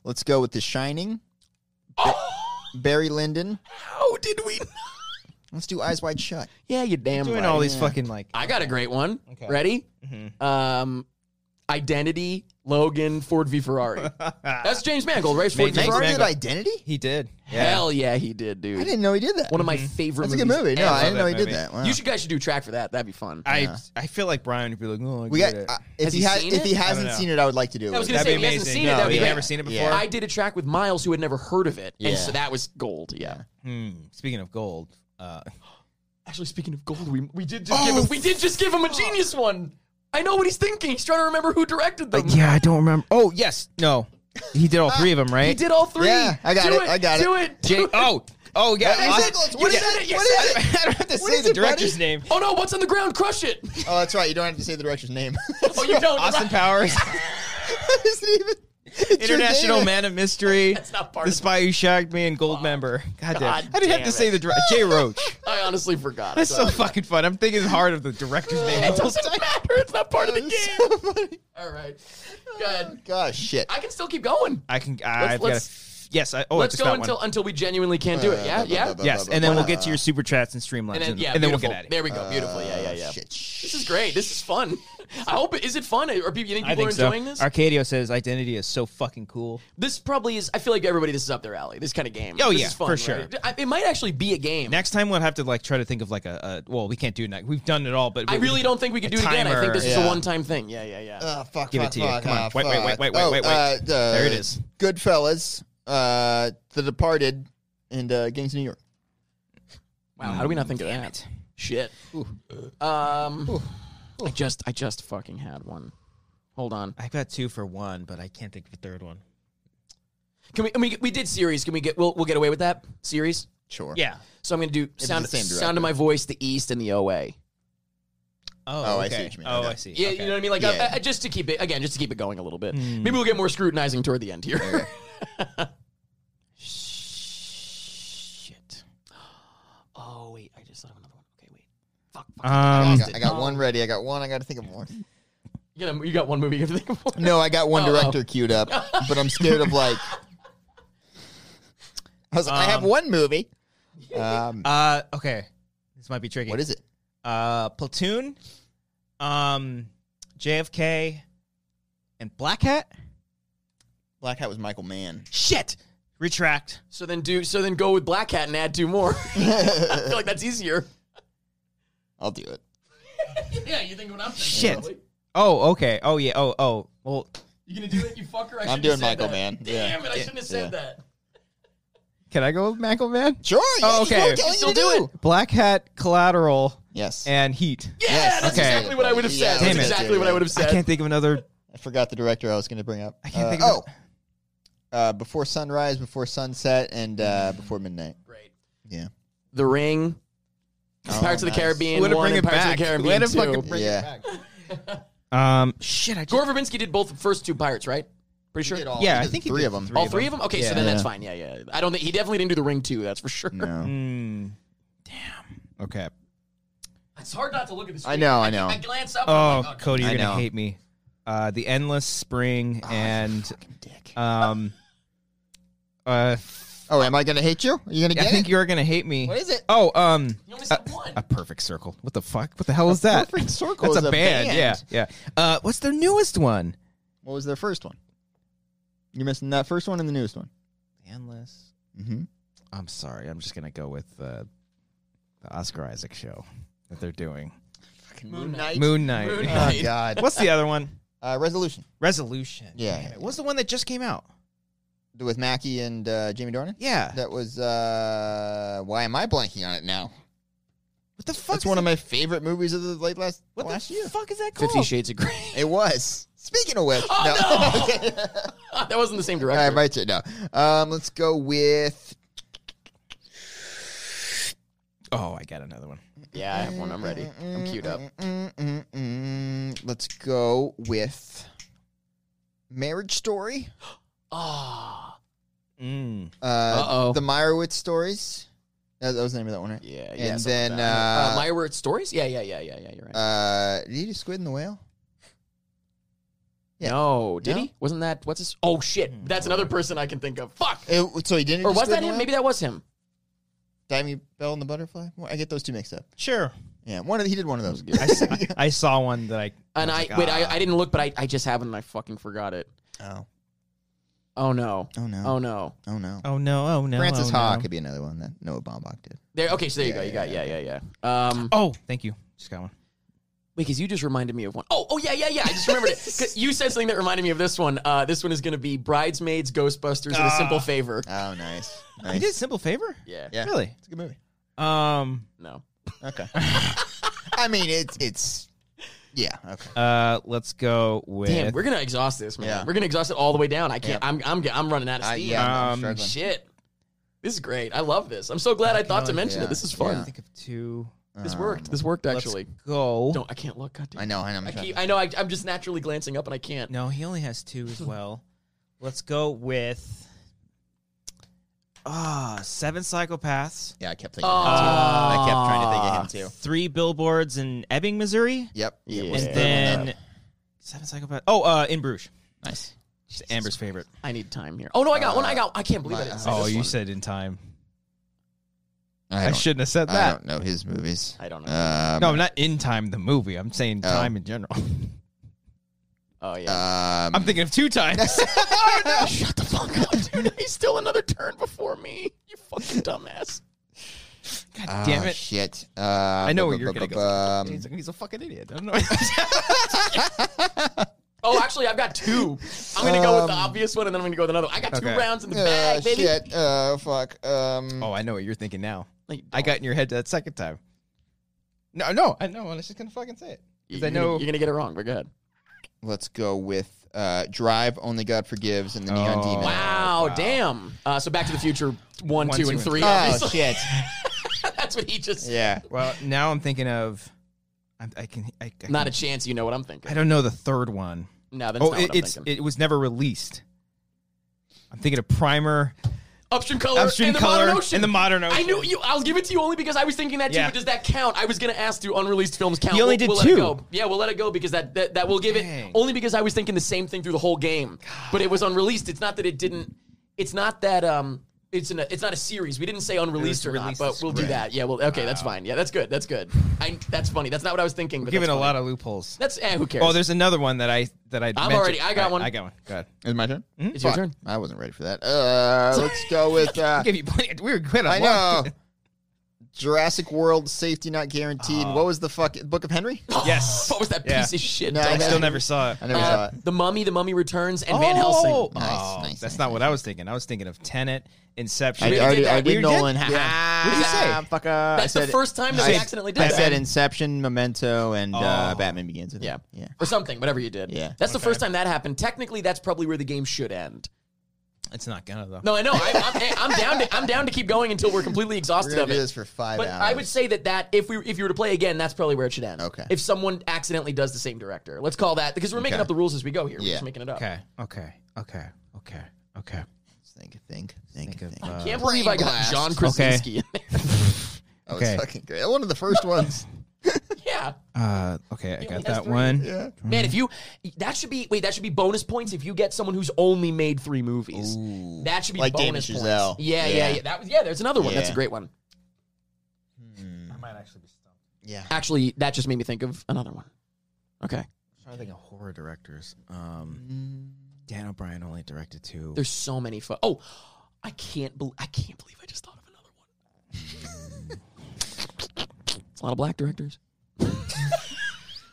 B: Let's go with The Shining.
C: Oh,
B: Barry Lyndon.
C: how did we?
B: Let's do Eyes Wide Shut.
C: Yeah, you damn
A: doing
C: right.
A: all these fucking like.
C: I got a great one.
A: Okay.
C: Ready?
A: Mhm.
B: Mm-hmm.
C: Um, Identity, Logan, Ford v Ferrari. That's James Mangold, right? Ford
A: James
C: v
B: Ferrari
C: Ferrari.
A: Mangold.
B: did Identity.
A: He did.
C: Hell yeah, he did, dude.
B: I didn't know he did that.
C: One of my favorite
B: That's a
C: movies.
B: good movie. No,
C: ever.
B: I didn't know he
A: that
B: did
A: movie.
B: that. Wow.
C: You should, guys should do a track for that. That'd be fun.
A: I
B: Yeah.
A: I feel like Brian would be like, oh, I
B: we
A: get
B: got
A: it.
B: uh, if
C: Has
B: he
C: he
B: has
C: seen
B: if he
C: it?
B: hasn't
A: I don't
B: seen it, I would like to do it.
C: I was
B: with
C: gonna say,
B: him.
A: That'd
C: if
A: be
C: he hasn't
A: amazing.
C: seen it,
A: No,
C: that'd be
A: you've
C: great.
A: never seen it before?
C: I did a track with Miles, who had never heard of it, and
B: Yeah.
C: so that was gold. Yeah.
A: Hmm. Speaking of gold, uh,
C: Actually, speaking of gold, we, we did
B: Oh.
C: just give him, we did just give him a genius one. I know what he's thinking. He's trying to remember who directed them.
A: yeah, I don't remember. Oh yes, no, He did
B: Ah,
A: all three of them, right?
C: He did all three.
B: Yeah, I got
C: Do
B: it, I got
C: Do it.
A: Jay-
C: Do it.
A: oh, oh, yeah.
B: Hey,
A: Os-
B: Nicholas,
A: you
B: what
A: did-
B: is it?
A: you
B: What
A: said
B: is
A: it. I don't have to
B: What
A: say
B: is
A: the
B: it, buddy?
A: director's name.
C: Oh no! What's on the ground? Crush it.
B: Oh, that's right. You don't have to say the director's name.
C: Oh, you don't.
A: Austin
C: Right.
A: Powers,
B: What is it even? It's your
A: International
B: name.
A: Man of Mystery,
C: That's not part
A: The
C: of it.
A: Spy Who Shagged Me, and Gold Member. God damn.
C: God
A: I didn't have
C: damn
A: to say
C: it.
A: the director. Jay Roach.
C: I honestly forgot.
A: That's so
C: Sorry.
A: fucking fun. I'm thinking hard of the director's name.
C: It doesn't matter. It's not part of the
B: That was
C: game.
B: so funny.
C: All right. Good.
B: Gosh, shit.
C: I can still keep going.
A: I can. I've got.
C: let's-
A: a- Yes. I, oh, I
C: Let's
A: just
C: go
A: got
C: until
A: one.
C: until we genuinely can't do it. Yeah,
B: Uh,
C: yeah.
A: Yes, and then we'll get to your super chats and streamlines,
C: And then yeah,
A: and then we'll
C: beautiful.
A: get at it.
C: There we go. Beautiful. Yeah, yeah, yeah.
B: Uh, Shit.
C: This is great. This is fun. I hope it is it fun. Are people you think
A: I
C: people are
A: think
C: enjoying
A: so.
C: this?
A: Arcadio says identity is so fucking cool.
C: This probably is. I feel like everybody. This is up their alley. This kind of game.
A: Oh,
C: This
A: yeah,
C: is fun,
A: for sure.
C: right? I- It might actually be a game.
A: Next time we'll have to like try to think of like a, a well, we can't do next. We've done it all, but
C: I
A: we-
C: really don't think we could
A: A
C: do it again. I think
A: timer.
C: this is a
B: Yeah.
C: one-time thing. Yeah, yeah, yeah.
B: Oh, fuck,
A: Give it
B: fuck,
A: to you.
B: fuck,
A: Come on.
B: ah,
A: Wait, wait, wait, wait, wait,
B: fuck.
A: wait, wait.
B: Oh, uh, the-
A: There it is.
B: Goodfellas, uh, The Departed, and uh, Gangs of New York.
C: Wow, how do we not think of that? Shit. Um, I just, I just fucking had one. Hold on.
A: I got two for one, but I can't think of a third one.
C: Can we? I mean, we did series. Can we get? We'll, we'll get away with that series.
B: Sure.
A: Yeah.
C: So I'm gonna do
B: it's
C: sound,
B: the same
C: sound of
B: director.
C: my voice, the East, and the OA.
A: Oh,
B: Oh, I
A: okay.
B: see what you mean.
A: Oh,
B: Okay.
A: I see.
C: Yeah,
A: Okay.
C: you know what I mean. Like,
B: Yeah.
C: I, I, just to keep it again, just to keep it going a little bit. Maybe we'll get more scrutinizing toward the end here. Shit. Oh wait, I just thought of another one. Okay, wait. Fuck. fuck, fuck, I
A: Um,
B: I
C: lost
B: got,
C: it.
B: I got one ready. I got one. I got to think of one.
C: You got, a- you got one movie you have to think of.
B: No, I got one
C: Oh, oh.
B: director queued up, but I'm scared of like. I was like, I have
A: Um,
B: one movie. Um,
A: Uh, okay. This might be tricky.
B: what is it?
A: Uh, Platoon, um, JFK, and Black Hat.
B: Black Hat was Michael Mann.
A: Shit. Retract.
C: So then do so then go with Black Hat and add two more. I feel like that's easier.
B: I'll do it.
C: Yeah, you think what I'm
A: Shit. Oh, okay. Oh, yeah. Oh, oh. Well,
C: You gonna do it, you fucker? I
B: I'm
C: shouldn't
B: doing
C: have said
B: Michael
C: that.
B: Mann.
C: Damn it!
B: Yeah.
C: I shouldn't have said that.
A: can I go with Michael Man?
B: Sure.
A: Oh,
B: yeah,
A: okay.
B: Just what I'm telling you
C: Still
B: to
C: do it.
A: Black Hat, Collateral,
B: Yes.
A: and Heat.
C: Yeah,
B: Yes.
C: that's
A: Okay.
C: exactly what I would have
B: Yeah,
C: said.
A: Damn
C: That's
A: it.
C: exactly what I would have
A: I
C: said.
A: can't think of another.
B: I forgot the director I was going to bring up.
A: I can't
B: Uh,
A: think of
B: Oh. Uh, before sunrise, before sunset, and uh, before midnight.
C: Great.
B: Yeah.
C: The Ring,
B: Oh,
C: Pirates of the
B: nice.
C: Caribbean,
A: Way to
C: one,
A: bring
C: and
A: it
C: Pirates
A: back.
C: of the
A: Way
C: Caribbean
A: to
C: two.
A: fucking bring-
B: Yeah. oh.
A: Um, shit. I just,
C: Gore Verbinski did both the first two Pirates, right? Pretty sure.
B: Did all-
A: yeah,
B: he
A: I
B: did
A: think he
B: three
A: did
B: of them.
C: all three of them. Okay, so
A: Yeah.
C: then that's
B: Yeah.
C: fine. Yeah, yeah. I don't think he definitely didn't do the Ring two. That's for sure.
B: No.
A: Mm. Damn. Okay.
C: It's hard not to look at this.
B: I know, I know.
C: I glance up.
A: Oh,
C: I'm like,
A: Cody, you're
B: I
A: gonna
B: know. Ah,
A: hate me. Uh, the endless spring and
B: Dick.
A: um, uh,
B: Oh, am I going to hate you? Are you going to
A: I
B: get
A: think
B: it?
A: you're gonna hate me.
B: What is it?
A: Oh, um,
C: You only
A: a,
C: said one.
A: a perfect circle. What the fuck? What the hell is that?
B: Perfect Circle
A: That's
B: is
A: a band. Yeah, yeah. Uh, what's their newest one?
B: What was their first one? You're missing that first one and the newest one.
A: Endless.
B: Mm-hmm.
A: I'm sorry. I'm just gonna go with uh, the Oscar Isaac show that they're doing.
C: Moon Knight.
A: Moon Knight.
C: Moon
B: Oh,
C: Knight.
B: God.
A: What's the other one?
B: Uh, Resolution
A: Resolution.
B: Yeah.
A: Damn it. What's the one that just came out?
B: with Mackie and uh, Jamie Dornan.
A: Yeah.
B: That was. Uh, why am I blanking on it now?
A: What the fuck?
B: That's one of my favorite movies of the late last
A: What the
B: last year.
A: fuck is that called?
C: Fifty Shades of Grey.
B: It was. Speaking of which,
C: Oh,
B: no.
C: that wasn't the same
B: All right,
C: director.
B: right to no. Um, let's go with.
A: Oh, I got another one.
C: Yeah, I have one. I'm ready. I'm queued up.
B: Mm, mm, mm. Let's go with Marriage Story.
C: Ah,
A: Mm.
B: Uh,
C: Uh-oh.
B: The Meyerowitz stories. That, that was the name of that one, right?
C: yeah, yeah.
B: And
C: something
B: then,
C: like that.
B: uh,
C: uh, my word stories. Yeah, yeah, yeah, yeah, yeah. You're right.
B: Uh, did he do Squid and the Whale? yeah.
C: No, did
B: No?
C: he? Wasn't that what's his? Oh shit, that's another person I can think of. Fuck.
B: It- so he didn't.
C: Or
B: do
C: was
B: Squid
C: that
B: and the
C: him?
B: Whale?
C: Maybe that was him.
B: Diamond Bell and the Butterfly. Well, I get those two mixed up.
A: Sure.
B: Yeah, one of the, he did one of those.
A: I saw, I saw one that I
C: And I,
A: was like,
C: wait,
A: ah.
C: I, I didn't look, but I, I just have it and I fucking forgot it.
B: oh,
C: Oh no.
B: oh no,
C: Oh no.
B: oh no.
A: Oh no! Oh no!
B: Francis
A: oh,
B: Ha
A: No.
B: could be another one that Noah Baumbach did.
C: There. Okay, so there you
B: Yeah,
C: go. You
B: yeah,
C: got yeah, yeah, yeah. Um,
A: Oh, thank you. Just got one.
C: wait, because you just reminded me of one. Oh, oh yeah, yeah, yeah. I just remembered it. 'Cause You said something that reminded me of this one. Uh, this one is gonna be Bridesmaids, Ghostbusters, and a Simple
A: Ah.
C: Favor.
B: Oh, nice.
A: I did simple favor.
C: Yeah.
B: Yeah.
A: Really?
B: It's a good movie.
A: Um.
C: No.
B: Okay. I mean, it's it's Yeah. Okay.
A: Uh, let's go with
C: Damn, we're gonna exhaust this, man.
B: Yeah.
C: We're gonna exhaust it all the way down. I can't.
B: Yeah.
C: I'm, I'm, I'm running out of
B: I,
C: steam.
B: yeah. no, I'm
A: Um,
B: struggling.
C: Shit, this is great. I love this. I'm so glad I thought to mention
B: yeah.
C: it. This is fun.
B: Yeah.
A: think of two.
C: This
B: Um,
C: worked. This worked actually.
A: Let's go.
C: Don't. I can't look. God damn.
B: I know. I know. I'm
C: I
B: trying-
C: keep. I know. I, I'm just naturally glancing up, and I can't.
A: No, he only has two as well. Let's go with ah seven psychopaths,
B: yeah, I kept thinking.
C: Oh. Ah.
B: of him too. I kept trying to think of him too.
A: three billboards in Ebbing, Missouri,
B: Yep. Yeah. what's the
A: and
B: third one
A: then
B: up?
A: seven psychopaths. Oh, uh, in Bruges.
B: nice.
A: It's Amber's favorite.
C: I need time here. Oh no, I got one. I got. I can't believe I
B: my-
C: didn't say
A: Oh,
C: this
A: you
C: one.
A: said in time.
B: I,
A: I,
B: don't,
A: shouldn't have said
B: I
A: that.
B: don't know his movies.
C: I don't know.
B: Um,
A: No, not in time. The movie. I'm saying
B: Oh.
A: time in general.
C: Oh yeah.
B: Um,
A: I'm thinking of two times.
C: Shut the fuck up, dude. He's still another turn before me. You fucking dumbass.
A: God
B: ah,
A: damn it!
B: Shit. Uh,
A: I know where you're gonna go.
B: Um,
A: He's, he's a fucking idiot. I don't know.
C: Oh, actually, I've got two. I'm gonna go with the
B: Um,
C: obvious one, and then I'm gonna go with another. I got two
A: okay.
C: rounds in the
B: uh,
C: bag, baby.
B: shit. Uh, fuck. Um,
A: oh, I know what you're thinking now.
C: No, you don't.
A: I got in your head that second time. No, no, I know. I was just gonna fucking say it
C: You're
A: because I
C: gonna-
A: know.
C: you're gonna get it wrong. But go ahead.
B: Let's go with uh, Drive. Only God forgives, and the Neon
A: Oh.
B: Demon.
C: Wow,
A: wow.
C: damn. Uh, so Back to the Future
A: One,
C: one, two,
A: two,
C: and
A: and
C: three.
A: three.
B: Oh
C: Obviously,
B: shit.
C: that's what he just.
B: Yeah.
A: Well, now I'm thinking of. I, I can. I, I can-
C: Not a chance. You know what I'm thinking.
A: I don't know the third one.
C: No, that's
A: Oh,
C: not
A: it,
C: what I'm
A: it's
C: thinking.
A: it was never released. I'm thinking of Primer,
C: Upstream color
A: Upstream
C: and the
A: Color,
C: modern ocean.
A: and the Modern Ocean.
C: I knew you. I'll give it to you only because I was thinking that too.
A: Yeah.
C: But does that count? I was gonna ask, do unreleased films count?
A: You only
C: We'll-
A: did
C: we'll
A: two.
C: Let it go. Yeah, we'll let it go because that that, that will give
A: Dang.
C: it only because I was thinking the same thing through the whole game. But it was unreleased. It's not that it didn't. It's not that um. It's an, it's not a series. We didn't say unreleased or not,
A: released
C: but
A: as-
C: we'll do
A: right.
C: that. Yeah, well, okay, that's fine. Yeah, that's good. That's good. I that's funny. That's not what I was thinking. But
A: Given
C: that's
A: a
C: funny.
A: lot of loopholes.
C: That's eh, who cares?
A: Oh, there's another one that I that I. mentioned.
C: already- I
A: Alright,
C: got one.
A: I got one. Go ahead.
B: Is it my turn?
C: it's your
B: Fuck.
C: turn.
B: I wasn't ready for that. Uh, let's go with. Uh,
A: I gave you plenty. We were good. on
B: I know.
A: one.
B: Jurassic World safety not guaranteed.
A: Oh.
B: what was the fuck? Book of Henry?
A: Yes.
C: What was that
A: Yeah.
C: piece of shit?
B: No,
A: I
C: Don't-
B: know.
A: still never saw it.
B: I never
C: Uh,
B: saw it.
C: the Mummy, The Mummy Returns, and
A: Oh,
C: Van Helsing.
B: Nice,
A: oh,
B: nice,
A: that's
B: nice,
A: not
B: nice,
A: what I was thinking. I was thinking of Tenet, Inception.
B: I,
C: We
B: already,
C: did that.
B: I
A: We
B: did
A: did?
B: Nolan.
A: Yeah. What did you say?
B: Fuck, uh,
C: That's
B: I
C: the
B: said,
C: first time that
B: I
C: we
B: said-
C: accidentally did
B: I
C: that.
B: said Inception, Memento, and uh,
A: Oh.
B: Batman Begins. I think.
C: Yeah.
B: yeah.
C: or something, whatever you did.
B: Yeah.
C: That's the first time that happened. Technically, that's probably where the game should end.
A: It's not gonna though.
C: No, I know. I, I'm, hey, I'm down. To, I'm down to keep going until we're completely
B: We're
C: exhausted
B: gonna
C: of
B: do
C: it.
B: this for five
C: But
B: hours.
C: I would say that that if we if you were to play again, that's probably where it should end.
B: Okay.
C: If someone accidentally does the same director, let's call that because we're making
B: Okay.
C: up the rules as we go here. We're
B: Yeah.
C: just making it up.
A: Okay. Okay. Okay. Okay. Okay.
B: think, think, think,
A: Think of,
B: think.
A: uh,
C: Can't believe I got
B: Brainblast.
C: John
B: Okay.
C: Krasinski in there.
B: that
A: okay.
B: was fucking great. One of the first ones.
C: yeah,
A: Uh, okay, I got
C: has
A: that
C: three.
A: one.
B: yeah.
C: man. If you that should be wait that should be bonus points if you get someone who's only made three movies. That should be
B: Like Damon
C: bonus points.
B: Chazelle.
C: Yeah, yeah,
B: Yeah.
C: yeah. That was yeah. There's another one. That's a
B: Yeah.
C: great one.
A: I might actually be stumped.
B: Yeah.
C: Actually, that just made me think of another one. Okay.
A: I'm trying to think of horror directors. Um, Dan O'Brien only directed two.
C: Mm. There's so many. Fu- oh, I can't believe I can't believe I just thought of another one. it's a lot of black directors.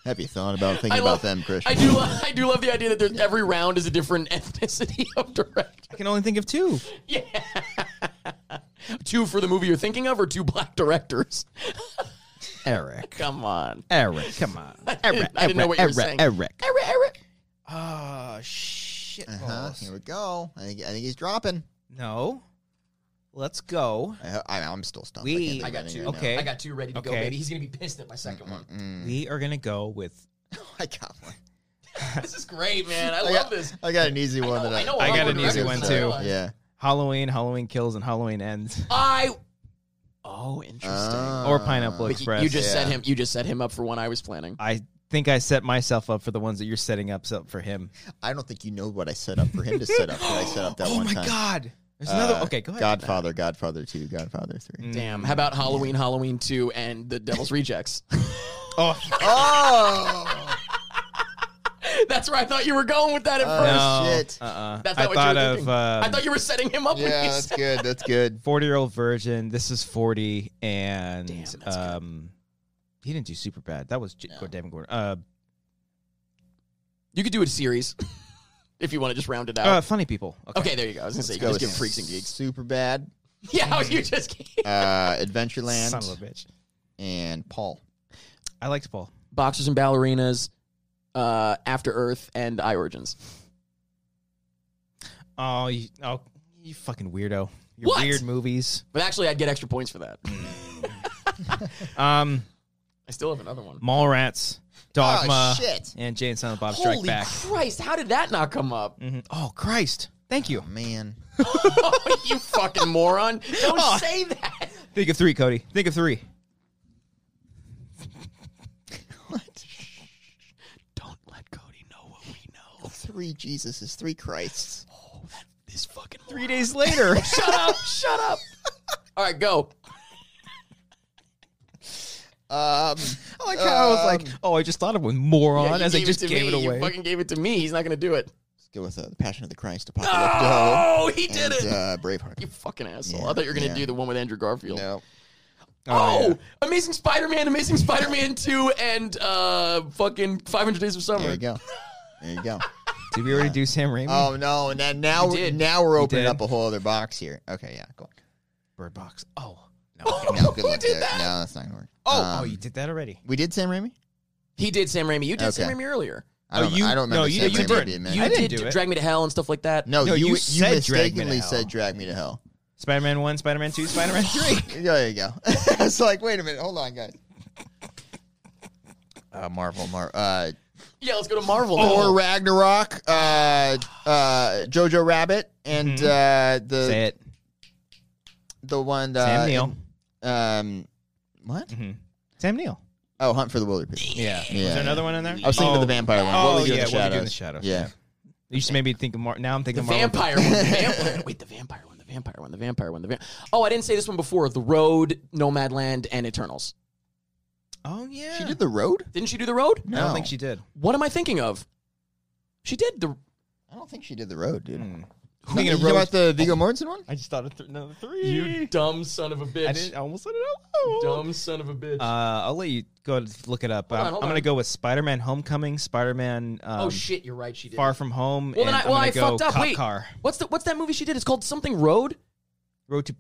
B: Have you thought about thinking
C: I
B: about
C: love-
B: them, Christian?
C: I do. Love, I do love the idea that there's every round is a different ethnicity of director.
A: I can only think of two.
C: Yeah. two for the movie you're thinking of, or two black directors.
A: Eric.
C: Come on.
A: Eric, come on. Eric.
C: I didn't- I didn't know what you were
A: Eric,
C: saying. Ah,
A: Eric.
C: Eric, Eric.
A: Oh shit.
C: Oh,
B: Uh-huh. Here we go. I think, I think he's dropping.
A: No. Let's go.
B: I, ho- I, I'm still stumped.
A: We-
B: can't think
C: I
B: of
C: got
B: any
C: two.
B: right now. Mm.
A: Okay.
C: I got two ready to go,
A: Okay.
C: baby. He's gonna be pissed at my 2nd one.
A: We are gonna go with.
B: I got one.
C: This is great, man. I
B: I
C: love
B: got,
C: this.
B: I got an easy
C: know-
B: one that I,
C: I know a
A: I
C: lot
A: got
C: more
A: an easy
C: directors
A: one,
C: than I
A: too.
C: realized.
B: Yeah.
A: Halloween, Halloween kills, and Halloween ends,
C: I. Oh, interesting.
B: Ah.
A: or Pineapple
C: But y-
A: Express.
C: You just set
B: Yeah.
C: him. You just set him up for one I was planning.
A: I think I set myself up for the ones that you're setting up up for him.
B: Ah. I don't think you know what I set up for him to set up. What I set
C: Oh
B: up that one time.
A: Oh god! There's
B: Uh,
A: another. Okay, go ahead.
B: Godfather, Godfather two, Godfather three.
C: Damn. How about Halloween, Halloween two, and the Devil's Rejects?
A: Oh,
B: Oh,
C: That's where I thought you were going with that at
B: Uh,
C: first.
A: no.
B: shit.
A: Uh-uh.
C: That's
A: I
C: not what
A: thought
C: you were
A: of um,
C: thinking. I thought you were setting him up. when
B: yeah,
C: you
B: that's
C: said-
B: good. That's good.
A: forty-year-old virgin. This is forty, and
C: Damn, that's good.
A: um, he didn't do super bad. That was J- David Gordon. Uh,
C: You could do a series if you want to just round
B: Oh.
C: it out.
A: uh, funny people. Okay.
C: okay, there you go. I was gonna say you can
B: Go
C: just give
B: with
C: freaks and geeks.
B: Super bad.
C: Yeah, you
A: Mm-hmm.
C: just.
B: Uh,
A: son of a
B: Adventureland
A: bitch.
B: and Paul.
A: I liked Paul.
C: Boxers and Ballerinas, uh, After Earth, and I Origins.
A: Oh, you, oh, you fucking weirdo. Your
C: What?
A: weird movies.
C: But actually, I'd get extra points for that.
A: Mm. Um,
C: I still have another one.
A: Mallrats, Dogma,
B: Oh, shit.
A: and Jane Silent Bob Strike
C: Holy
A: Back.
C: Christ! How did that not come up?
A: Mhm. Oh Christ! Thank
B: Um,
A: you.
B: Man.
C: oh, you fucking moron! Don't
A: Oh.
C: say that.
A: Think of three, Cody. Think of three.
C: Don't let Cody know what we know.
B: Three Jesuses, three Christs.
C: This fucking moron.
A: Three days later.
C: Shut up! Shut up! All right, go.
B: Um,
A: I like how I was like, oh, I just thought of one moron
C: you
A: as I
C: gave
A: just
C: to
A: gave
C: me.
A: it away.
C: You fucking gave it to me. He's not gonna do it.
B: let's go with uh, The Passion of the Christ, Apocalypto,
C: Oh, he did
B: and
C: it.
B: uh, Braveheart.
C: you fucking asshole!
B: Yeah,
C: I thought you were gonna
B: yeah.
C: do the one with Andrew Garfield.
B: No.
C: Oh,
A: yeah.
C: Amazing Spider-Man, Amazing Spider-Man Two, and uh, fucking Five Hundred Days of Summer.
B: There you go. There you go.
A: Did we already do Sam Raimi?
B: Oh no! And then now,
C: You did.
B: now we're opening
A: did.
B: up a whole other box here. Okay, yeah, go on.
A: Bird Box. Oh. No.
B: No, good
C: Who
B: luck
C: did
B: there.
C: that?
B: No, that's not gonna work.
A: Oh,
B: Um,
A: oh, you did that already.
B: we did Sam Raimi.
C: He did Sam Raimi. You did Sam
B: Okay.
C: Raimi earlier.
B: I
A: Oh,
B: don't.
A: you-
B: I don't remember.
A: no, you-
B: Sam
A: you
B: Raimi
A: did-
B: being
A: you
B: mentioned.
C: You
A: didn't
C: did
A: do it.
C: Drag Me to Hell and stuff like that.
B: No,
A: No,
B: you,
A: you
B: you
A: said Drag Me
B: mistakenly
A: to Hell.
B: said "Drag Me to Hell."
A: Spider Man 1, Spider Man 2, Spider Man 3.
B: Yeah, there you go. it's like, wait a minute, hold on, guys. Uh, Marvel, Mar- uh,
C: Yeah, let's go to Marvel.
A: Oh.
C: now.
B: Thor Ragnarok, uh, uh, Jojo Rabbit, and uh, the
A: Mm-hmm. Say it.
B: the one that
A: Sam Neill. Mm-hmm.
B: Um, what?
A: Sam Neill.
B: Oh, Hunt for the Wilder People.
A: Yeah.
B: Yeah,
A: Was
B: yeah.
A: there another one in there?
B: I was thinking
A: oh.
B: of the vampire one.
A: Oh,
B: what we do
A: yeah,
B: in the
A: what we do
B: shadows.
A: in the shadows.
B: Yeah.
A: You just made me think of Mar- now I'm
C: The
A: thinking Marvel.
C: vampire one. The vampire. Wait, the vampire one. The vampire one. The vampire one. The vampire. Oh, I didn't say this one before. The Road, Nomadland, and Eternals.
A: Oh yeah.
B: She did the road.
C: Didn't she do The Road?
A: I don't think she did.
C: What am I thinking of? She did the.
B: I don't think she did the road, dude.
A: Who
B: you know about the
A: Oh.
B: Viggo Mortensen
C: Oh,
B: one?
A: I just thought of th- another three.
C: You dumb son of a bitch.
A: I didn't. I almost said it out.
C: Dumb son of a bitch.
A: Uh, I'll let you go to look it up.
C: Hold on,
A: I'm,
C: hold
A: I'm
C: on.
A: gonna go with Spider-Man: Homecoming, Spider-Man. Um,
C: oh shit, you're right. She did.
A: Far from Home.
C: Well, then
A: and
C: I,
A: I'm
C: well,
A: gonna
C: I
A: go
C: fucked up.
A: Cop
C: Wait,
A: Car.
C: what's the what's that movie she did? It's called something Road.
A: Road to.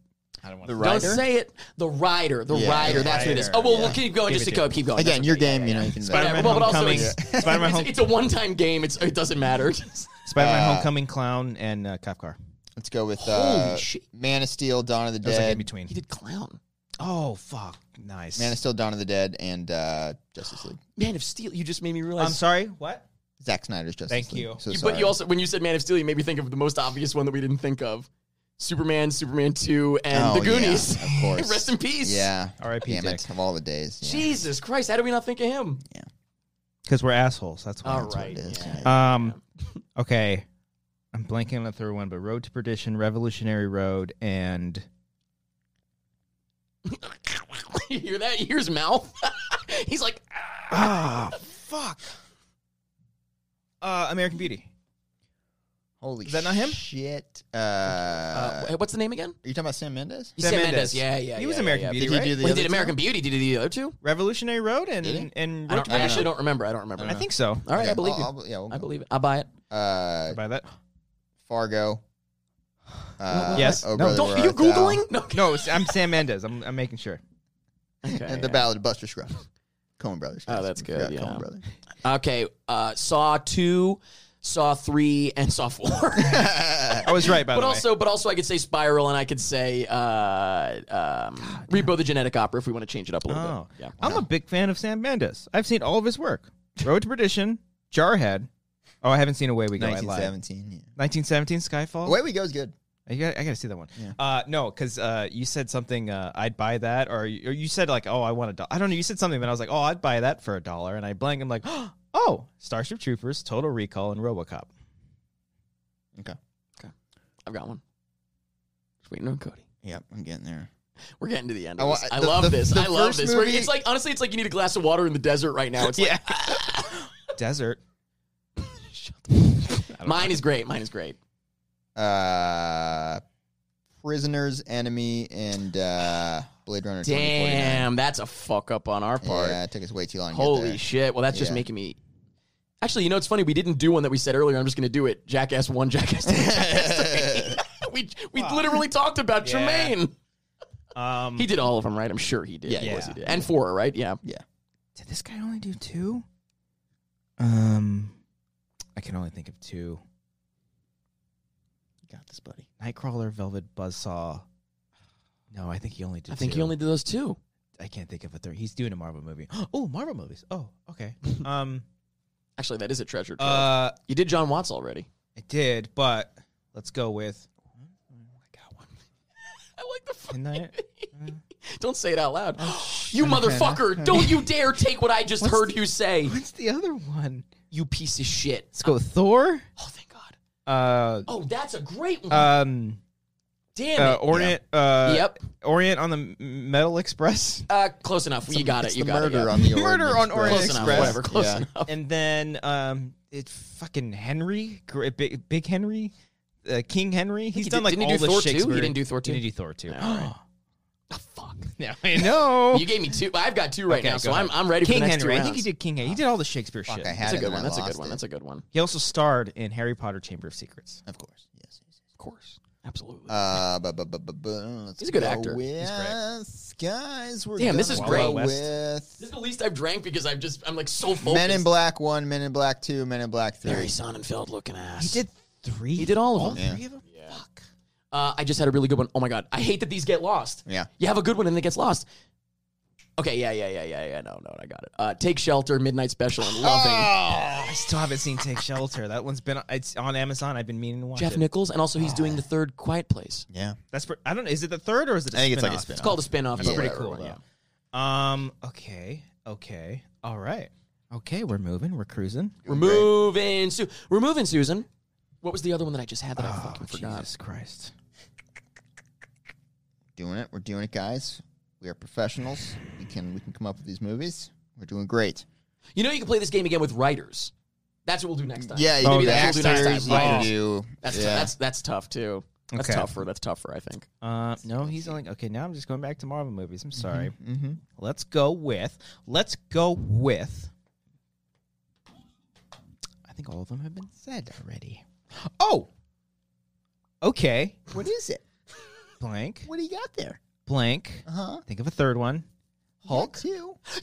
A: I don't want
B: The
A: to.
B: Rider.
C: Don't say it. The Rider. The
B: Yeah,
C: Rider.
B: The
C: That's what it is.
A: Rider,
C: Oh well,
A: yeah.
C: we'll keep going.
A: Give
C: just
A: it
C: to
A: to
C: go, keep going.
B: Again,
C: That's
B: your
C: okay. Yeah,
B: game,
C: yeah,
B: you know,
C: yeah.
B: you can
A: Spider-Man
C: well, but also
A: Homecoming.
C: it's-
A: Spider-Man,
C: It's,
A: Home-
C: it's a one-time game. It's, it doesn't matter.
A: Spider-Man:
B: Uh,
A: Homecoming, Clown, and uh, Cop Car.
B: Let's go with
C: Holy
B: uh,
C: shit.
B: Man of Steel, Dawn of the
A: That was like in
B: Dead.
A: between.
C: uh, he did clown.
A: Oh fuck! Nice.
B: Man of Steel, Dawn of the Dead, and uh, Justice League.
C: Man of Steel. You just made me realize.
A: I'm sorry. What?
B: Zack Snyder's Justice
A: Thank
B: League.
A: you.
B: So
C: You-
B: sorry. Oh,
C: but you also, when you said Man of Steel, you made me think of the most obvious one that we didn't think of: Superman, Superman Two, and
B: Oh,
C: The Goonies.
B: yeah, of course.
C: Rest in peace.
B: Yeah.
A: R.I.P.
B: Damn
A: Dick.
B: it. Of all the days. Yeah.
C: Jesus Christ! How do we not think of him?
A: Because we're assholes. That's why.
C: All
B: That's what
C: right.
B: it is,
C: yeah.
B: yeah.
A: Um, okay. I'm blanking on the third one, but Road to Perdition, Revolutionary Road, and
C: you hear that? You hear his mouth? He's like,
A: ah, fuck. Uh, American Beauty.
B: Holy
A: Is that not him?
B: Shit. Uh,
C: uh,
B: are
C: what's the name again?
B: you talking about Sam Mendes?
A: Sam
C: Sam
A: Mendes.
C: Mendes. Yeah, yeah.
A: He was
C: yeah,
A: American
C: yeah, yeah.
A: Beauty,
B: Did he
A: right?
B: do the
C: Well, he
B: other
C: did
B: two?
C: American Beauty. Did he do the other two?
A: Revolutionary Road and
B: Did he?
A: and
C: I,
A: Road to
C: don't, I
A: Perdition.
C: actually don't remember. I don't remember.
A: I think Uh, so.
C: All right, I believe
B: I'll-
C: you.
B: I'll- yeah, we'll
C: I
B: go.
C: believe it. I buy it.
B: Uh,
A: By that.
B: Fargo. Uh,
A: Yes.
B: Oh,
A: No,
B: Brother,
C: Don't
B: Where
C: are you
B: Art Thou?
C: googling? No.
A: No, it's- I'm Sam Mendes. I'm, I'm making sure.
C: Okay.
B: And the Ballad of Buster Scruggs. Coen Brothers.
C: Oh,
B: guys.
C: that's
B: Forgot
C: good,
B: Coen
C: yeah.
B: Brothers.
C: Okay. Uh, saw two, saw three, and saw four.
A: I was right, by
C: but
A: the way.
C: also, but also, I could say Spiral, and I could say uh, um, Repo the Genetic Opera if we want to change it up a little
A: Oh,
C: bit. Yeah.
A: I'm a big fan of Sam Mendes. I've seen all of his work. Road to Perdition, Jarhead. Oh, I haven't seen Away We Go. I lied.
B: 1917. Yeah.
A: 1917 Skyfall.
B: Away We Go is good.
A: I got, I got to see that one.
B: Yeah.
A: Uh, no, because uh, you said something. Uh, I'd buy that, or you, or you said like, oh, I want a dollar. I don't know. You said something, but I was like, oh, I'd buy that for a dollar, and I blank. I'm like, oh, Starship Troopers, Total Recall, and RoboCop.
B: Okay.
C: I've got one. Just waiting on Cody.
B: Yep, I'm getting there.
C: We're getting to the end.
B: I
C: Of
B: wa-
C: this. I
B: the-
C: love
B: the-
C: this.
B: the
C: I love
B: first
C: this. We're-
B: movie-
C: It's like honestly, it's like you need a glass of water in the desert right now. It's like,
A: Desert.
C: mine is great. Mine is great.
B: Uh, Prisoners, Enemy, and uh, Blade Runner 2049.
C: Damn, that's a fuck up on our part.
B: Yeah, it took us way too long to get
C: Holy
B: there.
C: shit. Well, that's just
B: Yeah.
C: making me. Actually, you know, it's funny. We didn't do one that we said earlier. I'm just going to do it. Jackass 1, Jackass 2, Jackass 3. we we literally talked about
A: Yeah.
C: Tremaine.
A: Um,
C: He did all of them, right? I'm sure he did.
B: Yeah,
C: Of course
A: yeah.
C: he did. And four, right? Yeah.
B: Yeah.
A: Did this guy only do two? Um, I can only think of two.
B: Got this, buddy.
A: Nightcrawler, Velvet Buzzsaw. No, I think he only did.
C: I think
A: two.
C: he only did those two.
A: I can't think of a third. He's doing a Marvel movie. Oh, Marvel movies. Oh, okay. Um,
C: Actually, that is a treasure trove.
A: uh,
C: you did John Watts already.
A: I did, but let's go with. I got one.
C: I like the. Fucking
A: Can Oh, I-
C: Don't say it out loud. you
A: okay,
C: motherfucker!
A: okay.
C: Don't you dare take what I just
A: What's
C: heard
A: the-
C: you say.
A: What's the other one?
C: You piece of shit.
A: Let's go with Thor.
C: Oh, thank God.
A: Uh,
C: Oh, that's a great one.
A: um,
C: Damn
A: uh,
C: it.
A: Orient. Uh,
C: yep.
A: Orient on the M- Metal Express.
C: Uh, close enough. You got
B: It's
C: it. You
B: the
C: got
B: murder
C: it. yeah.
B: on the
A: Murder
B: Orient
A: on
B: Express.
A: Orient
C: close enough.
A: Express.
C: Whatever. Close
B: Yeah.
C: enough.
A: and then um, it's fucking Henry, Gr- uh, Big, Big Henry, uh, King Henry. He's
C: he
A: done
C: did-
A: like
C: didn't he
A: all
C: do
A: the
C: Thor too? He
A: Shakespeare.
C: didn't do Thor too?
A: He didn't do Thor too.
C: Yeah, all right. Oh, fuck.
A: Yeah, I know.
C: You gave me two. I've got two right
A: Okay,
C: now,
A: go
C: so
A: ahead.
C: I'm, I'm ready
A: King
C: for the next
A: Henry.
C: two
A: I think he
C: rounds.
A: did King Henry. He did all the Shakespeare
B: Fuck,
A: shit.
B: I had
C: That's a
B: it
C: good
B: and I
C: one. That's a good
B: lost
C: one.
B: it.
C: That's a good one.
A: He also starred in Harry Potter Chamber of Secrets.
B: Of course. Yes. yes, yes.
C: Of course. Absolutely.
B: Uh, bu- bu- bu- bu- bu- let's
C: He's a good
B: go
C: actor.
B: With,
A: He's
B: Guys, we're
C: Damn, this
B: gonna
C: is great.
B: go
A: Wild West.
B: With
C: this is the least I've drank because I'm just, I'm like so focused.
B: Men in Black One, Men in Black Two, Men in Black Three.
C: Very Sonnenfeld looking
A: He
C: ass.
A: did three.
C: He did all of
A: all
C: them.
B: Yeah.
A: three of them. Fuck.
C: Uh, I just had a really good one. Oh my God. I hate that these get lost.
B: Yeah.
C: You have a good one and it gets lost. Okay, yeah, yeah, yeah, yeah, yeah. No, no, I got it. Uh, Take Shelter, Midnight Special, and Loving.
A: Oh, I still haven't seen Take Shelter. That one's been it's on Amazon. I've been meaning to watch
C: Jeff
A: it.
C: Nichols, and also he's doing
A: Oh.
C: the third Quiet Place.
B: Yeah.
A: That's pr- I don't know. Is it the third or is it? I
B: I think it's like a
C: It's
B: spin-off.
C: called a spinoff.
A: That's
C: but
A: pretty
C: whatever,
A: cool
C: whatever.
A: though. Um. Okay. Okay. All right. Okay. We're moving. We're cruising.
C: We're moving, Su- we're moving, Susan. What was the other one that I just had that I fucking forgot?
A: Oh, Jesus Christ.
B: doing it. We're doing it, guys. We are professionals. We can we can come up with these movies. We're doing great.
C: You know you can play this game again with writers. That's what we'll do next time.
B: Yeah, you
A: Oh,
B: can do
A: yeah.
B: the
A: We'll do
B: actors.
A: next
B: you
C: time.
B: can
C: Oh.
B: do
C: That's
B: yeah.
C: that's that's tough too. That's
A: Okay.
C: tougher. That's tougher. I think.
A: Uh. No. He's only okay. Now I'm just going back to Marvel movies. I'm sorry.
B: hmm
A: Let's go with. Let's go with. I think all of them have been said already. Oh. Okay.
B: What is it?
A: Blank.
B: What do you got there?
A: Blank.
B: Uh huh.
A: Think of a third one.
B: Hulk too.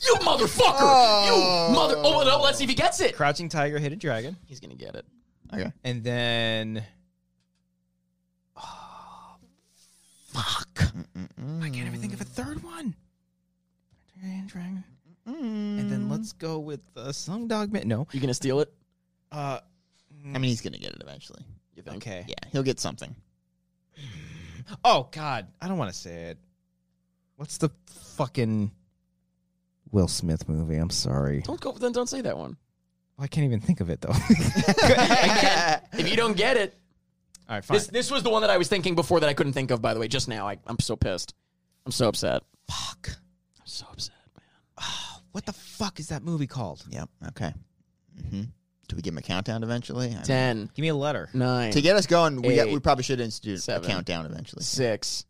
C: You motherfucker!
B: Oh.
C: You mother! Oh no! Let's see if he gets it.
A: Crouching Tiger, Hidden Dragon,
C: He's gonna get it.
B: Okay.
A: and then. Oh, fuck. Why can't I ever think of a third one? Dragon, dragon. And then let's go with uh, Slum Dog Man. No.
C: You gonna steal it?
A: Uh,
B: I mean, he's gonna get it eventually.
C: You think?
A: okay.
B: Yeah, he'll get something.
A: Oh, God. I don't want to say it. What's the fucking Will Smith movie? I'm sorry. Oh,
C: Don't go. Then don't say that one.
A: I can't even think of it, though. All
C: If you don't get it,
A: right, fine.
C: this this was the one that I was thinking before that I couldn't think of. By the way, just now I, I'm so pissed. I'm so upset.
A: Fuck.
C: I'm so upset, man.
A: What the fuck is that movie called?
B: Yep. Okay. hmm Do we give him a countdown eventually? I mean,
C: Ten,
A: Give me a letter.
C: nine,
B: to get us going, we got,
C: Eight.
B: we probably should institute
C: Seven.
B: a countdown eventually.
C: six,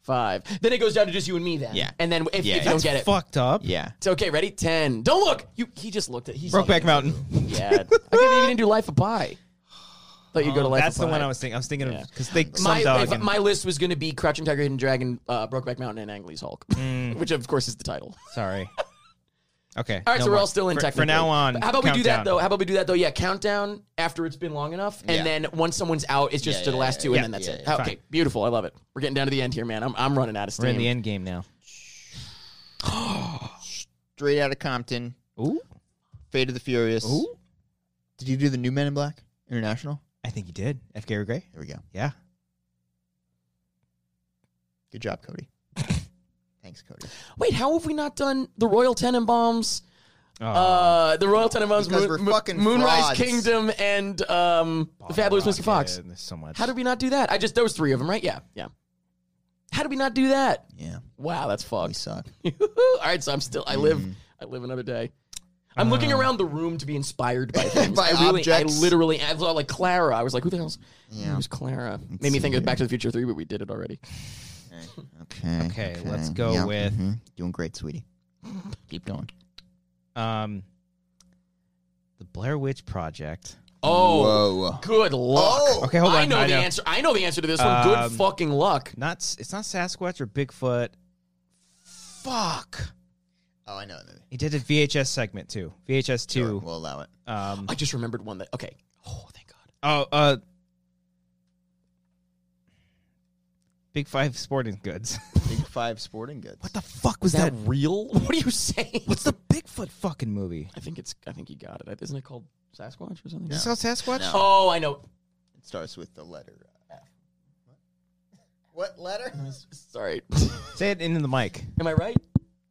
C: five. Then it goes down to just you and me. Then
B: Yeah.
C: and then if,
B: Yeah,
C: if you
B: yeah.
C: don't get it,
A: Fucked up.
B: Yeah.
C: It's okay. Ready? Ten. Don't look. You. He just looked at. He's
A: Brokeback Mountain.
C: Yeah. I can't believe you didn't do Life of Pi. Thought you'd go to
A: Um,
C: Life
A: That's
C: of
A: the
C: Pi.
A: one I was thinking. I was thinking
C: Yeah.
A: of because they
C: My,
A: some dog.
C: if-
A: and-
C: my list was going to be Crouching Tiger, Hidden Dragon, uh, Brokeback Mountain, and Ang Lee's Hulk, which of course is the title.
A: Mm, sorry. Okay.
C: All right,
A: no
C: so we're
A: more.
C: all still in
A: for,
C: technically.
A: For now on,
C: But How about we do that
A: countdown.
C: though? How about we do that though? Yeah, countdown after it's been long enough, and
B: Yeah.
C: then once someone's out, it's just
B: Yeah,
C: to the
B: yeah,
C: last
B: yeah,
C: two,
A: yeah.
C: and then that's
B: Yeah,
C: it.
B: yeah,
C: okay, beautiful. I love it. We're getting down to the end here, man. I'm, I'm running out of steam.
A: We're in the end game now.
B: Straight out of Compton.
A: Ooh,
B: Fate of the Furious.
A: Ooh.
B: Did you do the new Men in Black International?
A: I think you did. F. Gary Gray.
B: There we go.
A: Yeah.
B: Good job, Cody. Thanks, Cody.
C: Wait, how have we not done the Royal Tenenbaums?
A: Oh,
C: Uh, the Royal Tenenbaums,
B: Because we're fucking
C: Moonrise
B: frauds.
C: Kingdom, and um, the Fabulous Mr. Fox.
A: Oh, There's so much.
C: How did we not do that? I just those three of them, right? Yeah, yeah. How did we not do that?
B: Yeah,
C: Wow, that's
B: we
C: fucked.
B: suck.
C: All right, so I'm still. I live.
B: Mm.
C: I live another day. I'm looking around the room to be inspired by things.
B: Uh. By
C: I really,
B: objects.
C: I literally, I saw like Clara. I was like, who the hell's?
B: Yeah.
C: Who's Clara? Made me think of Back to the Future Three, but we did it already.
B: Okay.
A: Okay, let's go with-
B: mhm. Doing great, sweetie. Keep going.
A: Um, the Blair Witch Project.
C: Oh,
B: Whoa.
C: good luck.
B: Oh.
A: Okay, hold on.
C: I know
A: I
C: the
A: know.
C: answer. I know the answer to this one.
A: Um,
C: good fucking luck.
A: Not. s- It's not Sasquatch or Bigfoot. Fuck.
B: Oh, I know that movie.
A: He did a VHS segment too. VHS
B: Sure,
A: two.
B: we'll allow it.
A: Um,
C: I just remembered one that. Okay. Oh, thank God.
A: oh, uh, Big Five Sporting Goods.
B: Big Five Sporting Goods.
A: what the fuck was
C: Is that,
A: that?
C: real? What are you saying?
A: What's the Bigfoot fucking movie?
C: I think it's. I think he got it. Isn't it called Sasquatch or something?
A: Is this called Sasquatch?
B: No.
C: Oh, I know.
B: It starts with the letter F. What, what letter?
C: Sorry.
A: Say it into the mic.
C: Am I right?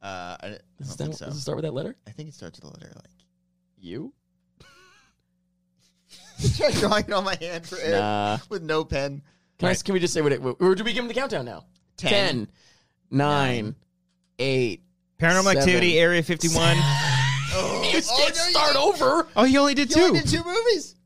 B: Uh, I, don't-
C: Does
B: I
C: it,
B: don't
C: start,
B: think so.
C: does it start with that letter?
B: I think it starts with the letter like.
C: You?
B: Try drawing it on my hand for Eric
C: Nah.
B: with no pen.
C: Can, I, s- can we just say what it? Or do we give him the countdown now?
B: Ten.
C: Ten, nine, eight.
A: Paranormal
C: Seven.
A: Activity, Area 51.
B: Oh,
C: You
B: oh,
C: can't
B: no, you
C: start
B: did-
C: over.
A: oh, he only did
B: You
A: two.
B: only did two movies.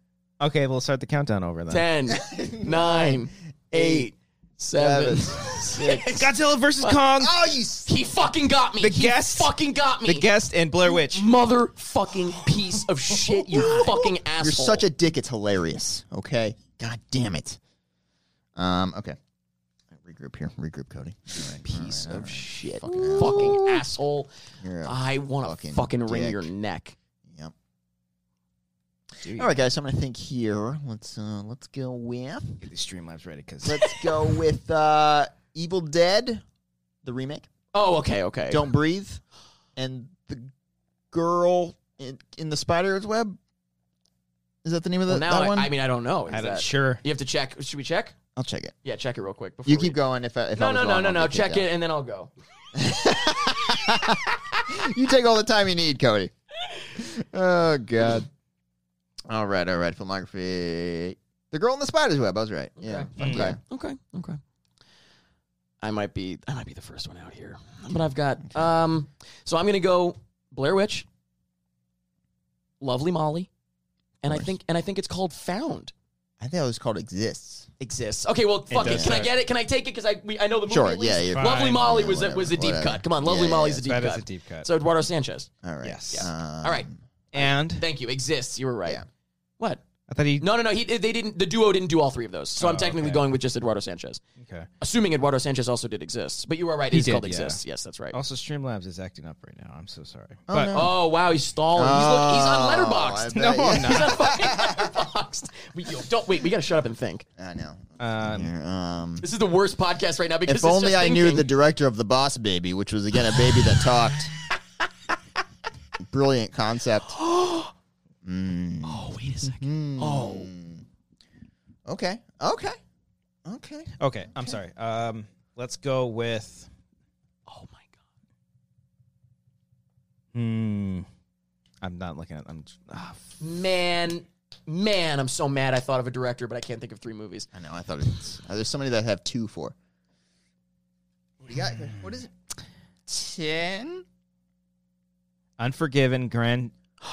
A: Okay, we'll start the countdown over then.
C: Ten, nine, eight, seven,
B: Seven,
C: six.
A: Godzilla versus Kong,
B: Oh, you. s-
C: He fucking got me.
A: The
C: he
A: guest-
C: fucking got me.
A: The Guest, and Blair Witch.
C: Motherfucking piece of shit, you fucking asshole.
B: You're such a dick. It's hilarious. Okay. God damn it. Um. Okay. Regroup here. Regroup, Cody. All right,
C: piece
B: all right, all
C: of
B: right.
C: shit.
B: Fucking
C: Fucking, asshole.
B: You're a-
C: I want to
B: fucking
C: fucking wring
B: dick.
C: your neck.
B: Yep. All right, guys. So I'm gonna think here. Let's uh, let's go with
A: Get the Streamlabs ready, because
B: let's go with uh, Evil Dead, the remake.
C: Oh, okay, okay.
B: Don't breathe, and the girl in, in the spider's web. Is that the name of the,
C: Well, now
B: that
C: I,
B: one?
C: I mean, I don't know. Is
A: I'm
C: that-
A: sure.
C: you have to check. Should we check?
B: I'll check it.
C: Yeah, check it real quick. Before
B: You
C: we-
B: keep going. If I, if
C: No,
B: I was
C: no, no,
B: wrong,
C: no,
B: I'll
C: no.
B: get
C: Check
B: kicked
C: it, and then I'll go.
B: out. you take all the time you need, Cody. Oh God. All right, all right. Filmography. The girl in the spider's web. I was right. Yeah.
A: Okay.
B: Okay.
C: Okay, okay. I might be. I might be the first one out here, but I've got. Um. So I'm gonna go Blair Witch, Lovely Molly, and I
B: course.
C: think and I think it's called Found.
B: I think it was called exists.
C: Exists. Okay, well, fuck it.
A: does
C: Can I
A: suck.
C: get it? Can I take it? Because I we, I know the movie.
B: Sure,
C: at least.
B: yeah, you're
C: Lovely
A: fine.
C: Molly
B: Yeah,
C: was a,
B: whatever,
C: was a deep
B: whatever.
C: cut. Come on, Lovely
B: Yeah,
C: Molly's
B: yeah.
C: a deep
A: That
C: cut.
A: is a deep cut.
C: So Eduardo Sanchez.
B: All right.
A: Yes.
B: Um,
C: All right.
A: and
C: Thank you. Exists. You were right.
B: Yeah.
C: What?
A: I thought he.
C: No, no, no. He they didn't. The duo didn't do all three of those. So I'm
A: Oh,
C: technically
A: okay.
C: going with just Eduardo Sanchez.
A: Okay.
C: assuming Eduardo Sanchez also did exist. But you are right;
A: He
C: it's
A: did,
C: called
A: yeah. Oh.
C: exists. Yes, that's right.
A: Also, Streamlabs is acting up right now. I'm so sorry.
B: Oh,
A: but
B: no.
C: Oh wow, he's stalling. he's, look, he's on Letterboxd.
B: Oh, I bet,
A: No, I'm
B: yeah.
C: He's on fucking Letterboxd. We, yo, don't wait. We gotta shut up and think.
B: I know.
A: um,
B: Yeah, um,
C: This is the worst podcast right now because
B: if
C: it's
B: only
C: just
B: I knew
C: thinking.
B: the director of The Boss Baby, which was again a baby that talked. Brilliant concept. Hmm.
C: Oh wait a second. Oh
B: Okay. Okay. Okay.
A: okay, I'm sorry. Um, let's go with.
C: oh my god.
A: Hmm. I'm not looking at. I'm. ah, f-
C: Man, man, I'm so mad. I thought of a director, but I can't think of three movies.
B: I know. I thought it's uh, there's somebody that have two for. What do you got? What is it? Ten.
A: Unforgiven, Gran,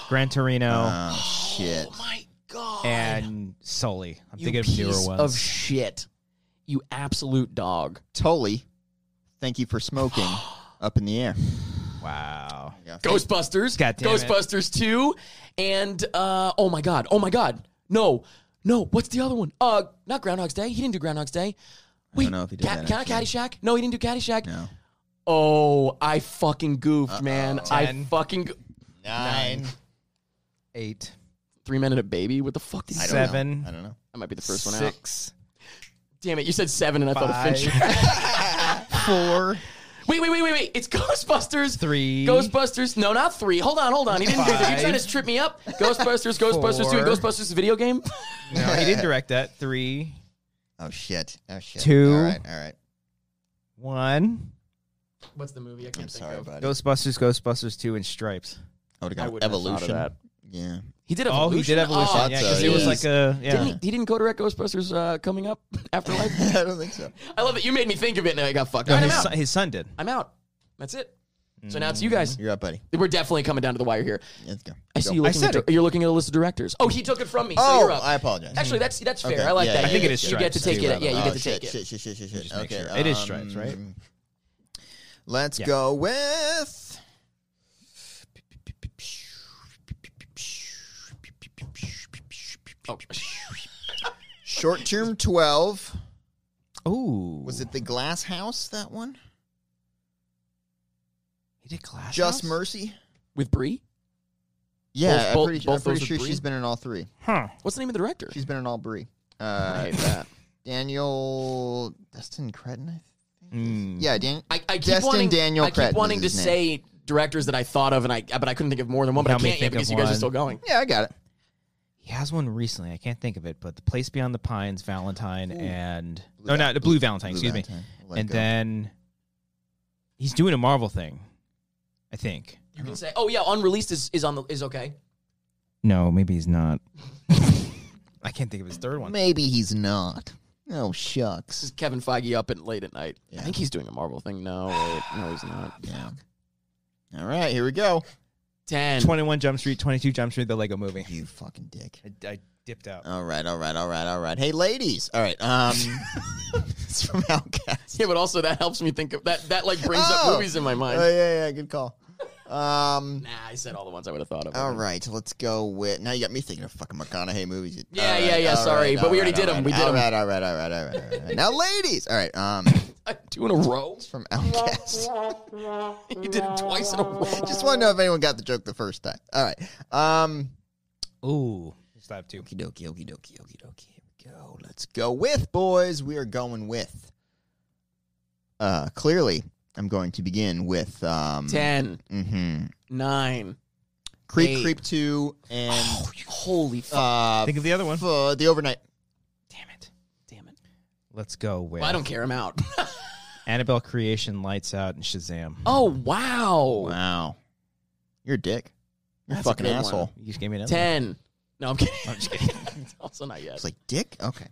A: Gran Torino,
B: Oh shit.
C: Oh my god.
A: and Sully. I'm
C: you
A: thinking of
C: piece
A: newer ones.
C: of shit. You absolute dog.
B: Tully, thank you for smoking. Up in the air.
A: wow.
B: Yeah, thank-
C: Ghostbusters,
A: God damn it.
C: Ghostbusters two, and uh, oh my god, oh my god, no, no, what's the other one? Uh, not Groundhog's Day. He didn't do Groundhog's Day. Wait,
B: know if he did that,
C: Ca- Ca-
B: actually.
C: Caddyshack? No, he didn't do Caddyshack.
B: No.
C: Oh, I fucking goofed, man. I
A: Ten.
C: fucking go-
B: Nine.
A: Eight.
C: three men and a baby. What the fuck did he
B: I don't
C: say?
B: know.
A: Seven.
B: I don't know.
C: That might be the first one out.
A: Six.
C: Damn it, you said seven, and I thought of
A: Five.
C: Fincher.
A: Four.
C: wait, wait, wait, wait, wait. It's Ghostbusters.
A: Three.
C: Ghostbusters. No, not three. Hold on, hold on. He didn't. do that. You're
A: Five.
C: trying to trip me up. Ghostbusters. Ghostbusters two. and
A: Four.
C: Ghostbusters video game.
A: No, he didn't direct that. Three.
B: Oh shit! Oh shit!
A: Two.
B: All right, all right.
A: One.
C: What's the movie? I can't
B: I'm
C: think
B: sorry,
C: of.
B: buddy.
A: Ghostbusters, Ghostbusters 2, and Stripes.
B: I would
C: I
B: have
C: wouldn't
B: got evolution.
C: Have thought of that.
B: Yeah.
C: He did
A: Oh, he
C: evolution.
A: did Evolution.
C: Oh,
A: yeah, because
B: so,
A: it was
B: yeah.
A: like a. Yeah.
C: Didn't he, he didn't go direct Ghostbusters uh, coming up afterlife.
B: I don't think so.
C: I love it. You made me think of it, and I got fucked.
A: No,
C: All right,
A: his,
C: I'm
A: son,
C: out.
A: his son did.
C: I'm out. That's it. So now it's
B: Mm.
C: you guys.
B: You're up, buddy.
C: We're definitely coming down to the wire here.
B: Let's go.
C: I see you
A: I
C: looking.
A: said
C: At,
A: it.
C: you're looking at a list of directors. Oh, he took it from me. So
B: Oh,
C: you're up.
B: I apologize.
C: Actually, that's that's fair.
B: Okay,
C: I like
B: yeah,
C: that.
B: yeah, I think
A: it
C: You-
A: is
C: You get to
A: Stripes,
C: take
A: too,
C: it.
A: by the
C: Yeah, you
A: way.
C: get
B: Oh,
C: to
B: shit,
C: take it.
B: Shit, shit, shit, shit, shit.
A: Just make
B: Okay.
A: sure. It is stripes, right?
B: um, Let's
A: Yeah.
B: go with.
C: Oh.
B: Short term 12.
A: Ooh.
B: Was it the glass house, that one?
A: He did Glass
B: Just
A: House?
B: Mercy.
C: with Brie.
B: Yeah,
C: Both-
B: I'm
C: both-
B: pretty,
C: both
B: I'm pretty
C: those
B: sure
C: are Brie?
B: she's been in all three.
A: Huh.
C: What's the name of the director?
B: She's been in all Brie.
C: I
B: Uh,
C: hate that.
B: Daniel Destin Cretton. I think.
A: Mm.
B: Yeah, Dan.
C: I, I keep
B: Destin
C: wanting,
B: Daniel
C: I keep
B: Cretton
C: wanting to
B: is his
C: say directors that I thought of, and I but I couldn't think of more than one. But
A: Help
C: I
A: me
C: can't yet
A: think of
C: because you guys
A: one.
C: are still going.
B: Yeah, I got it.
A: He has one recently. I can't think of it, but The Place Beyond the Pines, Valentine, and no, not Blue Valentine. excuse me. and then he's doing a Marvel thing, I think.
C: You
B: Uh-huh.
C: can say, oh yeah, unreleased is, is on the is okay.
A: No, maybe he's not. I can't think of his third one.
B: maybe he's not. Oh shucks.
C: This is Kevin Feige up at late at night.
B: Yeah.
C: I think he's doing a Marvel thing. No, wait, no, he's not.
B: Yeah. All right, here we go.
C: Ten.
A: 21 Jump Street, 22 Jump Street, the Lego movie.
B: You fucking dick.
A: I, I dipped out.
B: All right, all right, all right, all right. Hey, ladies. All right. Um, it's from Outcast.
C: Yeah, but also that helps me think of that. That like brings
B: Oh.
C: up movies in my mind.
B: Oh yeah, yeah. Good call. Um.
C: nah, I said all the ones I would have thought of.
B: All right, let's go with. Now you got me thinking of fucking McConaughey movies.
C: Yeah,
B: All
C: yeah, yeah,
B: all
C: sorry, but
B: all
C: we already did
B: all
C: 'em, we did
B: all
C: 'em.
B: right, all right, all right, all right, all right. Now, ladies. All right. Um,
C: two in a row.
B: it's from Outcast.
C: You did it twice in a row.
B: Just want to know if anyone got the joke the first time. All right. Um.
C: Oh.
A: Ooh. Just have two.
B: Okie dokie, okie dokie, okie dokie. Here we go. Let's go with, boys. We are going with. Uh, clearly, I'm going to begin with um,
C: Ten,
B: mhm.
C: nine.
B: Creep,
C: Eight.
B: Creep Two, and
C: Holy fuck!
B: uh,
A: Think of the other one.
B: f- uh, the overnight.
A: Damn it.
C: Damn it!
A: Let's go with
C: Well, I don't care. I'm out.
A: Annabelle Creation, Lights Out, and Shazam.
C: oh wow!
B: Wow, you're a dick. You're a
C: Oh. That's a
B: fucking
C: good one.
B: asshole.
A: You just gave me another one.
C: Ten. No, I'm kidding. I'm just kidding. also not yet.
B: It's like dick. Okay.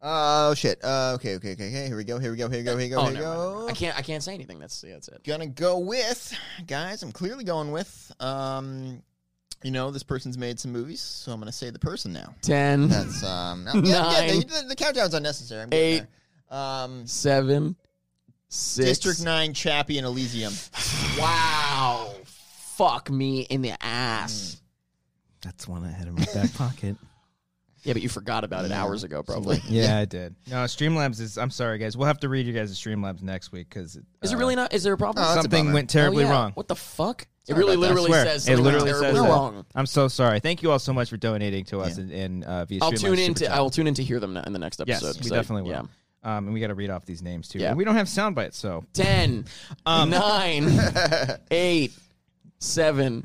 B: Oh shit. Uh, okay, okay, okay, okay. Here we go. Here we go. Here we go. Here we go.
C: oh
B: here we
C: no,
B: go.
C: I can't. I can't say anything. That's yeah, that's it.
B: gonna go with guys i'm clearly going with um you know this person's made some movies so i'm gonna say the person now
C: Ten,
B: that's um no, yeah, yeah,
C: Nine.
B: the, the countdown's unnecessary I'm getting there. um
C: seven, six.
B: district 9 chappie and elysium
C: Wow! Fuck me in the
B: Mm.
C: ass.
A: That's one I had in my back pocket.
C: Yeah, but you forgot about it
B: Yeah.
C: hours ago, probably.
A: Yeah, I did. No, Streamlabs is. I'm sorry, guys. We'll have to read you guys the Streamlabs next week uh, because
C: Is it really not? Is there a problem?
B: Oh, that's a
A: something
B: bummer.
A: went terribly
C: Oh, yeah.
A: wrong.
C: What the fuck?
B: Sorry
C: it really
B: about that. I
C: literally
A: swear. It
C: says something
A: literally
C: terribly
A: says that.
C: wrong.
A: I'm so sorry. Thank you all so much for donating to us
B: Yeah.
A: and in, uh, via
C: I'll
A: Streamlabs
C: tune in
A: Super
C: to
A: Chat.
C: I will tune in to hear them in the next
A: Yes,
C: episode.
A: we
C: 'cause I-
A: definitely will.
C: Yeah.
A: Um, and we got to read off these names too.
C: Yeah.
A: And we don't have sound bites, so
C: Ten,
A: Um,
C: nine,
B: Oh,
C: eight, seven,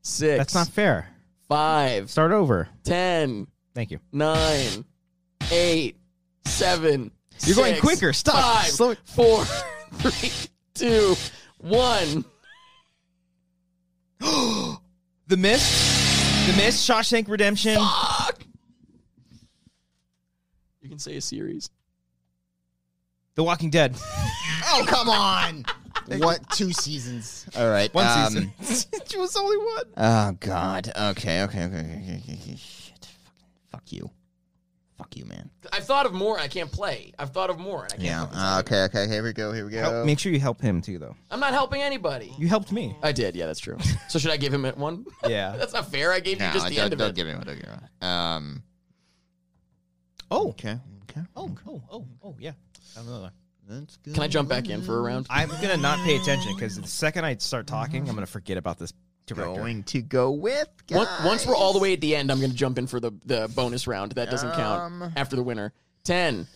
C: six,
A: that's not fair.
C: five,
A: Start over.
C: ten,
A: Thank you.
C: nine, eight, seven.
A: You're going
C: six,
A: quicker. Stop.
C: Five,
A: Slow it.
C: four, three, two, one.
A: The Mist, The Mist, Shawshank Redemption.
C: Fuck. You can say a series.
A: The Walking Dead.
B: oh come on what two seasons all right
A: One
B: um,
A: season. it was only one.
B: oh god okay okay okay okay, okay, okay, okay. shit fuck, fuck you fuck you man
C: I've thought of more and I can't play. I've thought of more and I can't.
B: yeah
C: fucking
B: uh,
C: tell you.
B: okay okay here we go here we go
A: Help- make sure you help him too, though.
C: I'm not helping anybody.
A: You helped me.
C: I did. Yeah, that's true. So should I give him it one?
A: Yeah.
C: That's not fair. I gave you just the
B: don't,
C: end of
B: don't
C: it.
B: give me one. Don't give me one. Um,
A: Oh.
B: okay. Okay.
A: Oh. Oh. Oh. Oh. Yeah. Another one.
B: That's good.
C: Can I jump back in for
B: Mm-hmm.
C: a round?
A: I'm gonna not pay attention because the second I start talking, I'm gonna forget about this director.
B: Going to go with.
C: Once,
B: Guys.
C: once we're all the way at the end, I'm going to jump in for the, the bonus round. That doesn't
B: Um.
C: count after the winner. Ten,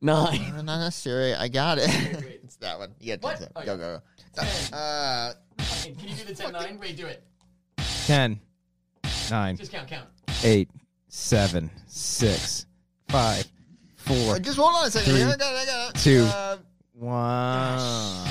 C: nine,
B: Uh, Not necessary. I got it. it's that one. You got
C: What?
B: to
C: Oh,
B: go, go, go. Uh,
C: Can you do the ten, nine? Wait, do it.
A: Ten, nine,
C: Just count, count.
A: eight, seven, six, five, four,
B: just hold on a second.
A: Three,
B: here. I got it. I got it.
A: two.
B: Uh,
A: one.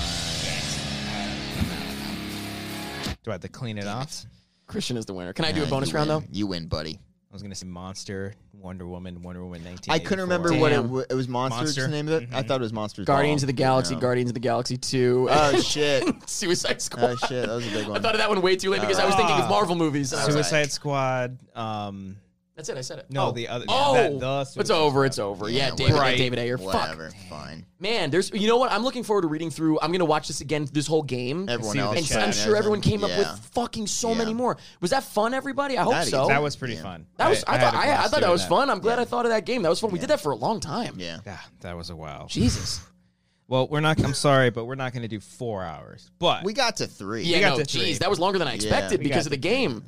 A: Do I have to clean it off?
C: Christian is the winner. Can I do
B: nah,
C: a bonus
B: uh, you
C: round
B: win.
C: though?
B: You win, buddy.
A: I was gonna say Monster, Wonder Woman, Wonder Woman 19.
B: I couldn't remember what it, w- it was. Monsters.
A: Monster.
B: The name of it.
C: Mm-hmm.
B: I thought it was Monsters.
C: Guardians
B: Ball.
C: of the Galaxy,
B: Oh, No.
C: Guardians of the Galaxy Two,
B: Oh shit.
C: Suicide Squad.
B: Oh shit. That was a big
C: I
B: one.
C: thought of that one way too late because I was thinking of
A: Ah.
C: Marvel movies. and I was like,
A: Suicide Squad. Um,
C: That's it. I said it.
A: no,
C: Oh.
A: the other.
C: Oh,
A: that- the Suicide
C: it's over. It's over.
B: Yeah,
C: Yeah, David,
A: whatever.
C: David Ayer. Fuck,
B: Whatever. Fine.
C: man. There's. You know what? I'm looking forward to reading through. I'm gonna watch this again. This whole game.
B: Everyone
A: see the
B: else.
C: and
A: chat.
C: I'm sure everyone came up
B: Yeah.
C: with fucking so
B: Yeah.
C: many more. Was that fun, everybody? I hope
B: That is-
C: so.
A: That was pretty
B: Yeah.
A: fun.
C: Oh. That was. I,
A: had
C: thought.
A: a
C: I, I
A: blast
C: thought that
A: doing
C: was fun. I'm glad I thought of that game. That was fun. We did that for a long time.
B: Yeah.
A: Yeah, that was a while.
C: Jesus.
A: Well, we're not. I'm sorry, but we're not going to do four hours. But
B: We got to three.
C: Yeah,
A: got
C: no,
A: to three.
C: jeez, that was longer than I expected
A: We
C: because
A: got
C: of the game.
B: we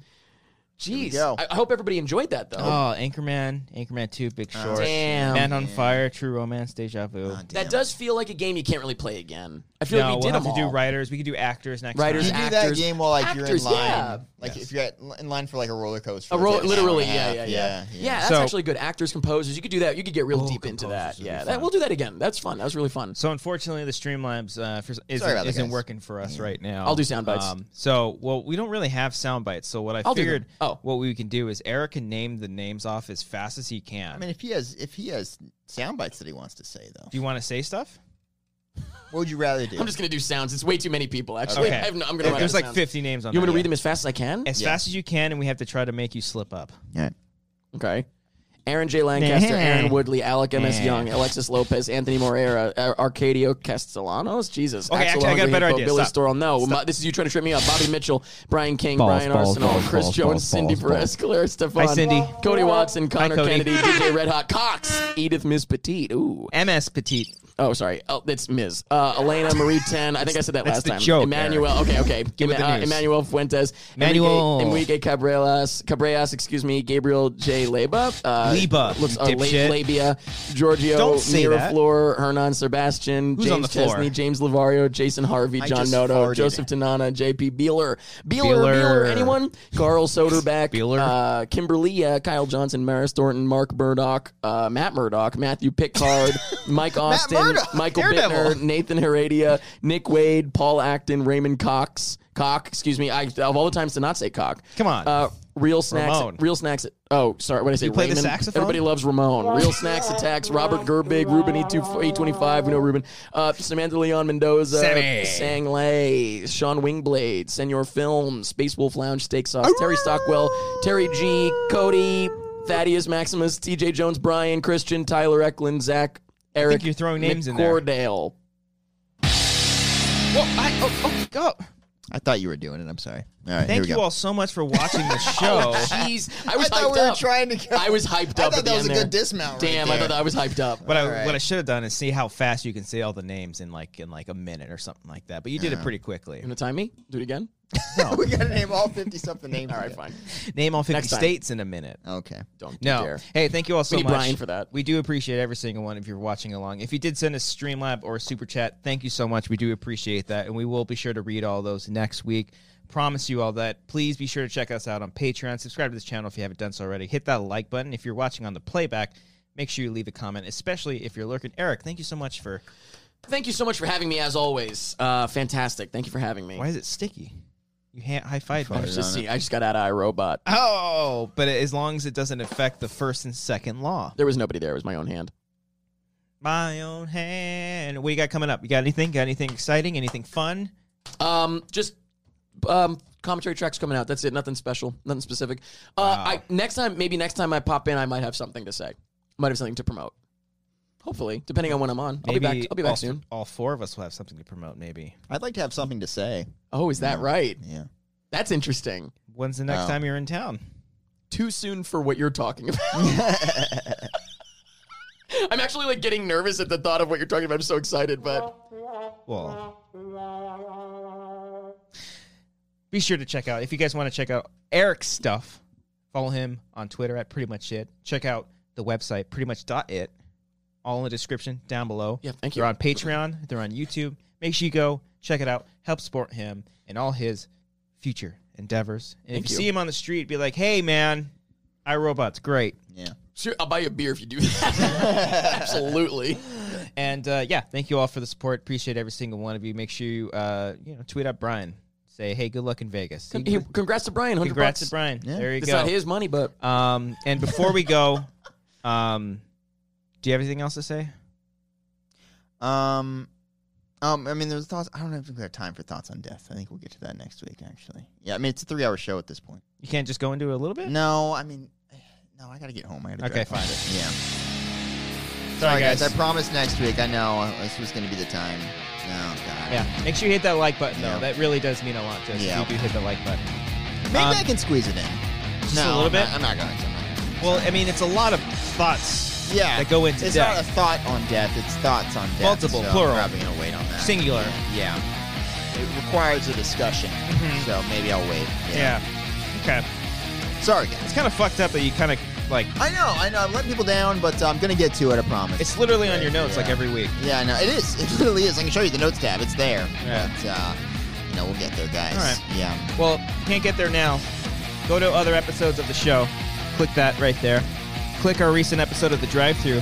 C: Jeez,
B: go.
C: I, I hope everybody enjoyed that though.
A: oh, Anchorman, Anchorman Two, Big
B: Uh,
A: Short,
C: damn.
A: Man on
B: yeah.
A: Fire, True Romance, Deja Vu.
B: Ah, damn.
C: that does feel like a game you can't really play again. I feel
A: no,
C: like we
A: we'll
C: did
A: have
C: them
A: to do
C: all.
A: writers. We could do actors next.
C: Writers,
B: You
A: time.
B: do that
C: actors-
B: game while like you're
C: actors,
B: in line,
C: yeah.
B: like
A: Yes.
B: if you're at, in line for like a roller coaster.
C: A roll,
B: it's like an
C: literally,
B: hour and a
C: yeah,
B: half.
C: yeah, yeah, yeah. that's
A: So-
C: actually good. Actors, composers, you could do that. You could get real
A: Oh,
C: deep into
A: composers
C: that.
A: would be
C: Yeah,
A: fun.
C: that, we'll do that again. That's fun. That was really fun.
A: So unfortunately, the Streamlabs uh, for,
B: about
A: isn't,
B: that,
A: isn't
B: guys.
A: working for us right now. Um,
C: I'll do sound bites.
A: so, well, we don't really have sound bites. So what I
C: I'll do
A: figured,
C: them. Oh.
A: what we can do is Eric can name the names off as fast as he can.
B: I mean, if he has if he has sound bites that he wants to say though,
A: do you want to say stuff?
B: what would you rather do?
C: I'm just gonna do sounds. It's way too many people. Actually,
A: Okay.
C: I have no, I'm gonna. run out
A: There's
C: of
A: like
C: sounds.
A: 50 names on.
C: You want me
A: there.
C: to read them as fast as I can?
A: as
B: Yeah.
A: fast as you can, and we have to try to make you slip up.
B: All right.
C: Okay. Aaron J. Lancaster,
A: Nah.
C: Aaron Woodley, Alec M.S.
A: Nah.
C: Young, Alexis Lopez, Anthony Morera, Ar- Arcadio Castellanos. Jesus.
A: Okay,
C: Axel
A: actually, I got a
C: Hungry
A: better
C: Hippo,
A: idea.
C: Billy
A: Stop.
C: Storrell. No, my- this is you trying to trip me up. Bobby Mitchell, Brian King,
F: Balls,
C: Brian
F: balls,
C: Arsenal,
F: balls,
C: Chris
F: balls,
C: Jones,
F: balls,
C: Cindy
F: balls,
C: Perez, Claire Stefan,
A: Hi, Cindy.
C: Cody Watson, Connor
A: Cody.
C: Kennedy, DJ Red Hot Cox, Edith Ms. Petit. Ooh.
A: MS Petite.
C: Oh, sorry. Oh, it's Ms. Uh, Elena Marie Ten. I think I said that
A: That's
C: last
A: the
C: time.
A: joke,
C: Emmanuel. Okay, okay.
A: Give it the
C: Emma-
A: news.
C: Emmanuel Fuentes.
A: Manuel.
C: Enrique, Enrique Cabreras. Cabreras, excuse me. Gabriel J. Leba. Uh,
A: Leba,
C: Looks
A: you
C: uh,
A: dipshit.
C: la- labia. Giorgio
A: Don't say that.
C: Miraflor. Hernan Sebastian.
A: Who's
C: James
A: on the floor?
C: Chesney. James Lavario. Jason Harvey.
B: I
C: John
B: just
C: Noto.
B: farted.
C: Joseph Tanana. J.P. Beeler. Beeler.
A: Beeler.
C: Beeler. Anyone? Carl Soderbeck.
A: Beeler.
C: Uh, Kimberly. Uh, Kyle Johnson. Maris Thornton. Mark Murdoch. Uh, Matt Murdoch. Matthew Pickard. Mike Austin.
B: Murdoch,
C: Michael
B: Daredevil.
C: Bittner. Nathan Heredia, Nick Wade, Paul Acton, Raymond Cox, Cock. Excuse me, I of all the times to not say Cock.
A: Come on.
C: Uh, real snacks.
A: Ramon.
C: Real snacks. Oh, sorry. What did I say?
A: play the
C: Raymond.
A: saxophone?
C: Everybody loves Ramon. Real snacks attacks. Robert Gerbig, Ruben E two eight twenty five. We know Ruben. Uh, Samantha Leon Mendoza,
A: Sammy.
C: Sang Lei, Sean Wingblade, Senor Film, Space Wolf Lounge Steak Sauce,
A: Oh!
C: Terry Stockwell, Terry G, Cody, Thaddeus Maximus, T.J. Jones, Brian, Christian, Tyler Eklund, Zach. Eric,
A: you're throwing names in there.
C: Cordale.
A: Well, I, oh, oh, go.
B: I thought you were doing it. I'm sorry. All right.
A: Thank
B: here we
A: you
B: go.
A: all so much for watching the show.
C: Jeez, I
B: I
C: was
B: thought
C: hyped
B: we were
C: up.
B: trying to. Go.
C: I was hyped
B: I
C: up.
B: thought
C: at the
B: that was a
C: end
B: good
C: there.
B: dismount.
C: Damn,
B: right
C: I thought
B: there.
C: that I was hyped up.
A: What I,
B: Alright.
A: what I should have done is see how fast you can say all the names in like in like a minute or something like that. But you did
C: Uh-huh.
A: it pretty quickly.
C: You gonna time me? Do it again?
B: we got to name all fifty something names.
C: All right,
B: today.
C: fine.
A: Name all fifty
C: Next time.
A: states in a minute.
B: Okay.
C: Don't you
A: No.
C: dare.
A: Hey, thank you all so
C: need
A: much
C: Brian for that.
A: We do appreciate every single one if you're watching along. If you did send us Streamlab or a Super Chat, thank you so much. We do appreciate that. And we will be sure to read all those next week. Promise you all that. Please be sure to check us out on Patreon. Subscribe to this channel if you haven't done so already. Hit that like button. If you're watching on the playback, make sure you leave a comment, especially if you're lurking. Eric, thank you so much for.
C: Thank you so much for having me, as always. Uh, fantastic. Thank you for having me.
A: Why is it sticky? You ha- high five.
C: I was just see. I just got out of iRobot.
A: Oh, but as long as it doesn't affect the first and second law.
C: There was nobody there. It was my own hand.
A: My own hand. What do you got coming up? You got anything? Got anything exciting? Anything fun?
C: Um, just um, commentary tracks coming out. That's it. Nothing special. Nothing specific. Uh, I next time, maybe next time I pop in, I might have something to say. Might have something to promote. Hopefully, depending on when I'm on, I'll be back. I'll be back
A: all,
C: soon.
A: All four of us will have something to promote. Maybe.
B: I'd like to have something to say.
C: Oh, is that right?
B: Yeah.
C: That's interesting.
A: When's the next
B: Oh.
A: time you're in town?
C: Too soon for what you're talking about. I'm actually like getting nervous at the thought of what you're talking about. I'm so excited, but
A: Well, be sure to check out if you guys want to check out Eric's stuff. Follow him on Twitter at pretty much it. Check out the website pretty much dot it. All in the description down below.
C: Yeah, thank you.
A: They're on Patreon. They're on YouTube. Make sure you go check it out. Help support him and all his future endeavors. And
C: Thank
A: if you,
C: you.
A: see him on the street, be like, "Hey, man, iRobot's great."
B: Yeah.
C: sure, I'll buy you a beer if you do that. Absolutely.
A: And uh, yeah, thank you all for the support. Appreciate every single one of you. Make sure you uh, you know tweet at Brian. Say hey, good luck in Vegas.
C: Con- he- Congrats to Brian. 100
A: Congrats to
C: bucks.
A: Brian. There you
C: It's
A: go.
C: not his money, but
A: Um, and before we go, um, do you have anything else to say?
B: Um, um, I mean, there's thoughts. I don't know if we have time for thoughts on death. I think we'll get to that next week, actually. Yeah, I mean, it's a three-hour show at this point.
A: You can't just go into it a little bit.
B: No, I mean, no, I gotta get home. I gotta.
A: Okay,
B: drive
A: fine.
B: home. Yeah.
A: Sorry,
B: Sorry, guys.
A: guys.
B: I promise next week. I know uh, this was gonna be the time. No, God.
A: Yeah. Make sure you hit that like button though.
B: Yeah.
A: That really does mean a lot to us. if
B: Yeah.
A: You do hit the like button.
B: Maybe
A: Um,
B: I can squeeze it in.
A: just
B: no,
A: a little
B: I'm not-
A: bit?
B: I'm not going to.
A: Well, I mean, it's a lot of thoughts
B: yeah,
A: that go into
B: it's
A: death.
B: not a thought on death; it's thoughts on death.
A: Multiple,
B: so I'm
A: plural.
B: probably gonna wait on that.
A: Singular.
B: Yeah, it requires a discussion,
A: Mhm.
B: so maybe I'll wait.
A: Yeah. Okay.
B: Sorry, guys.
A: It's kind of fucked up that you kind of like.
B: I know, I know. I'm letting people down, but uh, I'm gonna get to it. I promise.
A: It's literally on your notes
B: Yeah.
A: like every week.
B: yeah, I know. It is. It literally is. I can show you the notes tab. It's there.
A: Yeah.
B: But, uh, you know, we'll get there, guys.
A: All right.
B: Yeah.
A: Well, you can't get there now. Go to other episodes of the show. Click that right there. Click our recent episode of the drive-through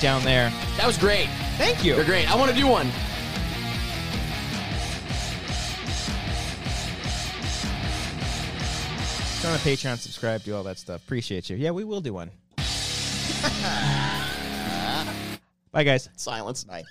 A: down there.
C: That was great.
A: Thank
C: You're
A: you.
C: great. I want to do one.
A: Go on to Patreon, subscribe, do all that stuff. Appreciate you. Yeah, we will do one. Bye, guys.
C: Silence.
B: Bye.